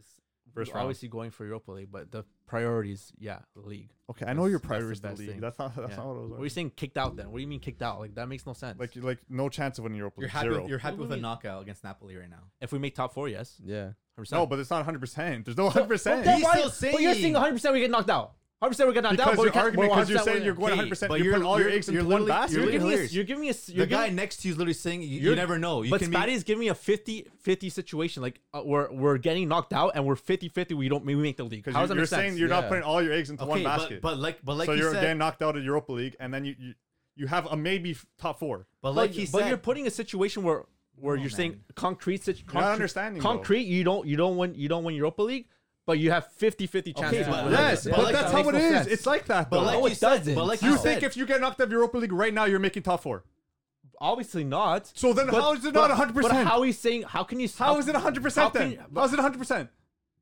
[SPEAKER 1] We're
[SPEAKER 3] First round.
[SPEAKER 1] obviously going for Europa League, but the priorities, yeah, the league.
[SPEAKER 3] Okay, I know your
[SPEAKER 1] That's- that's the
[SPEAKER 3] priority is the
[SPEAKER 1] best
[SPEAKER 3] league.
[SPEAKER 1] thing.
[SPEAKER 3] That's not that's
[SPEAKER 1] Yeah.
[SPEAKER 3] not what I was.
[SPEAKER 1] What are you saying? Kicked out? Then what do you mean kicked out? Like that makes no sense.
[SPEAKER 3] Like you- like no chance of winning Europa
[SPEAKER 4] You're
[SPEAKER 3] League.
[SPEAKER 4] happy.
[SPEAKER 3] Zero.
[SPEAKER 4] With, you're happy
[SPEAKER 1] What do
[SPEAKER 4] with a
[SPEAKER 1] we-
[SPEAKER 4] knockout against Napoli right now.
[SPEAKER 1] if we make top four, yes,
[SPEAKER 2] Yeah.
[SPEAKER 1] 100%.
[SPEAKER 3] no, but it's not 100. percent There's no 100.
[SPEAKER 1] But
[SPEAKER 3] percent
[SPEAKER 1] why-
[SPEAKER 4] still
[SPEAKER 1] But you're
[SPEAKER 4] saying-
[SPEAKER 1] saying 100 percent we get knocked out. 100 percent we're gonna down,
[SPEAKER 3] Because
[SPEAKER 1] but we
[SPEAKER 3] your
[SPEAKER 1] can't.
[SPEAKER 3] argument-
[SPEAKER 1] we're
[SPEAKER 3] because you're
[SPEAKER 1] 100%
[SPEAKER 3] saying you're going
[SPEAKER 1] winning.
[SPEAKER 3] 100. percent
[SPEAKER 4] but
[SPEAKER 3] You're
[SPEAKER 4] you're-
[SPEAKER 3] putting all your
[SPEAKER 4] you're-
[SPEAKER 3] eggs in
[SPEAKER 4] you're
[SPEAKER 3] one
[SPEAKER 4] literally-
[SPEAKER 3] basket.
[SPEAKER 4] you're
[SPEAKER 1] You're giving,
[SPEAKER 4] hilarious.
[SPEAKER 1] us, you're giving us.
[SPEAKER 4] The
[SPEAKER 1] You're
[SPEAKER 4] guy
[SPEAKER 1] giving,
[SPEAKER 4] next to you is literally saying, "You,
[SPEAKER 1] You're-
[SPEAKER 4] you never know." You
[SPEAKER 1] but
[SPEAKER 4] can be-
[SPEAKER 1] Spatty's giving me a 50, 50 situation. Like uh, we're we're getting knocked out and we're 50-50. We don't we make the league.
[SPEAKER 3] Because
[SPEAKER 1] How does
[SPEAKER 3] you're,
[SPEAKER 1] that
[SPEAKER 3] you're
[SPEAKER 1] make
[SPEAKER 3] saying
[SPEAKER 1] sense?
[SPEAKER 3] you're not
[SPEAKER 2] Yeah.
[SPEAKER 3] putting all your eggs into one
[SPEAKER 4] but-
[SPEAKER 3] basket.
[SPEAKER 4] But, like, but like
[SPEAKER 3] so
[SPEAKER 4] he
[SPEAKER 3] you're
[SPEAKER 4] said,
[SPEAKER 3] again knocked out of Europa League, and then you you, you have a maybe f- top four.
[SPEAKER 4] but
[SPEAKER 1] But,
[SPEAKER 4] like he
[SPEAKER 1] but
[SPEAKER 4] said,
[SPEAKER 1] you're putting a situation where where you're saying concrete situ-
[SPEAKER 3] You're not
[SPEAKER 1] concrete,
[SPEAKER 3] understanding, though.
[SPEAKER 1] concrete. You don't you don't win you don't win Europa League, but you have 50-50 chances.
[SPEAKER 4] Okay,
[SPEAKER 1] to
[SPEAKER 4] but
[SPEAKER 1] win.
[SPEAKER 4] Yes, but
[SPEAKER 1] like that
[SPEAKER 4] that's how
[SPEAKER 1] makes
[SPEAKER 4] it
[SPEAKER 1] no sense.
[SPEAKER 3] like that.
[SPEAKER 4] but like
[SPEAKER 1] No,
[SPEAKER 4] you
[SPEAKER 1] it
[SPEAKER 4] said,
[SPEAKER 1] doesn't.
[SPEAKER 4] but like
[SPEAKER 3] you
[SPEAKER 4] you
[SPEAKER 1] how-
[SPEAKER 3] think
[SPEAKER 4] <laughs> said,
[SPEAKER 3] if you get knocked out of Europa League right now, you're making top four.
[SPEAKER 1] obviously not.
[SPEAKER 3] So then how is it not 100%?
[SPEAKER 1] But how he's saying how can you
[SPEAKER 3] How is it 100 percent
[SPEAKER 1] how
[SPEAKER 3] then?
[SPEAKER 1] can-
[SPEAKER 3] How is it 100 percent?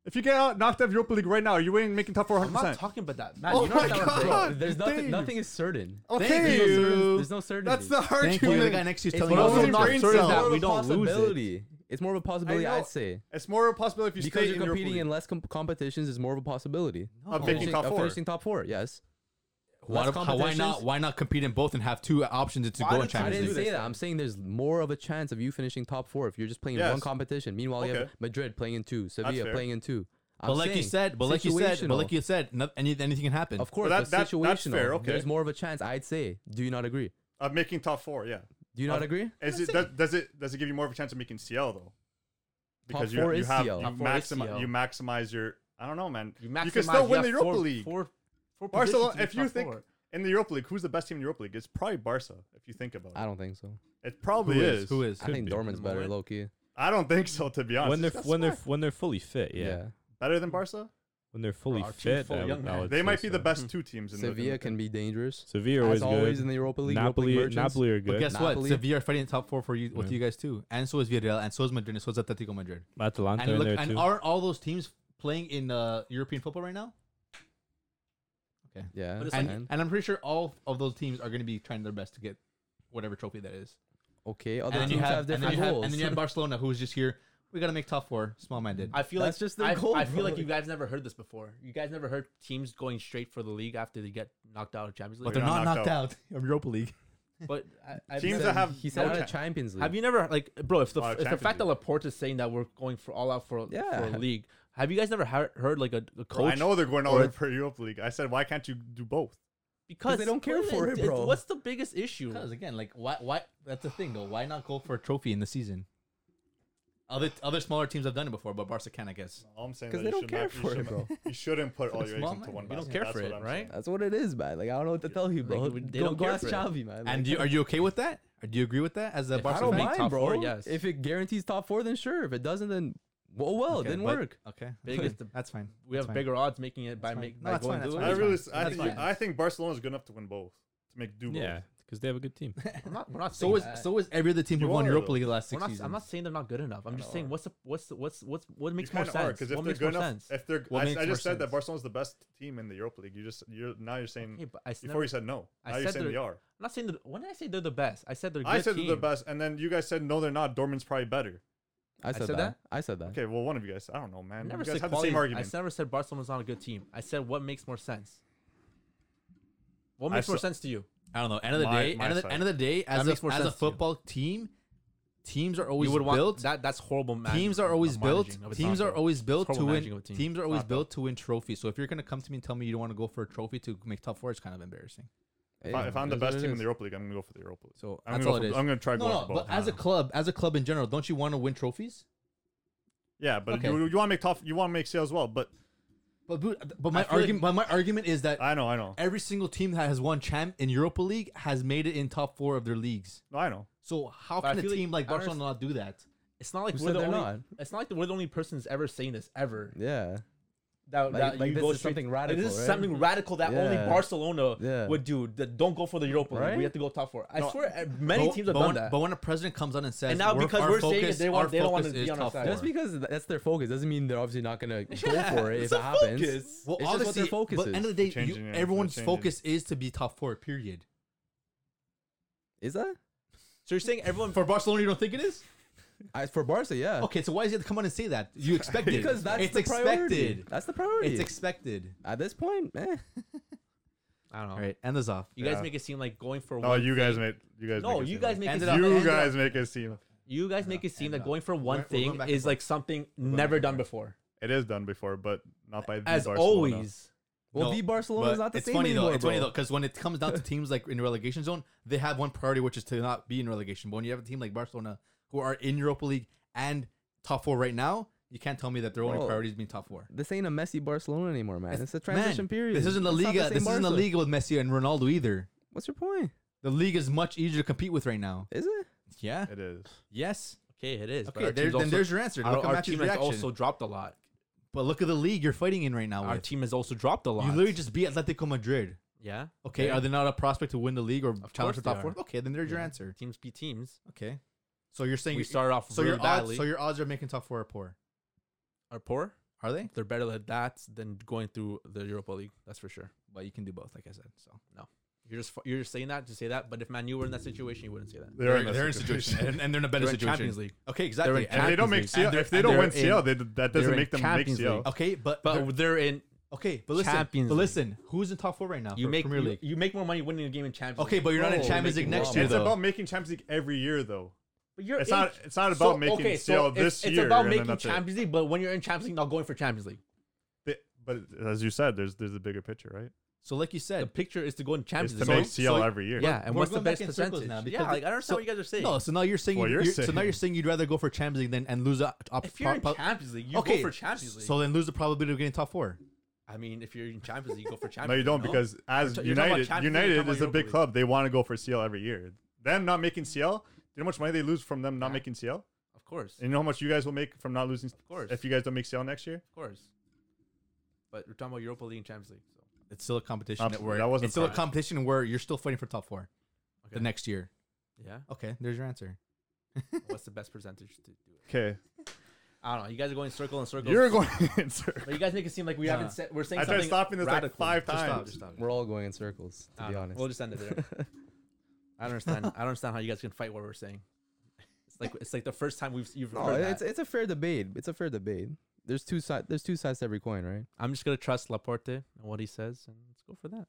[SPEAKER 3] If you get out, knocked out of Europa League right now, are you winning making top four 100
[SPEAKER 1] I'm not
[SPEAKER 3] percent?
[SPEAKER 1] talking about that, man.
[SPEAKER 3] Oh
[SPEAKER 1] you know what
[SPEAKER 3] my
[SPEAKER 1] that was-
[SPEAKER 3] God.
[SPEAKER 2] Bro, there's
[SPEAKER 3] Dave.
[SPEAKER 2] nothing. Nothing is certain.
[SPEAKER 3] Okay,
[SPEAKER 2] There's no certain-
[SPEAKER 3] you-
[SPEAKER 2] There's no certainty.
[SPEAKER 3] that's the hard
[SPEAKER 4] thank you. The guy next to you is
[SPEAKER 2] It's
[SPEAKER 4] telling
[SPEAKER 2] one
[SPEAKER 4] you,
[SPEAKER 2] of
[SPEAKER 4] also
[SPEAKER 2] those
[SPEAKER 4] not
[SPEAKER 3] brain
[SPEAKER 4] certain
[SPEAKER 3] cells.
[SPEAKER 4] that
[SPEAKER 2] More
[SPEAKER 4] we
[SPEAKER 2] of a
[SPEAKER 1] don't lose it.
[SPEAKER 2] possibility. It's more of a possibility,
[SPEAKER 3] know.
[SPEAKER 2] I'd say.
[SPEAKER 3] It's more of a possibility if you
[SPEAKER 2] Because
[SPEAKER 3] stay
[SPEAKER 2] you're
[SPEAKER 3] in Europa
[SPEAKER 2] competing
[SPEAKER 3] League.
[SPEAKER 2] in less com- competitions is more of a possibility.
[SPEAKER 3] Of making
[SPEAKER 2] Finishing-
[SPEAKER 3] top
[SPEAKER 2] of
[SPEAKER 3] four.
[SPEAKER 2] Finishing top four, yes.
[SPEAKER 4] Why,
[SPEAKER 2] Less
[SPEAKER 4] don't- how- why not?
[SPEAKER 2] competitions?
[SPEAKER 4] Why not compete in both and have two options to
[SPEAKER 1] Why
[SPEAKER 4] go
[SPEAKER 1] don't
[SPEAKER 4] in
[SPEAKER 1] you
[SPEAKER 2] I
[SPEAKER 1] Champions
[SPEAKER 2] didn't
[SPEAKER 1] League.
[SPEAKER 2] say that. I'm saying there's more of a chance of you finishing top four if you're just playing
[SPEAKER 3] Yes.
[SPEAKER 2] one competition. Meanwhile, you have
[SPEAKER 3] Okay.
[SPEAKER 2] Madrid playing in two, Sevilla
[SPEAKER 3] fair.
[SPEAKER 2] playing in two. I'm
[SPEAKER 4] But like you
[SPEAKER 2] saying,
[SPEAKER 4] said, but like you said, but
[SPEAKER 2] situational.
[SPEAKER 4] like you said, no- any, anything can happen.
[SPEAKER 2] of course,
[SPEAKER 3] Well,
[SPEAKER 2] but
[SPEAKER 3] that- that-
[SPEAKER 2] situational.
[SPEAKER 3] that's fair, okay.
[SPEAKER 2] There's more of a chance. I'd say. Do you not agree?
[SPEAKER 3] Of making top four, yeah.
[SPEAKER 2] Do you not agree?
[SPEAKER 3] Is it, does, does it does it give you more of a chance of making CL though? Because you,
[SPEAKER 2] four
[SPEAKER 3] you
[SPEAKER 2] is
[SPEAKER 3] have
[SPEAKER 2] CL.
[SPEAKER 3] you
[SPEAKER 1] Top four is
[SPEAKER 3] maximize
[SPEAKER 1] CL.
[SPEAKER 3] you maximize your I don't know man.
[SPEAKER 1] You, maximize,
[SPEAKER 3] can still win
[SPEAKER 1] have
[SPEAKER 3] the Europa
[SPEAKER 1] four-
[SPEAKER 3] League.
[SPEAKER 1] Four, four positions
[SPEAKER 3] Barcelona.
[SPEAKER 1] to be
[SPEAKER 3] If you
[SPEAKER 1] top
[SPEAKER 3] think
[SPEAKER 1] four.
[SPEAKER 3] in the Europa League, who's the best team in Europa League? It's probably Barca. If you think about
[SPEAKER 2] I
[SPEAKER 3] it,
[SPEAKER 2] don't think so.
[SPEAKER 3] it probably
[SPEAKER 4] who
[SPEAKER 3] is.
[SPEAKER 4] is? Who is?
[SPEAKER 2] I think Dortmund's better,
[SPEAKER 1] moment.
[SPEAKER 2] low key.
[SPEAKER 3] I don't think so. To be honest,
[SPEAKER 6] when they're
[SPEAKER 3] It's got
[SPEAKER 6] when they're
[SPEAKER 3] smacked.
[SPEAKER 6] when they're fully fit, yeah.
[SPEAKER 2] Yeah.
[SPEAKER 3] better than Barca,
[SPEAKER 6] When they're fully
[SPEAKER 1] our team's
[SPEAKER 6] fit,
[SPEAKER 1] full
[SPEAKER 6] I
[SPEAKER 1] of
[SPEAKER 6] would-
[SPEAKER 1] young
[SPEAKER 6] I
[SPEAKER 1] men.
[SPEAKER 6] would
[SPEAKER 3] they
[SPEAKER 6] say
[SPEAKER 3] might be
[SPEAKER 6] so.
[SPEAKER 3] the best two teams in the.
[SPEAKER 2] Sevilla
[SPEAKER 3] in-
[SPEAKER 2] can be dangerous.
[SPEAKER 6] Sevilla
[SPEAKER 2] As
[SPEAKER 6] always
[SPEAKER 2] always
[SPEAKER 6] good.
[SPEAKER 2] in the Europa League.
[SPEAKER 6] Napoli,
[SPEAKER 2] Europa League merchants.
[SPEAKER 6] Napoli are good.
[SPEAKER 4] But guess
[SPEAKER 2] Napoli.
[SPEAKER 4] what? Sevilla are fighting in top four for you with you guys too, and so is Villarreal, and so is Madrid, and so is Atletico Madrid.
[SPEAKER 6] Atalanta
[SPEAKER 4] And
[SPEAKER 6] in
[SPEAKER 4] look,
[SPEAKER 6] there
[SPEAKER 4] and
[SPEAKER 6] too.
[SPEAKER 4] aren't all those teams playing in uh, European football right now?
[SPEAKER 2] Yeah.
[SPEAKER 1] But it's like-
[SPEAKER 4] And, and I'm pretty sure all of those teams are going to be trying their best to get whatever trophy that is.
[SPEAKER 2] okay.
[SPEAKER 4] And
[SPEAKER 2] Other
[SPEAKER 4] then
[SPEAKER 2] teams
[SPEAKER 4] you have,
[SPEAKER 2] have,
[SPEAKER 4] and then
[SPEAKER 2] different
[SPEAKER 4] you have,
[SPEAKER 2] goals.
[SPEAKER 4] and then you have Barcelona, who's just here. We got to make top four, small-minded.
[SPEAKER 1] I feel
[SPEAKER 2] That's
[SPEAKER 1] like
[SPEAKER 2] just their
[SPEAKER 1] I,
[SPEAKER 2] goal,
[SPEAKER 1] I feel
[SPEAKER 2] bro.
[SPEAKER 1] like you guys never heard this before. You guys never heard teams going straight for the league after they get knocked out of Champions League.
[SPEAKER 3] they're not knocked
[SPEAKER 4] of Europa <laughs> League.
[SPEAKER 1] But I, I've
[SPEAKER 3] Teams
[SPEAKER 1] never-
[SPEAKER 3] that have
[SPEAKER 2] he said
[SPEAKER 3] no
[SPEAKER 2] out of
[SPEAKER 3] chance.
[SPEAKER 2] Champions League.
[SPEAKER 1] Have you never like, bro? If the
[SPEAKER 3] Oh,
[SPEAKER 1] if the
[SPEAKER 3] Champions
[SPEAKER 1] fact that Laporte is saying that we're going for all out for
[SPEAKER 2] Yeah.
[SPEAKER 1] for a league, have you guys never heard, heard like a, a
[SPEAKER 3] Bro,
[SPEAKER 1] coach?
[SPEAKER 3] I know they're going all
[SPEAKER 1] or-
[SPEAKER 3] over for Europa League. I said, why can't you do both?
[SPEAKER 1] because
[SPEAKER 2] they don't care for it,
[SPEAKER 1] it's-
[SPEAKER 2] bro.
[SPEAKER 1] What's the biggest issue?
[SPEAKER 4] Because again, like why why that's the thing though. Why not go for a trophy in the season? Other other smaller teams have done it before, but Barca can, I guess.
[SPEAKER 3] All I'm saying is that
[SPEAKER 2] 'Cause they
[SPEAKER 3] you
[SPEAKER 2] don't
[SPEAKER 3] should
[SPEAKER 2] care
[SPEAKER 3] not,
[SPEAKER 2] for
[SPEAKER 3] you
[SPEAKER 2] it,
[SPEAKER 3] should
[SPEAKER 2] bro.
[SPEAKER 3] not- you shouldn't put all your eggs
[SPEAKER 4] small
[SPEAKER 3] into
[SPEAKER 4] money.
[SPEAKER 3] one
[SPEAKER 4] You don't
[SPEAKER 3] basket.
[SPEAKER 1] care
[SPEAKER 3] That's
[SPEAKER 1] for
[SPEAKER 3] what
[SPEAKER 1] it,
[SPEAKER 3] I'm
[SPEAKER 1] right?
[SPEAKER 3] saying.
[SPEAKER 2] That's what it is, man. Like I don't know what to tell you, bro.
[SPEAKER 1] they
[SPEAKER 2] go,
[SPEAKER 1] don't
[SPEAKER 2] go
[SPEAKER 1] care
[SPEAKER 2] ask
[SPEAKER 1] for it.
[SPEAKER 2] Xavi, man.
[SPEAKER 4] And do you, are you okay with that? Or do you agree with that as
[SPEAKER 1] If I
[SPEAKER 4] a
[SPEAKER 2] I
[SPEAKER 4] Barca
[SPEAKER 2] don't
[SPEAKER 1] Barcelona
[SPEAKER 4] fan?
[SPEAKER 1] make
[SPEAKER 2] mind,
[SPEAKER 1] top
[SPEAKER 2] Oh, bro.
[SPEAKER 1] four, yes.
[SPEAKER 2] If it guarantees top four, then sure. If it doesn't, then well, well,
[SPEAKER 4] Okay,
[SPEAKER 2] didn't
[SPEAKER 4] but-
[SPEAKER 2] work.
[SPEAKER 1] <laughs>
[SPEAKER 4] Okay,
[SPEAKER 1] Big is the-
[SPEAKER 4] that's fine.
[SPEAKER 1] we
[SPEAKER 4] That's
[SPEAKER 1] have
[SPEAKER 4] fine.
[SPEAKER 1] bigger odds making it by
[SPEAKER 4] That's
[SPEAKER 1] make
[SPEAKER 4] fine.
[SPEAKER 1] by
[SPEAKER 4] No, that's
[SPEAKER 1] going
[SPEAKER 4] fine, that's
[SPEAKER 1] blue.
[SPEAKER 4] fine.
[SPEAKER 3] I
[SPEAKER 4] That's
[SPEAKER 3] really,
[SPEAKER 4] fine.
[SPEAKER 3] I
[SPEAKER 4] That's
[SPEAKER 3] think, you,
[SPEAKER 4] fine.
[SPEAKER 3] I think Barcelona is good enough to win both to make do both.
[SPEAKER 6] yeah, because they have a good team.
[SPEAKER 1] I'm not, we're not saying
[SPEAKER 4] So is
[SPEAKER 1] that.
[SPEAKER 4] so is every other team
[SPEAKER 3] You
[SPEAKER 4] who won
[SPEAKER 3] are,
[SPEAKER 4] Europa
[SPEAKER 3] though.
[SPEAKER 4] League the last
[SPEAKER 1] We're
[SPEAKER 4] six
[SPEAKER 1] not,
[SPEAKER 4] seasons.
[SPEAKER 1] I'm not saying they're not good enough. I'm just saying what's the what's the, what's what's what makes more
[SPEAKER 3] kind of are
[SPEAKER 1] sense?
[SPEAKER 3] because if
[SPEAKER 1] What
[SPEAKER 3] they're
[SPEAKER 1] makes
[SPEAKER 3] good
[SPEAKER 1] more
[SPEAKER 3] enough,
[SPEAKER 1] sense?
[SPEAKER 3] if they're,
[SPEAKER 4] What
[SPEAKER 3] I, I
[SPEAKER 4] makes
[SPEAKER 3] just
[SPEAKER 4] more
[SPEAKER 3] said that
[SPEAKER 4] sense?
[SPEAKER 3] Barcelona's the best team in the Europa League. You just, you're now you're saying
[SPEAKER 1] Hey, but I s-
[SPEAKER 3] before
[SPEAKER 1] never-
[SPEAKER 3] you said no.
[SPEAKER 1] I
[SPEAKER 3] now you're
[SPEAKER 1] said
[SPEAKER 3] saying
[SPEAKER 1] they're-
[SPEAKER 3] they are.
[SPEAKER 1] I'm not saying that. When did I say they're the best? I said they're.
[SPEAKER 3] I
[SPEAKER 1] good
[SPEAKER 3] said they're the
[SPEAKER 1] team.
[SPEAKER 3] best, and then you guys said no, they're not. Dortmund's probably better.
[SPEAKER 2] I
[SPEAKER 1] said
[SPEAKER 2] said, that.
[SPEAKER 1] that?
[SPEAKER 2] I said that.
[SPEAKER 3] Okay, well, one of you guys, I don't know,
[SPEAKER 1] I
[SPEAKER 3] man.
[SPEAKER 1] never
[SPEAKER 3] you guys
[SPEAKER 1] said
[SPEAKER 3] had the same
[SPEAKER 1] quality. I
[SPEAKER 3] argument.
[SPEAKER 1] s- never said Barcelona's not a good team. I said what makes more sense. What
[SPEAKER 3] I
[SPEAKER 1] makes more
[SPEAKER 3] saw-
[SPEAKER 1] sense to you?
[SPEAKER 4] I don't know. End of the
[SPEAKER 3] My-
[SPEAKER 4] day,
[SPEAKER 3] my
[SPEAKER 4] end of the,
[SPEAKER 3] side.
[SPEAKER 4] end of the day, as
[SPEAKER 1] makes
[SPEAKER 4] a,
[SPEAKER 1] more
[SPEAKER 4] as a
[SPEAKER 1] sense to you.
[SPEAKER 4] football team, teams are always
[SPEAKER 1] You would want
[SPEAKER 4] built.
[SPEAKER 1] that. That's horrible. Man-
[SPEAKER 4] teams are always
[SPEAKER 1] of
[SPEAKER 4] built.
[SPEAKER 1] managing of a
[SPEAKER 4] Teams
[SPEAKER 1] team,
[SPEAKER 4] are
[SPEAKER 1] bro.
[SPEAKER 4] always built
[SPEAKER 1] It's
[SPEAKER 4] to
[SPEAKER 1] horrible
[SPEAKER 4] win.
[SPEAKER 1] managing of a team.
[SPEAKER 4] Teams are always
[SPEAKER 3] Not built.
[SPEAKER 4] built to win trophies. So if you're gonna come to me and tell me you don't want to go for a trophy to make top four, it's kind of embarrassing.
[SPEAKER 2] Hey,
[SPEAKER 3] If I- If I'm the
[SPEAKER 2] it is what
[SPEAKER 3] best
[SPEAKER 2] it
[SPEAKER 3] team in
[SPEAKER 2] is.
[SPEAKER 3] the Europa League, I'm gonna go for the Europa League.
[SPEAKER 4] So
[SPEAKER 3] I'm
[SPEAKER 4] that's
[SPEAKER 3] gonna
[SPEAKER 4] all
[SPEAKER 3] go
[SPEAKER 4] it
[SPEAKER 3] for-
[SPEAKER 4] is.
[SPEAKER 3] I'm gonna try
[SPEAKER 4] no,
[SPEAKER 3] going
[SPEAKER 4] no,
[SPEAKER 3] for
[SPEAKER 4] but
[SPEAKER 3] both.
[SPEAKER 4] as a club, as a club in general, don't you want to win trophies?
[SPEAKER 3] Yeah, but
[SPEAKER 4] Okay.
[SPEAKER 3] you, you want to make tough. You want to make sales well, but
[SPEAKER 4] But but but my
[SPEAKER 3] feel like-
[SPEAKER 4] argument, but my argument is that
[SPEAKER 3] I know, I know,
[SPEAKER 4] every single team that has won champ in Europa League has made it in top four of their leagues.
[SPEAKER 3] no, I know.
[SPEAKER 4] So how
[SPEAKER 1] But I
[SPEAKER 4] can a
[SPEAKER 1] feel like-
[SPEAKER 4] team like
[SPEAKER 1] I don't
[SPEAKER 4] Barcelona not do that?
[SPEAKER 1] It's not like
[SPEAKER 2] Who
[SPEAKER 1] we're
[SPEAKER 2] said
[SPEAKER 1] the
[SPEAKER 2] they're
[SPEAKER 1] only.
[SPEAKER 2] not?
[SPEAKER 1] It's not like we're the only persons ever saying this ever.
[SPEAKER 2] Yeah.
[SPEAKER 1] That,
[SPEAKER 2] Like-
[SPEAKER 1] that
[SPEAKER 2] like
[SPEAKER 1] you
[SPEAKER 2] this
[SPEAKER 1] go
[SPEAKER 2] is
[SPEAKER 1] straight-
[SPEAKER 2] something
[SPEAKER 1] like This
[SPEAKER 2] radical,
[SPEAKER 1] is
[SPEAKER 2] right?
[SPEAKER 1] something radical that only
[SPEAKER 2] Yeah.
[SPEAKER 1] Barcelona
[SPEAKER 2] Yeah.
[SPEAKER 1] would do. That don't go for the Europa League.
[SPEAKER 2] Right?
[SPEAKER 1] We have to go top four. I
[SPEAKER 3] No,
[SPEAKER 1] swear, uh, many
[SPEAKER 4] But-
[SPEAKER 1] teams have
[SPEAKER 4] but
[SPEAKER 1] done
[SPEAKER 4] when,
[SPEAKER 1] that.
[SPEAKER 4] But when a president comes on and says,
[SPEAKER 1] And now because
[SPEAKER 4] our
[SPEAKER 1] we're saying it, they want-
[SPEAKER 4] our
[SPEAKER 1] they don't want to
[SPEAKER 4] focus
[SPEAKER 1] be
[SPEAKER 4] is
[SPEAKER 1] on our
[SPEAKER 4] top
[SPEAKER 1] side.
[SPEAKER 4] four."
[SPEAKER 2] Just because th- that's their focus doesn't mean they're obviously not
[SPEAKER 4] <laughs>
[SPEAKER 2] gonna go for it if
[SPEAKER 1] it's a
[SPEAKER 2] it
[SPEAKER 1] focus.
[SPEAKER 2] happens.
[SPEAKER 4] well,
[SPEAKER 2] it's just what
[SPEAKER 4] obviously,
[SPEAKER 2] their focus
[SPEAKER 4] but
[SPEAKER 2] is.
[SPEAKER 4] end of the day,
[SPEAKER 3] They're
[SPEAKER 4] you-
[SPEAKER 3] changing it, they're
[SPEAKER 4] everyone's
[SPEAKER 3] changing it.
[SPEAKER 4] focus is to be top
[SPEAKER 1] <laughs>
[SPEAKER 4] four. Period.
[SPEAKER 2] Is that?
[SPEAKER 1] so you're saying everyone
[SPEAKER 4] For Barcelona, you don't think it is?
[SPEAKER 2] I, for Barca, yeah.
[SPEAKER 4] Okay, so why does he have to come on and say that?
[SPEAKER 1] <laughs>
[SPEAKER 4] You expect it
[SPEAKER 2] Because that's
[SPEAKER 4] it's
[SPEAKER 2] the priority.
[SPEAKER 4] expected.
[SPEAKER 2] That's the priority.
[SPEAKER 4] It's expected.
[SPEAKER 2] At this point, eh.
[SPEAKER 1] I don't know.
[SPEAKER 4] All right, end this off.
[SPEAKER 1] You
[SPEAKER 3] Yeah.
[SPEAKER 1] guys make it seem like going for
[SPEAKER 3] No,
[SPEAKER 1] one
[SPEAKER 3] you guys
[SPEAKER 1] thing-
[SPEAKER 3] made you guys.
[SPEAKER 1] No,
[SPEAKER 3] make it
[SPEAKER 1] you
[SPEAKER 3] seem
[SPEAKER 1] guys
[SPEAKER 3] like-
[SPEAKER 1] make it
[SPEAKER 4] Ended
[SPEAKER 1] seem-
[SPEAKER 4] up-
[SPEAKER 3] You
[SPEAKER 4] ended
[SPEAKER 3] guys make it seem
[SPEAKER 1] you guys make it seem
[SPEAKER 4] End
[SPEAKER 1] that
[SPEAKER 4] up.
[SPEAKER 1] going for one
[SPEAKER 4] We're- we're going
[SPEAKER 1] thing
[SPEAKER 4] back and
[SPEAKER 1] is
[SPEAKER 4] forth.
[SPEAKER 1] like something
[SPEAKER 4] going
[SPEAKER 1] never
[SPEAKER 4] back
[SPEAKER 1] done
[SPEAKER 4] and
[SPEAKER 1] before.
[SPEAKER 3] it is done before, but not by the
[SPEAKER 1] As
[SPEAKER 3] Barcelona.
[SPEAKER 1] always,
[SPEAKER 2] Well,
[SPEAKER 4] No,
[SPEAKER 2] V Barcelona is
[SPEAKER 4] but
[SPEAKER 2] not the
[SPEAKER 4] it's
[SPEAKER 2] same
[SPEAKER 4] funny
[SPEAKER 2] anymore,
[SPEAKER 4] though. It's funny
[SPEAKER 2] bro.
[SPEAKER 4] though because when it
[SPEAKER 2] <laughs>
[SPEAKER 4] comes down to teams like in relegation zone, they have one priority, which is to not be in relegation. But when you have a team like Barcelona who are in Europa League and top four right now, you can't tell me that their only
[SPEAKER 2] Bro.
[SPEAKER 4] priority is being top four.
[SPEAKER 2] This ain't a messy Barcelona anymore, man. It's, a
[SPEAKER 4] Man,
[SPEAKER 2] transition period.
[SPEAKER 4] This isn't the
[SPEAKER 2] It's not
[SPEAKER 4] Liga.
[SPEAKER 2] same
[SPEAKER 4] this isn't the
[SPEAKER 2] Barca.
[SPEAKER 4] Liga with Messi and Ronaldo either.
[SPEAKER 2] What's your point?
[SPEAKER 4] The league is much easier to compete with right now.
[SPEAKER 2] Is it?
[SPEAKER 4] Yeah.
[SPEAKER 3] It is.
[SPEAKER 4] Yes.
[SPEAKER 1] Okay, it is.
[SPEAKER 4] Okay. There, then there's your answer.
[SPEAKER 1] our,
[SPEAKER 4] Look at
[SPEAKER 1] our
[SPEAKER 4] Matthew's
[SPEAKER 1] team has
[SPEAKER 4] reaction.
[SPEAKER 1] also dropped a lot.
[SPEAKER 4] but look at the league you're fighting in right now.
[SPEAKER 1] Our
[SPEAKER 4] with.
[SPEAKER 1] team has also dropped a lot.
[SPEAKER 4] You literally just beat Atletico Madrid.
[SPEAKER 1] yeah.
[SPEAKER 4] Okay,
[SPEAKER 1] Yeah.
[SPEAKER 4] are they not a prospect to win the league or
[SPEAKER 1] course
[SPEAKER 4] challenge for
[SPEAKER 1] they
[SPEAKER 4] top four?
[SPEAKER 1] are.
[SPEAKER 4] Okay, then there's your
[SPEAKER 1] Yeah.
[SPEAKER 4] answer.
[SPEAKER 1] Teams beat teams.
[SPEAKER 4] Okay, so you're saying
[SPEAKER 1] We
[SPEAKER 4] you
[SPEAKER 1] started off
[SPEAKER 4] so
[SPEAKER 1] really
[SPEAKER 4] your odds,
[SPEAKER 1] badly.
[SPEAKER 4] so your odds are making top four are poor.
[SPEAKER 1] are poor.
[SPEAKER 4] Are they?
[SPEAKER 1] They're better at that than going through the Europa League. That's for sure.
[SPEAKER 4] But you can do both, like I said. So
[SPEAKER 1] You're just you're just saying that to say that. But if Man U were in that situation, you wouldn't say that.
[SPEAKER 3] They're, in
[SPEAKER 4] they're,
[SPEAKER 3] that
[SPEAKER 4] in a situation, and, and they're in a better
[SPEAKER 1] They're in
[SPEAKER 4] situation.
[SPEAKER 1] Champions League.
[SPEAKER 4] Okay, exactly.
[SPEAKER 1] in
[SPEAKER 3] <laughs> And they don't make
[SPEAKER 1] Champions League. And
[SPEAKER 3] CL. If
[SPEAKER 1] they're-
[SPEAKER 3] they don't
[SPEAKER 1] and
[SPEAKER 3] win
[SPEAKER 1] they're
[SPEAKER 3] CL,
[SPEAKER 1] in-
[SPEAKER 3] they, that
[SPEAKER 1] they're
[SPEAKER 3] doesn't
[SPEAKER 1] in
[SPEAKER 3] make them make
[SPEAKER 1] Champions
[SPEAKER 3] CL.
[SPEAKER 1] League.
[SPEAKER 4] okay, but,
[SPEAKER 1] But
[SPEAKER 4] they're-
[SPEAKER 1] they're, in.
[SPEAKER 4] okay, but listen,
[SPEAKER 1] Champions
[SPEAKER 4] but
[SPEAKER 1] League.
[SPEAKER 4] listen, who's in top four right now?
[SPEAKER 1] You
[SPEAKER 4] for
[SPEAKER 1] make
[SPEAKER 4] Premier
[SPEAKER 1] you,
[SPEAKER 4] League.
[SPEAKER 1] you make more money winning a game in Champions.
[SPEAKER 4] Okay,
[SPEAKER 1] League.
[SPEAKER 4] but you're not in
[SPEAKER 1] Bro,
[SPEAKER 4] Champions League
[SPEAKER 1] making
[SPEAKER 4] next
[SPEAKER 1] more
[SPEAKER 4] year
[SPEAKER 1] money.
[SPEAKER 3] It's
[SPEAKER 4] though.
[SPEAKER 3] about making Champions League every year, though.
[SPEAKER 1] But you're
[SPEAKER 3] It's
[SPEAKER 1] in-
[SPEAKER 3] not. It's not about
[SPEAKER 1] so,
[SPEAKER 3] making
[SPEAKER 1] okay, so
[SPEAKER 3] CL
[SPEAKER 1] it's-
[SPEAKER 3] this
[SPEAKER 1] it's
[SPEAKER 3] year.
[SPEAKER 1] about
[SPEAKER 3] and then
[SPEAKER 1] making
[SPEAKER 3] that's it.
[SPEAKER 1] Champions League, but when you're in Champions League, not going for Champions League.
[SPEAKER 3] They- But as you said, there's there's a bigger picture, right?
[SPEAKER 4] so like you
[SPEAKER 1] The
[SPEAKER 4] said,
[SPEAKER 1] picture is to go in
[SPEAKER 3] It's
[SPEAKER 1] Champions
[SPEAKER 3] to
[SPEAKER 1] League.
[SPEAKER 3] make
[SPEAKER 1] So-
[SPEAKER 3] CL
[SPEAKER 1] so-
[SPEAKER 3] every year.
[SPEAKER 1] Yeah, and
[SPEAKER 4] We're
[SPEAKER 1] what's the
[SPEAKER 4] going back
[SPEAKER 1] best
[SPEAKER 4] in circles
[SPEAKER 1] percentage?
[SPEAKER 4] now because
[SPEAKER 1] yeah,
[SPEAKER 4] the-
[SPEAKER 1] like I don't understand
[SPEAKER 4] so-
[SPEAKER 1] what you guys are saying.
[SPEAKER 4] no. So now you're saying,
[SPEAKER 3] Well,
[SPEAKER 4] you
[SPEAKER 3] you're
[SPEAKER 4] you're- so now
[SPEAKER 3] saying-
[SPEAKER 4] you're saying you'd rather go for Champions League than and lose a top.
[SPEAKER 1] if you're in
[SPEAKER 4] pro-
[SPEAKER 1] Champions League, you
[SPEAKER 4] okay,
[SPEAKER 1] go for Champions League.
[SPEAKER 4] so then lose the probability of getting top four.
[SPEAKER 1] I mean, if you're in Champions League, you go for Champions.
[SPEAKER 3] No, you don't
[SPEAKER 1] League,
[SPEAKER 3] because as
[SPEAKER 1] You're talking about
[SPEAKER 3] United,
[SPEAKER 1] Champions League, you're
[SPEAKER 3] United
[SPEAKER 1] talking
[SPEAKER 3] is a
[SPEAKER 1] about
[SPEAKER 3] big
[SPEAKER 1] Europa
[SPEAKER 3] club. They want to go for CL every year. Them not making CL. You know how much money they lose from them not making CL?
[SPEAKER 1] of course,
[SPEAKER 3] And you know how much you guys will make from not losing? Of
[SPEAKER 1] course.
[SPEAKER 3] If you guys don't make CL next year,
[SPEAKER 1] of course. But we're talking about Europa League and Champions League. So
[SPEAKER 4] It's still a competition
[SPEAKER 3] Absolutely,
[SPEAKER 4] that we're.
[SPEAKER 3] that wasn't
[SPEAKER 4] it's still a
[SPEAKER 3] fair.
[SPEAKER 4] competition where you're still fighting for top four the
[SPEAKER 1] Okay.
[SPEAKER 4] next year.
[SPEAKER 1] yeah,
[SPEAKER 4] Okay, there's your answer.
[SPEAKER 1] what's the best percentage to do it?
[SPEAKER 3] okay,
[SPEAKER 1] I don't know. You guys are going circle and circle.
[SPEAKER 3] you're going <laughs> in circles.
[SPEAKER 1] But you guys make it seem like we
[SPEAKER 4] Nah.
[SPEAKER 1] haven't said we're saying
[SPEAKER 3] I
[SPEAKER 1] something
[SPEAKER 3] tried stopping this like
[SPEAKER 1] radical.
[SPEAKER 3] five
[SPEAKER 1] Just stop,
[SPEAKER 3] times.
[SPEAKER 1] just stop.
[SPEAKER 2] We're all going in circles,
[SPEAKER 1] I don't
[SPEAKER 2] to be
[SPEAKER 3] Ah,
[SPEAKER 1] know.
[SPEAKER 2] honest.
[SPEAKER 1] We'll just end it there. I don't understand. I don't understand how you guys can fight what we're saying. It's like it's like the first time we've you've
[SPEAKER 2] No,
[SPEAKER 1] heard
[SPEAKER 2] it's
[SPEAKER 1] that.
[SPEAKER 2] it's a fair debate. It's a fair debate. There's two side. There's two sides to every coin, right?
[SPEAKER 1] I'm just gonna trust Laporte and what he says, and let's go for that.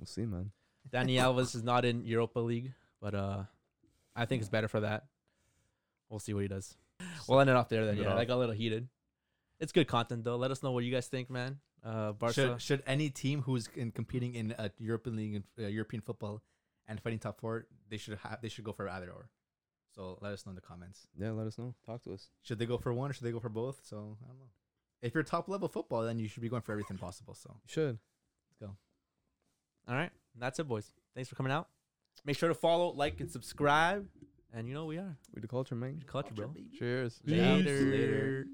[SPEAKER 2] We'll see, man.
[SPEAKER 1] Danny Alves is not in Europa League, but uh, I think it's better for that. We'll see what he does. We'll end it off there then.
[SPEAKER 3] End it
[SPEAKER 1] Yeah, that
[SPEAKER 3] off.
[SPEAKER 1] got a little heated. It's good content though. Let us know what you guys think, man. Uh, Barca.
[SPEAKER 4] Should should any team who's in competing in uh, European league and uh, European football and fighting top four, they should have they should go for either or. So let us know in the comments.
[SPEAKER 2] Yeah, let us know. Talk to us.
[SPEAKER 4] Should they go for one or should they go for both? So I don't know. If you're top level football, then you should be going for everything possible. So
[SPEAKER 2] You should.
[SPEAKER 1] All right, that's it, boys. Thanks for coming out. Make sure to follow, like, and subscribe. And you know we are
[SPEAKER 2] We the culture, man.
[SPEAKER 1] culture, bro.
[SPEAKER 5] Cheers.
[SPEAKER 1] Later.
[SPEAKER 4] Later.